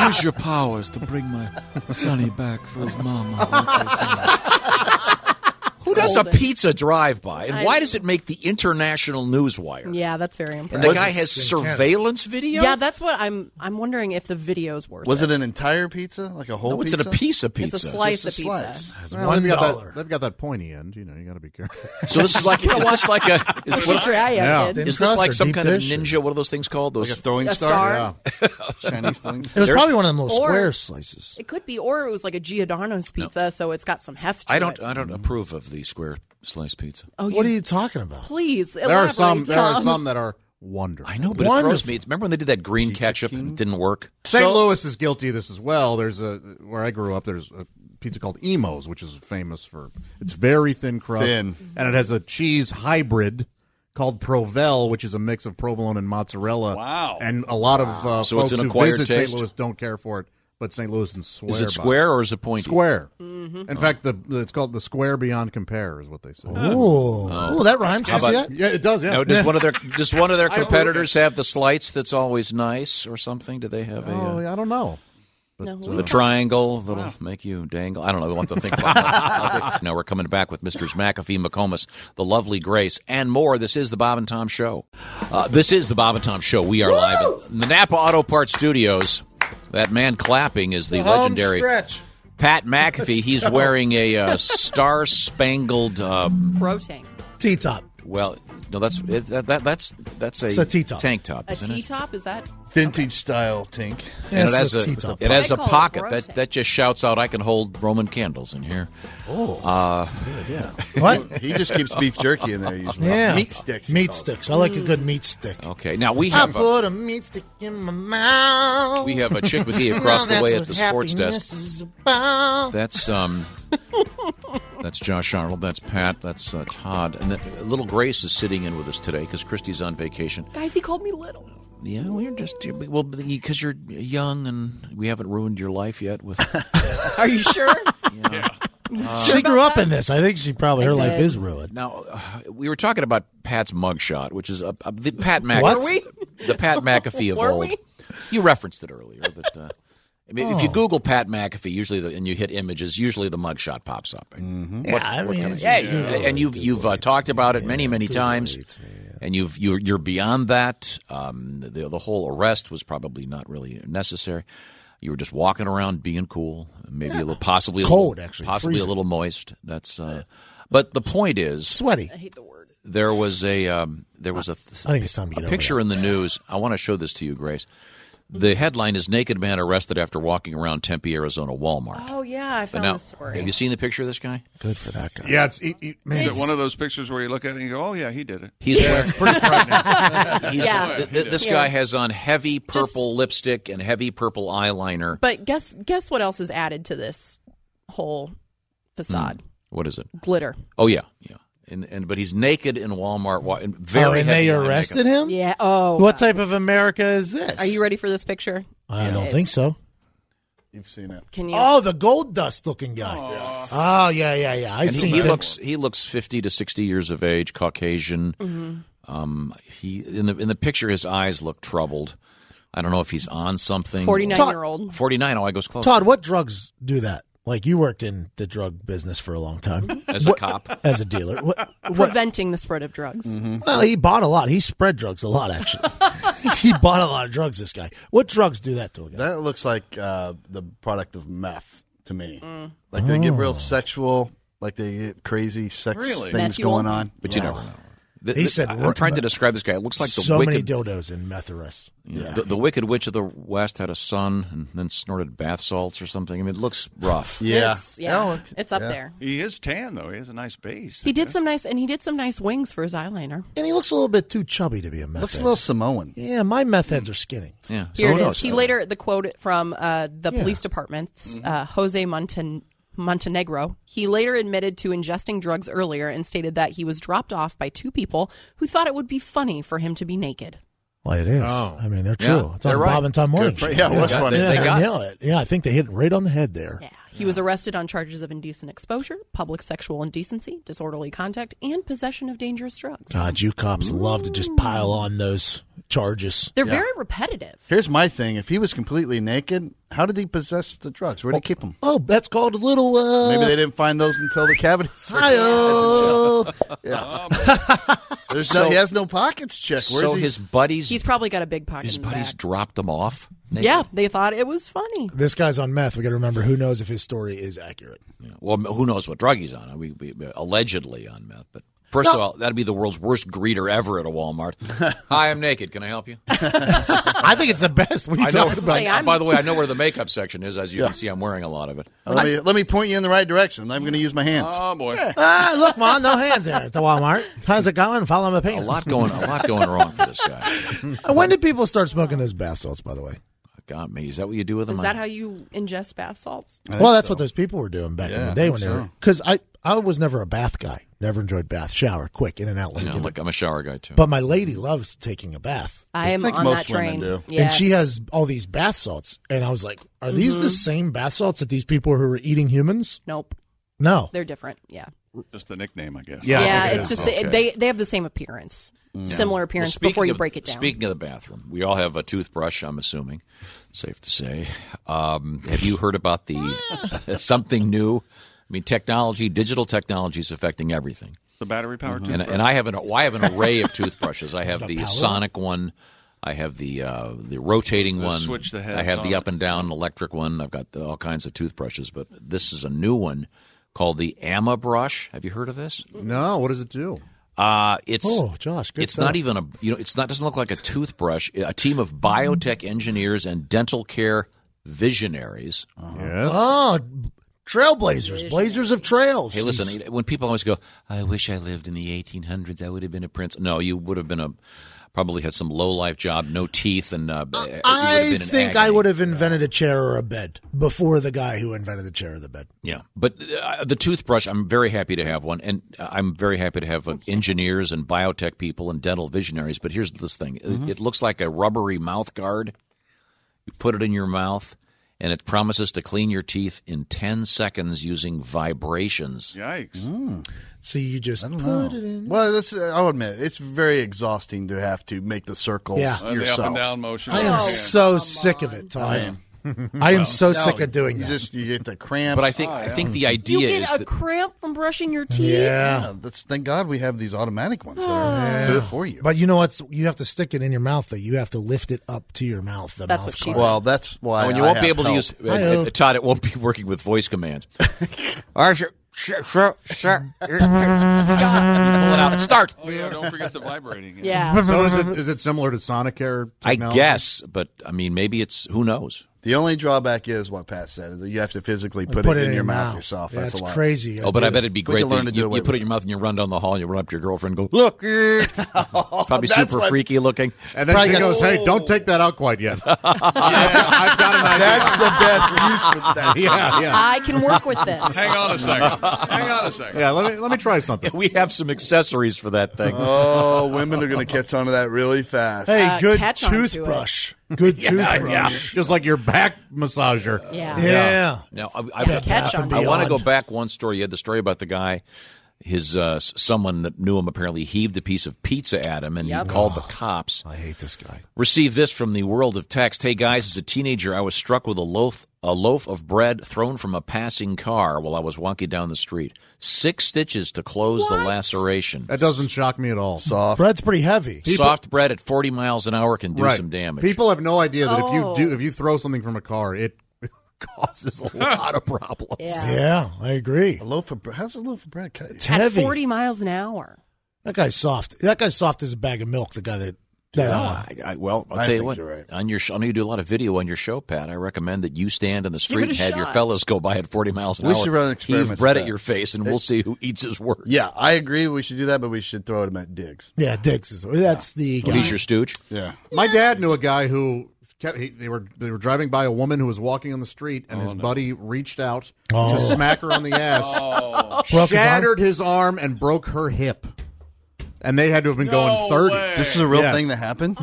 Speaker 21: Use your powers to bring my sonny back for his mama.
Speaker 6: Who does a
Speaker 21: Golden.
Speaker 6: pizza drive by? And
Speaker 9: I-
Speaker 6: why does it make the international news wire?
Speaker 9: yeah, that's very impressive.
Speaker 6: And the guy has surveillance video?
Speaker 9: Yeah, that's what I'm. I'm wondering if the video's worth
Speaker 16: Was
Speaker 9: it.
Speaker 16: it an entire pizza, like a whole?
Speaker 6: No, it's
Speaker 16: pizza?
Speaker 6: an- a piece of pizza.
Speaker 9: It's a slice
Speaker 16: Just a
Speaker 9: of pizza.
Speaker 16: slice.
Speaker 4: That's
Speaker 16: one
Speaker 4: they've got
Speaker 16: dollar.
Speaker 4: That, they've got that pointy end. You know, you got to be careful.
Speaker 6: So this is like is this like a is,
Speaker 4: Put your eye out, Yeah. kid. Thin
Speaker 6: is this
Speaker 4: crust
Speaker 6: like
Speaker 4: or
Speaker 6: some
Speaker 4: deep
Speaker 6: kind of
Speaker 4: dish?
Speaker 6: ninja? What are those things called? Those
Speaker 16: Like a throwing
Speaker 9: A star? star?
Speaker 16: Chinese throwing
Speaker 14: It was
Speaker 6: There's-
Speaker 14: probably one of the most
Speaker 9: Or-
Speaker 14: square slices.
Speaker 9: It could be, or it was like a Giordano's pizza, so it's got some heft. To
Speaker 6: I don't
Speaker 9: It.
Speaker 6: I
Speaker 4: Mm.
Speaker 6: don't approve of the square slice pizza.
Speaker 9: Oh,
Speaker 14: what are you talking about?
Speaker 9: Please,
Speaker 4: There are some.
Speaker 9: elaborate,
Speaker 4: There are
Speaker 9: Tom.
Speaker 4: some that are wonderful. I
Speaker 6: know, but it throws me. It's, remember when they did that green ketchup and it didn't work?
Speaker 4: St. Louis is guilty of this as well. There's a where I grew up. There's a pizza called Emo's, which is famous for it's very thin crust,
Speaker 16: Thin.
Speaker 4: and it has a cheese hybrid called Provel, which is a mix of provolone and mozzarella.
Speaker 5: Wow!
Speaker 4: And a lot of uh,
Speaker 6: So it's
Speaker 4: folks
Speaker 6: an
Speaker 4: who
Speaker 6: acquired
Speaker 4: visit
Speaker 6: taste?
Speaker 4: St. Louis don't care for it, but St. Louisans swear.
Speaker 6: Is
Speaker 4: by
Speaker 6: it square or is it pointy?
Speaker 4: Square.
Speaker 16: Mm-hmm.
Speaker 6: Mhm.
Speaker 4: In fact, the it's called the square beyond compare is what they say.
Speaker 14: Oh, oh, that rhymes.
Speaker 6: How
Speaker 14: You see
Speaker 6: about-
Speaker 14: that?
Speaker 4: Yeah, it does. Yeah.
Speaker 6: Now, does
Speaker 4: Yeah.
Speaker 6: one of their does one of their
Speaker 4: I don't
Speaker 6: competitors have the slice that's always nice or something? Do they have a
Speaker 4: Oh,
Speaker 6: uh,
Speaker 4: I don't know. But,
Speaker 6: No,
Speaker 4: uh,
Speaker 6: the triangle that'll make you dangle. I don't know. We want to think about that. now we're coming back with Mr. McAfee McComas, the lovely Grace, and more. This is the Bob and Tom Show. Uh, this is the Bob and Tom Show. We are live in the Napa Auto Parts Studios. That man clapping is the, legendary Pat McAfee. He's
Speaker 14: go.
Speaker 6: wearing a uh, star spangled. Uh,
Speaker 9: Rotating.
Speaker 14: T top.
Speaker 6: well, no, that's it, that, that, that's that's a,
Speaker 14: It's a T-top.
Speaker 6: tank top,
Speaker 9: A
Speaker 6: isn't it?
Speaker 9: T top? Is that?
Speaker 16: vintage style tink.
Speaker 6: And it has a, it has
Speaker 9: They
Speaker 6: a
Speaker 9: call it
Speaker 6: pocket
Speaker 9: rotate.
Speaker 6: that, that just shouts out, "I can hold Roman candles in here."
Speaker 16: Oh.
Speaker 6: uh,
Speaker 16: yeah.
Speaker 14: What?
Speaker 16: He just keeps beef jerky in there usually.
Speaker 14: Yeah.
Speaker 16: Meat sticks. he
Speaker 14: Meat
Speaker 16: calls
Speaker 14: sticks. I like a good meat stick.
Speaker 6: Okay, now we have
Speaker 14: I
Speaker 6: a,
Speaker 14: put a meat stick in my mouth.
Speaker 6: we have a Chickadee across
Speaker 14: Now
Speaker 6: the way
Speaker 14: that's
Speaker 6: at the
Speaker 14: what
Speaker 6: sports
Speaker 14: happiness
Speaker 6: desk.
Speaker 14: is
Speaker 9: Oh.
Speaker 14: about.
Speaker 6: That's um, that's Josh Arnold. That's Pat. That's uh, Todd. And then little Grace is sitting in with us today because Christy's on vacation.
Speaker 9: Guys, he called me little.
Speaker 6: Yeah, we're just well because you're young and we haven't ruined your life yet with.
Speaker 9: Are you sure? Uh,
Speaker 6: Yeah.
Speaker 14: she grew up in this. I think she probably her
Speaker 6: I
Speaker 14: life
Speaker 6: did.
Speaker 14: is ruined.
Speaker 6: Now, uh, we were talking about Pat's mugshot, which is uh, uh, the Pat Mc-
Speaker 14: What? Were we?
Speaker 6: The Pat McAfee of
Speaker 14: Were
Speaker 6: old.
Speaker 14: we?
Speaker 6: You referenced it earlier. That, uh, I mean, If you
Speaker 14: Oh.
Speaker 6: Google Pat McAfee, usually the, and you hit images, usually the mugshot pops up.
Speaker 14: Mm-hmm. Yeah, I mean,
Speaker 6: can I
Speaker 14: it's
Speaker 6: say?
Speaker 14: Google
Speaker 6: Yeah, and you've you've uh, talked about it many many times, and you've you're, you're beyond that. Um, the the whole arrest was probably not really necessary. You were just walking around being cool, maybe a little, possibly a
Speaker 14: Cold,
Speaker 6: little,
Speaker 14: actually,
Speaker 6: possibly
Speaker 14: freezing.
Speaker 6: a little moist. That's. Uh, but the point is
Speaker 14: Sweaty. I
Speaker 9: hate the word.
Speaker 6: there was a um, there was a,
Speaker 14: I think it's time to get
Speaker 6: a
Speaker 14: over
Speaker 6: picture in the news. I want to show this to you, Grace. The headline is "Naked Man Arrested After Walking Around Tempe, Arizona Walmart."
Speaker 9: Oh yeah, I
Speaker 6: But
Speaker 9: found
Speaker 6: now,
Speaker 9: this story.
Speaker 6: have you seen the picture of this guy?
Speaker 14: Good for that guy.
Speaker 4: Yeah, it's it, it,
Speaker 5: Is
Speaker 4: man.
Speaker 5: it one of those pictures where you look at it and you go, "Oh yeah, he did it."
Speaker 6: He's wearing He's-
Speaker 9: Yeah.
Speaker 6: th- th- this
Speaker 9: Yeah.
Speaker 6: guy has on heavy purple lipstick and heavy purple eyeliner.
Speaker 9: But guess guess what else is added to this whole facade?
Speaker 6: Hmm. What is it?
Speaker 9: Glitter.
Speaker 6: Oh yeah, yeah. And, and but he's naked in Walmart. wa- and Very
Speaker 14: oh, and
Speaker 6: heavy
Speaker 14: they
Speaker 6: on makeup.
Speaker 14: arrested him?
Speaker 9: Yeah. Oh.
Speaker 14: What type of America is this?
Speaker 9: Are you ready for this picture?
Speaker 14: I don't
Speaker 9: It's-
Speaker 14: think so.
Speaker 16: You've seen it.
Speaker 9: Can you?
Speaker 14: Oh, the gold dust looking guy. Oh, yeah, yeah, yeah. I
Speaker 6: And
Speaker 14: seen
Speaker 6: he, he
Speaker 14: him.
Speaker 6: looks he looks fifty to sixty years of age, Caucasian.
Speaker 9: Mm-hmm.
Speaker 14: Mhm.
Speaker 6: Um, he in the in the picture, his eyes look troubled. I don't know if he's on something.
Speaker 14: 49-year-old.
Speaker 6: Forty nine. Oh, I goes close.
Speaker 14: Todd, what drugs do that? Like you worked in the drug business for a long time
Speaker 6: As a
Speaker 14: What-
Speaker 6: cop.
Speaker 14: as a dealer. What, Mm. what,
Speaker 9: Preventing the spread of drugs.
Speaker 14: well, he bought a lot. He spread drugs a lot, actually. he bought a lot of drugs. This guy. What drugs do that to a guy?
Speaker 16: That looks like uh, the product of meth to me.
Speaker 9: Mm.
Speaker 16: Like they get
Speaker 14: Oh.
Speaker 16: real sexual, like they get crazy sex
Speaker 5: Really?
Speaker 16: things
Speaker 5: Methule?
Speaker 16: going on.
Speaker 6: But you
Speaker 16: Yeah.
Speaker 6: never know. The-
Speaker 14: He
Speaker 6: the-
Speaker 14: said
Speaker 6: "I'm trying to describe this guy. It looks like the
Speaker 14: so
Speaker 6: wicked
Speaker 14: many dildos in meth arrests.
Speaker 6: Yeah. The, the Wicked Witch of the West had a son and then snorted bath salts or something. I mean, it looks rough.
Speaker 9: It's, yeah. it's up there.
Speaker 5: He is tan though. He has a nice base.
Speaker 9: He did some nice, and he did some nice wings for his eyeliner.
Speaker 14: And he looks a little bit too chubby to be a meth.
Speaker 16: Looks a
Speaker 14: head.
Speaker 16: little Samoan.
Speaker 14: Yeah, my meth heads are skinny.
Speaker 6: Yeah.
Speaker 9: Here it is. He later the quote from uh, the police department's
Speaker 6: Mm-hmm.
Speaker 9: uh, Jose Monten- Montenegro. He later admitted to ingesting drugs earlier and stated that he was dropped off by two people who thought it would be funny for him to be naked.
Speaker 14: Well, it is.
Speaker 6: Oh.
Speaker 14: I mean, they're
Speaker 6: Yeah,
Speaker 14: true. it's on
Speaker 6: they're
Speaker 14: the Bob
Speaker 6: right.
Speaker 14: and Tom morning
Speaker 6: Good for-
Speaker 14: show.
Speaker 6: yeah, it was funny.
Speaker 14: Yeah,
Speaker 6: They got it.
Speaker 14: nailed it. Yeah, I think they hit it right on the head there.
Speaker 9: He was arrested on charges of inducing exposure, public sexual indecency, disorderly conduct, and possession of dangerous drugs.
Speaker 14: God, you cops love to just pile on those charges.
Speaker 9: They're very repetitive.
Speaker 16: Here's my thing. If he was completely naked, how did he possess the drugs? Where did he keep them?
Speaker 14: Oh, that's called a little. Uh,
Speaker 16: Maybe they didn't find those until the cavity surgery.
Speaker 14: Hi-oh.
Speaker 16: yeah. There's no, he has no pockets check. Where's
Speaker 6: Oh, so
Speaker 16: he?
Speaker 6: his buddies,
Speaker 9: He's probably got a big pocket.
Speaker 6: his
Speaker 9: in the
Speaker 6: buddies
Speaker 9: back.
Speaker 6: dropped him off. naked?
Speaker 9: Yeah, they thought it was funny.
Speaker 14: This guy's on meth. We got to remember who knows if his story is accurate.
Speaker 6: Well, who knows what drug he's on? We, we allegedly on meth, but. First of all, that'd be the world's worst greeter ever at a Walmart. Hi, I'm naked. Can I help you?
Speaker 14: I think it's the best. What are you
Speaker 6: I know.
Speaker 14: talking about?
Speaker 6: I- by the way, I know where the makeup section is. As you can see, I'm wearing a lot of it.
Speaker 16: Let me, let me point you in the right direction. I'm going to use my hands.
Speaker 5: Oh boy.
Speaker 14: ah, look, man, no hands there at the Walmart. How's it going? Follow my
Speaker 6: A
Speaker 14: penis.
Speaker 6: lot going, a lot going wrong for this guy.
Speaker 14: when did people start smoking those bath salts? By the way,
Speaker 6: Got me. Is that what you do with him?
Speaker 9: Is that how you ingest bath salts?
Speaker 14: well, that's what those people were doing back in
Speaker 6: Yeah,
Speaker 14: the
Speaker 6: I
Speaker 14: day
Speaker 6: think
Speaker 14: when they
Speaker 6: so.
Speaker 14: were. Because I, I was never a bath guy. Never enjoyed bath, shower, quick, in and out. Like,
Speaker 6: You know, like I'm a shower guy too.
Speaker 14: But my lady loves taking a bath.
Speaker 9: I am
Speaker 16: think
Speaker 9: on
Speaker 16: most
Speaker 9: that train.
Speaker 16: women do.
Speaker 14: And
Speaker 9: Yes.
Speaker 14: she has all these bath salts. And I was like, are these the
Speaker 9: Mhm.
Speaker 14: same bath salts that these people who are eating humans?
Speaker 9: Nope.
Speaker 14: No.
Speaker 9: They're different. Yeah.
Speaker 5: Just the nickname, I guess.
Speaker 9: Yeah. it's just they they have the same appearance,
Speaker 14: Mm.
Speaker 9: similar appearance
Speaker 6: Well,
Speaker 9: before you
Speaker 6: of-
Speaker 9: break it down.
Speaker 6: Speaking of the bathroom, we all have a toothbrush. I'm assuming, safe to say. Um, have you heard about the something new? I mean, technology, digital technology is affecting everything.
Speaker 5: The battery powered
Speaker 6: Mm-hmm.
Speaker 4: Mm-hmm.
Speaker 6: And, and I have an well, I have an array of toothbrushes. I have the sonic one. I have the uh, the rotating
Speaker 5: The
Speaker 6: one.
Speaker 5: switch the heads
Speaker 6: I have the
Speaker 5: on
Speaker 6: up and down electric one. I've got the, all kinds of toothbrushes, but this is a new one called the Amma brush. Have you heard of this?
Speaker 4: No, what does it do?
Speaker 6: Uh, it's
Speaker 14: Oh, Josh, good
Speaker 6: it's
Speaker 14: stuff.
Speaker 6: not even a you know it's not doesn't look like a toothbrush. A team of biotech engineers and dental care visionaries.
Speaker 4: Uh-huh.
Speaker 14: Oh, trailblazers, blazers of trails.
Speaker 6: Hey, listen, when people always go, "I wish I lived in the 1800s. I would have been a prince." No, you would have been a probably had some low life job, no teeth, and uh, you would have
Speaker 14: I
Speaker 6: been in
Speaker 14: think I
Speaker 6: agony.
Speaker 14: would have invented a chair or a bed before the guy who invented the chair or the bed.
Speaker 6: Yeah, but uh, the toothbrush, I'm very happy to have one, and I'm very happy to have uh, engineers and biotech people and dental visionaries. But here's this thing: It-
Speaker 14: Mm-hmm.
Speaker 6: it, looks like a rubbery mouth guard. You put it in your mouth, and it promises to clean your teeth in ten seconds using vibrations.
Speaker 5: Yikes.
Speaker 16: Mm.
Speaker 14: So you just put it in.
Speaker 16: Well, that's, I'll admit, it's very exhausting to have to make the circles
Speaker 14: Yeah.
Speaker 5: And Uh, the
Speaker 16: yourself.
Speaker 5: up and down motion. Oh,
Speaker 14: I am so sick of it, Todd. I am, so
Speaker 16: No,
Speaker 14: sick of doing
Speaker 16: you
Speaker 14: that.
Speaker 16: Just you get the cramp.
Speaker 6: But I
Speaker 5: Oh,
Speaker 14: Oh,
Speaker 6: think I think the idea
Speaker 9: you get
Speaker 6: is
Speaker 9: a
Speaker 6: that
Speaker 9: cramp from brushing your teeth.
Speaker 14: yeah.
Speaker 16: that's thank God we have these automatic ones that
Speaker 9: Ah.
Speaker 16: are good for you.
Speaker 14: But you know what's you have to stick it in your mouth though. You have to lift it up to your mouth. The
Speaker 9: That's
Speaker 14: mouth
Speaker 9: what she
Speaker 14: guard.
Speaker 9: said.
Speaker 16: well, that's why
Speaker 6: Oh, and you
Speaker 16: I
Speaker 6: won't be
Speaker 16: have
Speaker 6: able
Speaker 16: help.
Speaker 6: to use uh, uh, Todd. It won't be working with voice commands. Arthur,
Speaker 10: Sure, sure, sure. Pull it out.
Speaker 6: Start.
Speaker 5: Oh yeah, don't forget the vibrating.
Speaker 4: So is it is it similar to Sonicare?
Speaker 6: I
Speaker 4: Technology?
Speaker 6: guess, but I mean, maybe it's who knows.
Speaker 16: The only drawback is what Pat said: is that you have to physically put, it, in, your mouth, yourself. That's, a lot.
Speaker 6: Oh, but I bet it'd be
Speaker 16: If we could
Speaker 6: great.
Speaker 16: learn
Speaker 6: That
Speaker 16: to
Speaker 6: you,
Speaker 16: do it
Speaker 6: you
Speaker 16: with
Speaker 6: put it in your mouth and you run down the hall. and You run up to your girlfriend. and Go look. It's
Speaker 16: Oh,
Speaker 6: probably
Speaker 4: That's
Speaker 6: super
Speaker 4: what's-
Speaker 6: freaky looking.
Speaker 4: And then she goes, "Hey, don't take that out quite yet." yeah, I've got an idea. That's the best use for that. yeah, yeah.
Speaker 9: I can work with this.
Speaker 5: Hang on a second. Hang on a second.
Speaker 4: Yeah, let me let me try something.
Speaker 6: we have some accessories for that thing.
Speaker 16: Oh, women are going to catch on to that really fast. Uh,
Speaker 14: Hey,
Speaker 9: uh,
Speaker 14: good toothbrush. Good toothbrush.
Speaker 4: Just like your back massager.
Speaker 14: Yeah.
Speaker 6: Yeah. Now I, I,
Speaker 14: Yeah, Catch on
Speaker 6: I want to
Speaker 14: Beyond.
Speaker 6: go back one story. You had the story about the guy. His uh, s- someone that knew him apparently heaved a piece of pizza at him, and
Speaker 14: Yep.
Speaker 6: he called the cops.
Speaker 14: I hate this guy.
Speaker 6: Received this from the world of text. Hey guys, as a teenager, I was struck with a loaf a loaf of bread thrown from a passing car while I was walking down the street. Six stitches to close the laceration.
Speaker 4: That doesn't shock me at all. Soft.
Speaker 14: Bread's pretty heavy.
Speaker 6: Soft bread at forty miles an hour can do
Speaker 4: Right.
Speaker 6: some damage.
Speaker 4: People have no idea that
Speaker 14: Oh.
Speaker 4: if you do, if you throw something from a car, it causes a lot of problems.
Speaker 9: Yeah.
Speaker 14: Yeah, I agree. A
Speaker 16: loaf of bread. How's a loaf of bread cut?
Speaker 14: It's
Speaker 9: At
Speaker 14: heavy.
Speaker 9: 40 miles an hour.
Speaker 14: That guy's soft. That guy's soft as a bag of milk. The guy that. that
Speaker 6: Ah, I, I, well, I'll
Speaker 14: I
Speaker 6: tell you
Speaker 14: think
Speaker 6: what.
Speaker 14: you're
Speaker 6: On your, show, I know you do a lot of video on your show, Pat. I recommend that you stand in the street and
Speaker 14: it a
Speaker 6: have your
Speaker 14: shot.
Speaker 6: fellas go by at forty miles an
Speaker 16: We
Speaker 6: hour.
Speaker 16: should run an
Speaker 6: Heave
Speaker 16: experiment
Speaker 6: bread
Speaker 16: with
Speaker 6: at
Speaker 16: that.
Speaker 6: your face, and
Speaker 16: It-
Speaker 6: we'll see who eats his words.
Speaker 16: Yeah, I agree. We should do that, but we should throw it at Diggs.
Speaker 14: Yeah, Diggs is that's the guy.
Speaker 6: stooge.
Speaker 16: Yeah.
Speaker 4: My dad knew a guy who kept, he, they were they were driving by a woman who was walking on the street, and his buddy reached out
Speaker 14: Oh.
Speaker 4: to smack her on the ass,
Speaker 6: Oh.
Speaker 5: Oh.
Speaker 14: Broke his arm?
Speaker 4: shattered his arm? and broke her hip. And they had to have been going thirty.
Speaker 16: This is a real
Speaker 4: Yes.
Speaker 16: thing that happened.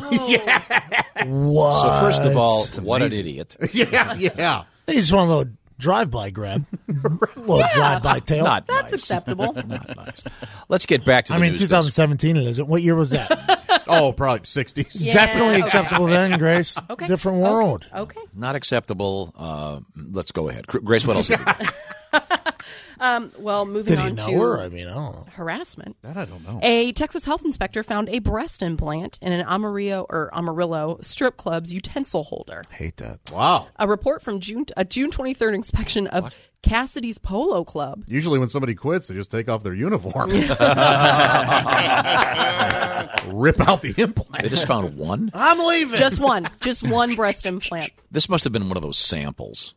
Speaker 14: What?
Speaker 6: So first of all,
Speaker 14: It's
Speaker 6: what an
Speaker 14: amazing.
Speaker 6: idiot!
Speaker 14: uh,
Speaker 4: yeah, yeah.
Speaker 14: They just want a little drive-by grab, a little drive-by tail.
Speaker 6: Not
Speaker 9: That's acceptable.
Speaker 6: Let's get back to the
Speaker 14: I mean,
Speaker 6: news.
Speaker 14: 2017 it isn't. What year was that?
Speaker 4: oh, probably sixties.
Speaker 14: Definitely
Speaker 6: okay.
Speaker 14: acceptable then, Grace.
Speaker 9: Okay.
Speaker 14: Different world.
Speaker 9: Okay.
Speaker 6: Not acceptable. Uh, let's go ahead, Gr- Grace. What else? have you got?
Speaker 9: Um, well, moving
Speaker 14: Did he
Speaker 9: on
Speaker 14: know
Speaker 9: to
Speaker 14: her? I mean, I don't know.
Speaker 9: harassment.
Speaker 6: That I don't know.
Speaker 9: A Texas health inspector found a breast implant in an Amarillo or Amarillo strip club's utensil holder.
Speaker 14: Hate that.
Speaker 4: Wow.
Speaker 9: A report from June a June 23rd inspection of Cassidy's Polo Club.
Speaker 4: Usually, when somebody quits, they just take off their uniform, rip out the implant.
Speaker 6: They just found one.
Speaker 14: I'm leaving.
Speaker 9: Just one, just one breast implant.
Speaker 6: This must have been one of those samples.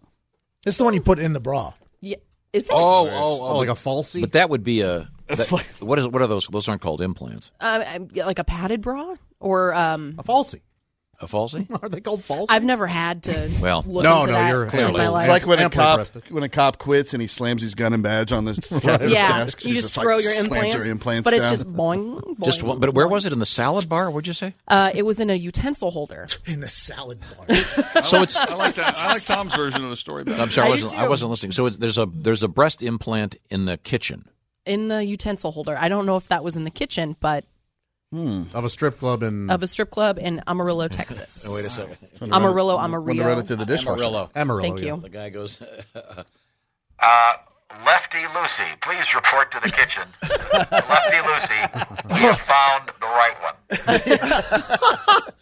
Speaker 14: It's the one you put in the bra.
Speaker 9: Yeah, is that?
Speaker 6: Oh, oh, oh,
Speaker 4: like a falsie.
Speaker 6: But that would be a. That, what is? What are those? Those aren't called implants.
Speaker 9: Um, um, yeah, like a padded bra or um,
Speaker 4: a falsie.
Speaker 6: A falsie.
Speaker 4: Are they called false?
Speaker 9: I've never had to.
Speaker 6: Well,
Speaker 9: look into that In my life.
Speaker 16: It's like when a
Speaker 4: Amply
Speaker 16: cop
Speaker 4: breasted.
Speaker 16: when a cop quits and he slams his gun and badge on the captain's
Speaker 9: yeah,
Speaker 16: desk.
Speaker 9: you
Speaker 16: She
Speaker 9: just,
Speaker 16: like,
Speaker 9: throw your
Speaker 16: slams
Speaker 9: implants,
Speaker 16: her implants
Speaker 9: but it's
Speaker 16: down.
Speaker 9: just boing, boing.
Speaker 6: Just one. But where was it in the salad bar? What'd you say?
Speaker 9: Uh, it was in a utensil holder.
Speaker 14: In the salad bar.
Speaker 6: So it's.
Speaker 5: I like that. I like Tom's version of the story better.
Speaker 6: I'm sorry, I
Speaker 9: I do
Speaker 6: wasn't, I
Speaker 9: too.
Speaker 6: wasn't listening. So it's, there's a there's a breast implant in the kitchen.
Speaker 9: In the utensil holder. I don't know if that was in the kitchen, but
Speaker 4: Hmm. of a strip club in
Speaker 9: of a strip club in Amarillo, Texas.
Speaker 6: wait a second.
Speaker 9: Amarillo,
Speaker 16: When they
Speaker 9: Amarillo.
Speaker 16: run it through the dishwasher.
Speaker 6: Amarillo.
Speaker 4: Amarillo,
Speaker 9: Thank yeah. you.
Speaker 6: The guy goes.
Speaker 3: Uh, Lefty Lucy, please report to the kitchen. Lefty Lucy, we have found the right one.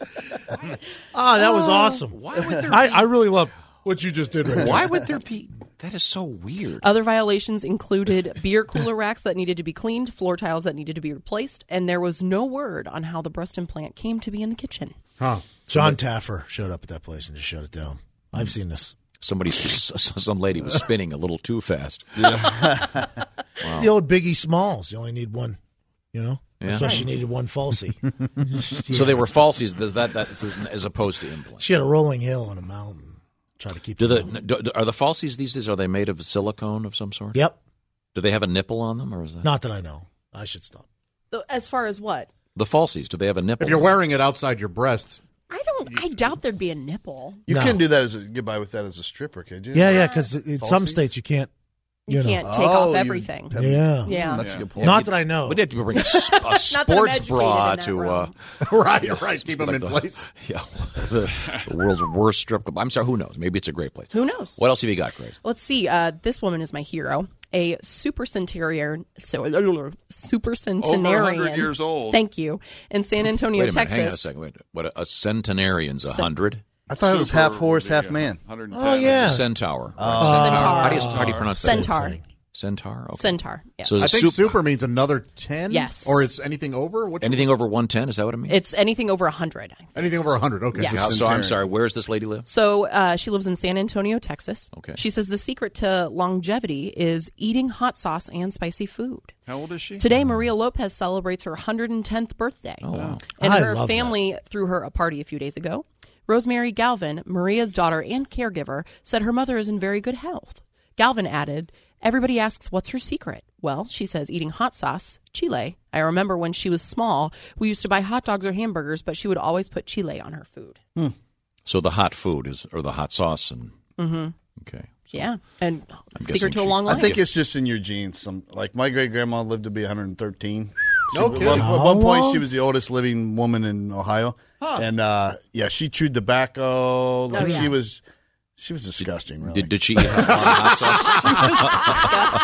Speaker 14: Ah, that was awesome.
Speaker 6: Why would there
Speaker 14: I,
Speaker 6: be-
Speaker 14: I really love what you just did right there.
Speaker 6: Why would there be? That is so weird.
Speaker 9: Other violations included beer cooler racks that needed to be cleaned, floor tiles that needed to be replaced, and there was no word on how the breast implant came to be in the kitchen.
Speaker 4: Huh.
Speaker 14: John Taffer showed up at that place and just shut it down. I've seen this.
Speaker 6: Somebody, s- s- some lady was spinning a little too fast.
Speaker 14: The old Biggie Smalls. You only need one, you know?
Speaker 6: Yeah.
Speaker 14: That's why she needed one falsie.
Speaker 6: So they were falsies. That, that that's as opposed to implants.
Speaker 14: She had a rolling hill on a mountain. Try to keep
Speaker 6: Do
Speaker 14: it
Speaker 6: the
Speaker 14: down.
Speaker 6: do, do- are the falsies these days? Are they made of silicone of some sort?
Speaker 14: Yep.
Speaker 6: Do they have a nipple on them, or is that
Speaker 14: Not that I know. I should stop.
Speaker 9: As far as what?
Speaker 6: the falsies? Do they have a nipple?
Speaker 4: If you're
Speaker 6: on
Speaker 4: wearing it outside your breasts,
Speaker 9: I don't. I doubt there'd be a nipple.
Speaker 16: You
Speaker 14: No.
Speaker 16: couldn't do that as a goodbye with that as a stripper, could you?
Speaker 14: Yeah, yeah, because in some states you can't. You,
Speaker 9: You,
Speaker 14: know.
Speaker 9: can't take
Speaker 16: Oh,
Speaker 9: off
Speaker 16: you-
Speaker 9: everything.
Speaker 14: Yeah.
Speaker 9: Yeah.
Speaker 16: That's a good
Speaker 6: them?
Speaker 16: point.
Speaker 6: Yeah,
Speaker 14: Not
Speaker 6: you'd-
Speaker 14: that I know.
Speaker 6: We'd have to bring a, s- a sports
Speaker 9: educated
Speaker 6: bra
Speaker 9: in that
Speaker 6: to uh,
Speaker 9: realm.
Speaker 4: right, right, keep them
Speaker 6: like
Speaker 4: in
Speaker 6: the-
Speaker 4: place.
Speaker 6: yeah, the, the world's worst strip club. I'm sorry. Who knows? Maybe it's a great place.
Speaker 9: Who knows?
Speaker 6: What else have you got, Grace?
Speaker 9: Let's see. Uh, this woman is my hero. A super centenarian, so, uh, super centenarian.
Speaker 5: 100 years old.
Speaker 9: Thank you. In San Antonio,
Speaker 6: Wait a minute.
Speaker 9: Texas.
Speaker 6: Hang on a second. Wait. What? A, a centenarian's a
Speaker 9: Cent-
Speaker 6: hundred.
Speaker 16: I thought it was half horse, half
Speaker 5: Yeah,
Speaker 16: man.
Speaker 5: 110.
Speaker 14: Oh, yeah.
Speaker 6: It's a centaur.
Speaker 16: Oh.
Speaker 6: How do you, how do you pronounce
Speaker 9: Centaur.
Speaker 6: that? Centaur. Okay.
Speaker 9: Centaur, yeah.
Speaker 6: So
Speaker 4: I
Speaker 6: the
Speaker 4: think
Speaker 6: sup-
Speaker 4: super means another ten.
Speaker 9: Yes.
Speaker 4: Or it's anything over. Which
Speaker 6: anything over one ten is that what it means?
Speaker 9: It's anything over 100.
Speaker 4: anything over hundred. Okay.
Speaker 9: Yes.
Speaker 6: Yeah, so I'm sorry. Where does this lady live?
Speaker 9: So uh, she lives in San Antonio, Texas.
Speaker 6: Okay.
Speaker 9: She says the secret to longevity is eating hot sauce and spicy food.
Speaker 5: How old is she?
Speaker 9: Today, Maria Lopez celebrates her 110th birthday.
Speaker 5: Oh, wow.
Speaker 9: And
Speaker 5: I
Speaker 9: her
Speaker 5: love
Speaker 9: family threw her a party a few days ago. Rosemary Galvin, Maria's daughter and caregiver, said her mother is in very good health. Galvin added, Everybody asks, what's her secret? Well, she says, eating hot sauce, chile. I remember when she was small, we used to buy hot dogs or hamburgers, but she would always put chile on her food.
Speaker 16: Hmm.
Speaker 6: So the hot food is, or the hot sauce, and
Speaker 9: Mm-hmm.
Speaker 6: okay,
Speaker 9: Yeah. And
Speaker 6: I'm guessing
Speaker 9: secret to a
Speaker 6: she-
Speaker 9: long life.
Speaker 16: I think it's just in your genes. Some like my great grandma lived to be 113. She-
Speaker 9: No
Speaker 16: at
Speaker 9: kidding.
Speaker 16: One, at one
Speaker 9: How
Speaker 16: point,
Speaker 9: long?
Speaker 16: she was the oldest living woman in Ohio, and uh, yeah, she chewed tobacco.
Speaker 9: Oh,
Speaker 16: Like,
Speaker 6: yeah.
Speaker 16: She was, she was disgusting. really.
Speaker 6: did, did she eat a lot of hot sauce?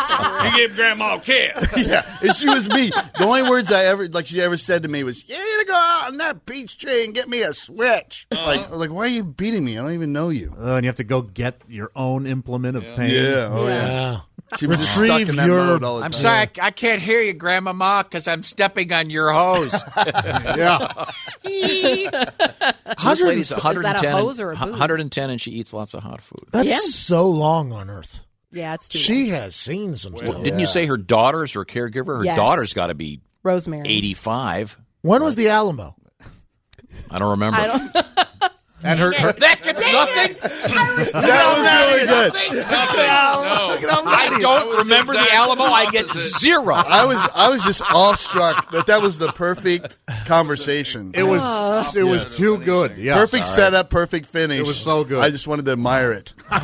Speaker 16: You
Speaker 5: gave grandma a kiss.
Speaker 16: yeah, and she was me. The only words I ever like she ever said to me was, "You need to go out on that peach tree and get me a switch." Like, I was like why are you beating me? I don't even know you.
Speaker 4: Uh, and you have to go get your own implement of pain.
Speaker 16: Yeah, oh, yeah. She was just stuck in that mode all the
Speaker 6: I'm
Speaker 16: time.
Speaker 6: sorry, I, I can't hear you, Grandma Ma, because I'm stepping on your hose.
Speaker 16: yeah.
Speaker 6: So this lady's
Speaker 14: Is that a
Speaker 6: 110,
Speaker 14: hose or a boot?
Speaker 6: 110, and she eats lots of hot food.
Speaker 14: That's so long on Earth.
Speaker 9: Yeah, it's too
Speaker 14: She has seen some stuff.
Speaker 6: Well, Didn't you say her daughter's her caregiver? Her
Speaker 9: Yes.
Speaker 6: daughter's got to be
Speaker 9: Rosemary.
Speaker 6: 85.
Speaker 14: When was the Alamo?
Speaker 6: I don't remember.
Speaker 14: I
Speaker 9: don't.
Speaker 6: and her, her
Speaker 10: That gets nothing.
Speaker 16: That was really good.
Speaker 10: Look at how
Speaker 6: I don't remember the Alamo. I get zero.
Speaker 16: I was I was just awestruck that that was the perfect conversation.
Speaker 4: It was- Oh. it was
Speaker 16: too good.
Speaker 4: Yeah.
Speaker 16: perfect
Speaker 4: All right.
Speaker 16: setup, perfect finish.
Speaker 4: It was so good.
Speaker 16: I just wanted to admire it.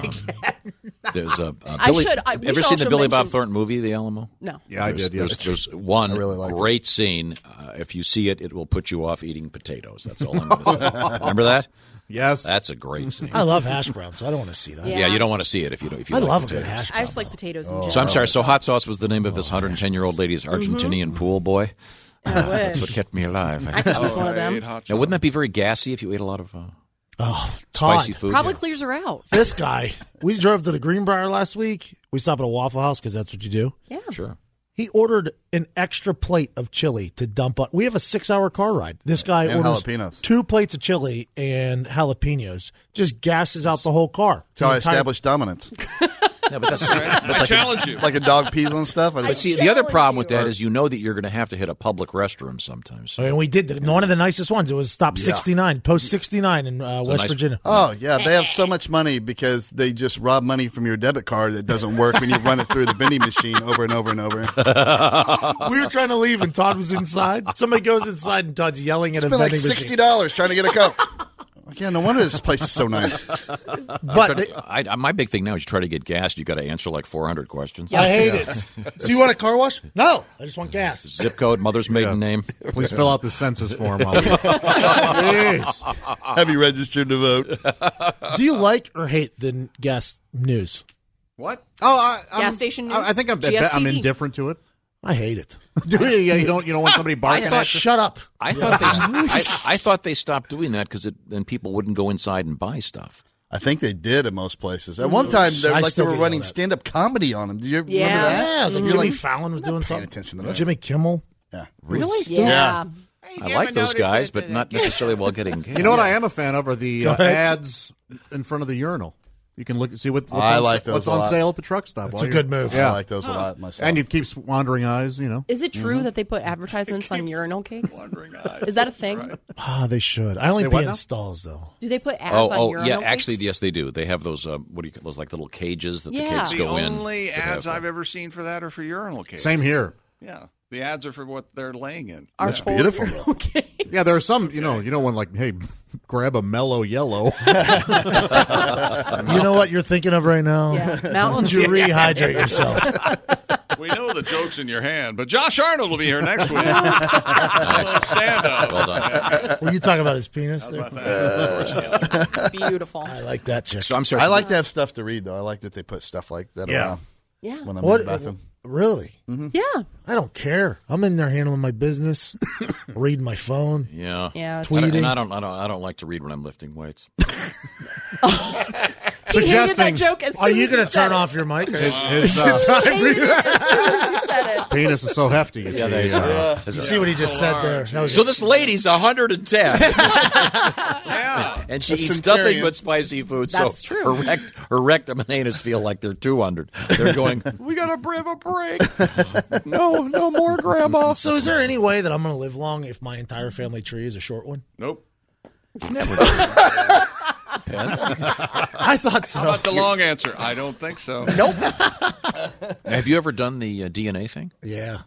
Speaker 6: There's a, a
Speaker 16: I
Speaker 6: Billy,
Speaker 16: should- I- we
Speaker 6: ever
Speaker 16: should
Speaker 6: seen the
Speaker 16: also
Speaker 6: Billy Bob
Speaker 16: mention-
Speaker 6: Thornton movie, The Alamo?
Speaker 9: No.
Speaker 4: Yeah, I
Speaker 6: There's-
Speaker 4: did, yeah.
Speaker 6: There's, there's one
Speaker 4: I really liked it.
Speaker 6: great scene. Uh, if you see it, it will put you off eating potatoes. That's all I'm going to say. Remember that?
Speaker 4: Yes.
Speaker 6: That's a great scene.
Speaker 14: I love hash browns, so I don't want to see that.
Speaker 6: Yeah. you don't want to see it if you don't. If you
Speaker 14: I
Speaker 6: like
Speaker 14: love a good
Speaker 6: potatoes. Oh.
Speaker 14: hash
Speaker 9: I just like potatoes in general.
Speaker 6: So I'm sorry. So hot sauce was the name of this 110 year old lady's
Speaker 9: Mm-hmm.
Speaker 6: Argentinian pool boy. Uh, That's what kept me alive.
Speaker 9: I thought it was one
Speaker 16: Oh,
Speaker 9: of them.
Speaker 6: Now, wouldn't that be very gassy if you ate a lot of uh,
Speaker 14: oh,
Speaker 6: spicy food?
Speaker 9: Probably clears her out.
Speaker 14: This guy, we drove to the Greenbrier last week. We stopped at a Waffle House because that's what you do.
Speaker 9: Yeah.
Speaker 6: Sure.
Speaker 14: He ordered an extra plate of chili to dump on. We have a six-hour car ride. This guy
Speaker 16: And
Speaker 14: orders
Speaker 16: jalapenos.
Speaker 14: two plates of chili and jalapenos. Just gasses out the whole car.
Speaker 16: That's how I
Speaker 14: The entire-
Speaker 16: established dominance.
Speaker 6: Yeah, but that's, but like
Speaker 16: challenge you. Like a dog pees on stuff. I
Speaker 6: But
Speaker 16: just-
Speaker 6: see, the other problem with that is you know that you're going to have to hit a public restroom sometimes.
Speaker 14: I mean, we did the, one of the nicest ones. It was stop
Speaker 6: Yeah.
Speaker 14: 69, post 69 in uh,
Speaker 6: It's a
Speaker 14: West
Speaker 6: nice-
Speaker 14: Virginia.
Speaker 16: Oh yeah, they have so much money because they just rob money from your debit card that doesn't work when you run it through the vending machine over and over and over.
Speaker 14: we were trying to leave and Todd was inside. Somebody goes inside and Todd's yelling
Speaker 16: It's
Speaker 14: at a
Speaker 16: been like
Speaker 14: vending machine.
Speaker 16: sixty dollars trying to get a coke. Like, yeah, no wonder this place is so nice.
Speaker 6: But I, I, my big thing now is you try to get gassed, you got to answer like 400 questions.
Speaker 14: I hate
Speaker 6: Yeah.
Speaker 14: it. Do you want a car wash? No, I just want gas.
Speaker 6: Zip code, mother's maiden name.
Speaker 4: Please fill out the census form.
Speaker 16: Have you registered to vote?
Speaker 14: Do you like or hate the n- gas news?
Speaker 5: What?
Speaker 4: Oh, I, I'm,
Speaker 9: Gas station news?
Speaker 4: I, I think I'm, I'm
Speaker 9: GSTV.
Speaker 4: indifferent to it.
Speaker 14: I hate it.
Speaker 4: Do you? Yeah, you don't. You don't want somebody barking.
Speaker 6: I thought-
Speaker 4: at you?
Speaker 14: Shut up.
Speaker 6: I thought they, I, I thought they stopped doing that because then people wouldn't go inside and buy stuff.
Speaker 16: I think they did at most places. At one time, they
Speaker 14: I
Speaker 16: were like they
Speaker 14: still
Speaker 16: were
Speaker 14: get
Speaker 16: running
Speaker 14: yelled at.
Speaker 16: stand up comedy on them. Did you ever
Speaker 14: Yeah,
Speaker 16: remember that?
Speaker 14: it's like
Speaker 4: Mm-hmm.
Speaker 16: You're
Speaker 14: Jimmy
Speaker 16: like,
Speaker 14: Fowlin was doing something.
Speaker 16: attention to that.
Speaker 14: Jimmy Kimmel.
Speaker 16: Yeah.
Speaker 14: Really?
Speaker 16: Yeah.
Speaker 6: I like those guys, but not necessarily while getting gassed.
Speaker 4: You know what I am a fan of are the uh,
Speaker 6: Go ahead.
Speaker 4: ads in front of the urinal. You can look and see what, what's,
Speaker 16: I
Speaker 4: on,
Speaker 16: like those
Speaker 4: what's
Speaker 16: a
Speaker 4: on
Speaker 16: lot.
Speaker 4: sale at the truck stop.
Speaker 16: That's
Speaker 4: while
Speaker 16: a
Speaker 4: you're-
Speaker 16: good move. I like those a Huh. lot myself. Mm-hmm.
Speaker 4: And you keep wandering eyes, you know.
Speaker 9: Is it true that they put advertisements on urinal cakes? Is that a thing?
Speaker 14: Ah, they should. I only
Speaker 4: They
Speaker 14: pee
Speaker 4: what
Speaker 14: in
Speaker 4: now?
Speaker 14: stalls though.
Speaker 9: Do they put ads
Speaker 6: Oh,
Speaker 9: on
Speaker 6: oh,
Speaker 9: urinal
Speaker 6: yeah.
Speaker 9: cakes?
Speaker 6: Actually, yes, they do. They have those. Uh, what do you call those? Like little cages that
Speaker 9: Yeah.
Speaker 6: the cakes
Speaker 5: The
Speaker 6: go in.
Speaker 5: only
Speaker 6: that have-
Speaker 5: ads I've ever seen for that are for urinal cakes.
Speaker 4: Same here.
Speaker 5: Yeah, the ads are for what they're laying in.
Speaker 9: Are
Speaker 5: yeah.
Speaker 9: for beautiful. urinal cakes.
Speaker 4: Yeah, there are some. You know, you know one like, hey, grab a mellow yellow. Oh.
Speaker 14: You know what you're thinking of right now?
Speaker 9: Yeah.
Speaker 14: Why don't you rehydrate yourself?
Speaker 5: We know the joke's in your hand, but Josh Arnold will be here next week. Stand up.
Speaker 6: Well done.
Speaker 14: Were you talking about his penis? There?
Speaker 9: Beautiful.
Speaker 14: I like that chick.
Speaker 6: So I'm
Speaker 16: I like to have stuff to read though. I like that they put stuff like that
Speaker 14: Yeah.
Speaker 16: around.
Speaker 9: Yeah.
Speaker 16: When I'm in the
Speaker 14: What?
Speaker 16: bathroom. Mm-hmm.
Speaker 14: Really?
Speaker 9: Yeah.
Speaker 14: I don't care. I'm in there handling my business, reading my phone.
Speaker 6: Yeah.
Speaker 14: Yeah, it's-
Speaker 6: And I-
Speaker 14: Tweeting.
Speaker 6: And I don't, I don't, I don't like to read when I'm lifting weights.
Speaker 9: He hated that joke as soon
Speaker 14: Are you
Speaker 9: as
Speaker 14: going
Speaker 9: he
Speaker 14: to
Speaker 9: said
Speaker 14: turn
Speaker 9: it.
Speaker 14: off your mic?
Speaker 4: his, uh,
Speaker 14: time
Speaker 4: Penis is so hefty. you
Speaker 14: Yeah,
Speaker 4: see,
Speaker 14: they-
Speaker 4: uh,
Speaker 14: yeah. You see what he just said there. That was-
Speaker 6: So this lady's 110. And she
Speaker 13: A
Speaker 6: eats nothing
Speaker 13: centurion.
Speaker 6: but spicy food.
Speaker 13: That's
Speaker 6: so
Speaker 13: true.
Speaker 6: Her, rect- her rectum and anus feel like they're 200. They're going,
Speaker 13: We got a brave a break.
Speaker 14: no,
Speaker 13: no more, Grandma.
Speaker 14: So, is there any way that I'm going to live long if my entire family tree is a short one?
Speaker 5: Nope.
Speaker 14: Never.
Speaker 5: Depends.
Speaker 14: I thought so.
Speaker 5: How about the long answer? I don't think so.
Speaker 14: Nope.
Speaker 6: Have you ever done the uh, DNA thing?
Speaker 14: Yeah.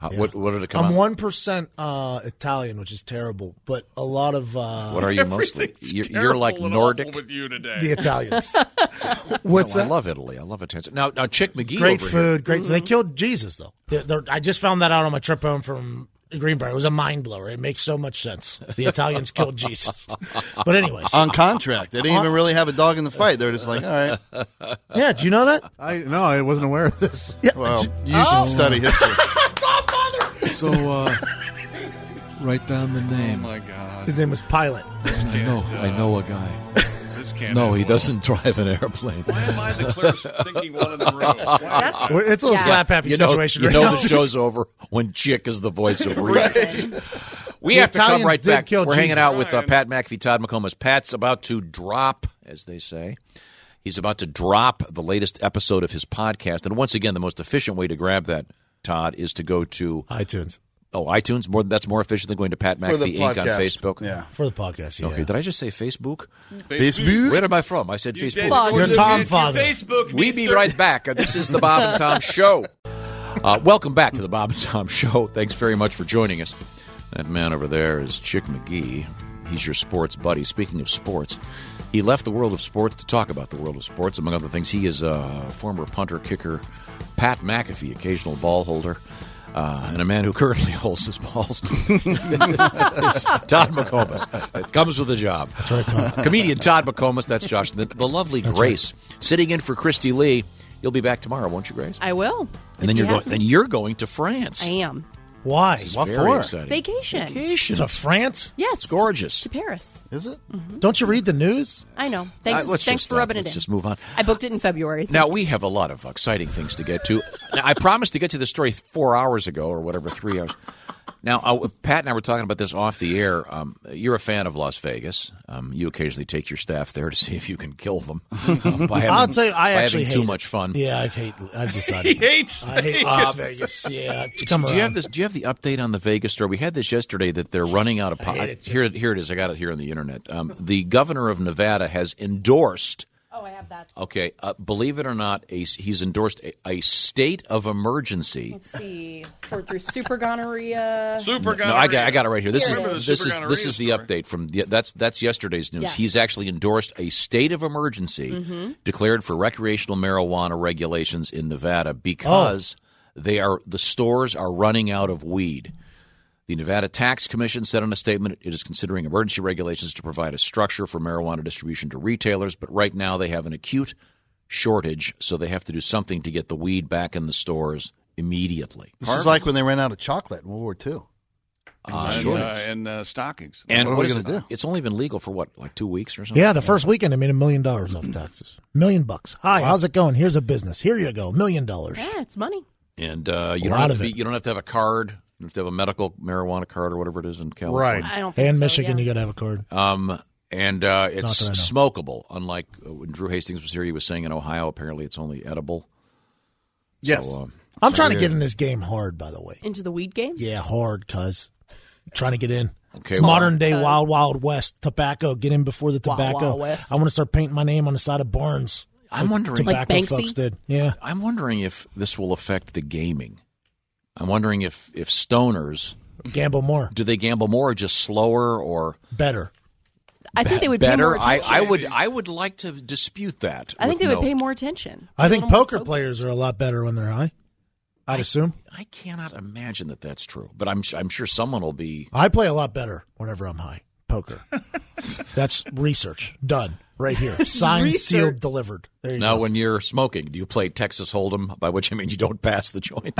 Speaker 6: How, What, what did it come
Speaker 14: I'm
Speaker 6: out?
Speaker 14: one percent uh, Italian, which is terrible. But a lot of uh,
Speaker 6: What are you mostly? You're, you're like Nordic.
Speaker 5: With you today,
Speaker 14: The Italians.
Speaker 6: What's
Speaker 14: What's
Speaker 6: I
Speaker 14: that?
Speaker 6: love Italy. I love Italians. Now, now Chick McGee.
Speaker 14: Great
Speaker 6: over
Speaker 14: food,
Speaker 6: here- Mm-hmm.
Speaker 14: great. They killed Jesus though. They're, they're, I just found that out on my trip home from Greenbrier. It was a mind blower. It makes so much sense. The Italians killed Jesus. But anyways,
Speaker 16: on contract, they didn't even really have a dog in the fight. They're just like, all right.
Speaker 14: Yeah, do you know that?
Speaker 4: I no, I wasn't aware of this.
Speaker 14: Yeah, Oh.
Speaker 16: well, you should study history.
Speaker 21: So, uh, write down the name. Oh my God!
Speaker 14: His name was Pilot.
Speaker 21: I know. I know a guy.
Speaker 5: This
Speaker 6: No, he doesn't drive an airplane. Why am I
Speaker 5: the clearest thinking one in the room? Wow.
Speaker 14: Well, it's a little slap-happy
Speaker 6: you know,
Speaker 14: situation
Speaker 6: You
Speaker 14: right
Speaker 6: know
Speaker 14: now.
Speaker 6: the show's over when Chick is the voice of reason. We
Speaker 13: The
Speaker 6: have to
Speaker 13: Italians
Speaker 6: come right
Speaker 13: did
Speaker 6: back. We're
Speaker 13: kill
Speaker 6: hanging
Speaker 13: Jesus.
Speaker 6: out with uh, Pat McAfee, Todd McComas. Pat's about to drop, as they say. He's about to drop the latest episode of his podcast. And once again, the most efficient way to grab that, Todd, is to go to
Speaker 14: iTunes.
Speaker 6: Oh, iTunes. More that's more efficient than going to Pat
Speaker 14: For the
Speaker 6: McAfee Inc. on
Speaker 14: podcast.
Speaker 6: Facebook.
Speaker 16: Yeah.
Speaker 14: For the podcast, yeah.
Speaker 6: Okay, did I just say Facebook?
Speaker 14: Facebook.
Speaker 6: Where am I from? I said
Speaker 14: said
Speaker 6: Facebook.
Speaker 14: Facebook. You're Tom Father. Facebook,
Speaker 6: we be
Speaker 14: mister.
Speaker 6: right back. Uh, This is the Bob and Tom Show. Uh, welcome back to the Bob and Tom Show. Thanks very much for joining us. That man over there is Chick McGee. He's your sports buddy. Speaking of sports, he left the world of sports to talk about the world of sports. Among other things, he is a former punter, kicker, Pat McAfee, occasional ball holder, uh, and a man who currently holds his balls. Todd McComas. It comes with the job. Comedian Todd McComas. That's Josh. The, the lovely Grace sitting in for Christy Lee. You'll be back tomorrow, won't you, Grace?
Speaker 9: I will.
Speaker 6: And then
Speaker 9: If
Speaker 6: you're
Speaker 9: you
Speaker 6: going.
Speaker 9: have me.
Speaker 6: Then you're going to France.
Speaker 9: I am.
Speaker 14: Why?
Speaker 6: It's
Speaker 14: What
Speaker 6: very
Speaker 14: for?
Speaker 6: exciting.
Speaker 9: Vacation.
Speaker 6: Vacation.
Speaker 14: To France?
Speaker 9: Yes. It's
Speaker 6: gorgeous.
Speaker 9: To Paris. Mm-hmm.
Speaker 16: Is it?
Speaker 14: Don't you read the news?
Speaker 9: I know. Thanks.
Speaker 6: Uh, let's
Speaker 9: thanks
Speaker 6: just,
Speaker 9: for
Speaker 6: uh,
Speaker 9: rubbing it
Speaker 6: let's
Speaker 9: in.
Speaker 6: Just move on.
Speaker 9: I booked it in February.
Speaker 6: Now we have a lot of exciting things to get to. now I promised to get to the story four hours ago or whatever, three hours. Now I, Pat and I were talking about this off the air. Um, you're a fan of Las Vegas. Um, you occasionally take your staff there to see if you can kill them uh, by having,
Speaker 14: I'll tell you, I
Speaker 6: by
Speaker 14: actually
Speaker 6: having
Speaker 14: hate
Speaker 6: too
Speaker 14: it.
Speaker 6: much fun.
Speaker 14: Yeah, I hate. I've decided. I hate Las Vegas. Yeah, come
Speaker 6: do
Speaker 14: around.
Speaker 6: you have this? Do you have the update on the Vegas story? We had this yesterday that they're running out of. Po-
Speaker 14: hate it,
Speaker 6: here, here it is. I got it here on the internet. Um, the governor of Nevada has endorsed.
Speaker 9: Oh, I have that.
Speaker 6: Okay, uh, believe it or not, a, he's endorsed a, a state of emergency.
Speaker 9: Let's see. Sort through super gonorrhea.
Speaker 5: Super
Speaker 6: No, I got, I got it right here. This
Speaker 9: Here
Speaker 6: is
Speaker 9: it is.
Speaker 6: this is this is the update from the, that's that's yesterday's news.
Speaker 9: Yes.
Speaker 6: He's actually endorsed a state of emergency
Speaker 9: Mhm.
Speaker 6: declared for recreational marijuana regulations in Nevada because they are the stores are running out of weed. The Nevada Tax Commission said in a statement it is considering emergency regulations to provide a structure for marijuana distribution to retailers, but right now they have an acute shortage, so they have to do something to get the weed back in the stores immediately.
Speaker 16: This is like when they ran out of chocolate in World War II.
Speaker 6: Uh,
Speaker 5: and,
Speaker 6: sure.
Speaker 5: uh, and uh, stockings.
Speaker 6: And
Speaker 16: What are
Speaker 6: what
Speaker 16: we
Speaker 6: is it?
Speaker 16: gonna
Speaker 6: It's only been legal for what, like two weeks or something?
Speaker 14: Yeah, the first weekend I made a million dollars off taxes. Million bucks. Hi, how's it going? Here's a business. Here you go. Million dollars.
Speaker 9: Yeah, it's money.
Speaker 6: And uh, you
Speaker 14: A
Speaker 6: don't
Speaker 14: lot
Speaker 6: have
Speaker 14: of
Speaker 6: to be, you don't have to have a card. You don't have to have a medical marijuana card or whatever it is in California.
Speaker 14: Right. and Michigan, you got to have a card.
Speaker 6: Um, and uh, it's
Speaker 14: Not that
Speaker 6: smokable. Unlike uh, when Drew Hastings was here, he was saying in Ohio, apparently it's only edible.
Speaker 14: Yes.
Speaker 6: So, um,
Speaker 14: I'm trying to get in this game hard, by the way.
Speaker 9: Into the weed game?
Speaker 14: Yeah, hard, cuz. Trying to get in.
Speaker 6: Okay,
Speaker 14: it's
Speaker 6: well-
Speaker 14: modern day Wild Wild West tobacco. Get in before the
Speaker 6: Wild Wild
Speaker 14: tobacco.
Speaker 6: West.
Speaker 14: I want to start painting my name on the side of barns.
Speaker 6: I'm wondering- Like
Speaker 14: tobacco
Speaker 6: Banksy?
Speaker 14: folks did. Yeah.
Speaker 6: I'm wondering if this will affect the gaming. I'm wondering if if stoners
Speaker 14: Gamble more.
Speaker 6: do they gamble more, or just slower, or
Speaker 14: Better.
Speaker 9: I think they would Pay
Speaker 6: better?
Speaker 9: more
Speaker 6: I,
Speaker 9: attention.
Speaker 6: I would I would like to dispute that.
Speaker 9: I think
Speaker 6: with
Speaker 9: they would
Speaker 6: no-
Speaker 9: pay more attention.
Speaker 14: I think
Speaker 9: A little more
Speaker 14: poker players are a lot better when they're high. I'd assume.
Speaker 6: I cannot imagine that that's true, but I'm I'm sure someone will be.
Speaker 14: I play a lot better whenever I'm high. Poker. That's research done right here. Signed,
Speaker 6: Research.
Speaker 14: sealed, delivered. There you
Speaker 6: Now, when you're smoking, do you play Texas Hold'em? By which I mean you don't pass the joint.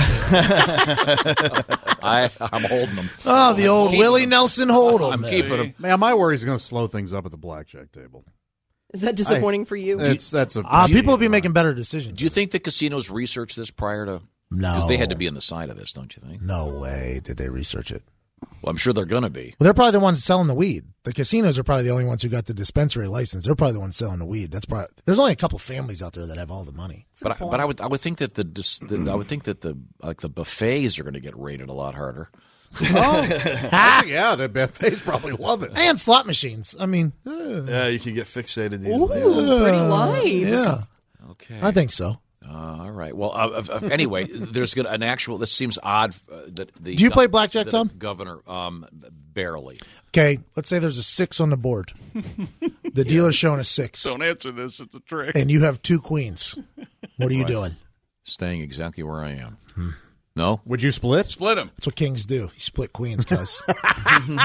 Speaker 6: I, I'm holding them.
Speaker 14: Oh, the old Willie Nelson Hold'em.
Speaker 6: I'm keeping them.
Speaker 4: Man, my worry is going to slow things up at the blackjack table.
Speaker 9: Is that disappointing
Speaker 6: I-
Speaker 9: for you?
Speaker 6: it's- that's a-
Speaker 14: uh, people will be making better decisions.
Speaker 6: Do you think the casinos researched this prior to?
Speaker 14: No.
Speaker 6: because they had to be on the side of this, don't you think?
Speaker 14: No way did they research it.
Speaker 6: Well, I'm sure they're going to be.
Speaker 14: Well, they're probably the ones selling the weed. The casinos are probably the only ones who got the dispensary license. They're probably the ones selling the weed. That's probably there's only a couple families out there that have all the money.
Speaker 6: But I, but I would I would think that the, dis, the I would think that the like the buffets are going to get raided a lot harder.
Speaker 4: oh, yeah, the buffets probably love it.
Speaker 14: And slot machines. I mean, ugh.
Speaker 16: Yeah, you can get fixated.
Speaker 14: Ooh, pretty lights. Yeah.
Speaker 6: Okay.
Speaker 14: I think so.
Speaker 6: Uh, all right. Well, uh, uh, uh, anyway, there's gonna, an actual. This seems odd. Uh, that the
Speaker 14: Do you play
Speaker 6: gov-
Speaker 14: blackjack,
Speaker 6: that
Speaker 14: Tom?
Speaker 6: the Governor, um, barely.
Speaker 14: Okay, let's say there's a six on the board. The dealer's showing a six,
Speaker 5: Don't answer this. It's a trick.
Speaker 14: and you have two queens. What are you doing?
Speaker 6: Staying exactly where I am. No.
Speaker 4: Would you split?
Speaker 5: Split them.
Speaker 14: That's what kings do. You split queens, cuz.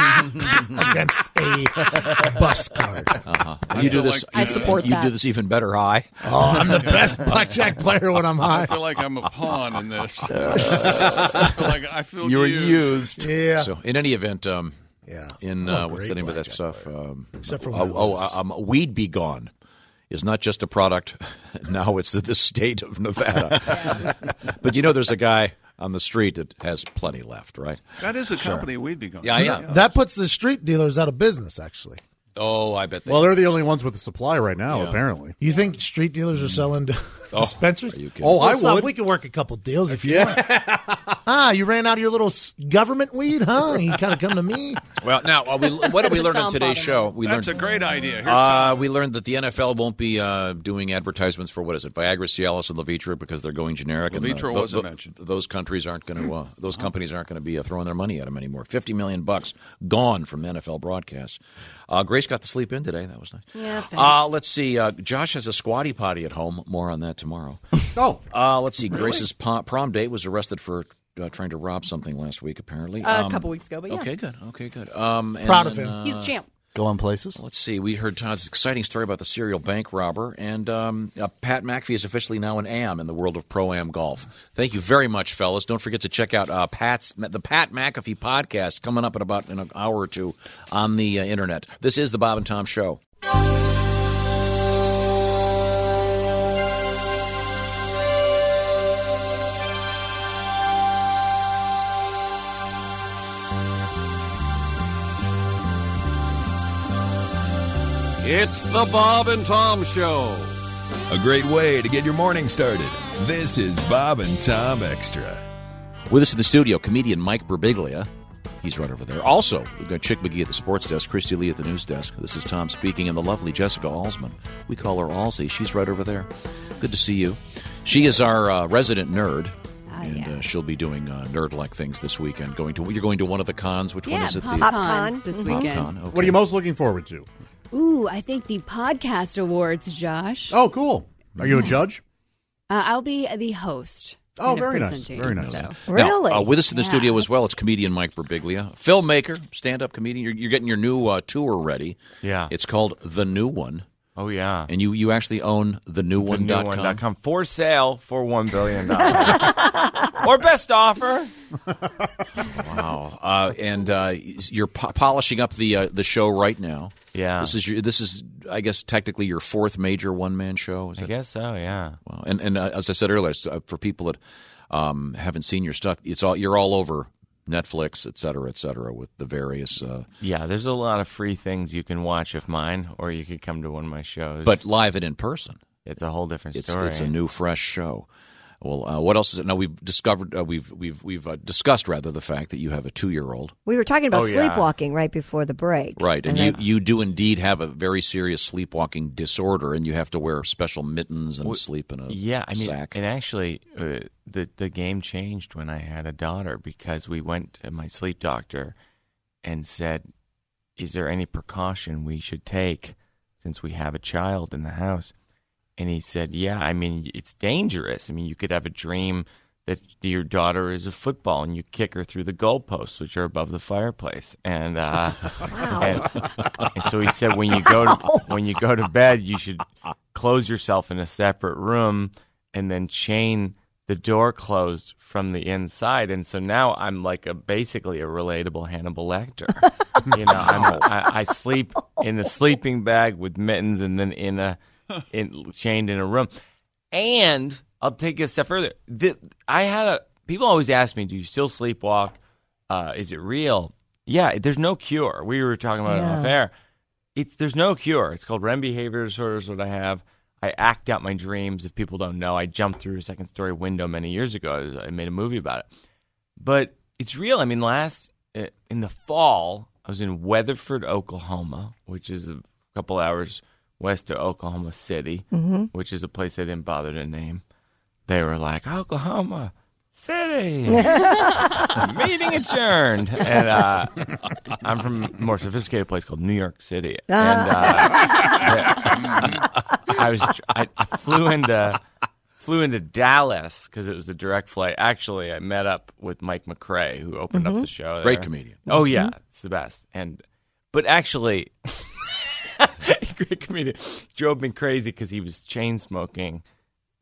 Speaker 14: Against a bus card.
Speaker 6: Uh-huh.
Speaker 14: I
Speaker 6: You do
Speaker 14: feel
Speaker 6: this.
Speaker 14: like, I
Speaker 6: you-
Speaker 14: support
Speaker 6: You do
Speaker 14: that.
Speaker 6: this even better high.
Speaker 14: Oh, I'm the best blackjack player when I'm high.
Speaker 5: I feel like
Speaker 6: Uh,
Speaker 5: I'm a pawn in this. I feel like I feel
Speaker 14: Yeah.
Speaker 6: So in any event, um,
Speaker 14: yeah.
Speaker 6: In
Speaker 14: I'm a
Speaker 6: uh, what's the
Speaker 14: great
Speaker 6: name of that stuff? Um,
Speaker 14: Except for
Speaker 6: oh, oh uh, um, weed be gone. Is not just a product. Now it's the, the state of Nevada. but you know, there's a guy on the street that has plenty left, right?
Speaker 5: That is a company we'd be going.
Speaker 6: Yeah, yeah.
Speaker 14: That puts the street dealers out of business, actually.
Speaker 6: Oh, I bet. They
Speaker 4: Well, they're the only ones with the supply right now, apparently.
Speaker 14: You think street dealers are selling to
Speaker 4: Oh,
Speaker 14: dispensaries?
Speaker 4: are you kidding? Oh,
Speaker 14: Well,
Speaker 4: I
Speaker 14: Sal,
Speaker 4: would.
Speaker 14: We could work a couple deals if you want. ah, you ran out of your little s- government weed, huh? You kind of come to me.
Speaker 6: Well, now uh, we, what did we learn on
Speaker 14: Tom
Speaker 6: today's
Speaker 14: Bottom.
Speaker 6: show? We
Speaker 5: That's
Speaker 6: learned
Speaker 5: a great idea. Here's
Speaker 6: Uh, we learned that the NFL won't be uh, doing advertisements for what is it, Viagra, Cialis, and Levitra because they're going generic. and uh,
Speaker 5: Levitra
Speaker 6: tho-
Speaker 5: wasn't Hmm.
Speaker 6: tho- Those countries aren't going to. Uh, those companies aren't going to be uh, throwing their money at them anymore. Fifty million bucks gone from NFL broadcasts. Uh, Grace got to sleep in today. That was nice.
Speaker 10: Yeah,
Speaker 6: Uh, let's see. Uh, Josh has a squatty potty at home. More on that tomorrow.
Speaker 4: Oh.
Speaker 6: Uh, let's see. Grace's pom- prom date was arrested for uh, trying to rob something last week. Apparently,
Speaker 9: Uh, a
Speaker 6: Um,
Speaker 9: couple weeks ago, but yeah.
Speaker 6: Okay, good. Okay, good. Um, and
Speaker 9: Proud of
Speaker 6: then,
Speaker 9: him. He's a champ.
Speaker 6: Going places. Let's see. We heard Todd's exciting story about the serial bank robber, and um, uh, Pat McAfee is officially now an AM in the world of pro am golf. Thank you very much, fellas. Don't forget to check out uh, Pat's the Pat McAfee podcast coming up in about in an hour or two on the uh, internet. This is the Bob and Tom Show.
Speaker 1: It's the Bob and Tom Show.
Speaker 22: A great way to get your morning started. This is Bob and Tom Extra.
Speaker 6: With us in the studio, comedian Mike Birbiglia. He's right over there. Also, we've got Chick McGee at the sports desk, Christy Lee at the news desk. This is Tom speaking, and the lovely Jessica Alsman. We call her Alsy. She's right over there. Good to see you. She is our uh, resident nerd.
Speaker 23: Ah,
Speaker 6: and uh, she'll be doing uh, nerd-like things this weekend. Going to you're going to one of the cons. Which one
Speaker 23: Yeah,
Speaker 6: is it?
Speaker 23: PopCon this weekend.
Speaker 6: PopCon, okay.
Speaker 4: What are you most looking forward to?
Speaker 23: Ooh, I think the podcast awards, Josh.
Speaker 4: Oh, cool. Are you a judge?
Speaker 23: Uh, I'll be the host.
Speaker 4: Oh,
Speaker 23: and a
Speaker 4: very nice.
Speaker 23: presentator,
Speaker 4: Very nice.
Speaker 23: so.
Speaker 6: Now, uh, with us in the studio as well, it's comedian Mike Birbiglia, filmmaker, stand-up comedian. You're, you're getting your new uh, tour ready.
Speaker 24: Yeah.
Speaker 6: it's called the new one.
Speaker 24: Oh yeah,
Speaker 6: and you you actually own the new
Speaker 24: The
Speaker 6: one
Speaker 24: new one dot com. for sale for one billion dollars or best offer.
Speaker 6: Wow, uh, and uh, you're po- polishing up the uh, the show right now.
Speaker 24: Yeah,
Speaker 6: this is your this is I guess technically your fourth major one man show. Is I
Speaker 24: guess so. Yeah.
Speaker 6: Wow, and and uh, as I said earlier, it's, uh, for people that um, haven't seen your stuff, it's all you're all over Netflix, et cetera, et cetera, with the various. Uh,
Speaker 24: Yeah, there's a lot of free things you can watch of mine, or you could come to one of my shows.
Speaker 6: but live and in person,
Speaker 24: it's a whole different
Speaker 6: it's,
Speaker 24: story.
Speaker 6: It's a new, fresh show. Well, uh, what else is it? Now we've discovered, uh, we've we've we've uh, discussed rather the fact that you have a two year old.
Speaker 25: We were talking about
Speaker 6: Oh, yeah.
Speaker 25: sleepwalking right before the break.
Speaker 6: Right, and,
Speaker 25: then-
Speaker 6: you, you do indeed have a very serious sleepwalking disorder, and you have to wear special mittens and
Speaker 24: Well,
Speaker 6: sleep in a
Speaker 24: yeah. I mean,
Speaker 6: sack.
Speaker 24: and actually, uh, the the game changed when I had a daughter because we went to my sleep doctor and said, "Is there any precaution we should take since we have a child in the house?" And he said, "Yeah. I mean, it's dangerous. I mean, you could have a dream." That your daughter is a football, and you kick her through the goalposts, which are above the fireplace, and uh, and, and so he said when you go to, when you go to bed, you should close yourself in a separate room and then chain the door closed from the inside. And so now I'm like a basically a relatable Hannibal Lecter. you know, I'm a, I, I sleep in a sleeping bag with mittens, and then in a in chained in a room. And I'll take it a step further. The, I had a people always ask me, "Do you still sleepwalk? Uh, is it real?" Yeah, there's no cure. We were talking about it Yeah. off air. It's there's no cure. It's called REM behavior disorder. Is what I have. I act out my dreams. If people don't know, I jumped through a second story window many years ago. I I made a movie about it, but it's real. I mean, last uh, in the fall, I was in Weatherford, Oklahoma, which is a couple hours west of Oklahoma City,
Speaker 10: Mhm.
Speaker 24: which is a place they didn't bother to name. They were like Oklahoma City. Meeting adjourned. And uh, I'm from a more sophisticated place called New York City. And uh, I was I, I flew into flew into Dallas because it was a direct flight. Actually, I met up with Mike McRae, who opened
Speaker 6: Mhm.
Speaker 24: up the show.
Speaker 6: Great
Speaker 24: there.
Speaker 6: comedian.
Speaker 24: Oh yeah,
Speaker 6: Mhm.
Speaker 24: it's the best. And but actually, great comedian drove me crazy because he was chain smoking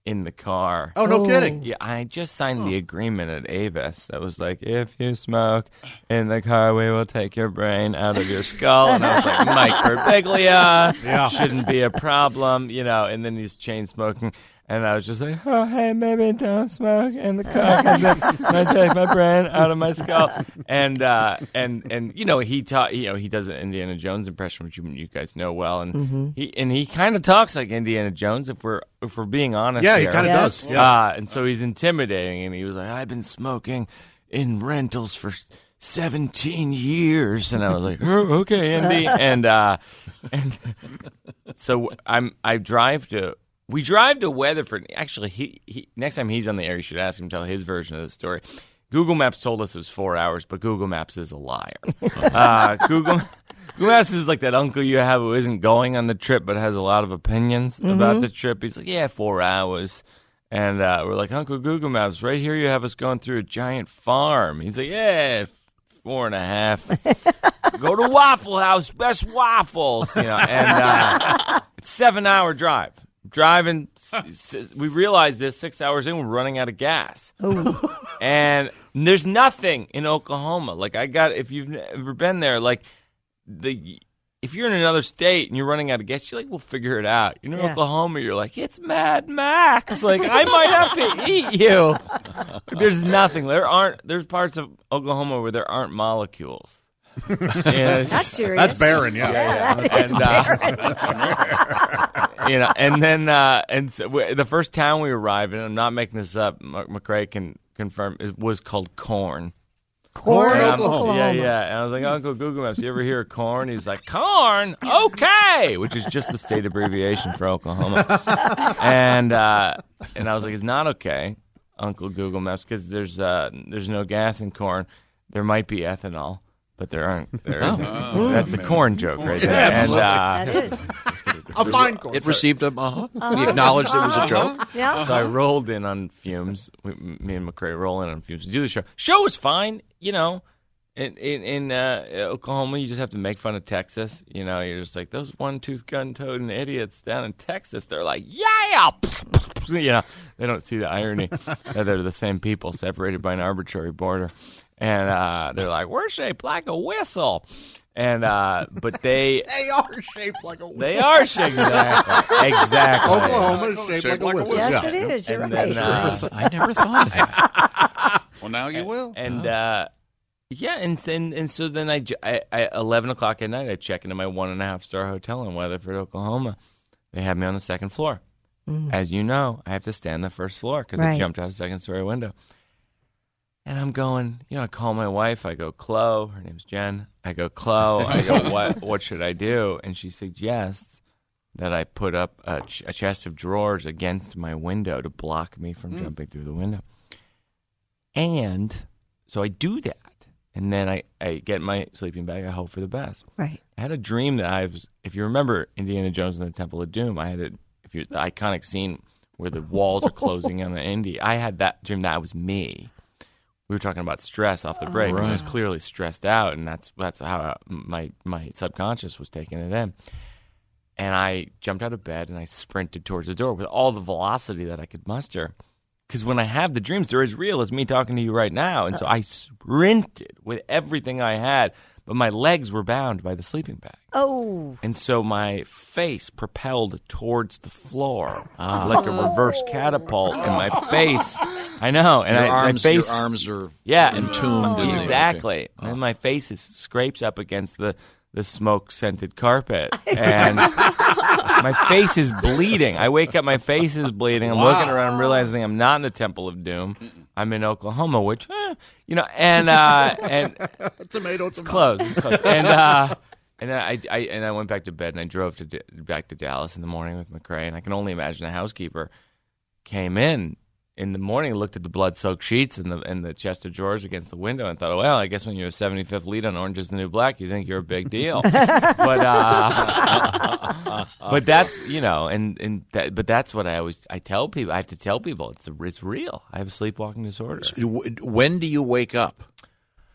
Speaker 24: in the car.
Speaker 10: Oh, no Oh. kidding.
Speaker 24: Yeah, I just signed the agreement at Avis that was like, if you smoke in the car, we will take your brain out of your skull. And I was like, Mike Birbiglia,
Speaker 10: Yeah.
Speaker 24: shouldn't be a problem, you know. And then he's chain smoking, and I was just like, oh, hey, maybe don't smoke in the car 'cause it might take my brain out of my skull. And uh, and and you know, he taught, you know, he does an Indiana Jones impression, which you, you guys know well, and
Speaker 10: Mhm.
Speaker 24: he and he kind of talks like Indiana Jones if we're if we're being honest.
Speaker 10: Yeah, he
Speaker 24: here.
Speaker 10: kinda Yes. does, yeah.
Speaker 24: Uh, and so he's intimidating, and he was like, I've been smoking in rentals for. 17 years and I was like, oh, okay, Andy. And uh and so I'm I drive to we drive to Weatherford. Actually, he, he next time he's on the air, you should ask him to tell his version of the story. Google Maps told us it was four hours, but Google Maps is a liar. uh, Google Google Maps is like that uncle you have who isn't going on the trip but has a lot of opinions about Mhm. the trip. He's like, yeah, four hours. And uh, we're like, Uncle Google Maps, right here you have us going through a giant farm. He's like, yeah, four and a half. Go to Waffle House, best waffles. You know, and uh, it's seven hour drive. Driving, s- s- we realized this six hours in, we're running out of gas. and there's nothing in Oklahoma. Like I got, if you've ever been there, like the if you're in another state and you're running out of gas, you're like, we'll figure it out. You know,
Speaker 10: Yeah.
Speaker 24: Oklahoma, you're like, it's Mad Max. Like I might have to eat you. There's nothing. There aren't. There's parts of Oklahoma where there aren't molecules. And it's-
Speaker 10: That's serious. That's barren, yeah. Yeah, that is
Speaker 24: And, uh, you know, and then uh, and so we, the first town we arrived in, I'm not making this up. M- McRae can confirm. It was called Corn.
Speaker 10: Corn,
Speaker 24: And I'm-
Speaker 10: Oklahoma.
Speaker 24: Yeah, yeah. And I was like, Uncle Google Maps, you ever hear of corn? He's like, corn, okay, which is just the state abbreviation for Oklahoma. and uh, and I was like, it's not okay, Uncle Google Maps, because there's uh, there's no gas in corn. There might be ethanol, but there aren't. There
Speaker 6: Oh.
Speaker 24: isn't.
Speaker 6: Oh.
Speaker 24: That's the corn joke right there. and, uh,
Speaker 6: a fine course. It received a. Uh-huh. He acknowledged it was a joke.
Speaker 24: So I rolled in on fumes. We, me and McCray roll in on fumes to do the show. Show was fine, you know. In in, in uh, Oklahoma, you just have to make fun of Texas. You know, you're just like those one tooth gun toting idiots down in Texas. They're like, yeah, you know, they don't see the irony that they're the same people separated by an arbitrary border, and uh, they're like, we're shaped like a whistle, and uh, but they
Speaker 10: They are shaped like a
Speaker 24: they are shaped exactly. exactly.
Speaker 4: Oklahoma is shaped, like, a whistle.
Speaker 10: Yes, it is. You're
Speaker 24: And
Speaker 10: right.
Speaker 24: then, uh,
Speaker 10: I never thought of that.
Speaker 5: Well, now you will.
Speaker 24: And uh, yeah, and, and and so then I, j- I- I- eleven o'clock at night, I check into my one and a half star hotel in Weatherford, Oklahoma. They have me on the second floor.
Speaker 10: Mhm.
Speaker 24: As you know, I have to stay on the first floor because I
Speaker 10: Right.
Speaker 24: jumped out a second story window. And I'm going, you know, I call my wife. I go, Chloe, her name's Jen. I go, Chloe, I go, what, what should I do? And she suggests that I put up a, ch- a chest of drawers against my window to block me from
Speaker 10: Mm.
Speaker 24: jumping through the window. And so I do that. And then I, I get in my sleeping bag. I hope for the best.
Speaker 10: Right.
Speaker 24: I had a dream that I was, if you remember Indiana Jones and the Temple of Doom, I had a, if you, the iconic scene where the walls are closing on the Indy. I had that dream that was me. We were talking about stress off the break. and I was
Speaker 10: Right.
Speaker 24: clearly stressed out, and that's that's how I- my my subconscious was taking it in. And I jumped out of bed and I sprinted towards the door with all the velocity that I could muster. Because when I have the dreams, they're as real as me talking to you right now. And so I sprinted with everything I had, but my legs were bound by the sleeping bag.
Speaker 10: Oh.
Speaker 24: And so my face propelled towards the floor like a reverse catapult, and my face. I know, and
Speaker 6: Your
Speaker 24: I,
Speaker 6: arms-
Speaker 24: my
Speaker 6: your
Speaker 24: face,
Speaker 6: arms are
Speaker 24: yeah,
Speaker 6: entombed in the-
Speaker 24: exactly. And my face is scrapes up against the the smoke scented carpet, and my face is bleeding. I wake up, my face is bleeding. I'm Wow. looking around, I'm realizing I'm not in the Temple of Doom. I'm in Oklahoma, which eh, you know, and uh, and
Speaker 4: Tomato,
Speaker 24: it's
Speaker 4: tomato.
Speaker 24: close, it's close. and uh, and then I, I and I went back to bed and I drove to D- back to Dallas in the morning with McRae, and I can only imagine the housekeeper came in in the morning, looked at the blood-soaked sheets and the and the chest of drawers against the window, and thought, well, I guess when you're a 75th lead on Orange Is the New Black, you think you're a big deal, but uh, but that's you know, and and that, but that's what I always I tell people. I have to tell people it's it's real. I have a sleepwalking disorder.
Speaker 6: When do you wake up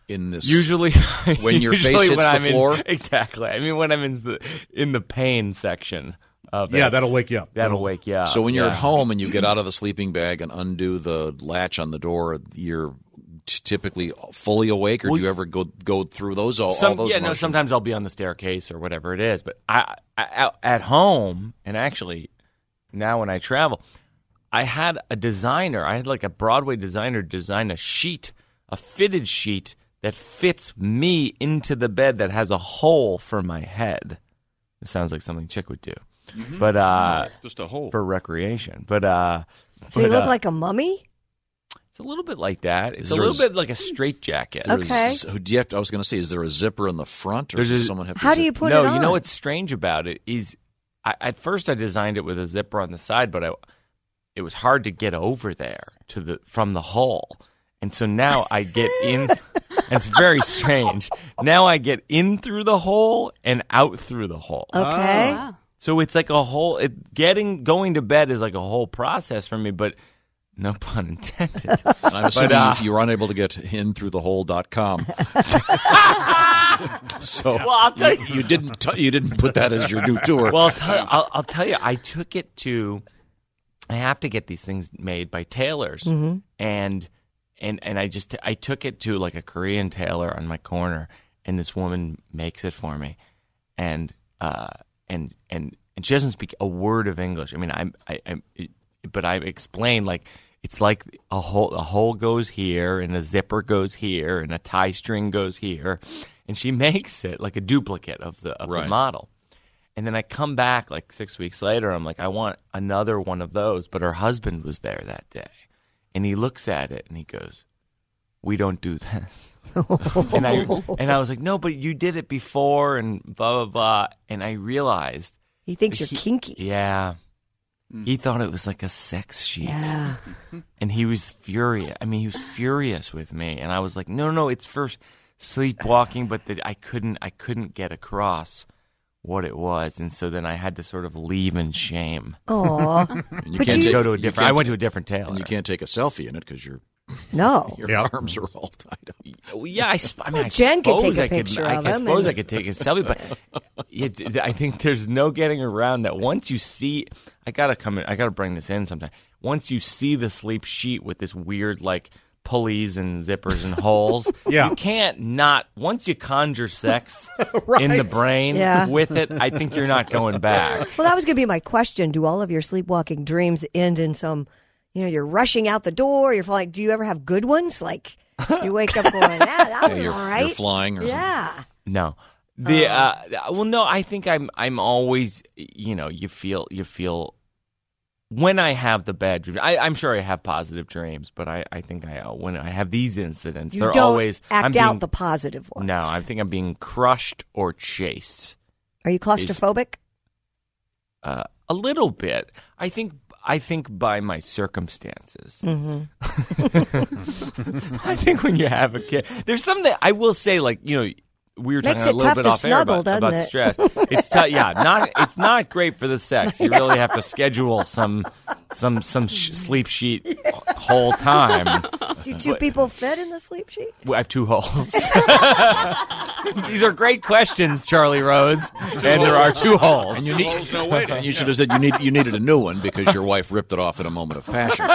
Speaker 6: in this?
Speaker 24: Usually,
Speaker 6: when your face
Speaker 24: usually
Speaker 6: hits
Speaker 24: when
Speaker 6: the
Speaker 24: I'm in-
Speaker 6: floor.
Speaker 24: exactly. I mean, when I'm in the in the pain section of
Speaker 6: Yeah,
Speaker 24: it.
Speaker 6: that'll wake
Speaker 4: you up.
Speaker 24: That'll, wake you up.
Speaker 6: So when you're
Speaker 24: yeah.
Speaker 6: at home and you get out of the sleeping bag and undo the latch on the door, you're t- typically fully awake, or do you ever go go through those all,
Speaker 24: Some-
Speaker 6: all those?
Speaker 24: yeah, no.
Speaker 6: emotions?
Speaker 24: Sometimes I'll be on the staircase or whatever it is. But I, I out- at home, and actually now when I travel, I had a designer. I had like a Broadway designer design a sheet, a fitted sheet that fits me into the bed that has a hole for my head. It sounds like something Chick would do,
Speaker 5: Mhm.
Speaker 24: but uh,
Speaker 5: Just a hole.
Speaker 24: for recreation. But uh,
Speaker 10: So you
Speaker 24: but,
Speaker 10: look
Speaker 24: uh,
Speaker 10: like a mummy?
Speaker 24: it's a little bit like that. It's
Speaker 6: Is
Speaker 24: a
Speaker 6: there
Speaker 24: little
Speaker 6: a-
Speaker 24: bit like a straight jacket.
Speaker 6: Is there a
Speaker 10: Okay.
Speaker 6: z- do you have to- I was going to say, is there a zipper in the front, or
Speaker 24: There's
Speaker 6: does
Speaker 24: a-
Speaker 6: someone have? to
Speaker 10: How do
Speaker 6: zip-
Speaker 10: you put
Speaker 24: no,
Speaker 10: it on?
Speaker 24: you know what's strange about it is, I, at first I designed it with a zipper on the side, but I, it was hard to get over there to the from the hole, and so now I get in. and it's very strange. Now I get in through the hole and out through the hole.
Speaker 10: Okay.
Speaker 24: So it's like a whole it, getting going to bed is like a whole process for me, but no pun intended.
Speaker 6: And I'm
Speaker 24: But,
Speaker 6: assuming
Speaker 24: uh,
Speaker 6: you were unable to get in through the hole.com. so
Speaker 24: Well, I'll tell
Speaker 6: you, you didn't t- you didn't put that as your new tour.
Speaker 24: Well, I'll tell, I'll, I'll tell you, I took it to. I have to get these things made by tailors,
Speaker 10: Mhm.
Speaker 24: and and and I just I took it to like a Korean tailor on my corner, and this woman makes it for me, and uh and and and she doesn't speak a word of English. I mean, I'm I, I'm, it, but I explain like. It's like a hole. A hole goes here, and a zipper goes here, and a tie string goes here, and she makes it like a duplicate of the of the
Speaker 6: Right.
Speaker 24: model. And then I come back like six weeks later. I'm like, I want another one of those. But her husband was there that day. And he looks at it and he goes, We don't do that. and, I, and I was like, No, but you did it before and blah, blah, blah. And I realized.
Speaker 10: He thinks you're kinky.
Speaker 24: Yeah. He thought it was like a sex sheet.
Speaker 10: Yeah.
Speaker 24: And he was furious. I mean, he was furious with me. And I was like, no, no, it's for sleepwalking, but that I couldn't I couldn't get across what it was. And so then I had to sort of leave in shame.
Speaker 10: Aw.
Speaker 6: And you
Speaker 10: But
Speaker 6: can't
Speaker 10: you-
Speaker 6: take-
Speaker 10: Go to a
Speaker 6: you
Speaker 24: different-
Speaker 6: can't
Speaker 24: I went
Speaker 6: ta-
Speaker 24: to a different uh, tailor.
Speaker 6: And you can't take a selfie in it because your
Speaker 10: No.
Speaker 6: your arms are all tied up.
Speaker 24: Well, yeah, I, sp- I mean,
Speaker 10: Well,
Speaker 24: I
Speaker 10: Oh, Jen could
Speaker 24: suppose
Speaker 10: take a
Speaker 24: I
Speaker 10: picture
Speaker 24: I,
Speaker 10: of
Speaker 24: I
Speaker 10: him
Speaker 24: suppose
Speaker 10: and-
Speaker 24: I could take a selfie, but it, I think there's no getting around that. Once you see, I gotta come. In, I gotta bring this in sometime. Once you see the sleep sheet with this weird like pulleys and zippers and holes,
Speaker 4: Yeah.
Speaker 24: you can't not. Once you conjure sex in the brain
Speaker 10: Yeah.
Speaker 24: with it, I think you're not going back.
Speaker 10: Well, that was going to be my question. Do all of your sleepwalking dreams end in some, you know, you're rushing out the door, you're flying? Do you ever have good ones? Like, you wake up going, yeah, that was
Speaker 6: you're,
Speaker 10: all right.
Speaker 6: you're flying or
Speaker 10: yeah. Um,
Speaker 24: No. The uh, well, no, I think I'm I'm always you know you feel you feel when I have the bad dream. I, I'm sure I have positive dreams, but I, I think I when I have these incidents,
Speaker 10: You
Speaker 24: they're
Speaker 10: don't
Speaker 24: always
Speaker 10: act
Speaker 24: I'm
Speaker 10: out
Speaker 24: being-
Speaker 10: the positive ones.
Speaker 24: No, I think I'm being crushed or chased
Speaker 10: Are you claustrophobic?
Speaker 24: uh, a little bit. I think I think by my circumstances.
Speaker 10: Mm-hmm.
Speaker 24: I think when you have a kid, there's something that I will say, like you know, we were
Speaker 10: Makes
Speaker 24: talking a
Speaker 10: it
Speaker 24: little
Speaker 10: tough
Speaker 24: bit
Speaker 10: to
Speaker 24: off air
Speaker 10: snuggle,
Speaker 24: about, about
Speaker 10: doesn't it?
Speaker 24: stress. It's tough, yeah. Not it's not great for the sex. You really have to schedule some some some sh- sleep sheet whole time.
Speaker 10: Do two
Speaker 24: But-
Speaker 10: people fit in the sleep sheet?
Speaker 24: I have two holes. These are great questions, Charlie Rose, and there are two holes.
Speaker 6: And you need- and you should have said you need you needed a new one because your wife ripped it off in a moment of passion.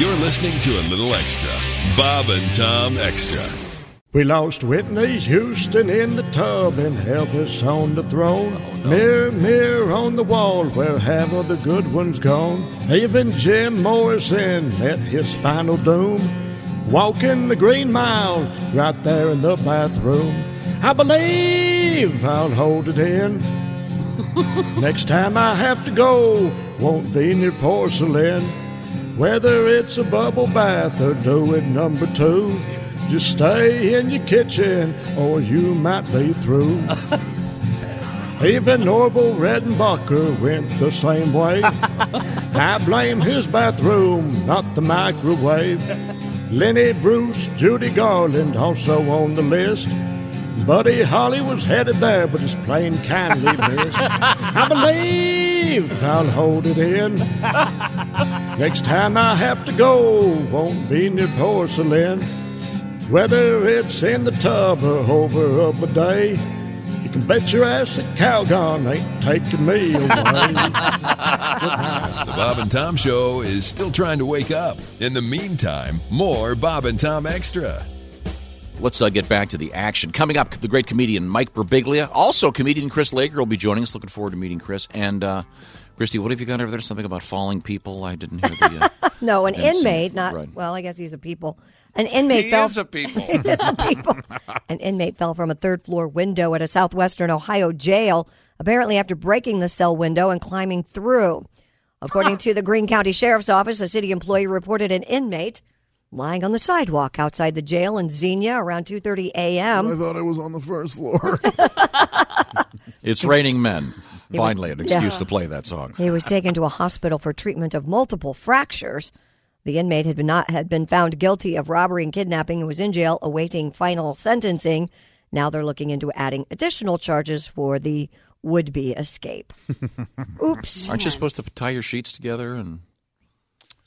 Speaker 22: You're listening to a little extra. Bob and Tom Extra.
Speaker 7: We lost Whitney Houston in the tub and Elvis on the throne.
Speaker 5: Oh,
Speaker 7: Mirror, mirror on the wall, where have all the good ones gone? Even Jim Morrison met his final doom. Walking the green mile right there in the bathroom. I believe I'll hold it in. Next time I have to go, won't be near porcelain. Whether it's a bubble bath or doing number two, just stay in your kitchen or you might be through. Even Orville Redenbacher went the same way. I blame his bathroom, not the microwave. Lenny Bruce, Judy Garland also on the list. Buddy Holly was headed there, but is plain kindly missed. I believe I'll hold it in. Next time I have to go, won't be near porcelain. Whether it's in the tub or over a bidet, you can bet your ass that Calgon ain't taking me away.
Speaker 22: The Bob and Tom Show is still trying to wake up. In the meantime, more Bob and Tom Extra.
Speaker 6: Let's uh, get back to the action. Coming up, the great comedian Mike Birbiglia, also comedian Chris Laker will be joining us. Looking forward to meeting Chris. And uh, Christy, what have you got over there? Something about falling people? I didn't hear the. Uh,
Speaker 10: No, an
Speaker 6: Didn't see
Speaker 10: inmate,
Speaker 6: it.
Speaker 10: not
Speaker 6: Right.
Speaker 10: well. I guess he's a people. An inmate
Speaker 6: He
Speaker 10: fell.
Speaker 6: is a people.
Speaker 10: He is a people. An inmate fell from a third floor window at a southwestern Ohio jail, apparently after breaking the cell window and climbing through. According to the Greene County Sheriff's Office, a city employee reported an inmate lying on the sidewalk outside the jail in Xenia around 2:30 a.m.
Speaker 4: I thought I was on the first floor.
Speaker 6: it's raining men.
Speaker 10: It was-
Speaker 6: Finally, an excuse
Speaker 10: Yeah.
Speaker 6: to play that song.
Speaker 10: He was taken to a hospital for treatment of multiple fractures. The inmate had been not had been found guilty of robbery and kidnapping and was in jail awaiting final sentencing. Now they're looking into adding additional charges for the would be escape. Oops.
Speaker 6: Aren't you supposed to tie your sheets together and?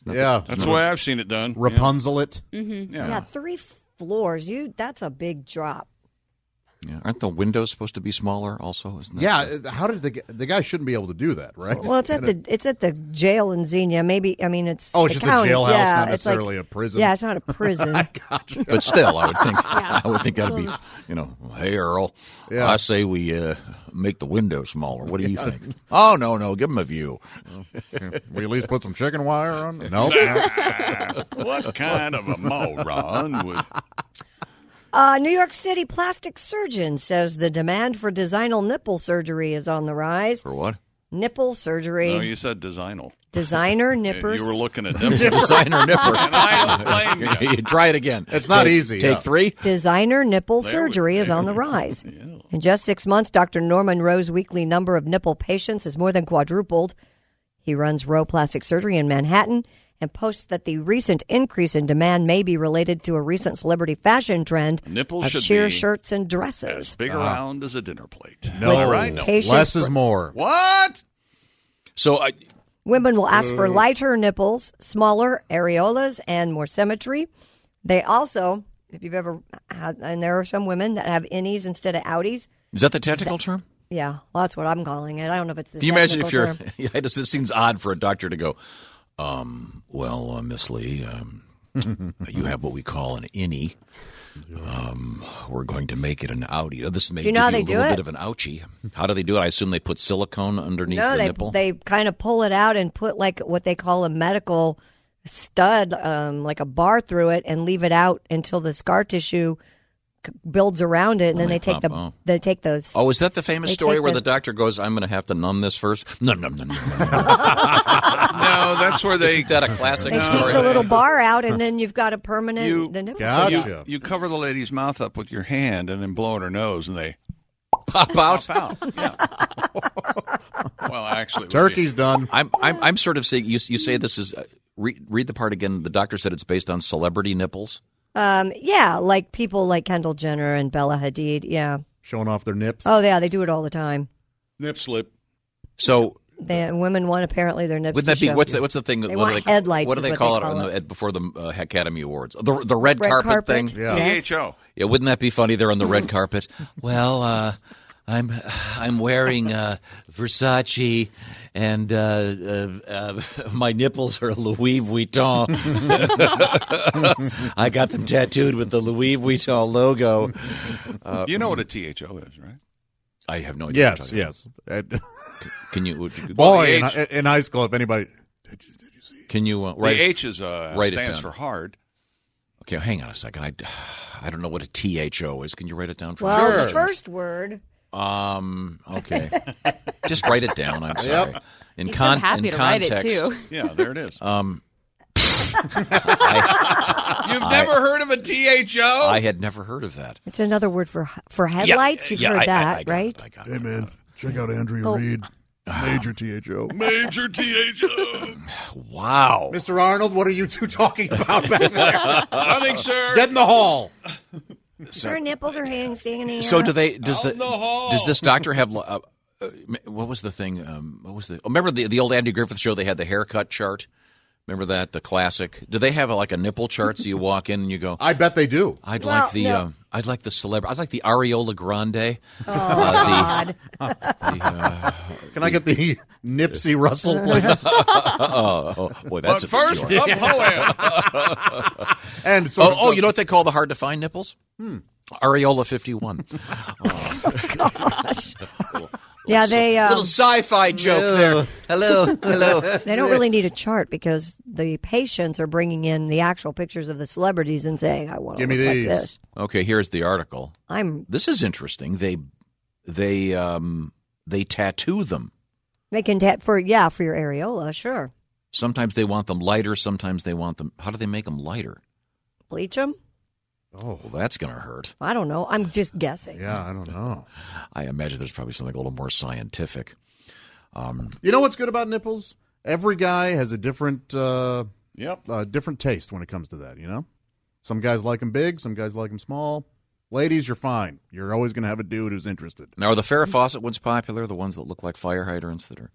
Speaker 4: Yeah.
Speaker 5: That's the way I've seen it done.
Speaker 4: Rapunzel it.
Speaker 10: Mm-hmm.
Speaker 6: Yeah.
Speaker 10: Yeah. three floors. You that's a big drop.
Speaker 6: Yeah. Aren't the windows supposed to be smaller? Also, isn't that
Speaker 4: Yeah, uh, how did the g- the guy shouldn't be able to do that, right?
Speaker 10: Well, it's at the it's at the jail in Xenia. Maybe I mean it's
Speaker 4: Oh, it's just a
Speaker 10: county.
Speaker 4: jailhouse,
Speaker 10: yeah,
Speaker 4: not
Speaker 10: it's like-
Speaker 4: necessarily a prison.
Speaker 10: Yeah, it's not a prison.
Speaker 6: uh, But still, I would think
Speaker 10: Yeah.
Speaker 6: I would think that'd be you know, hey Earl,
Speaker 10: Yeah.
Speaker 6: I say we uh, make the window smaller. What do you
Speaker 4: Yeah.
Speaker 6: think? Oh no, no, give him a view.
Speaker 4: we at least put some chicken wire on.
Speaker 6: No.
Speaker 5: what kind of a moron would?
Speaker 10: Uh, New York City plastic surgeon says the demand for designal nipple surgery is on the rise.
Speaker 6: For what?
Speaker 10: Nipple surgery.
Speaker 5: No, you said designal.
Speaker 10: Designer nippers.
Speaker 5: You were looking at nipples.
Speaker 6: Designer nipper.
Speaker 5: And I don't blame you.
Speaker 6: Try it again.
Speaker 5: It's not
Speaker 6: Take-
Speaker 5: easy,
Speaker 6: Take
Speaker 5: yeah.
Speaker 6: three.
Speaker 10: Designer nipple
Speaker 6: There we
Speaker 10: surgery is on the rise. In just six months, Dr. Norman Rowe's weekly number of nipple patients has more than quadrupled. He runs Rowe Plastic Surgery in Manhattan and posts that the recent increase in demand may be related to a recent celebrity fashion trend
Speaker 5: Nipples
Speaker 10: of
Speaker 5: should
Speaker 10: sheer
Speaker 5: be
Speaker 10: shirts and dresses.
Speaker 5: As big
Speaker 6: uh,
Speaker 5: around as a dinner plate.
Speaker 10: No.
Speaker 5: Am I right?
Speaker 10: No. Patience- Less is
Speaker 4: more.
Speaker 5: What?
Speaker 6: So I,
Speaker 10: Women will ask for
Speaker 6: Uh.
Speaker 10: lighter nipples, smaller areolas, and more symmetry. They also, if you've ever had, and there are some women that have innies instead of outies.
Speaker 6: is that the technical term?
Speaker 10: Yeah, well, that's what I'm calling it. I don't know if it's the.
Speaker 6: Can you imagine
Speaker 10: technical
Speaker 6: if you're?
Speaker 10: term.
Speaker 6: Yeah, it just it seems odd for a doctor to go. Um, well, uh, Miss Lee, um, you have what we call an innie. Um, we're going to make it an outie. This may
Speaker 10: Do you know how
Speaker 6: give
Speaker 10: they do
Speaker 6: a little
Speaker 10: it?
Speaker 6: bit of an ouchie. How do they do it? I assume they put silicone underneath
Speaker 10: No,
Speaker 6: the
Speaker 10: they
Speaker 6: nipple.
Speaker 10: they kind of pull it out and put like what they call a medical stud, um, like a bar through it, and leave it out until the scar tissue c- builds around it, and then
Speaker 6: Only
Speaker 10: they take the
Speaker 6: pop- oh.
Speaker 10: they take those.
Speaker 6: Oh, is that the famous
Speaker 10: They
Speaker 6: story
Speaker 10: take
Speaker 6: where
Speaker 10: the-
Speaker 6: the doctor goes, "I'm going to have to numb this first? Num num num num. num.
Speaker 5: No, that's where they.
Speaker 6: Isn't that a classic
Speaker 10: They
Speaker 6: story?
Speaker 10: take the little bar out, and then you've got a permanent.
Speaker 5: You-
Speaker 10: the nipple
Speaker 5: You-
Speaker 10: surgery.
Speaker 5: You, cover the lady's mouth up with your hand and then blow in her nose, and they
Speaker 6: pop out.
Speaker 5: Yeah. well, actually, it would be-
Speaker 6: Turkey's done. I'm I'm, I'm sort of saying you you say this is uh, re, read the part again. The doctor said it's based on celebrity nipples.
Speaker 10: Um, yeah, like people like Kendall Jenner and Bella Hadid. Yeah.
Speaker 4: Showing off their nips.
Speaker 10: Oh yeah, they do it all the time.
Speaker 5: Nip slip.
Speaker 6: So
Speaker 10: They, women want apparently their nips.
Speaker 6: wouldn't that
Speaker 10: to
Speaker 6: be
Speaker 10: show.
Speaker 6: what's the, what's the thing?
Speaker 10: They
Speaker 6: what
Speaker 10: want
Speaker 6: do they,
Speaker 10: headlights.
Speaker 6: What do
Speaker 10: is
Speaker 6: they call, it,
Speaker 10: call
Speaker 6: on the- before the uh, Academy Awards? The the red,
Speaker 10: Red
Speaker 6: carpet,
Speaker 10: carpet?
Speaker 6: thing.
Speaker 10: Yeah. Yes.
Speaker 5: DHO.
Speaker 6: Yeah, wouldn't that be funny? They're on the red carpet. Well, uh, I'm I'm wearing uh, Versace, and uh, uh, uh, my nipples are Louis Vuitton. I got them tattooed with the Louis Vuitton logo. Uh,
Speaker 5: you know what a THO is, right?
Speaker 6: I have no idea.
Speaker 4: Yes,
Speaker 6: what you're
Speaker 4: yes.
Speaker 6: talking about. Can you, would you-
Speaker 4: Boy, in, hi- in high school, if anybody
Speaker 6: Can you uh, write
Speaker 5: the H is uh,
Speaker 6: write it
Speaker 5: stands
Speaker 6: down.
Speaker 5: for hard.
Speaker 6: Okay, hang on a second. I, I don't know what a THO is. Can you write it down for
Speaker 10: Well,
Speaker 6: me?
Speaker 10: the first word.
Speaker 6: Um. Okay. Just write it down. I'm
Speaker 10: Yep.
Speaker 6: sorry. In,
Speaker 10: He's so
Speaker 6: con-
Speaker 10: happy
Speaker 6: in
Speaker 10: to write it,
Speaker 6: context,
Speaker 10: too.
Speaker 5: Yeah, there it is.
Speaker 6: Um.
Speaker 5: You've
Speaker 6: I-
Speaker 5: never heard of a THO?
Speaker 6: I had never heard of that.
Speaker 10: It's another word for for headlights. You've
Speaker 6: yeah,
Speaker 10: heard
Speaker 6: I- I-
Speaker 10: that,
Speaker 6: I got it,
Speaker 10: right?
Speaker 4: Hey, man, check out Andrea
Speaker 10: Oh.
Speaker 4: Reed, Major THO.
Speaker 5: Major THO.
Speaker 6: Wow.
Speaker 4: Mr. Arnold, what are you two talking about back there?
Speaker 5: Nothing, sir.
Speaker 4: Get in the hall.
Speaker 10: Her nipples are hanging, standing in the
Speaker 6: So
Speaker 10: air.
Speaker 6: do they? Does the, does this doctor have? Uh, uh, what was the thing? Um, what was the? oh, Remember the the old Andy Griffith show? They had the haircut chart. Remember that the classic? Do they have a, like a nipple chart? So you walk in and you go.
Speaker 4: I bet they do.
Speaker 6: I'd
Speaker 10: Well,
Speaker 6: like the.
Speaker 10: no.
Speaker 6: Um, I'd like the celebrity. I'd like the Ariola Grande. Oh
Speaker 10: God.
Speaker 6: uh,
Speaker 4: Can I get the Nipsey Russell, please?
Speaker 6: oh, oh, boy, that's
Speaker 4: But first,
Speaker 6: obscure.
Speaker 4: a poem. And so-
Speaker 6: oh, oh, you know what they call the hard to find nipples?
Speaker 4: Hmm.
Speaker 6: Areola fifty one.
Speaker 10: Oh,
Speaker 6: gosh.
Speaker 10: yeah, they um,
Speaker 6: little sci-fi joke there. Hello, hello.
Speaker 10: They don't really need a chart because the patients are bringing in the actual pictures of the celebrities and saying, "I want to
Speaker 6: Give me
Speaker 10: look like
Speaker 6: these.
Speaker 10: this."
Speaker 6: Okay, here's the article.
Speaker 10: I'm-
Speaker 6: This is interesting. They they um they tattoo them.
Speaker 10: They can tap for yeah for your areola, sure.
Speaker 6: Sometimes they want them lighter. Sometimes they want them. How do they make them lighter?
Speaker 10: Bleach them.
Speaker 6: Oh, well, that's gonna hurt.
Speaker 10: I don't know. I'm just guessing.
Speaker 4: Yeah, I don't know.
Speaker 6: I imagine there's probably something a little more scientific. Um,
Speaker 4: You know what's good about nipples? Every guy has a different uh,
Speaker 5: yep.
Speaker 4: uh, different taste when it comes to that, you know? Some guys like them big, some guys like them small. Ladies, you're fine. You're always going to have a dude who's interested.
Speaker 6: now, are the Farrah Fawcett ones popular? The ones that look like fire hydrants that are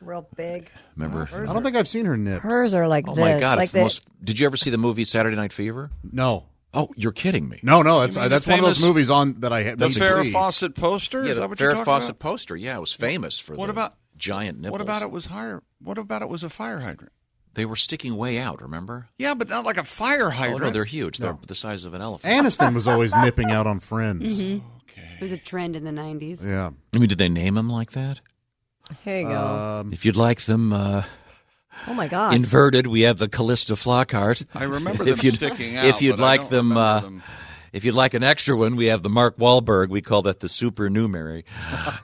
Speaker 10: Real big.
Speaker 6: remember?
Speaker 4: I don't think I've seen her nips.
Speaker 10: Hers are like
Speaker 6: Oh
Speaker 10: this.
Speaker 6: my god!
Speaker 10: like
Speaker 6: it's the most. Did you ever see the movie Saturday Night Fever?
Speaker 4: No.
Speaker 6: Oh, you're kidding me.
Speaker 4: No, no, that's
Speaker 6: You mean
Speaker 4: that's
Speaker 6: the
Speaker 4: one of those
Speaker 6: famous-
Speaker 4: movies on that I had.
Speaker 5: The
Speaker 4: need to
Speaker 5: Farrah
Speaker 4: see.
Speaker 5: Fawcett poster?
Speaker 6: Yeah,
Speaker 5: is
Speaker 6: the
Speaker 5: that what you're
Speaker 6: Farrah
Speaker 5: talking
Speaker 6: Fawcett
Speaker 5: about?
Speaker 6: poster. Yeah, it was famous for
Speaker 5: What
Speaker 6: the
Speaker 5: about-
Speaker 6: giant nipples.
Speaker 5: What about it was higher? What about it was a fire hydrant?
Speaker 6: They were sticking way out. Remember?
Speaker 5: Yeah, but not like a fire hydrant.
Speaker 6: Oh no, they're huge. They're the size of an elephant.
Speaker 4: Aniston was always nipping out on friends.
Speaker 23: Mhm.
Speaker 8: Mm-hmm.
Speaker 23: It was a trend in the 90s.
Speaker 4: Yeah.
Speaker 6: I mean, did they name him like that?
Speaker 10: Here you go.
Speaker 4: Um,
Speaker 6: if you'd like them uh,
Speaker 10: oh my god.
Speaker 6: inverted, we have the Callista Flockhart.
Speaker 5: I remember
Speaker 6: if
Speaker 5: them
Speaker 6: you'd,
Speaker 5: sticking out,
Speaker 6: If you'd
Speaker 5: but I
Speaker 6: like
Speaker 5: don't
Speaker 6: them,
Speaker 5: remember
Speaker 6: uh,
Speaker 5: them.
Speaker 6: if you'd like an extra one, we have the Mark Wahlberg. We call that the supernumerary.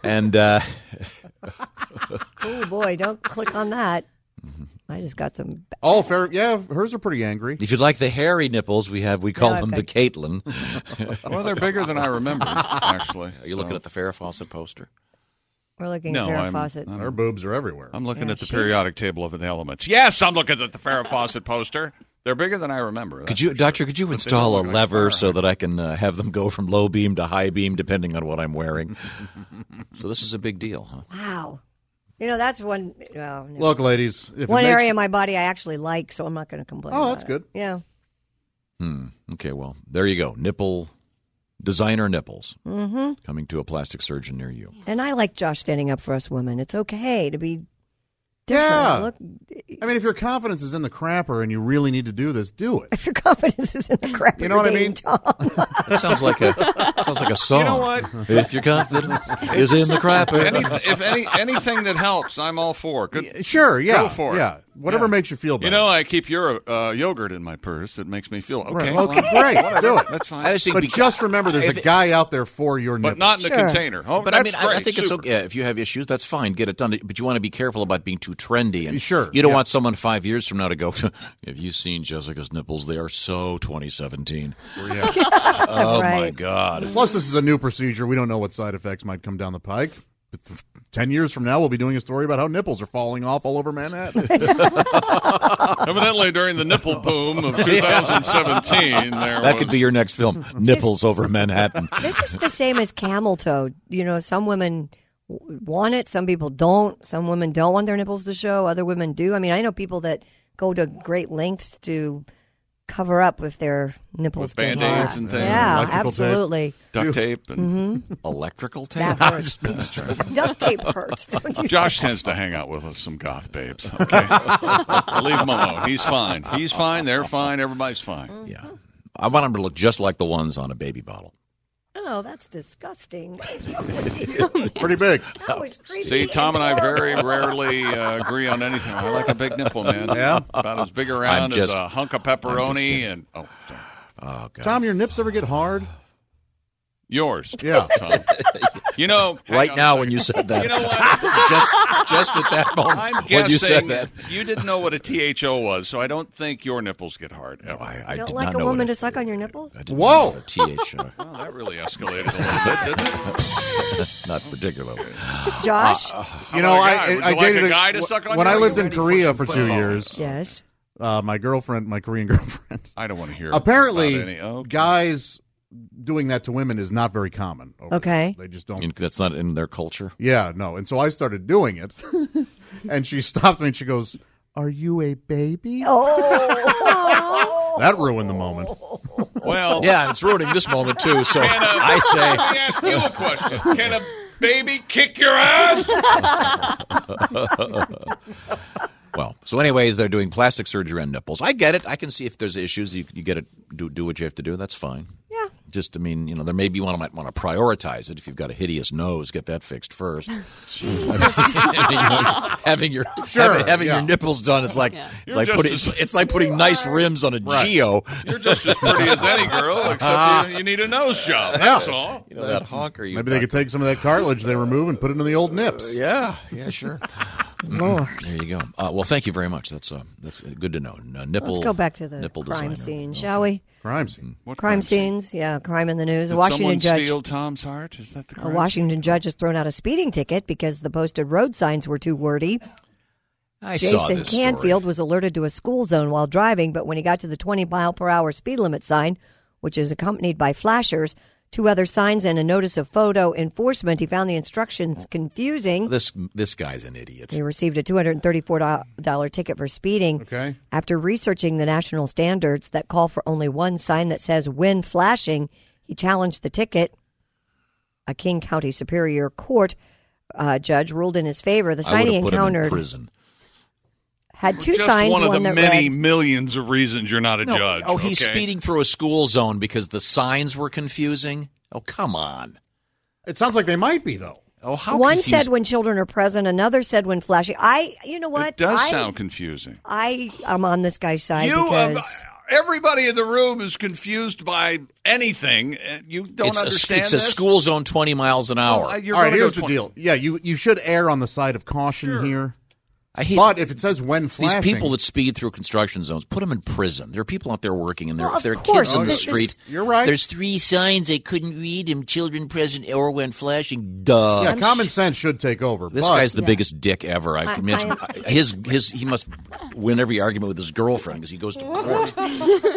Speaker 6: and uh,
Speaker 10: oh boy, don't click on that.
Speaker 4: Mm-hmm.
Speaker 10: I just got some.
Speaker 4: Oh, fair. Yeah, hers are pretty angry.
Speaker 6: if you'd like the hairy nipples, we have we call
Speaker 10: No,
Speaker 6: them the
Speaker 10: I've
Speaker 6: Caitlin.
Speaker 5: Well, they're bigger than I remember, actually.
Speaker 6: Are you looking at the Farrah Fawcett poster?
Speaker 10: We're looking
Speaker 5: No,
Speaker 10: at Farrah
Speaker 5: I'm-
Speaker 10: Fawcett.
Speaker 5: I'm-
Speaker 4: Her boobs are everywhere.
Speaker 5: I'm looking
Speaker 10: Yeah,
Speaker 5: at the
Speaker 10: she's-
Speaker 5: periodic table of the elements. Yes, I'm looking at the Farrah Fawcett poster. They're bigger than I remember.
Speaker 6: Could you, Doctor? Could you install a lever so that I can uh, have them go from low beam to high beam depending on what I'm wearing? so this is a big deal, huh?
Speaker 10: Wow. You know that's one. Oh, no.
Speaker 4: Look, ladies, if it
Speaker 10: one
Speaker 4: makes-
Speaker 10: area of my body I actually like, so I'm not going to complain.
Speaker 4: Oh,
Speaker 10: about
Speaker 4: that's
Speaker 10: it.
Speaker 4: good.
Speaker 10: Yeah.
Speaker 6: Hmm. Okay. Well, there you go. Nipple designer nipples
Speaker 10: Mm-hmm.
Speaker 6: coming to a plastic surgeon near you.
Speaker 10: And I like Josh standing up for us women. It's okay to be different.
Speaker 4: yeah.
Speaker 10: Look,
Speaker 4: I mean, if your confidence is in the crapper and you really need to do this, do it.
Speaker 10: if your confidence is in the crap,
Speaker 4: You know what I mean?
Speaker 6: That sounds like a sounds like a song.
Speaker 5: You know what?
Speaker 6: If your confidence is in the crapper,
Speaker 5: Any, if any anything that helps, I'm all for. Good,
Speaker 4: Sure, yeah,
Speaker 5: go for
Speaker 4: yeah.
Speaker 5: it.
Speaker 4: Whatever
Speaker 5: Yeah.
Speaker 4: makes you feel better.
Speaker 5: You know, I keep your uh, yogurt in my purse. It makes me feel okay.
Speaker 4: Right,
Speaker 5: well,
Speaker 4: okay, great,
Speaker 5: whatever,
Speaker 4: do it.
Speaker 5: That's fine.
Speaker 6: I just think
Speaker 4: but
Speaker 6: because-
Speaker 4: just remember, there's
Speaker 6: if
Speaker 4: a
Speaker 6: it-
Speaker 4: guy out there for your
Speaker 5: But
Speaker 4: nipples.
Speaker 5: not in the
Speaker 6: Sure.
Speaker 5: container. Oh,
Speaker 6: but I mean,
Speaker 5: that's
Speaker 6: I, I
Speaker 5: great.
Speaker 6: think it's
Speaker 5: Super.
Speaker 6: okay if you have issues. That's fine. Get it done. But you want to be careful about being too trendy. And
Speaker 4: Sure,
Speaker 6: You don't
Speaker 4: yeah.
Speaker 6: want someone five years from now to go. Have you seen Jessica's nipples? They are so 2017. Oh my
Speaker 4: Right.
Speaker 6: God.
Speaker 4: Plus, this is a new procedure. We don't know what side effects might come down the pike. But th- Ten years from now, we'll be doing a story about how nipples are falling off all over Manhattan.
Speaker 5: Evidently, during the nipple boom of 2017, there
Speaker 6: That
Speaker 5: was-
Speaker 6: could be your next film, Nipples Over Manhattan.
Speaker 10: this is the same as camel toe. You know, some women w- want it, some people don't. Some women don't want their nipples to show, other women do. I mean, I know people that go to great lengths to cover up if their nipples
Speaker 5: With
Speaker 10: get
Speaker 5: Band-Aids
Speaker 10: hot.
Speaker 5: and things.
Speaker 10: Yeah,
Speaker 5: Electrical tape.
Speaker 10: absolutely.
Speaker 5: Duct tape and
Speaker 10: Mhm.
Speaker 5: electrical
Speaker 10: That hurts. Duct tape hurts. Don't you
Speaker 5: Josh
Speaker 10: think?
Speaker 5: tends to hang out with us, some goth babes. Okay, leave him alone. He's fine. He's fine. They're fine. Everybody's
Speaker 10: Mm-hmm.
Speaker 5: fine.
Speaker 6: Yeah. I want them to look just like the ones on a baby bottle.
Speaker 10: Oh, that's disgusting. What is wrong with you?
Speaker 6: Pretty big.
Speaker 10: That was creepy.
Speaker 5: See, Tom and I very rarely uh, agree on anything. I like a big nipple, man.
Speaker 4: Yeah.
Speaker 5: about as big
Speaker 4: I'm
Speaker 5: around
Speaker 4: just-
Speaker 5: as a hunk of pepperoni. And oh, sorry.
Speaker 6: oh god,
Speaker 4: Tom, your nips ever get hard?
Speaker 5: yours.
Speaker 4: Yeah.
Speaker 5: Tom. You know, hang
Speaker 6: Right
Speaker 5: on a
Speaker 6: now,
Speaker 5: second.
Speaker 6: when you said that,
Speaker 5: You know what?
Speaker 6: just just at that moment
Speaker 5: I'm
Speaker 6: when
Speaker 5: guessing
Speaker 6: you said that,
Speaker 5: you didn't know what a THO was, so I don't think your nipples get hard. Ever. I,
Speaker 10: You don't like a woman to suck on your nipples?
Speaker 5: Whoa!
Speaker 6: THO.
Speaker 5: well, Oh, that really escalated a little bit, didn't it?
Speaker 6: not particularly.
Speaker 10: Josh?
Speaker 6: Uh,
Speaker 4: you know,
Speaker 5: Uh, about a guy?
Speaker 4: I,
Speaker 5: Would
Speaker 4: I,
Speaker 5: you like
Speaker 4: dated
Speaker 5: a guy to suck on
Speaker 4: when
Speaker 5: you?
Speaker 4: I
Speaker 5: Are
Speaker 4: lived
Speaker 5: you
Speaker 4: in
Speaker 5: ready for
Speaker 4: Korea
Speaker 5: some
Speaker 4: for two
Speaker 5: football?
Speaker 4: years.
Speaker 10: Yes.
Speaker 4: Uh, my girlfriend, my Korean girlfriend.
Speaker 5: I don't want to hear. about
Speaker 4: Apparently,
Speaker 5: any- oh,
Speaker 4: guys doing that to women is not very common. over there.
Speaker 10: Okay.
Speaker 4: they just don't.
Speaker 6: And that's not in their culture.
Speaker 4: Yeah, no. And so I started doing it, and she stopped me and she goes, "Are you a baby?"
Speaker 10: Oh.
Speaker 4: that ruined the moment.
Speaker 5: Well,
Speaker 6: yeah, and it's ruining this moment too. So
Speaker 5: Can a-
Speaker 6: I
Speaker 5: uh, Let me
Speaker 6: say,
Speaker 5: ask you a question. Can a baby kick your ass?
Speaker 6: well, so anyway, they're doing plastic surgery on nipples. I get it. I can see if there's issues. You, you get it. Do do what you have to do. That's fine.
Speaker 10: Yeah.
Speaker 6: Just, I mean, you know, there may be one that might want to prioritize it. If you've got a hideous nose, get that fixed first. having your having, your,
Speaker 4: Sure,
Speaker 6: having, having
Speaker 4: yeah.
Speaker 6: your nipples done, it's like it's
Speaker 5: You're
Speaker 6: like
Speaker 5: just
Speaker 6: putting
Speaker 5: as-
Speaker 6: it's like putting nice rims on a
Speaker 5: Right.
Speaker 6: Geo.
Speaker 5: You're just as pretty as any girl, except you, you need a nose job. That's
Speaker 4: Yeah.
Speaker 5: all.
Speaker 6: You know that honker. You Uh,
Speaker 4: Maybe they could take some of that cartilage they remove and put it in the old nips.
Speaker 6: yeah, yeah, sure.
Speaker 10: Lord.
Speaker 6: There you go. Uh, well, thank you very much. That's uh, that's good to know. N- uh, nipple.
Speaker 10: Let's go back to the
Speaker 6: nipple
Speaker 10: crime
Speaker 6: designer.
Speaker 10: scene, shall we?
Speaker 4: Crime scene.
Speaker 5: What
Speaker 10: crime scenes, yeah, crime in the news.
Speaker 5: Did
Speaker 10: A Washington
Speaker 5: someone
Speaker 10: judge,
Speaker 5: steal Tom's heart? Is that the
Speaker 10: a
Speaker 5: crime?
Speaker 10: Washington judge has thrown out a speeding ticket because the posted road signs were too wordy.
Speaker 6: I
Speaker 10: Jason
Speaker 6: saw this story.
Speaker 10: Canfield was alerted to a school zone while driving, but when he got to the 20 mile per hour speed limit sign, which is accompanied by flashers, two other signs, and a notice of photo enforcement, he found the instructions confusing.
Speaker 6: This this guy's an idiot.
Speaker 10: He received a $234 ticket for speeding.
Speaker 4: Okay.
Speaker 10: After researching the national standards that call for only one sign that says when flashing, he challenged the ticket. A King County Superior Court uh, judge ruled in his favor. The sign
Speaker 6: I
Speaker 10: he
Speaker 6: would have put him in
Speaker 10: encountered
Speaker 6: prison.
Speaker 10: had two
Speaker 5: Just
Speaker 10: signs,
Speaker 5: one of the
Speaker 10: that
Speaker 5: many
Speaker 10: read,
Speaker 5: millions of reasons you're not a judge.
Speaker 6: oh, he's
Speaker 5: okay?
Speaker 6: speeding through a school zone because the signs were confusing. Oh, come on.
Speaker 4: It sounds like they might be though.
Speaker 6: Oh, how
Speaker 10: one
Speaker 6: confused-
Speaker 10: said when children are present, another said when flashing. I, you know what?
Speaker 5: It does
Speaker 10: I,
Speaker 5: sound confusing.
Speaker 10: I am on this guy's side
Speaker 5: You have.
Speaker 10: because
Speaker 5: Everybody in the room is confused by anything. Uh, You don't
Speaker 6: it's
Speaker 5: understand
Speaker 6: A, it's
Speaker 5: this.
Speaker 6: a school zone twenty miles an hour.
Speaker 5: I- you're
Speaker 4: All right,
Speaker 5: gonna go
Speaker 4: here's the
Speaker 5: 20.
Speaker 4: deal. Yeah, you you should err on the side of caution here.
Speaker 6: I hate
Speaker 4: but if it says when
Speaker 6: these
Speaker 4: flashing,
Speaker 6: people that speed through construction zones. Put them in prison. There are people out there working, and there
Speaker 10: Well,
Speaker 6: if there are
Speaker 10: of course,
Speaker 6: kids in the
Speaker 10: this is-
Speaker 6: street.
Speaker 4: You're right.
Speaker 6: There's three signs I couldn't read. And children present or when flashing. Duh.
Speaker 4: yeah, common sense should take over.
Speaker 6: This
Speaker 4: but-
Speaker 6: guy's the biggest dick ever. I,
Speaker 10: I-
Speaker 6: can imagine
Speaker 10: I-
Speaker 6: his his he must win every argument with his girlfriend because he goes to court.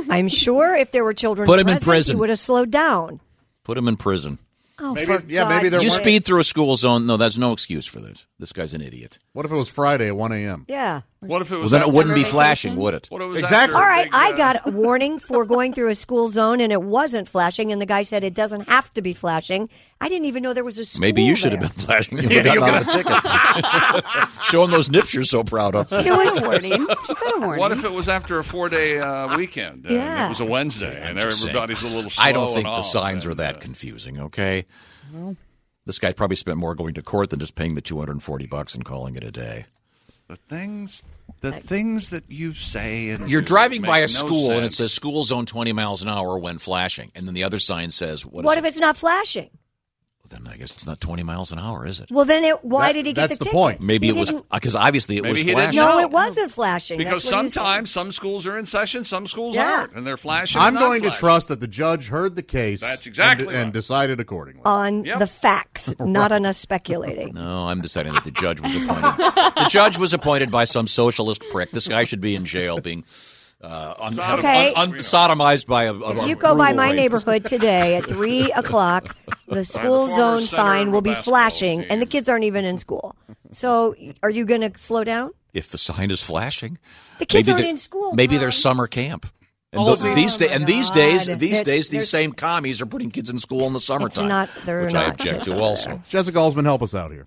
Speaker 10: I'm sure if there were children
Speaker 6: Put him in
Speaker 10: present,
Speaker 6: prison.
Speaker 10: he would have slowed down.
Speaker 6: Put him in prison.
Speaker 10: Oh,
Speaker 4: Maybe-
Speaker 10: for
Speaker 4: yeah, maybe there
Speaker 10: God's
Speaker 6: You
Speaker 4: weren't-
Speaker 10: sake.
Speaker 6: speed through a school zone. No, that's no excuse for this. This guy's an idiot.
Speaker 4: What if it was Friday at 1 a.m.?
Speaker 10: Yeah.
Speaker 5: What if it
Speaker 6: Well,
Speaker 5: was
Speaker 6: then it
Speaker 5: after-
Speaker 6: wouldn't be flashing, would it?
Speaker 5: What if it was after
Speaker 4: Exactly.
Speaker 5: a
Speaker 10: All right,
Speaker 5: big,
Speaker 10: I
Speaker 5: uh,
Speaker 10: got a warning for going through a school zone and it wasn't flashing, and the guy said it doesn't have to be flashing. I didn't even know there was a school.
Speaker 6: Maybe you should have
Speaker 10: there.
Speaker 6: been flashing. You would have gotten a ticket. Showing those nips you're so proud of.
Speaker 23: It was a warning. She said a warning.
Speaker 5: What if it was after a four-day uh, weekend? uh, and
Speaker 10: Yeah.
Speaker 5: it was a Wednesday, and
Speaker 6: I'm just saying.
Speaker 5: everybody's a little. Slow
Speaker 6: I don't
Speaker 5: and
Speaker 6: think the
Speaker 5: off,
Speaker 6: signs were
Speaker 5: and,
Speaker 6: that
Speaker 5: uh,
Speaker 6: confusing. Okay. This guy probably spent more going to court than just paying the 240 bucks and calling it a day.
Speaker 5: the things, the things that you say. And
Speaker 6: You're
Speaker 5: do
Speaker 6: driving
Speaker 5: make
Speaker 6: by
Speaker 5: no
Speaker 6: a school and it
Speaker 5: sense.
Speaker 6: says school zone 20 miles an hour when flashing, and then the other sign says what?
Speaker 10: What,
Speaker 6: is
Speaker 10: if
Speaker 6: it?
Speaker 10: it's not flashing?
Speaker 6: Then I guess it's not 20 miles an hour, is it?
Speaker 10: Well, then it, why
Speaker 4: That-
Speaker 10: did he get
Speaker 4: that's
Speaker 10: the,
Speaker 4: the
Speaker 10: ticket?
Speaker 4: point.
Speaker 6: Maybe
Speaker 10: He
Speaker 6: it was
Speaker 10: didn't-
Speaker 6: because obviously it
Speaker 5: Maybe
Speaker 6: was
Speaker 5: he didn't
Speaker 6: flashing.
Speaker 10: No,
Speaker 5: No.
Speaker 10: it wasn't flashing.
Speaker 5: because
Speaker 10: That's what he said.
Speaker 5: sometimes some schools are in session, some schools
Speaker 10: Yeah.
Speaker 5: aren't, and they're flashing.
Speaker 4: I'm
Speaker 5: and not
Speaker 4: going to
Speaker 5: flashing.
Speaker 4: trust that the judge heard the case
Speaker 5: That's exactly
Speaker 4: and,
Speaker 5: right.
Speaker 4: and decided accordingly.
Speaker 10: on
Speaker 5: Yep.
Speaker 10: the facts, not on us speculating.
Speaker 6: No, I'm deciding that the judge was appointed. the judge was appointed by some socialist prick. This guy should be in jail being uh, un-
Speaker 10: Okay.
Speaker 6: un- un- sodomized by a. a
Speaker 10: If you go by my
Speaker 6: rural rape.
Speaker 10: neighborhood today at three o'clock, the school
Speaker 5: former
Speaker 10: zone
Speaker 5: center
Speaker 10: sign
Speaker 5: of
Speaker 10: will
Speaker 5: the
Speaker 10: be
Speaker 5: basketball
Speaker 10: flashing,
Speaker 5: team.
Speaker 10: and the kids aren't even in school. So, are you going to slow down?
Speaker 6: If the sign is flashing,
Speaker 10: The kids
Speaker 6: maybe
Speaker 10: aren't
Speaker 6: they're-
Speaker 10: in school,
Speaker 6: Maybe
Speaker 10: Tom.
Speaker 6: there's summer camp. And
Speaker 4: All
Speaker 6: tho-
Speaker 4: these-
Speaker 6: these
Speaker 4: Oh,
Speaker 6: da-
Speaker 4: my
Speaker 6: and these
Speaker 4: God.
Speaker 6: days, these
Speaker 4: It's-
Speaker 6: days, these
Speaker 4: there's-
Speaker 6: same commies are putting kids in school in the summertime,
Speaker 4: not- they're
Speaker 6: which I
Speaker 4: not.
Speaker 6: object to also.
Speaker 4: Jessica Alsman, help us out here.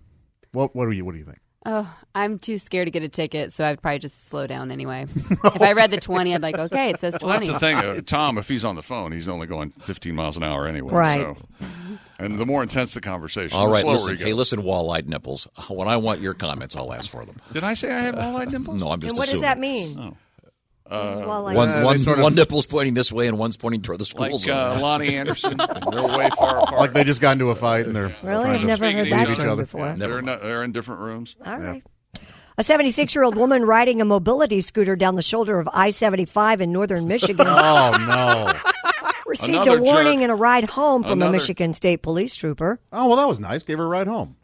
Speaker 4: What what do you what do you think?
Speaker 8: Oh, I'm too scared to get a ticket, so I'd probably just slow down anyway. If I read the 20, I'd be like, okay, it says 20.
Speaker 5: Well, that's the thing. Uh, Tom, if he's on the phone, he's only going 15 miles an hour anyway.
Speaker 8: Right.
Speaker 5: So. And the more intense the conversation,
Speaker 6: All
Speaker 5: the
Speaker 6: right,
Speaker 5: slower
Speaker 6: listen.
Speaker 5: you go.
Speaker 6: Hey, listen, wall-eyed nipples. When I want your comments, I'll ask for them.
Speaker 5: Did I say I had walleye nipples?
Speaker 6: No, I'm just
Speaker 10: and what
Speaker 6: assuming.
Speaker 10: does that mean?
Speaker 5: Uh,
Speaker 10: walleye
Speaker 6: one,
Speaker 10: nipples?
Speaker 6: one,
Speaker 10: They sort
Speaker 6: one nipple's pointing this way and one's pointing toward the school
Speaker 5: Like,
Speaker 6: zone.
Speaker 5: uh, Lonnie Anderson, they're way far apart.
Speaker 4: Like they just got into a fight and they're
Speaker 10: Really?
Speaker 4: trying
Speaker 10: I've
Speaker 4: to
Speaker 10: never
Speaker 4: speak
Speaker 10: heard
Speaker 4: to
Speaker 10: that
Speaker 4: each
Speaker 10: term
Speaker 4: other.
Speaker 10: before.
Speaker 5: They're, not, they're in different rooms.
Speaker 10: All right. A 76 year old woman riding a mobility scooter down the shoulder of I 75 in northern Michigan
Speaker 4: oh no!
Speaker 10: received
Speaker 4: Another
Speaker 10: a warning
Speaker 4: jerk.
Speaker 10: and a ride home from a
Speaker 4: Another-
Speaker 10: Michigan State Police trooper.
Speaker 4: Oh well, that was nice. Gave her a ride home.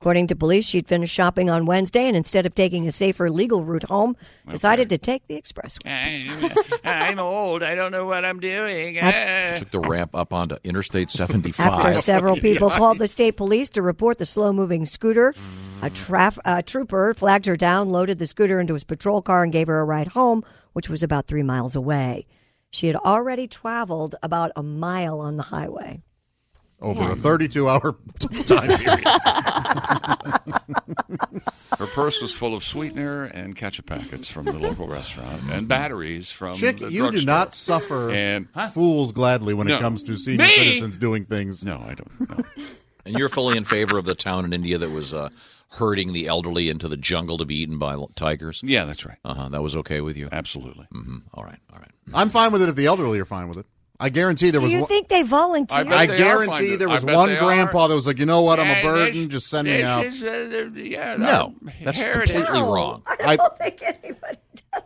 Speaker 10: According to police, she'd finished shopping on Wednesday and instead of taking a safer legal route home, decided to take the expressway.
Speaker 24: I'm, I'm old. I don't know what I'm doing. Ah.
Speaker 6: Took the ramp up onto Interstate 75.
Speaker 10: After several people called the state police to report the slow moving scooter, a, traf- a trooper flagged her down, loaded the scooter into his patrol car, and gave her a ride home, which was about three miles away. She had already traveled about a mile on the highway.
Speaker 4: Over
Speaker 10: Yeah.
Speaker 4: a 32 hour time period.
Speaker 5: Her purse was full of sweetener and ketchup packets from the local restaurant and batteries
Speaker 6: Um,
Speaker 5: from
Speaker 4: Chick,
Speaker 5: the
Speaker 4: you do
Speaker 5: drugstore.
Speaker 4: not suffer
Speaker 5: And
Speaker 4: fools gladly when
Speaker 5: No.
Speaker 4: it comes to senior
Speaker 5: Me?
Speaker 4: citizens doing things.
Speaker 5: No, I don't.
Speaker 6: And you're fully in favor of the town in India that was uh, herding the elderly into the jungle to be eaten by l- tigers?
Speaker 5: Yeah, that's right.
Speaker 6: Uh-huh. That was okay with you?
Speaker 5: Absolutely.
Speaker 6: Mm-hmm. All right. All right.
Speaker 4: I'm fine with it if the elderly are fine with it. I guarantee there
Speaker 10: Do
Speaker 4: was
Speaker 10: you
Speaker 4: one.
Speaker 10: think they volunteered?
Speaker 4: I, guarantee there was one grandpa that was like, you know what, I'm a
Speaker 10: Yeah,
Speaker 4: burden,
Speaker 10: this-
Speaker 4: just send me out.
Speaker 6: No, that's completely wrong.
Speaker 4: I don't
Speaker 10: think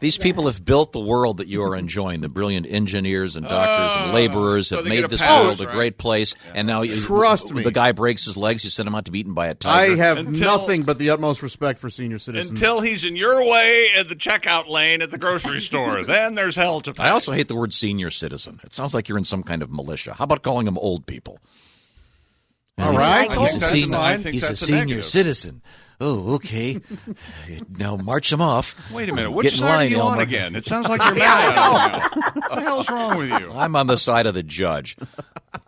Speaker 6: These people have built the world that you are enjoying. The brilliant engineers and doctors and laborers have
Speaker 4: Oh, they
Speaker 6: made
Speaker 4: get a
Speaker 6: this
Speaker 4: pass,
Speaker 6: world a
Speaker 4: right?
Speaker 6: great place. And now, you-
Speaker 4: Trust
Speaker 6: the guy breaks his legs. You send him out to be eaten by a
Speaker 4: I
Speaker 6: tiger.
Speaker 4: have nothing but the utmost respect for senior citizens.
Speaker 5: Until he's in your way at the checkout lane at the grocery store, then there's hell to pay.
Speaker 6: I also hate the word senior citizen. It sounds like you're in some kind of militia. How about calling them old people?
Speaker 1: All
Speaker 6: He's a-
Speaker 1: right. I
Speaker 6: He's
Speaker 1: think
Speaker 6: a
Speaker 1: that's
Speaker 6: senior,
Speaker 1: fine. I think
Speaker 6: he's a
Speaker 1: that's a
Speaker 6: senior
Speaker 1: negative.
Speaker 6: citizen. Oh, okay. now march them off.
Speaker 5: Wait a minute. Which
Speaker 6: Get in
Speaker 5: side are
Speaker 6: line,
Speaker 5: you on
Speaker 6: Elmer.
Speaker 5: again? It sounds like you're mad. at us now. What the hell's wrong with you?
Speaker 6: I'm on the side of the judge.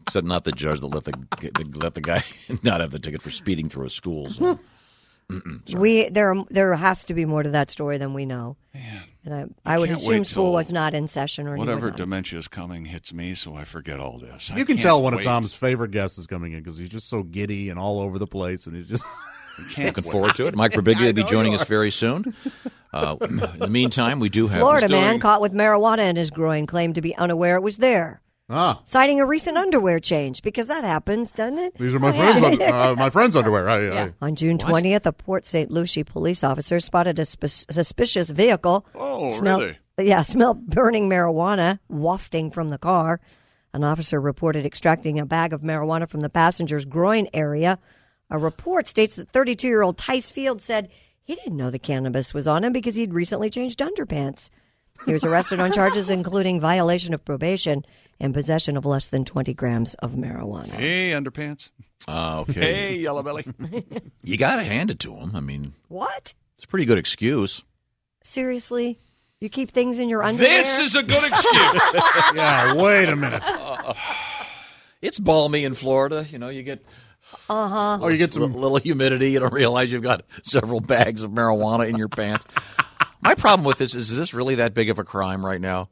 Speaker 6: Except not the judge that let the, the let the guy not have the ticket for speeding through a school. So. Mm-mm.
Speaker 10: We there there has to be more to that story than we know. and I, I, would
Speaker 5: can't
Speaker 10: assume
Speaker 5: wait
Speaker 10: school
Speaker 5: till
Speaker 10: was not in session or anything.
Speaker 5: Whatever dementia is coming hits me, so I forget all this. I
Speaker 4: You can
Speaker 5: can't
Speaker 4: tell one
Speaker 5: wait.
Speaker 4: of Tom's favorite guests is coming in because he's just so giddy and all over the place, and he's just
Speaker 5: can't
Speaker 6: Looking forward to it. Mike Birbiglia will be joining us very soon. Uh, in the meantime, we do have
Speaker 10: Florida man caught with marijuana in his groin claimed to be unaware it was there.
Speaker 4: Ah.
Speaker 10: Citing a recent underwear change because that happens, doesn't it?
Speaker 4: These are my friends.
Speaker 10: yeah.
Speaker 4: under, uh, my friends' underwear. I, I,
Speaker 10: On June
Speaker 4: What?
Speaker 10: 20th, a Port St. Lucie police officer spotted a spus- suspicious vehicle.
Speaker 5: Oh,
Speaker 10: smelled, really? Yeah, smelled burning marijuana wafting from the car. An officer reported extracting a bag of marijuana from the passenger's groin area. A report states that 32 year old Tice Field said he didn't know the cannabis was on him because he'd recently changed underpants. He was arrested on charges including violation of probation and possession of less than 20 grams of marijuana.
Speaker 5: Hey, underpants.
Speaker 6: Uh, okay.
Speaker 5: Hey, yellow belly.
Speaker 6: You got to hand it to him. I mean,
Speaker 10: What?
Speaker 6: it's a pretty good excuse.
Speaker 10: Seriously? You keep things in your underwear?
Speaker 6: This is a good excuse.
Speaker 4: yeah, wait a minute.
Speaker 6: It's balmy in Florida. You know, you get
Speaker 10: Uh huh.
Speaker 6: oh, you get some little humidity. You don't realize you've got several bags of marijuana in your pants. My problem with this is: is this really that big of a crime right now?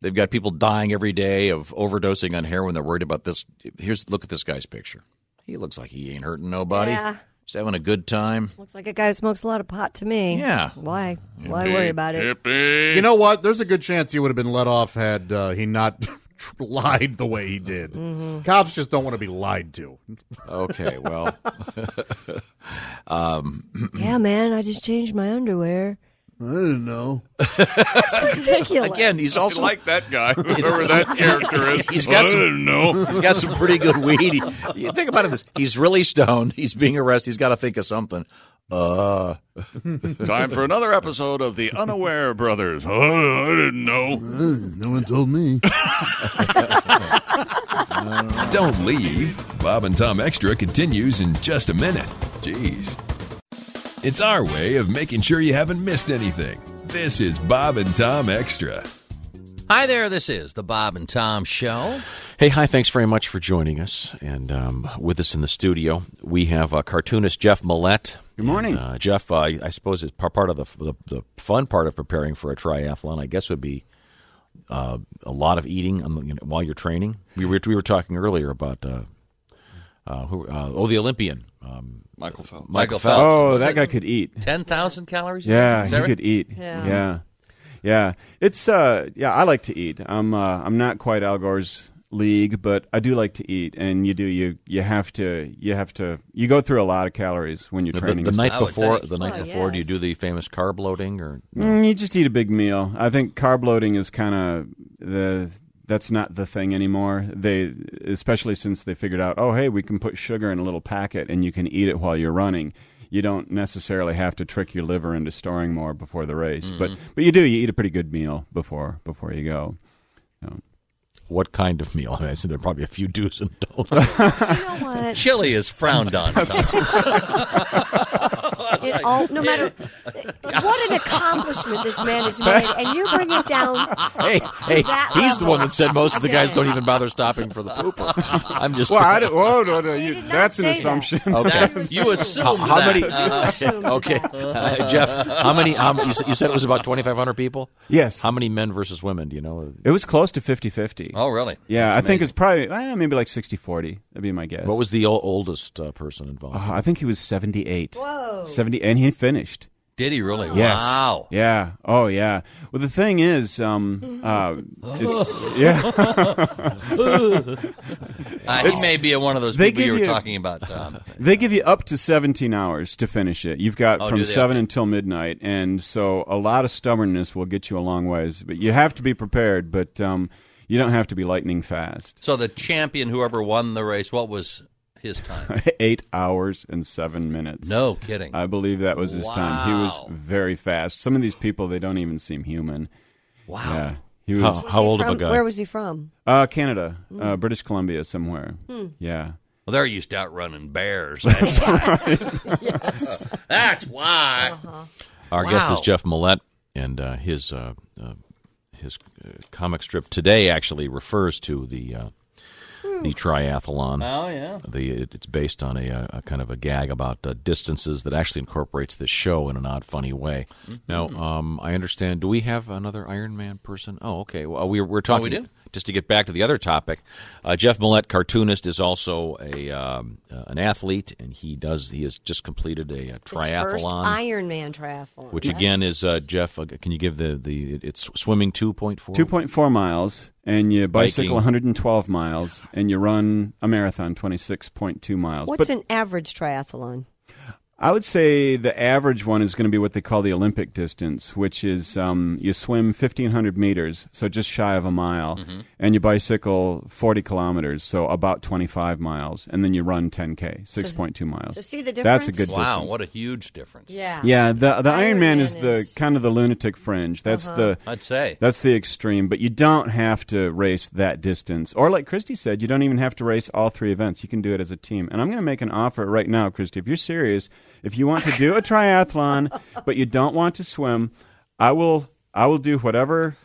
Speaker 6: They've got people dying every day of overdosing on heroin. They're worried about this. Here's look at this guy's picture. He looks like he ain't hurting nobody.
Speaker 10: Yeah.
Speaker 6: Just having a good time.
Speaker 10: Looks like a guy who smokes a lot of pot to me.
Speaker 6: Yeah.
Speaker 10: Why? Why worry about it?
Speaker 4: You know what? There's a good chance he would have been let off had uh, he not lied the way he did.
Speaker 10: Mm-hmm.
Speaker 4: Cops just don't want to be lied to.
Speaker 6: Okay, well, um,
Speaker 10: Yeah, man. I just changed my underwear.
Speaker 4: I don't know.
Speaker 10: That's ridiculous.
Speaker 6: Again, he's also
Speaker 5: like that guy, whoever that character is.
Speaker 6: He's got
Speaker 5: I
Speaker 6: some.
Speaker 5: didn't know.
Speaker 6: He's got some pretty good weed. He- you think about it. This. He's really stoned. He's being arrested. He's got to think of something. Uh.
Speaker 5: Time for another episode of the Unaware Brothers. Oh, I didn't know.
Speaker 4: No one told me.
Speaker 22: Don't leave. Bob and Tom Extra continues in just a minute. Jeez. It's our way of making sure you haven't missed anything. This is Bob and Tom Extra.
Speaker 15: Hi there, this is the Bob and Tom Show.
Speaker 6: Hey, hi, thanks very much for joining us. And um, with us in the studio, we have uh, cartoonist Jeff Millette. Good morning. uh, Jeff, uh, I suppose it's par- part of the, the, the fun part of preparing for a triathlon, I guess, would be uh, a lot of eating on the, you know, while you're training. We were, we were talking earlier about, uh, uh, who, uh, oh, the Olympian. Um,
Speaker 5: Michael Phelps.
Speaker 15: Michael
Speaker 6: Phelps.
Speaker 15: Phelps.
Speaker 17: Oh,
Speaker 15: Was
Speaker 17: that
Speaker 15: it
Speaker 17: guy could eat.
Speaker 15: 10,000 calories?
Speaker 17: Yeah,
Speaker 15: Is
Speaker 17: he
Speaker 15: that right?
Speaker 17: could eat. Yeah. yeah, It's uh, yeah, I like to eat. I'm uh, I'm not quite Al Gore's league, but I do like to eat, and you do you you have to you have to you go through a lot of calories when you're
Speaker 6: The,
Speaker 17: training.
Speaker 6: the
Speaker 17: as
Speaker 6: night
Speaker 15: Oh,
Speaker 17: well.
Speaker 6: before, the night
Speaker 2: Oh,
Speaker 6: before, do you do the famous carb loading or
Speaker 17: Mm, you just eat a big meal. I think carb loading is kind of the that's not the thing anymore. They especially since they figured out, oh hey, we can put sugar in a little packet and you can eat it while you're running. You don't necessarily have to trick your liver into storing more before the race, but
Speaker 6: Mhm.
Speaker 17: but you do. You eat a pretty good meal before before you go.
Speaker 6: What kind of meal? I said there are probably a few do's and don'ts.
Speaker 15: what? Chili is frowned on.
Speaker 10: It
Speaker 15: Oh,
Speaker 10: all, no matter what an accomplishment this man has made, and you bring it down.
Speaker 6: hey, hey,
Speaker 10: that
Speaker 6: he's the
Speaker 10: level.
Speaker 6: one that said most of the guys don't even bother stopping for the pooper. I'm just. Oh,
Speaker 17: Well, I don't- whoa, no, no, you, that's an
Speaker 6: say that.
Speaker 17: assumption.
Speaker 6: Okay.
Speaker 15: You assume
Speaker 6: how, how
Speaker 15: that.
Speaker 6: many?
Speaker 15: You assume
Speaker 6: okay,
Speaker 15: that.
Speaker 6: Uh, Jeff. How many? Um, you, said- you said it was about 2,500 people.
Speaker 17: Yes.
Speaker 6: How many men versus women? Do you know?
Speaker 17: It was close to 50-50.
Speaker 6: Oh, really?
Speaker 17: Yeah,
Speaker 6: That's
Speaker 17: I think
Speaker 6: amazing.
Speaker 17: it's probably eh, maybe like 60-40. That'd be my guess.
Speaker 6: What was the o- oldest uh, person involved?
Speaker 17: Uh, I think he was 78. Whoa. 70, and he finished.
Speaker 15: Did he really?
Speaker 17: Yes.
Speaker 15: Wow.
Speaker 17: Yeah. Oh, yeah. Well, the thing is, um, uh, it's, yeah.
Speaker 15: Uh, he may be one of those
Speaker 17: They
Speaker 15: people you
Speaker 17: give
Speaker 15: were
Speaker 17: you-
Speaker 15: talking about, um, Tom.
Speaker 17: They give you up to 17 hours to finish it. You've got
Speaker 15: Oh, do
Speaker 17: from
Speaker 15: they?
Speaker 17: 7 until midnight. And so a lot of stubbornness will get you a long ways. But you have to be prepared, but um, you don't have to be lightning fast.
Speaker 15: So the champion, whoever won the race, what was his time?
Speaker 17: Eight hours and seven minutes.
Speaker 15: No kidding.
Speaker 17: I believe that was his time. He was
Speaker 15: Wow.
Speaker 17: very fast. Some of these people, they don't even seem human.
Speaker 15: Wow.
Speaker 17: Yeah. He
Speaker 6: How-
Speaker 17: was,
Speaker 6: Was how he old of a from- guy?
Speaker 10: where was he from?
Speaker 17: Uh, Canada, uh,
Speaker 10: Mm.
Speaker 17: British Columbia, somewhere.
Speaker 10: Hmm.
Speaker 17: Yeah.
Speaker 15: Well, they're used to outrunning bears.
Speaker 17: That's
Speaker 15: why.
Speaker 17: right. Yes.
Speaker 15: That's why.
Speaker 8: Uh-huh.
Speaker 6: Our guest is
Speaker 15: Wow.
Speaker 6: Jeff Millette, and uh, his uh, uh, his uh, comic strip today actually refers to the uh, the triathlon.
Speaker 15: Hmm. Oh, yeah.
Speaker 6: the it- it's based on a, uh, a kind of a gag about uh, distances that actually incorporates this show in an odd, funny way.
Speaker 15: Mm-hmm.
Speaker 6: Now, um, I understand. Do we have another Iron Man person? Oh, okay. Well, we we're talking.
Speaker 15: we do?
Speaker 6: Just to get back to the other topic, uh, Jeff Millette, cartoonist, is also a um, uh, an athlete, and he does he has just completed a, a triathlon.
Speaker 10: His first Ironman triathlon.
Speaker 6: Which again is uh, Jeff? uh, Can you give the the it's swimming two point four
Speaker 17: 2.4 miles, and you bicycle
Speaker 6: Biking.
Speaker 17: 112 miles, and you run a marathon 26.2 miles.
Speaker 10: What's
Speaker 17: but
Speaker 10: an average triathlon?
Speaker 17: I would say the average one is going to be what they call the Olympic distance, which is um, you swim 1,500 meters, so just shy of a mile, and you bicycle 40 kilometers, so about 25 miles, and then you run 10K, 6.2 miles.
Speaker 10: so see the
Speaker 17: That's a
Speaker 10: difference?
Speaker 17: good
Speaker 15: wow,
Speaker 17: distance.
Speaker 15: what a huge difference.
Speaker 10: Yeah.
Speaker 17: Yeah, the the Iron,
Speaker 10: Iron
Speaker 17: Man,
Speaker 10: Man
Speaker 17: is the kind of the lunatic fringe. That's
Speaker 15: Uh-huh.
Speaker 17: the
Speaker 15: I'd say.
Speaker 17: that's the extreme. But you don't have to race that distance, or like Christy said, you don't even have to race all three events. You can do it as a team. And I'm going to make an offer right now, Christy. If you're serious, if you want to do a triathlon, but you don't want to swim, I will I will do whatever.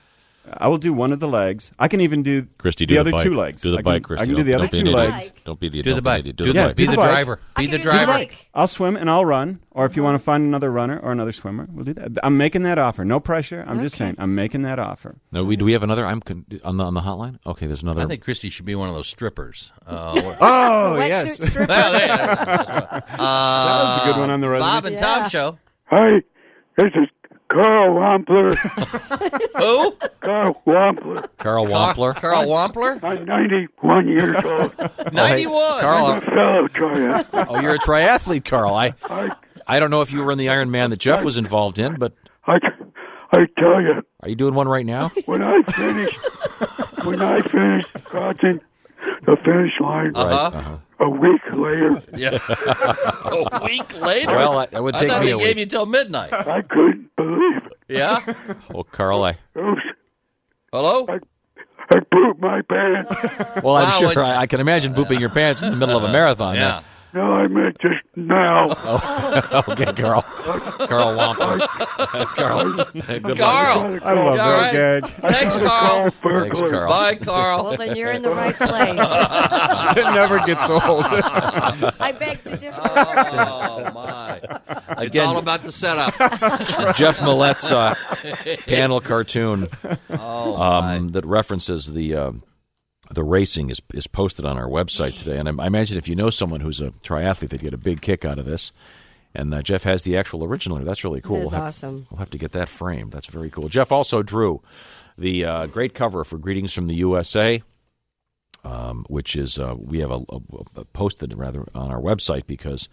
Speaker 17: I will do one of the legs. I can even do
Speaker 6: Christy, do
Speaker 17: the
Speaker 6: the
Speaker 17: other
Speaker 6: bike.
Speaker 17: two legs.
Speaker 6: Do the
Speaker 17: I can,
Speaker 6: bike, Christy.
Speaker 17: I can do the
Speaker 6: Don't-
Speaker 17: other
Speaker 6: don't be an
Speaker 17: two
Speaker 6: idiot.
Speaker 17: legs.
Speaker 6: Don't be
Speaker 15: Do
Speaker 6: the-
Speaker 15: the
Speaker 6: don't be
Speaker 15: bike.
Speaker 6: an idiot. Do
Speaker 15: Do
Speaker 6: the
Speaker 15: the-
Speaker 6: bike.
Speaker 15: be
Speaker 17: Do
Speaker 15: the
Speaker 17: bike.
Speaker 15: driver.
Speaker 17: I
Speaker 15: Be
Speaker 17: can
Speaker 15: the
Speaker 17: do
Speaker 15: driver.
Speaker 17: bike. I'll swim and I'll run, or if you want to find another runner or another swimmer, we'll do that. I'm making that offer. No pressure. I'm just saying I'm making that offer.
Speaker 6: No, we do we have another? I'm con- on the on the hotline. Okay, there's another.
Speaker 15: I think Christy should be one of those strippers. Uh, or-
Speaker 17: Oh, Wetsuit yes. stripper.
Speaker 15: Well, there you go. That's what-
Speaker 17: That was a good one on the
Speaker 15: Uh, Bob and
Speaker 17: resume.
Speaker 15: Tom
Speaker 17: Yeah.
Speaker 15: show.
Speaker 25: Hi, this is Carl Wampler.
Speaker 15: Who?
Speaker 25: Carl Wampler.
Speaker 6: Carl
Speaker 15: Uh,
Speaker 6: Wampler.
Speaker 15: Carl Wampler?
Speaker 25: I'm 91 years old.
Speaker 15: 91.
Speaker 25: I'm a fellow triathlete.
Speaker 6: oh, you're a triathlete, Carl. I I don't know if you were in the Iron Man that Jeff was involved in, but
Speaker 25: I, I tell you,
Speaker 6: are you doing one right now?
Speaker 25: when I finished, when I finished crossing the finish line
Speaker 6: Uh-huh.
Speaker 25: a week later,
Speaker 15: Yeah. a week later.
Speaker 6: Well, I- that would take
Speaker 15: thought
Speaker 6: me
Speaker 15: he
Speaker 6: a
Speaker 15: gave
Speaker 6: week.
Speaker 15: you till midnight.
Speaker 25: I couldn't believe it.
Speaker 15: Yeah.
Speaker 6: Oh, Carl, I
Speaker 25: Oops,
Speaker 15: Hello.
Speaker 25: I pooped my pants.
Speaker 6: well, I'm
Speaker 25: Wow,
Speaker 6: sure
Speaker 25: it-
Speaker 6: I, I can imagine pooping your pants in the middle of a marathon.
Speaker 25: Yeah. No, I meant just now.
Speaker 6: Oh, okay, Carl. Carl Wampler. Carl. Good luck.
Speaker 25: Carl. I love
Speaker 6: All
Speaker 25: that gag.
Speaker 15: Thanks, Carl.
Speaker 6: Thanks, Carl.
Speaker 15: Bye, Carl.
Speaker 10: Well, then you're in the right place.
Speaker 17: it never gets old.
Speaker 10: I beg to differ.
Speaker 15: Oh, my.
Speaker 6: Again-
Speaker 15: it's all about the setup.
Speaker 6: Jeff Millette's uh, panel cartoon
Speaker 15: Oh,
Speaker 6: um, that references the uh, the racing is is posted on our website today, and I, I imagine if you know someone who's a triathlete, they'd get a big kick out of this. And uh, Jeff has the actual original. That's really cool.
Speaker 10: That is
Speaker 6: We'll have-
Speaker 10: awesome.
Speaker 6: We'll have to get that framed. That's very cool. Jeff also drew the uh, great cover for "Greetings from the USA." um, which is uh, we have a, a, a posted rather on our website because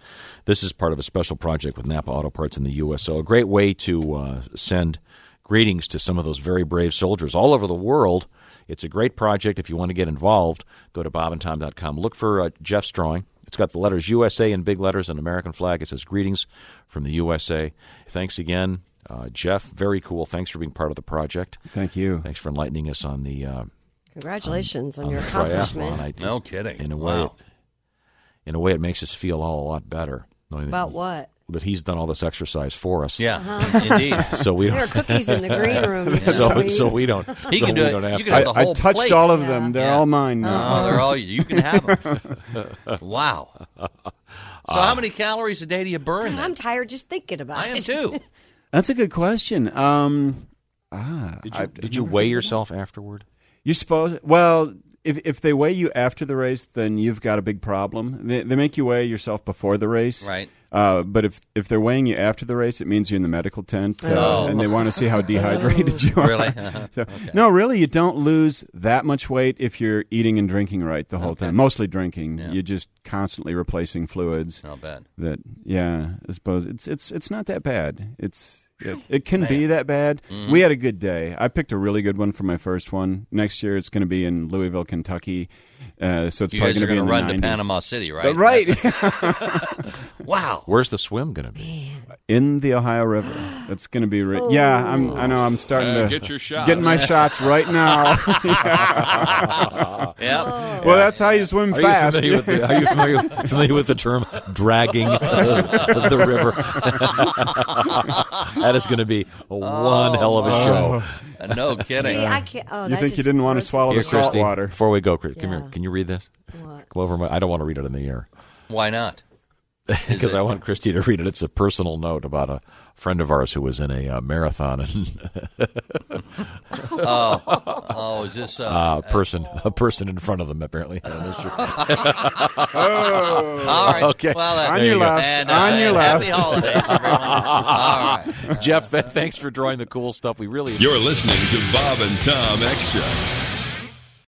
Speaker 6: this is part of a special project with Napa Auto Parts in the U.S. So a great way to uh, send greetings to some of those very brave soldiers all over the world. It's a great project. If you want to get involved, go to bobandtom.com. Look for uh, Jeff's drawing. It's got the letters USA in big letters and American flag. It says greetings from the USA. Thanks again, uh, Jeff. Very cool. Thanks for being part of the project.
Speaker 17: Thank you.
Speaker 6: Thanks for enlightening us on the. Uh,
Speaker 10: Congratulations on,
Speaker 6: on
Speaker 10: your
Speaker 6: the triathlon.
Speaker 10: accomplishment.
Speaker 6: I-
Speaker 15: No kidding.
Speaker 6: In a way,
Speaker 15: Wow.
Speaker 6: in a way, it makes us feel all a lot better. knowing that-
Speaker 10: About what?
Speaker 6: That he's done all this exercise for us.
Speaker 15: Yeah, Uh-huh. indeed.
Speaker 6: So we don't.
Speaker 10: There are cookies in the green room. You can
Speaker 6: so,
Speaker 10: sweep.
Speaker 6: so we don't.
Speaker 15: He
Speaker 6: so
Speaker 15: can do
Speaker 6: we
Speaker 15: it.
Speaker 6: Don't have
Speaker 15: You
Speaker 6: to.
Speaker 15: can have the
Speaker 17: I
Speaker 15: whole
Speaker 17: touched
Speaker 15: plate.
Speaker 17: all of them. They're all mine
Speaker 15: No,
Speaker 17: now.
Speaker 15: they're all you. You can have them. wow. So how many calories a day do you burn?
Speaker 10: God,
Speaker 15: then?
Speaker 10: I'm tired just thinking about
Speaker 15: I
Speaker 10: it.
Speaker 15: am too.
Speaker 17: That's a good question. Um, ah,
Speaker 6: Did
Speaker 17: I-
Speaker 6: you,
Speaker 17: I
Speaker 6: did you
Speaker 17: never
Speaker 6: weigh
Speaker 17: figured
Speaker 6: yourself afterward?
Speaker 17: You suppose? Well, if if they weigh you after the race, then you've got a big problem. They, they make you weigh yourself before the race,
Speaker 15: Right.
Speaker 17: Uh, but if if they're weighing you after the race, it means you're in the medical tent, uh,
Speaker 15: Oh.
Speaker 17: and they want to see how dehydrated you are.
Speaker 15: Really?
Speaker 17: so, No, really, you don't lose that much weight if you're eating and drinking right the whole time. Mostly drinking. You're just constantly replacing fluids.
Speaker 15: Not bad.
Speaker 17: That yeah, I suppose it's it's it's not that bad. It's it, it can be that bad.
Speaker 15: Mm-hmm.
Speaker 17: We had a good day. I picked a really good one for my first one. Next year it's going to be in Louisville, Kentucky. Uh, so it's
Speaker 15: You
Speaker 17: probably
Speaker 15: guys are
Speaker 17: going to be
Speaker 15: gonna
Speaker 17: in
Speaker 15: run
Speaker 17: the
Speaker 15: to
Speaker 17: 90s.
Speaker 15: Panama City, right?
Speaker 17: right.
Speaker 15: Wow.
Speaker 6: Where's the swim going to be?
Speaker 17: in the Ohio River. That's going to be ri- yeah. I'm I know I'm starting
Speaker 5: Uh,
Speaker 17: to
Speaker 5: get your shots.
Speaker 17: getting my shots right now. Yeah. Well, that's how you swim
Speaker 6: Are
Speaker 17: fast.
Speaker 6: You familiar with the, are you familiar, familiar with the term dragging the, the river? that is going to be a one hell of a show.
Speaker 15: Oh, Uh, no kidding.
Speaker 10: See, I can't. Oh,
Speaker 17: You
Speaker 10: that
Speaker 17: think you
Speaker 10: just
Speaker 17: didn't want
Speaker 10: grosses
Speaker 17: to swallow
Speaker 10: me
Speaker 17: the
Speaker 6: Here,
Speaker 10: out.
Speaker 17: salt
Speaker 6: Christy,
Speaker 17: water.
Speaker 6: before we go, Chris, come
Speaker 10: Yeah.
Speaker 6: here. Can you read this?
Speaker 10: What?
Speaker 6: Come over my. I don't want to read it in the air.
Speaker 15: Why not?
Speaker 6: because I want Christy to read it. It's a personal note about a friend of ours who was in a uh, marathon and
Speaker 15: Oh, oh, is this? Uh,
Speaker 6: uh, person a person in front of them apparently. I don't know, sure.
Speaker 15: All right.
Speaker 6: Okay.
Speaker 15: Well, uh,
Speaker 17: Oh. On
Speaker 6: There
Speaker 17: your
Speaker 6: you go.
Speaker 17: left,
Speaker 15: and, uh,
Speaker 17: on your
Speaker 15: happy
Speaker 17: left.
Speaker 15: holidays, everyone. All right.
Speaker 6: Jeff, th- thanks for drawing the cool stuff. We really
Speaker 22: You're listening to Bob and Tom Extra.